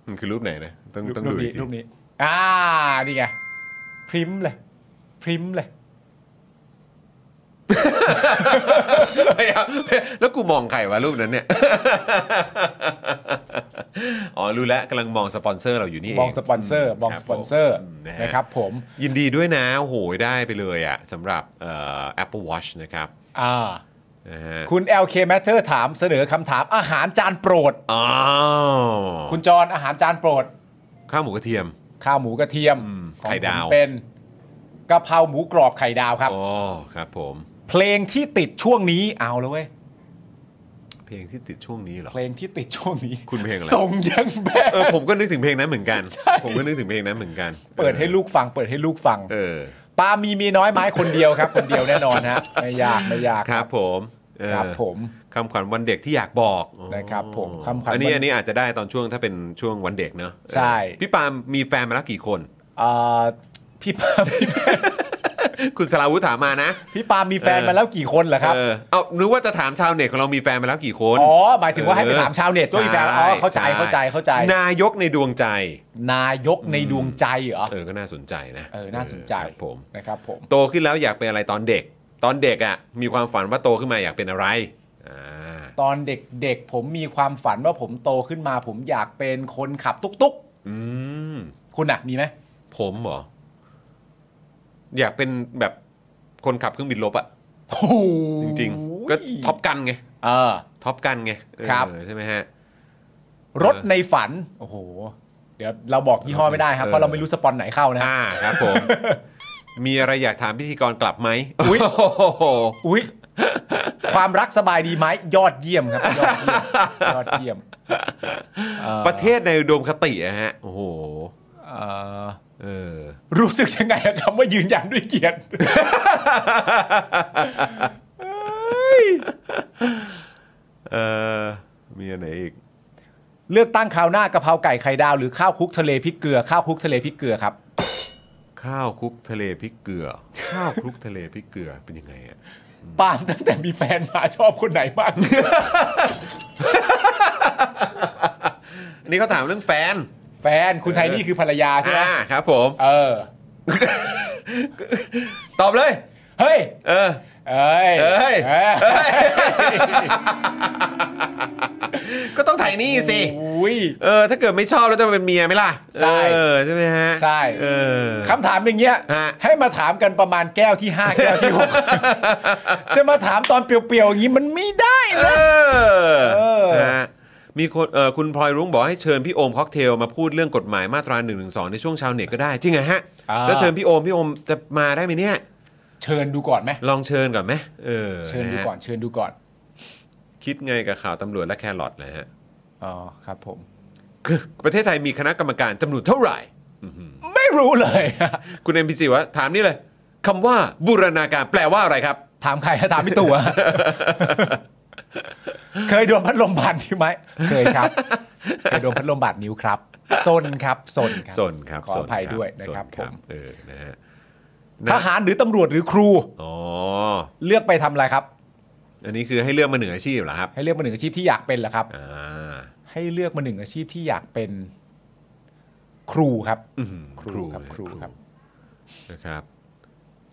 Speaker 2: มันคือรูปไหนนะต้อง
Speaker 3: รูป
Speaker 2: ต้อง
Speaker 3: รู
Speaker 2: ดู
Speaker 3: ป
Speaker 2: อี
Speaker 3: นี้
Speaker 2: กที
Speaker 3: รูปนี้ อ่า นี่ไง พริมเลย พริมเลย
Speaker 2: เฮ้ยแล้วกูมองใครวะรูปนั้ นเนี่ย อ๋อรู้แล้วกำลังมองสปอนเซอร์เราอยู่นี่เอง
Speaker 3: มองสปอนเซอร์ มอง
Speaker 2: ค
Speaker 3: ส
Speaker 2: บ
Speaker 3: ปอนเซอร์
Speaker 2: ผมนะฮะ
Speaker 3: นะครับผม
Speaker 2: ยินดีด้วยนะโอ้โหได้ไปเลยอะสำหรับเอ่อ Apple Watch นะครับ
Speaker 3: อ่า
Speaker 2: นะฮะ
Speaker 3: คุณ LK Matter ถามเสนอคำถามอาหารจานโปรด
Speaker 2: อ้าว
Speaker 3: คุณจรอาหารจานโปรด
Speaker 2: ข้าวหมูกระเทียม
Speaker 3: ข้าวหมูกระเทียม
Speaker 2: อืม
Speaker 3: ของ
Speaker 2: ไข่ดาว
Speaker 3: ผมเป็นกะเพราหมูกรอบไข่ดาวครับ
Speaker 2: อ๋อครับผม
Speaker 3: เพลงที่ติดช่วงนี้เอาแล้วเว้ย
Speaker 2: เพลงที่ติดช่วงนี้เหรอ
Speaker 3: เพลงที่ติดช่วงนี้
Speaker 2: คุณเพลงอะไร
Speaker 3: ส่งยังแบ
Speaker 2: เออบ ผมก็นึกถึงเพลงนั้นเหมือนกัน ผมก็นึกถึงเพลงนั้นเหมือนกัน
Speaker 3: เปิดให้ลูกฟัง เปิดให้ลูกฟัง
Speaker 2: เออ
Speaker 3: ปามีเมียน้อยไหม้คนเดียวครับ คนเดียวแน่นอนฮะไม่ยากไม่ยาก
Speaker 2: ครับผมเออ
Speaker 3: ครับผม
Speaker 2: คำขวัญวันเด็กที่อยากบอกอ๋อ
Speaker 3: นะครับผมคำขวัญ
Speaker 2: อันนี้
Speaker 3: วัน
Speaker 2: อันนี้อาจจะได้ตอนช่วงถ้าเป็นช่วงวันเด็กเนอะ
Speaker 3: ใช่
Speaker 2: เออพี่ปาล์มมีแฟนมาแล้วกี่ คน
Speaker 3: เอ่อพี่ ปาพี่ปา
Speaker 2: คุณสราวุธถามมานะ
Speaker 3: พี่ปามีแฟนมาแล้วกี่คนเหรอครับ
Speaker 2: เออเอานึกว่าจะถามชาวเน็ตของเรามีแฟนมาแล้วกี่คน
Speaker 3: อ๋อหมายถึงว่าให้ไปถามชาวเน็ต
Speaker 2: ใ
Speaker 3: ด้วยแฟนอ๋อเข้าใจ
Speaker 2: ช่
Speaker 3: เข้าใจเข้าใจ
Speaker 2: นายกในดวงใจ
Speaker 3: นายกในดวงใจเหรอ
Speaker 2: เออก็น่าสนใจนะ
Speaker 3: เออน่าสนใจ
Speaker 2: ครับผม
Speaker 3: นะครับผม
Speaker 2: โตขึ้นแล้วอยากเป็นอะไรตอนเด็ก ตอนเด็กอ่ะมีความฝันว่าโตขึ้นมาอยากเป็นอะไรอ่า
Speaker 3: ตอนเด็กๆผมมีความฝันว่าผมโตขึ้นมา ผมอยากเป็นคนขับตุ๊ก
Speaker 2: อืม
Speaker 3: ๆ คุณอะมีไหม
Speaker 2: ผมเหรออยากเป็นแบบคนขับเครื่องบินลบอ่ะ
Speaker 3: โอ้โห
Speaker 2: จริง ๆ ก็ท็อปกันไง
Speaker 3: เออ
Speaker 2: ท็อปกันไงเออ
Speaker 3: ครับ
Speaker 2: ใช่ไหมฮะ
Speaker 3: รถในฝัน โอ้โห เดี๋ยวเราบอกยี่ห้อไม่ได้ครับ
Speaker 2: เออ
Speaker 3: เพราะเราไม่รู้สปอนไหนเข้านะ
Speaker 2: อ่าครับ ผม มีอะไรอยากถามพิธีกรกลับไหม
Speaker 3: อุ้ย
Speaker 2: โอ้โห
Speaker 3: อุ้ยความรักสบายดีไหมยอดเยี่ยมครับ ยอดเยี่ยมยอดเยี่ยมเอ่อ
Speaker 2: ประเทศในอุดมคติอะฮะโอ้โห
Speaker 3: เอ่อ
Speaker 2: เออ
Speaker 3: รู้สึกยังไงกับคำว่ายืนยันด้วยเกียรติ
Speaker 2: เออมีอันไหนอีก
Speaker 3: เลือกตั้งคราวหน้ากะเพราไก่ไข่ดาวหรือข้าวคลุกทะเลพริกเกลือข้าวคลุกทะเลพริกเกลือครับ
Speaker 2: ข้าวคลุกทะเลพริกเก ลือ ข้าวคลุกทะเลพริกเกลือเป็นยังไงอ่ะ
Speaker 3: ปาล์มตั้งแต่มีแฟนมาชอบคนไหนม าก
Speaker 2: อันนี้เขาถามเรื่องแฟน
Speaker 3: แฟนคุณไทนี่คือภรรยาใช่ไหม
Speaker 2: อ่าครับผม
Speaker 3: เออ
Speaker 2: ตอบเลย
Speaker 3: เฮ้ย
Speaker 2: เออ
Speaker 3: เอ้ย
Speaker 2: เอ้ย
Speaker 3: เอ้ย
Speaker 2: ก็ต้องไทยนี่สิ
Speaker 3: อุ้ย
Speaker 2: เออ ถ้าเกิดไม่ชอบแล้วจะเป็นเมียไหมล่ะ
Speaker 3: ใช่
Speaker 2: เออใช่ไหมฮะ
Speaker 3: ใช่
Speaker 2: เออ
Speaker 3: คำถามอย่างเงี้ย
Speaker 2: ฮะ
Speaker 3: ให้มาถามกันประมาณแก้วที่ 5 แก้วที่ 6 จะมาถามตอนเปรียวๆอย่างนี้มันไม่ได้
Speaker 2: เอ
Speaker 3: นะ
Speaker 2: อ
Speaker 3: เออ
Speaker 2: นะฮะมีคนเออคุณพลอยรุ้งบอกให้เชิญพี่โอมค็อกเทลมาพูดเรื่องกฎหมายมาตรา1นึในช่วงชาวเน็ตก็ได้จริงเหรอฮะแล้วเชิญพี่โอมพี่โอมจะมาได้ไหมเนี่ย
Speaker 3: เชิญดูก่อนไหม
Speaker 2: ลองเชิญก่อนไหมเออ
Speaker 3: เชิญดู
Speaker 2: ะฮะ
Speaker 3: ก่อนเชิญดูก่อน
Speaker 2: คิดไงกับข่าวตำรวจและแครอทนะฮะ
Speaker 3: อ๋อครับผม
Speaker 2: คือประเทศไทยมีคณะกรรมการจำนวนเท่าไหร่
Speaker 3: ไม่รู้เลย
Speaker 2: คุณ NPC ว่าถามนี่เลยคำว่าบูรณาการแปลว่าอะไรครับ
Speaker 3: ถามใครถามพี่ ตู่อะ เคยโดนพัดลมบาดนิ้วไหมเคยครับ เคยโดนพัดลมบาดนิ้วครับซนครับซนครับ
Speaker 2: สนครับ
Speaker 3: ขออภัยด้วยนะครับ
Speaker 2: ส
Speaker 3: ผม
Speaker 2: เออนะฮะ
Speaker 3: ทหารหรือตำรวจหรือครู
Speaker 2: อ๋อ
Speaker 3: เลือกไปทำอะไรครับ
Speaker 2: อันนี้คือให้เลือกมาหนึ่งอาชีพเหรอครับ
Speaker 3: ให้เลือกมาหนึ่งอาชีพที่อยากเป็นเหรอครับ
Speaker 2: อ่า
Speaker 3: ให้เลือกมาหนึ่งอาชีพที่อยากเป็นครูครับ
Speaker 2: อื้อหือ
Speaker 3: ครูครับ
Speaker 2: เลย
Speaker 3: ครูครับ
Speaker 2: นะครับ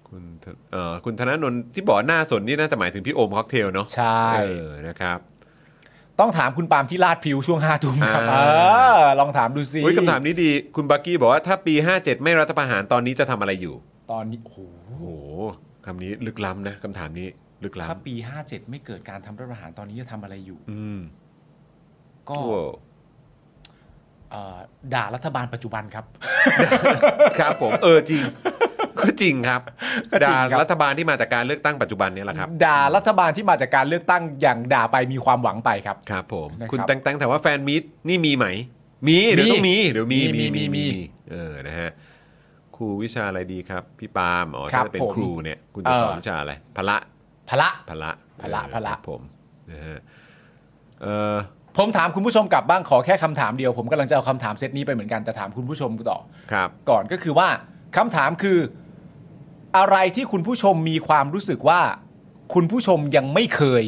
Speaker 2: คุณธเอ่อคุณธนาโนนที่บอกหน้าสนนี่น่าจะหมายถึงพี่โอมค็อกเทลเนาะ
Speaker 3: ใช่
Speaker 2: เออนะครับ
Speaker 3: ต้องถามคุณปาล์มที่ลาดพริวช่วงห้า ทุ่มครับ
Speaker 2: อ่า
Speaker 3: เออลองถามดูสิ
Speaker 2: อุ้ยคำถามนี้ดี คุณบักกี้บอกว่าถ้าปี 57 ไม่รัฐประหารตอนนี้จะทำอะไรอยู่
Speaker 3: ตอนนี้โอ้โห
Speaker 2: โอ้โหคำนี้ลึกล้ำนะคำถามนี้ลึกล้
Speaker 3: ถ้าปี 57 ไม่เกิดการทำรัฐประหารตอนนี้จะทำอะไรอยู่
Speaker 2: ำอืม
Speaker 3: ก็
Speaker 2: โอ้
Speaker 3: เอ่อด่ารัฐบาลปัจจุบันครับ
Speaker 2: ครับผมเออจริงก็จริงครับ
Speaker 3: ก็จริ
Speaker 2: ด่าง
Speaker 3: ครับ
Speaker 2: รัฐบาลที่มาจากการเลือกตั้งปัจจุบันเนี่ยแหละครับ
Speaker 3: ด่ารัฐบาลที่มาจากการเลือกตั้งอย่างด่าไปมีความหวังไปครับ
Speaker 2: ครับผม
Speaker 3: นะครับ
Speaker 2: คุณแตงแตงแต่ว่าแฟนมิตนี่มีไหม มีเดี๋ยว
Speaker 3: มี
Speaker 2: ต้องมีเดี๋ยวมี
Speaker 3: มี
Speaker 2: มี
Speaker 3: มี
Speaker 2: มี
Speaker 3: มี
Speaker 2: มีเออนะฮะครูวิชาอะไรดีครับ พี่ปาล์มอ๋อ
Speaker 3: ครั
Speaker 2: ถ้า
Speaker 3: บ
Speaker 2: เป็น
Speaker 3: ผม
Speaker 2: ครูเนี่ยคุณจะ
Speaker 3: เออ
Speaker 2: สอนวิชาอะไรพละ
Speaker 3: พละ
Speaker 2: พละ
Speaker 3: พละ
Speaker 2: เออ
Speaker 3: พละ
Speaker 2: ครับผมนะฮะเออ
Speaker 3: ผมถามคุณผู้ชมกลับบ้างขอแค่คำถามเดียว ผมกำลังจะเอาคำถามเซตนี้ไปเหมือนกันแต่ถามคุณผู้ชมต่อ
Speaker 2: ครับ
Speaker 3: ก่อนก็คือว่าคำถามคืออะไรที่คุณผู้ชมมีความรู้สึกว่า คุณผู้ชมยังไม่เคย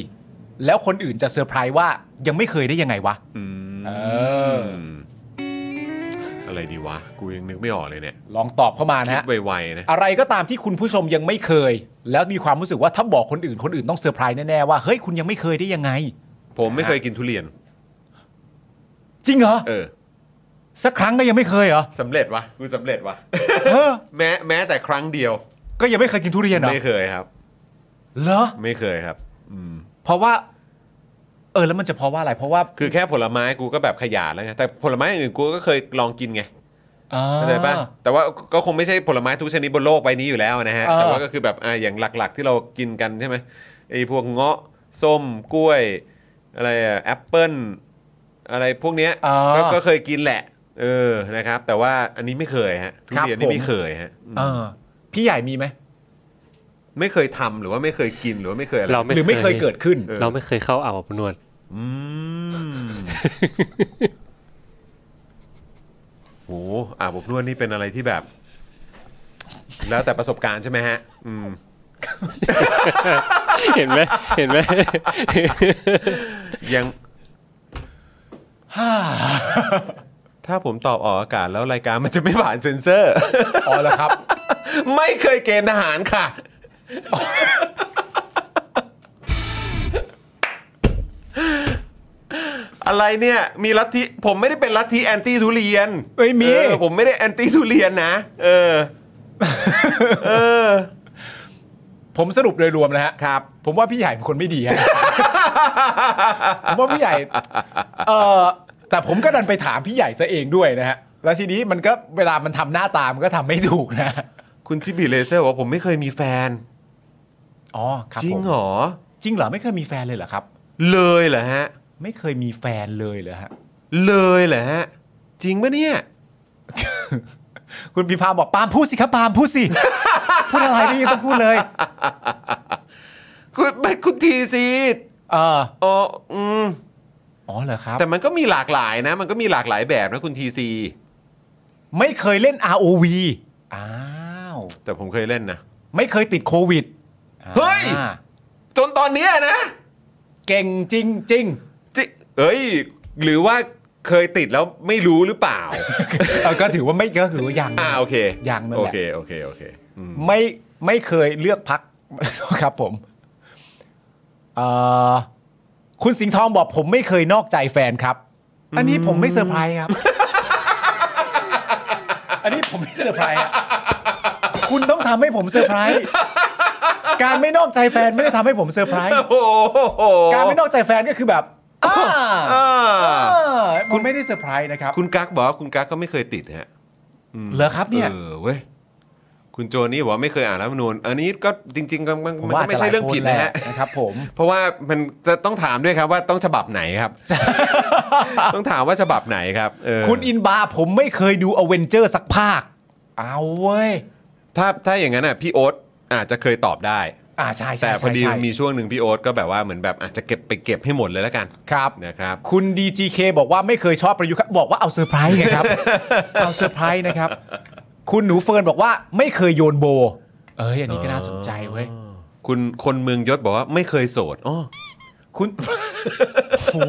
Speaker 3: แล้วคนอื่นจะเซอร์ไพรส์ว่ายังไม่เคยได้ยังไงวะ
Speaker 2: อืม
Speaker 3: เออ
Speaker 2: อะไรดีวะ กูยังนึกไม่ออกเลยเนี่ย
Speaker 3: ลองตอบเข้ามานะ
Speaker 2: คิ
Speaker 3: ฮะ
Speaker 2: ดไวๆนะ
Speaker 3: อะไรก็ตามที่คุณผู้ชมยังไม่เคย แล้วมีความรู้สึกว่าถ้าบอกคนอื่นคนอื่นต้องเซอร์ไพรส์แน่ๆว่าเฮ้ยคุณยังไม่เคยได้ยังไง
Speaker 2: ผมไม่เคยกินทุเรียน
Speaker 3: จริงเหรอ
Speaker 2: เออ
Speaker 3: สักครั้งก็ยังไม่เคยเหรอ
Speaker 2: สำเร็จวะกูสำเร็จวะ
Speaker 3: เออ
Speaker 2: แม้แม้แต่ครั้งเดียว
Speaker 3: ก็ยังไม่เคยกินทุเรียนเหรอ
Speaker 2: ไม่เคยครับ
Speaker 3: เหรอ
Speaker 2: ไม่เคยครับ อืม
Speaker 3: เพราะว่า เออแล้วมันจะเพราะว่าอะไรเพราะว่า
Speaker 2: คือแค่ผลไม้กูก็แบบขยะแล้วไงแต่ผลไม้อย่างอื่นกูก็เคยลองกินไง
Speaker 3: อ่า
Speaker 2: เข้าใจป่ะแต่ว่าก็คงไม่ใช่ผลไม้ทุกชนิดบนโลกใบนี้อยู่แล้วนะฮะ
Speaker 3: เออ
Speaker 2: แต่ว่าก็คือแบบอ่ะอย่างหลักๆ ที่เรากินกันใช่ไหมไอ้พวกเงาะส้มกล้วย อะไรอะแอปเปิ้ลอะไรพวกเนี้ย
Speaker 3: เออ
Speaker 2: ก็ก็เคยกินแหละ เออนะครับ แต่ว่าอันนี้ไม่เคยฮะทุ
Speaker 3: ครับ
Speaker 2: เรียนนี่
Speaker 3: ผม
Speaker 2: ไม่เคยฮะ
Speaker 3: เออพี่ใหญ่มีไหม
Speaker 2: ไม่เคยทำหรือว่าไม่เคยกินหรือว่าไม่เคยอะไร
Speaker 4: เรา
Speaker 3: หรือไม่เคยเกิดขึ้น
Speaker 4: เราไม่เคยเข้าอ่าวอบนวด
Speaker 2: อืมโหอ่ะผมนวดนี่เป็นอะไรที่แบบ แล้วแต่ประสบการณ์ใช่ไหมฮะ อืม
Speaker 4: เห็นไหมเห็นไหม
Speaker 2: ยัง ถ้าผมตอบออกอากาศแล้วรายการมันจะไม่ผ่านเซ็นเซอร์
Speaker 3: อ๋อแล้วครับ
Speaker 2: ไม่เคยเกณฑ์ทหารค่ะ อะไรเนี่ย มีลัทธิผมไม่ได้เป็นลัทธิแอนตี้ทุเรียน
Speaker 3: เอ้ยมี
Speaker 2: เออผมไม่ได้แอนตี้ทุเรียนนะ เออ เออ
Speaker 3: ผมสรุปโดยรวมนะฮะ
Speaker 2: ครับ
Speaker 3: ผมว่าพี่ใหญ่เป็นคนไม่ดีฮะ ผมว่าพี่ใหญ่เออแต่ผมก็ดันไปถามพี่ใหญ่ซะเองด้วยนะฮะแล้วทีนี้มันก็เวลามันทำหน้าตามันก็ทำไม่ถูกนะ
Speaker 2: คุณชิบิเลเซอร์บอกว่าผมไม่เคยมีแฟน
Speaker 3: อ๋อครับ
Speaker 2: จริง
Speaker 3: ผม
Speaker 2: เหรอ
Speaker 3: จริงเหรอไม่เคยมีแฟนเลยเหรอครับ
Speaker 2: เลยเหรอฮะ
Speaker 3: ไม่เคยมีแฟนเลยเหรอฮะ
Speaker 2: เลยเหรอฮะ จริงปะเนี่ย
Speaker 3: คุณพิมพาบอกปาล์มพูดสิครับปาล์มพูดสิ พูดอะไรนี่ต้องพูดเลย
Speaker 2: คุณไม่คุณทีซี
Speaker 3: เออ
Speaker 2: อ๋ออืม
Speaker 3: อ๋อเหรอครับ
Speaker 2: แต่มันก็มีหลากหลายนะ มันก็มีหลากหลายแบบนะคุณทีซี
Speaker 3: ไม่เคยเล่น ROV อ้าว
Speaker 2: แต่ผมเคยเล่นนะ
Speaker 3: ไม่เคยติดโควิด
Speaker 2: เฮ้ย
Speaker 3: อ่า
Speaker 2: จนตอนเนี้ยนะ
Speaker 3: เก่งจริงจริงๆ
Speaker 2: จิเอ้ย หรือว่าเคยติดแล้วไม่รู้หรือเปล่า
Speaker 3: เออก็ถือว่าไม่ก็ถือว่ายัง
Speaker 2: อ่าโอเค
Speaker 3: อย่างนั้น
Speaker 2: โอ
Speaker 3: แหละ
Speaker 2: เคโอเคโอเคอืม
Speaker 3: ไม่ไม่เคยเลือกพั ก ครับผมเอ่อคุณสิงห์ทองบอกผมไม่เคยนอกใจแฟนครับ อันนี้ผมไม่เซอร์ไพรส์ครับ อันนี้ผมไม่เซอร์ไพรส์อะคุณต้องทำให้ผมเซอร์ไพรส์การไม่นอกใจแฟนไม่ได้ทำให้ผมเซอร์ไพรส์
Speaker 2: โอ้โห
Speaker 3: การไม่นอกใจแฟนก็คือแบบอ้า
Speaker 2: อ่า
Speaker 3: คุณไม่ได้เซอร์ไพรส์นะครับ
Speaker 2: คุณกั๊กบอกว่าคุณกั๊กก็ไม่เคยติดฮะ
Speaker 3: เหรอครับเนี่ย
Speaker 2: เออเว้ยคุณโจนี่บอกว่าไม่เคยอ่านรัฐธรรมนูญอันนี้ก็จริงๆก็มัน
Speaker 3: ผม
Speaker 2: มัน
Speaker 3: ว่า
Speaker 2: ก็ไม่ใช่เรื่องผิดนะฮะ
Speaker 3: อาจจหลายคนแหลนะครับ ผม
Speaker 2: เพราะว่ามันจะต้องถามด้วยครับว่าต้องฉบับไหน ครับ ต้องถามว่าฉบับไหนครับเออ
Speaker 3: คุณอินบาร์ผมไม่เคยดูอเวนเจอร์สักภาค เอาเว้ย
Speaker 2: ถ้าถ้าอย่างนั้นน่ะพี่โอ๊ตอาจจะเคยตอบได้
Speaker 3: อ่าใช่ใช่
Speaker 2: แต่
Speaker 3: ใช่
Speaker 2: พอดี
Speaker 3: ใช่
Speaker 2: มันมีช่วงหนึ่งพี่โอ๊ตก็แบบว่าเหมือนแบบอาจจะเก็บไปเก็บให้หมดเลยแล้วกัน
Speaker 3: ครับ
Speaker 2: นะครับ
Speaker 3: คุณ DGK บอกว่าไม่เคยชอบประยุกต์ครับบอกว่าเอาเซอร์ไพรส์ไงครับ เอาเซอร์ไพรส์นะครับ คุณหนูเฟิร์นบอกว่าไม่เคยโยนโบ เอ้ย อันนี้ก็น่าสนใจเว้ย
Speaker 2: คุณคนเมืองยศบอกว่าไม่เคยโสดอ๋อ
Speaker 3: คุณ โอ้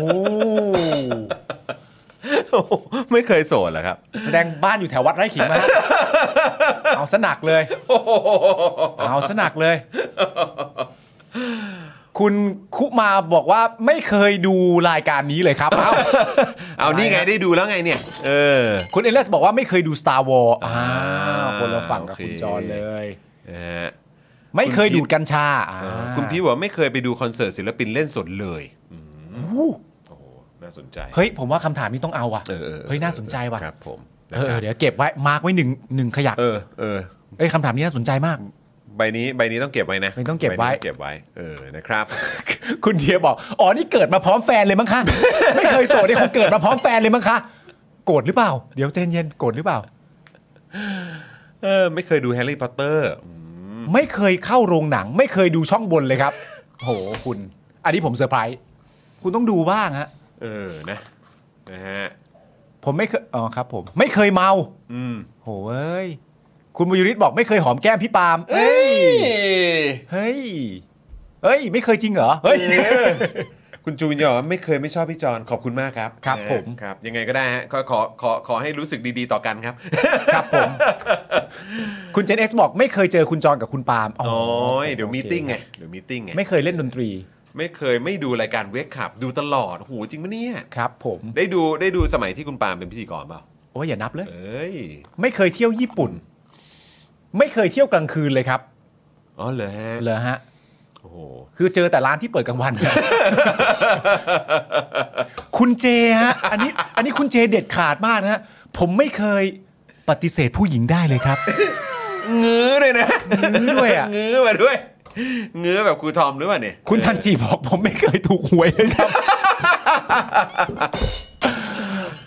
Speaker 2: ไม่เคยโสดเหรอครับ
Speaker 3: แสดงบ้านอยู่แถววัดไร่ขิงมา ฮะเอาสนักเลย เอาสนักเลย คุณคุมาบอกว่าไม่เคยดูรายการนี้เลย ครับเอ้า
Speaker 2: เอานี่ไงได้ดูแล้วไงเนี่ย เออ
Speaker 3: คุณเอเลสบอกว่าไม่เคยดู Star Wars อ่า
Speaker 2: อ่า
Speaker 3: คนละฝั่งกับ
Speaker 2: โอเค
Speaker 3: คุณจอนเลย
Speaker 2: นะฮะ
Speaker 3: ไม่เคย
Speaker 2: คุณพี่
Speaker 3: ดูดกัญชาอ่า
Speaker 2: คุณพี่บอกว่าไม่เคยไปดูคอนเสิร์ตศิลปินเล่นสดเลยอืมโอ้โห น่าสนใจ
Speaker 3: เฮ้ยผมว่าคำถามนี้ต้องเอาว่ะ
Speaker 2: ออออออ
Speaker 3: เฮ้ยน่าสนใจว่ะ
Speaker 2: ครับผม
Speaker 3: เออเออเดี๋ยวเก็บไว้มาร์กไว้หนึ่งหนึ่งขยัก
Speaker 2: เออเออ
Speaker 3: เอ้ยคำถามนี้น่าสนใจมาก
Speaker 2: ใบนี้ใบนี้ต้องเก็บไว้นะ
Speaker 3: ใบนี้ต้องเก็บไว้
Speaker 2: ในี้เก็บไว้เออนะครับ
Speaker 3: คุณเทียบอกอ๋อนี่เกิดมาพร้อมแฟนเลยมั้งคะ ไม่เคยโสดเนี่ยคงเกิดมาพร้อมแฟนเลยมั้งคะโกรธหรือเปล่า เดี๋ยวเจนเย็นโกรธหรือเปล่า
Speaker 2: เออไม่เคยดูแฮร์รี่พอตเตอร์
Speaker 3: ไม่เคยเข้าโรงหนัง ไม่เคยดูช่องบนเลยครับ โหคุณ อันนี้ผมเซอร์ไพรส์คุณต้องดูบ้างฮะ
Speaker 2: เออนะนะฮะ
Speaker 3: ผมไม่เคยอ๋อครับ ผม ไม่เคยเมา
Speaker 2: อืม
Speaker 3: โหเอ้ยคุณบุญยริศบอกไม่เคยหอมแก้มพี่ปาล์มเอ้ยเฮ้ยเฮ้ย ไม่เคยจริงเหรอเฮ้ย
Speaker 2: เออคุณจูนยอมไม่เคยไม่ชอบพี่จอนขอบคุณมากครับ
Speaker 3: ครับ
Speaker 2: นะฮะ
Speaker 3: ผม
Speaker 2: ครับ ยังไงก็ได้ฮะขอขอขอขอให้รู้สึกดีๆต่อกันครับ
Speaker 3: ครับผม คุณเจนเอสบอกไม่เคยเจอคุณจอนกับคุณปาล์ม
Speaker 2: โอ้ย
Speaker 3: โอค
Speaker 2: เดี๋ยวมีติ้งไงเดี๋ยวมีติ้งไง
Speaker 3: ไม่เคยเล่นดนตรี
Speaker 2: ไม่เคยไม่ดูรายการเวกขับ ดูตลอดโอ้โหจริงปะเนี่ย
Speaker 3: ครับผม
Speaker 2: ได้ดูได้ดูสมัยที่คุณปาล์มเป็นพิธีกรเปล่า
Speaker 3: โอ้ยอย่านับเลย
Speaker 2: เอ้ย
Speaker 3: ไม่เคยเที่ยวญี่ปุ่น ไม่เคยเที่ยวกลางคืนเลยครับ
Speaker 2: อ๋อเหรอฮะ
Speaker 3: เลยฮะ
Speaker 2: โอ้โห
Speaker 3: คือเจอแต่ร้านที่เปิดกลางวัน คุณเจฮะ อันนี้ อันนี้คุณเจเด็ดขาดมากนะฮะ ผมไม่เคยปฏิเสธผู้หญิงได้เลยครับ
Speaker 2: งื้อเลยนะ
Speaker 3: งื้อด้วยอ่ะ
Speaker 2: งื้อมาด้วยงื้อแบบครูทอมหรือเปล่าเนี่ย
Speaker 3: คุณทันจีบอกผมไม่เคยถูกหวยเลยครับ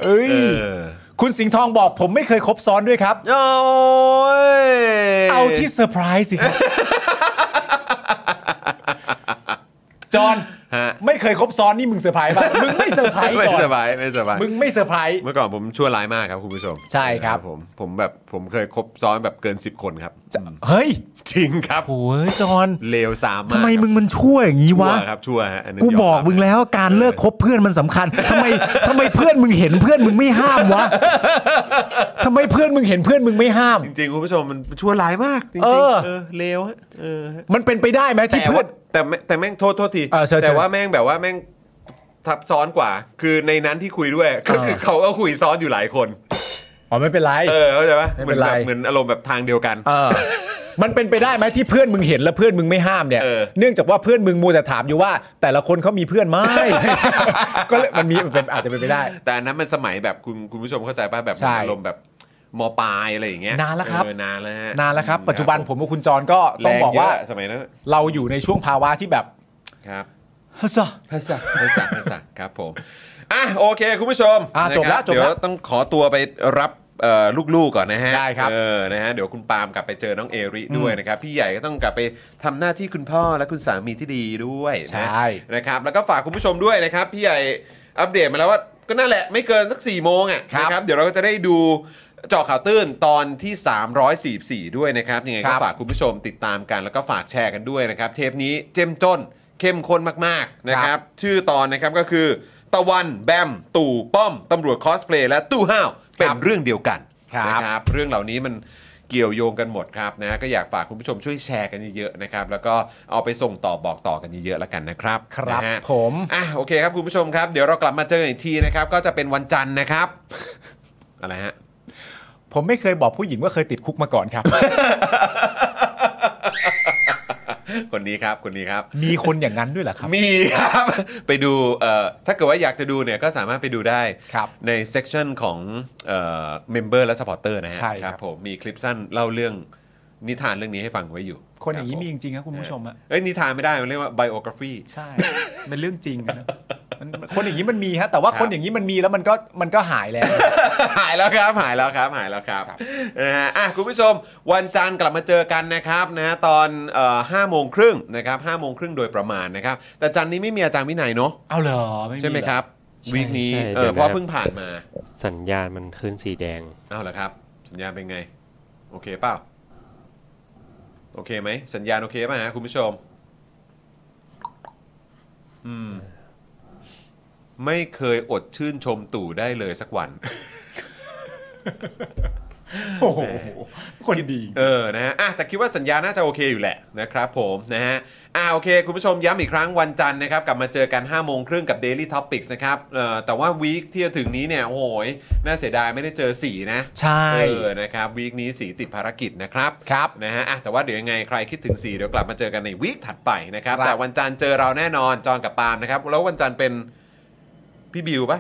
Speaker 3: เอ้ย
Speaker 2: เออ
Speaker 3: คุณสิงห์ทองบอกผมไม่เคยคบซ้อนด้วยครับ
Speaker 2: โอ้ย
Speaker 3: เอาที่เซอร์ไพรส์สิครับ จอห์น
Speaker 2: ฮะ
Speaker 3: ไม่เคยคบซ้อนนี่มึงเซอร์ไพรส์ป่ะ มึงไม่เซอร์ไพรส์
Speaker 2: ไม่
Speaker 3: จอห์
Speaker 2: ส
Speaker 3: น
Speaker 2: บายไม่สบาย
Speaker 3: มึงไม่เซอร์ไพรส์
Speaker 2: เมื่อก่อนผมชั่วร้ายมากครับคุณผู้ชม
Speaker 3: ใช่ครับ
Speaker 2: ผมผมแบบผมเคยคบซ้อนแบบเกิน 10 คนครับ
Speaker 3: เฮ้ย
Speaker 2: จริงครับ
Speaker 3: โอ้ยจอห์น
Speaker 2: เลวสามมาก
Speaker 3: ทำไม
Speaker 2: ครับ
Speaker 3: มึงมันชั่วอย่างนี้
Speaker 2: ชั่ว
Speaker 3: วะ
Speaker 2: ครับชั่วฮะนนั้น
Speaker 3: กู
Speaker 2: ยม
Speaker 3: บอก
Speaker 2: รั
Speaker 3: มึงแล้วการเลิกคบเพื่อนมันสำคัญทำไมทำไมเพื่อนมึงเห็นเพื่อนมึงไม่ห้ามวะทำไมเพื่อนมึงเห็นเพื่อนมึงไม่ห้าม
Speaker 2: จริงๆคุณผู้ชมมันชั่วร้ายมากจริง
Speaker 3: เอ
Speaker 2: ๆ
Speaker 3: อ
Speaker 2: เออเลวฮะเออฮะ
Speaker 3: มันเป็นไปได้ไหมที่
Speaker 2: แต่
Speaker 3: เพื่อ
Speaker 2: ว่า
Speaker 3: น
Speaker 2: แต่แม่แต่แม่งโทษโทษที
Speaker 3: เออเชิญ
Speaker 2: แต่ว่าแม่งแบบว่าแม่งทับซ้อนกว่า คือในนั้นที่คุยด้วยก็คือ
Speaker 3: เออ
Speaker 2: เขาก็คุยซ้อนอยู่หลายคน
Speaker 3: อ๋อไม่เป็นไร
Speaker 2: เออเข้าใจปะ
Speaker 3: ไม่
Speaker 2: เห
Speaker 3: เป็
Speaker 2: มือนน
Speaker 3: ไร
Speaker 2: แบบเหมือนอารมณ์แบบทางเดียวกัน
Speaker 3: เออมันเป็นไปได้ไหมที่เพื่อนมึงเห็นแล้วเพื่อนมึงไม่ห้ามเนี่ย
Speaker 2: เออ
Speaker 3: เนื่องจากว่าเพื่อนมึงมัวแต่ถามอยู่ว่า แต่ละคนเขามีเพื่อน ไหม ก็เลยมันมีมันเป็นอาจจะเป็นไปได้
Speaker 2: แต่อันนั้นมันสมัยแบบคุณคุณผู้ชมเข้าใจป่ะแบบ
Speaker 3: ใช่
Speaker 2: อารมณ์แบบมปลายอะไรอย่างเงี้ย
Speaker 3: นานแล้วครับ
Speaker 2: เออนานแล้วฮะ
Speaker 3: นานแล้วครับ ปัจจุบันผมกับคุณจรก็
Speaker 2: แร
Speaker 3: ต้อง
Speaker 2: ง
Speaker 3: บอก
Speaker 2: เย
Speaker 3: ว่า
Speaker 2: อะสมัยนั้น
Speaker 3: เราอยู่ในช่วงภาวะที่แบบ
Speaker 2: ครับ
Speaker 3: ฮะซะ
Speaker 2: ภาษาภาษาภาษาครับผม อ่ะโอเคคุณผู้ชม
Speaker 3: อ่ะ
Speaker 2: นะครับ
Speaker 3: จบแล้วจบแล้ว
Speaker 2: เดี๋ยวต้องขอตัวไปรับเอ่อลูกๆก่อนนะฮะ
Speaker 3: ได้ครับ
Speaker 2: เออนะฮะเดี๋ยวคุณปาล์มกลับไปเจอน้องเอริด้วยนะครับ พี่ใหญ่ก็ต้องกลับไปทำหน้าที่คุณพ่อและคุณสามีที่ดีด้วยนะ
Speaker 3: ใช่
Speaker 2: นะครับ แล้วก็ฝากคุณผู้ชมด้วยนะครับ พี่ใหญ่อัปเดตมาแล้วว่าก็นั่นแหละไม่เกินสัก4ี่โมงอ่ะนะครับ เดี๋ยวเราก็จะได้ดูเจาะข่าวตื้นตอนที่ 344 ด้วยนะครับยังไง
Speaker 3: ค
Speaker 2: ก็
Speaker 3: รับ
Speaker 2: ฝาก ฝากคุณผู้ชมติดตามกันแล้วก็ฝากแชร์กันด้วยนะครับ เทปนี้เจ้มจ้นเข้มข้นมากๆนะครับ ชื่อตอนนะครับก็คือ ตะวันแบม ตู่ป้อมตำรวจคอสเพลย์และตู้ห้าว เป็นเรื่องเดียวกัน
Speaker 3: ครับ
Speaker 2: นะครับ เรื่องเหล่านี้มันเกี่ยวโยงกันหมดครับนะก็อยากฝากคุณผู้ชมช่วยแชร์กันเยอะๆนะครับแล้วก็เอาไปส่งต่อบอกต่อกันเยอะๆแล้วกันนะครับ
Speaker 3: ครับ
Speaker 2: นะฮะ
Speaker 3: ผม
Speaker 2: อ่ะโอเคครับคุณผู้ชมครับเดี๋ยวเรากลับมาเจอกันอีกทีนะครับก็จะเป็นวันจันทร์ นะครับ อะไรฮะ
Speaker 3: ผมไม่เคยบอกผู้หญิงว่าเคยติดคุกมาก่อนครับ
Speaker 2: คนนี้ครับคนนี้ครับ
Speaker 3: มีคนอย่างนั้นด้วยเหรอครับ
Speaker 2: มีครับ ไปดูเอ่อถ้าเกิดว่าอยากจะดูเนี่ยก็สามารถไปดูได้
Speaker 3: ครับ
Speaker 2: ในเซ c ชันของเมมเบอร์และสปอร์เตอร์นะฮะ
Speaker 3: ใช่ครับ
Speaker 2: ผมมีคลิปสั้นเล่าเรื่องนิทานเรื่องนี้ให้ฟังไว้อยู่
Speaker 3: คนอย่างนี้มี
Speaker 2: รับ
Speaker 3: จ
Speaker 2: ผ
Speaker 3: ริงๆครับคุณผู้ชมอะ
Speaker 2: เอ้ยนิทานไม่ได้ มันเรียกว่าไบโอกราฟี
Speaker 3: ใช่ เป็นเรื่องจริงนะมันคนอย่างนี้มันมีฮะ แต่ว่าคนอย่างนี้มันมีแล้วมันก็มันก็หายแล้ว
Speaker 2: หายแล้วครับหายแล้วครับหายแล้วครับนะฮะอ่ะคุณผู้ชมวันจันทร์กลับมาเจอกันนะครับนะฮะตอนเอ่อห้าโมงครึ่งนะครับห้าโมงครึ่งโดยประมาณนะครับแต่จันทร์นี้ไม่มีอาจารย์วินัยเนาะ
Speaker 3: เอาเหรอไม่
Speaker 2: ใช่ไหม
Speaker 3: เอ
Speaker 2: ครับ
Speaker 3: ใช่
Speaker 2: วีคนี้
Speaker 4: ใช่
Speaker 2: เอ
Speaker 4: เดี๋
Speaker 2: อ
Speaker 4: ย
Speaker 2: เพ
Speaker 4: ว
Speaker 2: ราะ
Speaker 4: นะครับ
Speaker 2: เพิ่งผ่านมา
Speaker 4: สัญญาณมันขึ้นสีแดง
Speaker 2: เอาละครับ สัญญาณเป็นไง โอเคเปล่าโอเคไหม สัญญาณโอเคป่ะฮะคุณผู้ชม อืม ไม่เคยอดชื่นชมตู่ได้เลยสักวัน
Speaker 3: โอ้โหคนดี
Speaker 2: เออ นะฮะอ่ะแต่คิดว่าสัญญาณน่าจะโอเคอยู่แหละนะครับผมนะฮะ อ่ะโอเค คุณผู้ชมย้ำอีกครั้งวันจันทร์นะครับ กลับมาเจอกัน5โมงครึ่งกับ Daily Topics นะครับ เอ่อ แต่ว่าวีคที่จะถึงนี้เนี่ย โอ้โหยน่าเสียดายไม่ได้เจอสีนะ
Speaker 3: ใช่
Speaker 2: เออ นะครับ วีคนี้สีติดภารกิจนะครับ
Speaker 3: ครับ
Speaker 2: นะฮะอ่ะแต่ว่าเดี๋ยวยังไงใครคิดถึงสีเดี๋ยวกลับมาเจอกันในวีคถัดไปนะครับ
Speaker 3: ครับ
Speaker 2: แต่วันจันทร์เจอเราแน่นอน จอนกับปาล์มนะครับ แล้ววันจันทร์เป็น พี่บิวปะ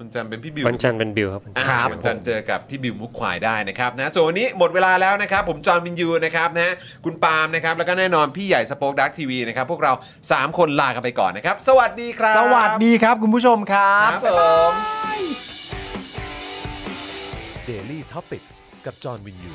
Speaker 2: วันจันทร์เป็นพี่บิว
Speaker 4: วันจันทร์เป็นบิลครับ
Speaker 2: อ่ะ
Speaker 3: ครับ
Speaker 2: วันจันทร์เจอกับพี่บิวมุกควายได้นะครับนะส่วนวันนี้หมดเวลาแล้วนะครับ ผมจอห์นวินยูนะครับนะคุณปาล์มนะครับ แล้วก็แน่นอนพี่ใหญ่สป็อคดักทีวีนะครับ พวกเรา 3 คนลากันไปก่อนนะครับ สวัสดีครับ
Speaker 3: สวัสดีครับคุณผู้ชมครั
Speaker 2: ครับ บผม
Speaker 1: Daily t o p i c กกับจอห์นวินยู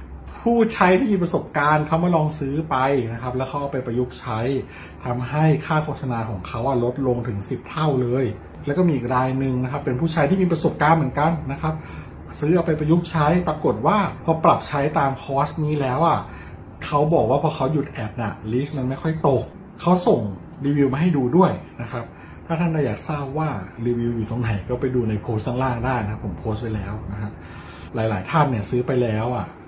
Speaker 5: ผู้ใช้ที่มีประสบการณ์เขามาลองซื้อไปนะครับ แล้วเขาเอาไปประยุกต์ใช้ทำให้ค่าโฆษณาของเขาอะลดลงถึง 10 เท่าเลย แล้วก็มีอีกรายหนึ่งนะครับ เป็นผู้ใช้ที่มีประสบการณ์เหมือนกันนะครับ ซื้อเอาไปประยุกต์ใช้ปรากฏว่าพอปรับใช้ตามคอร์สนี้แล้วอ่ะเขาบอกว่าพอเขาหยุดแอดน่ะลิสต์มันไม่ค่อยตกเขาส่งรีวิวมาให้ดูด้วยนะครับ ถ้าท่านอยากทราบว่ารีวิวอยู่ตรงไหนก็ไปดูในโพสต์ข้างล่างได้นะครับผมโพสต์ไว้แล้วนะครับ หลาย ๆ ท่านเนี่ยซื้อไปแล้วอ่ะ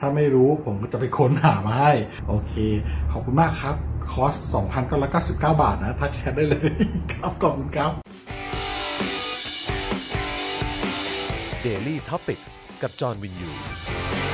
Speaker 5: ถ้าไม่รู้ผมก็จะไปค้นหามาให้ โอเค ขอบคุณมากครับ คอร์ส 2,999 บาทนะ ทักแชทได้เลย ครับ ขอบคุณครับ
Speaker 1: เดลี่ท็อปิกกับจอห์นวินยู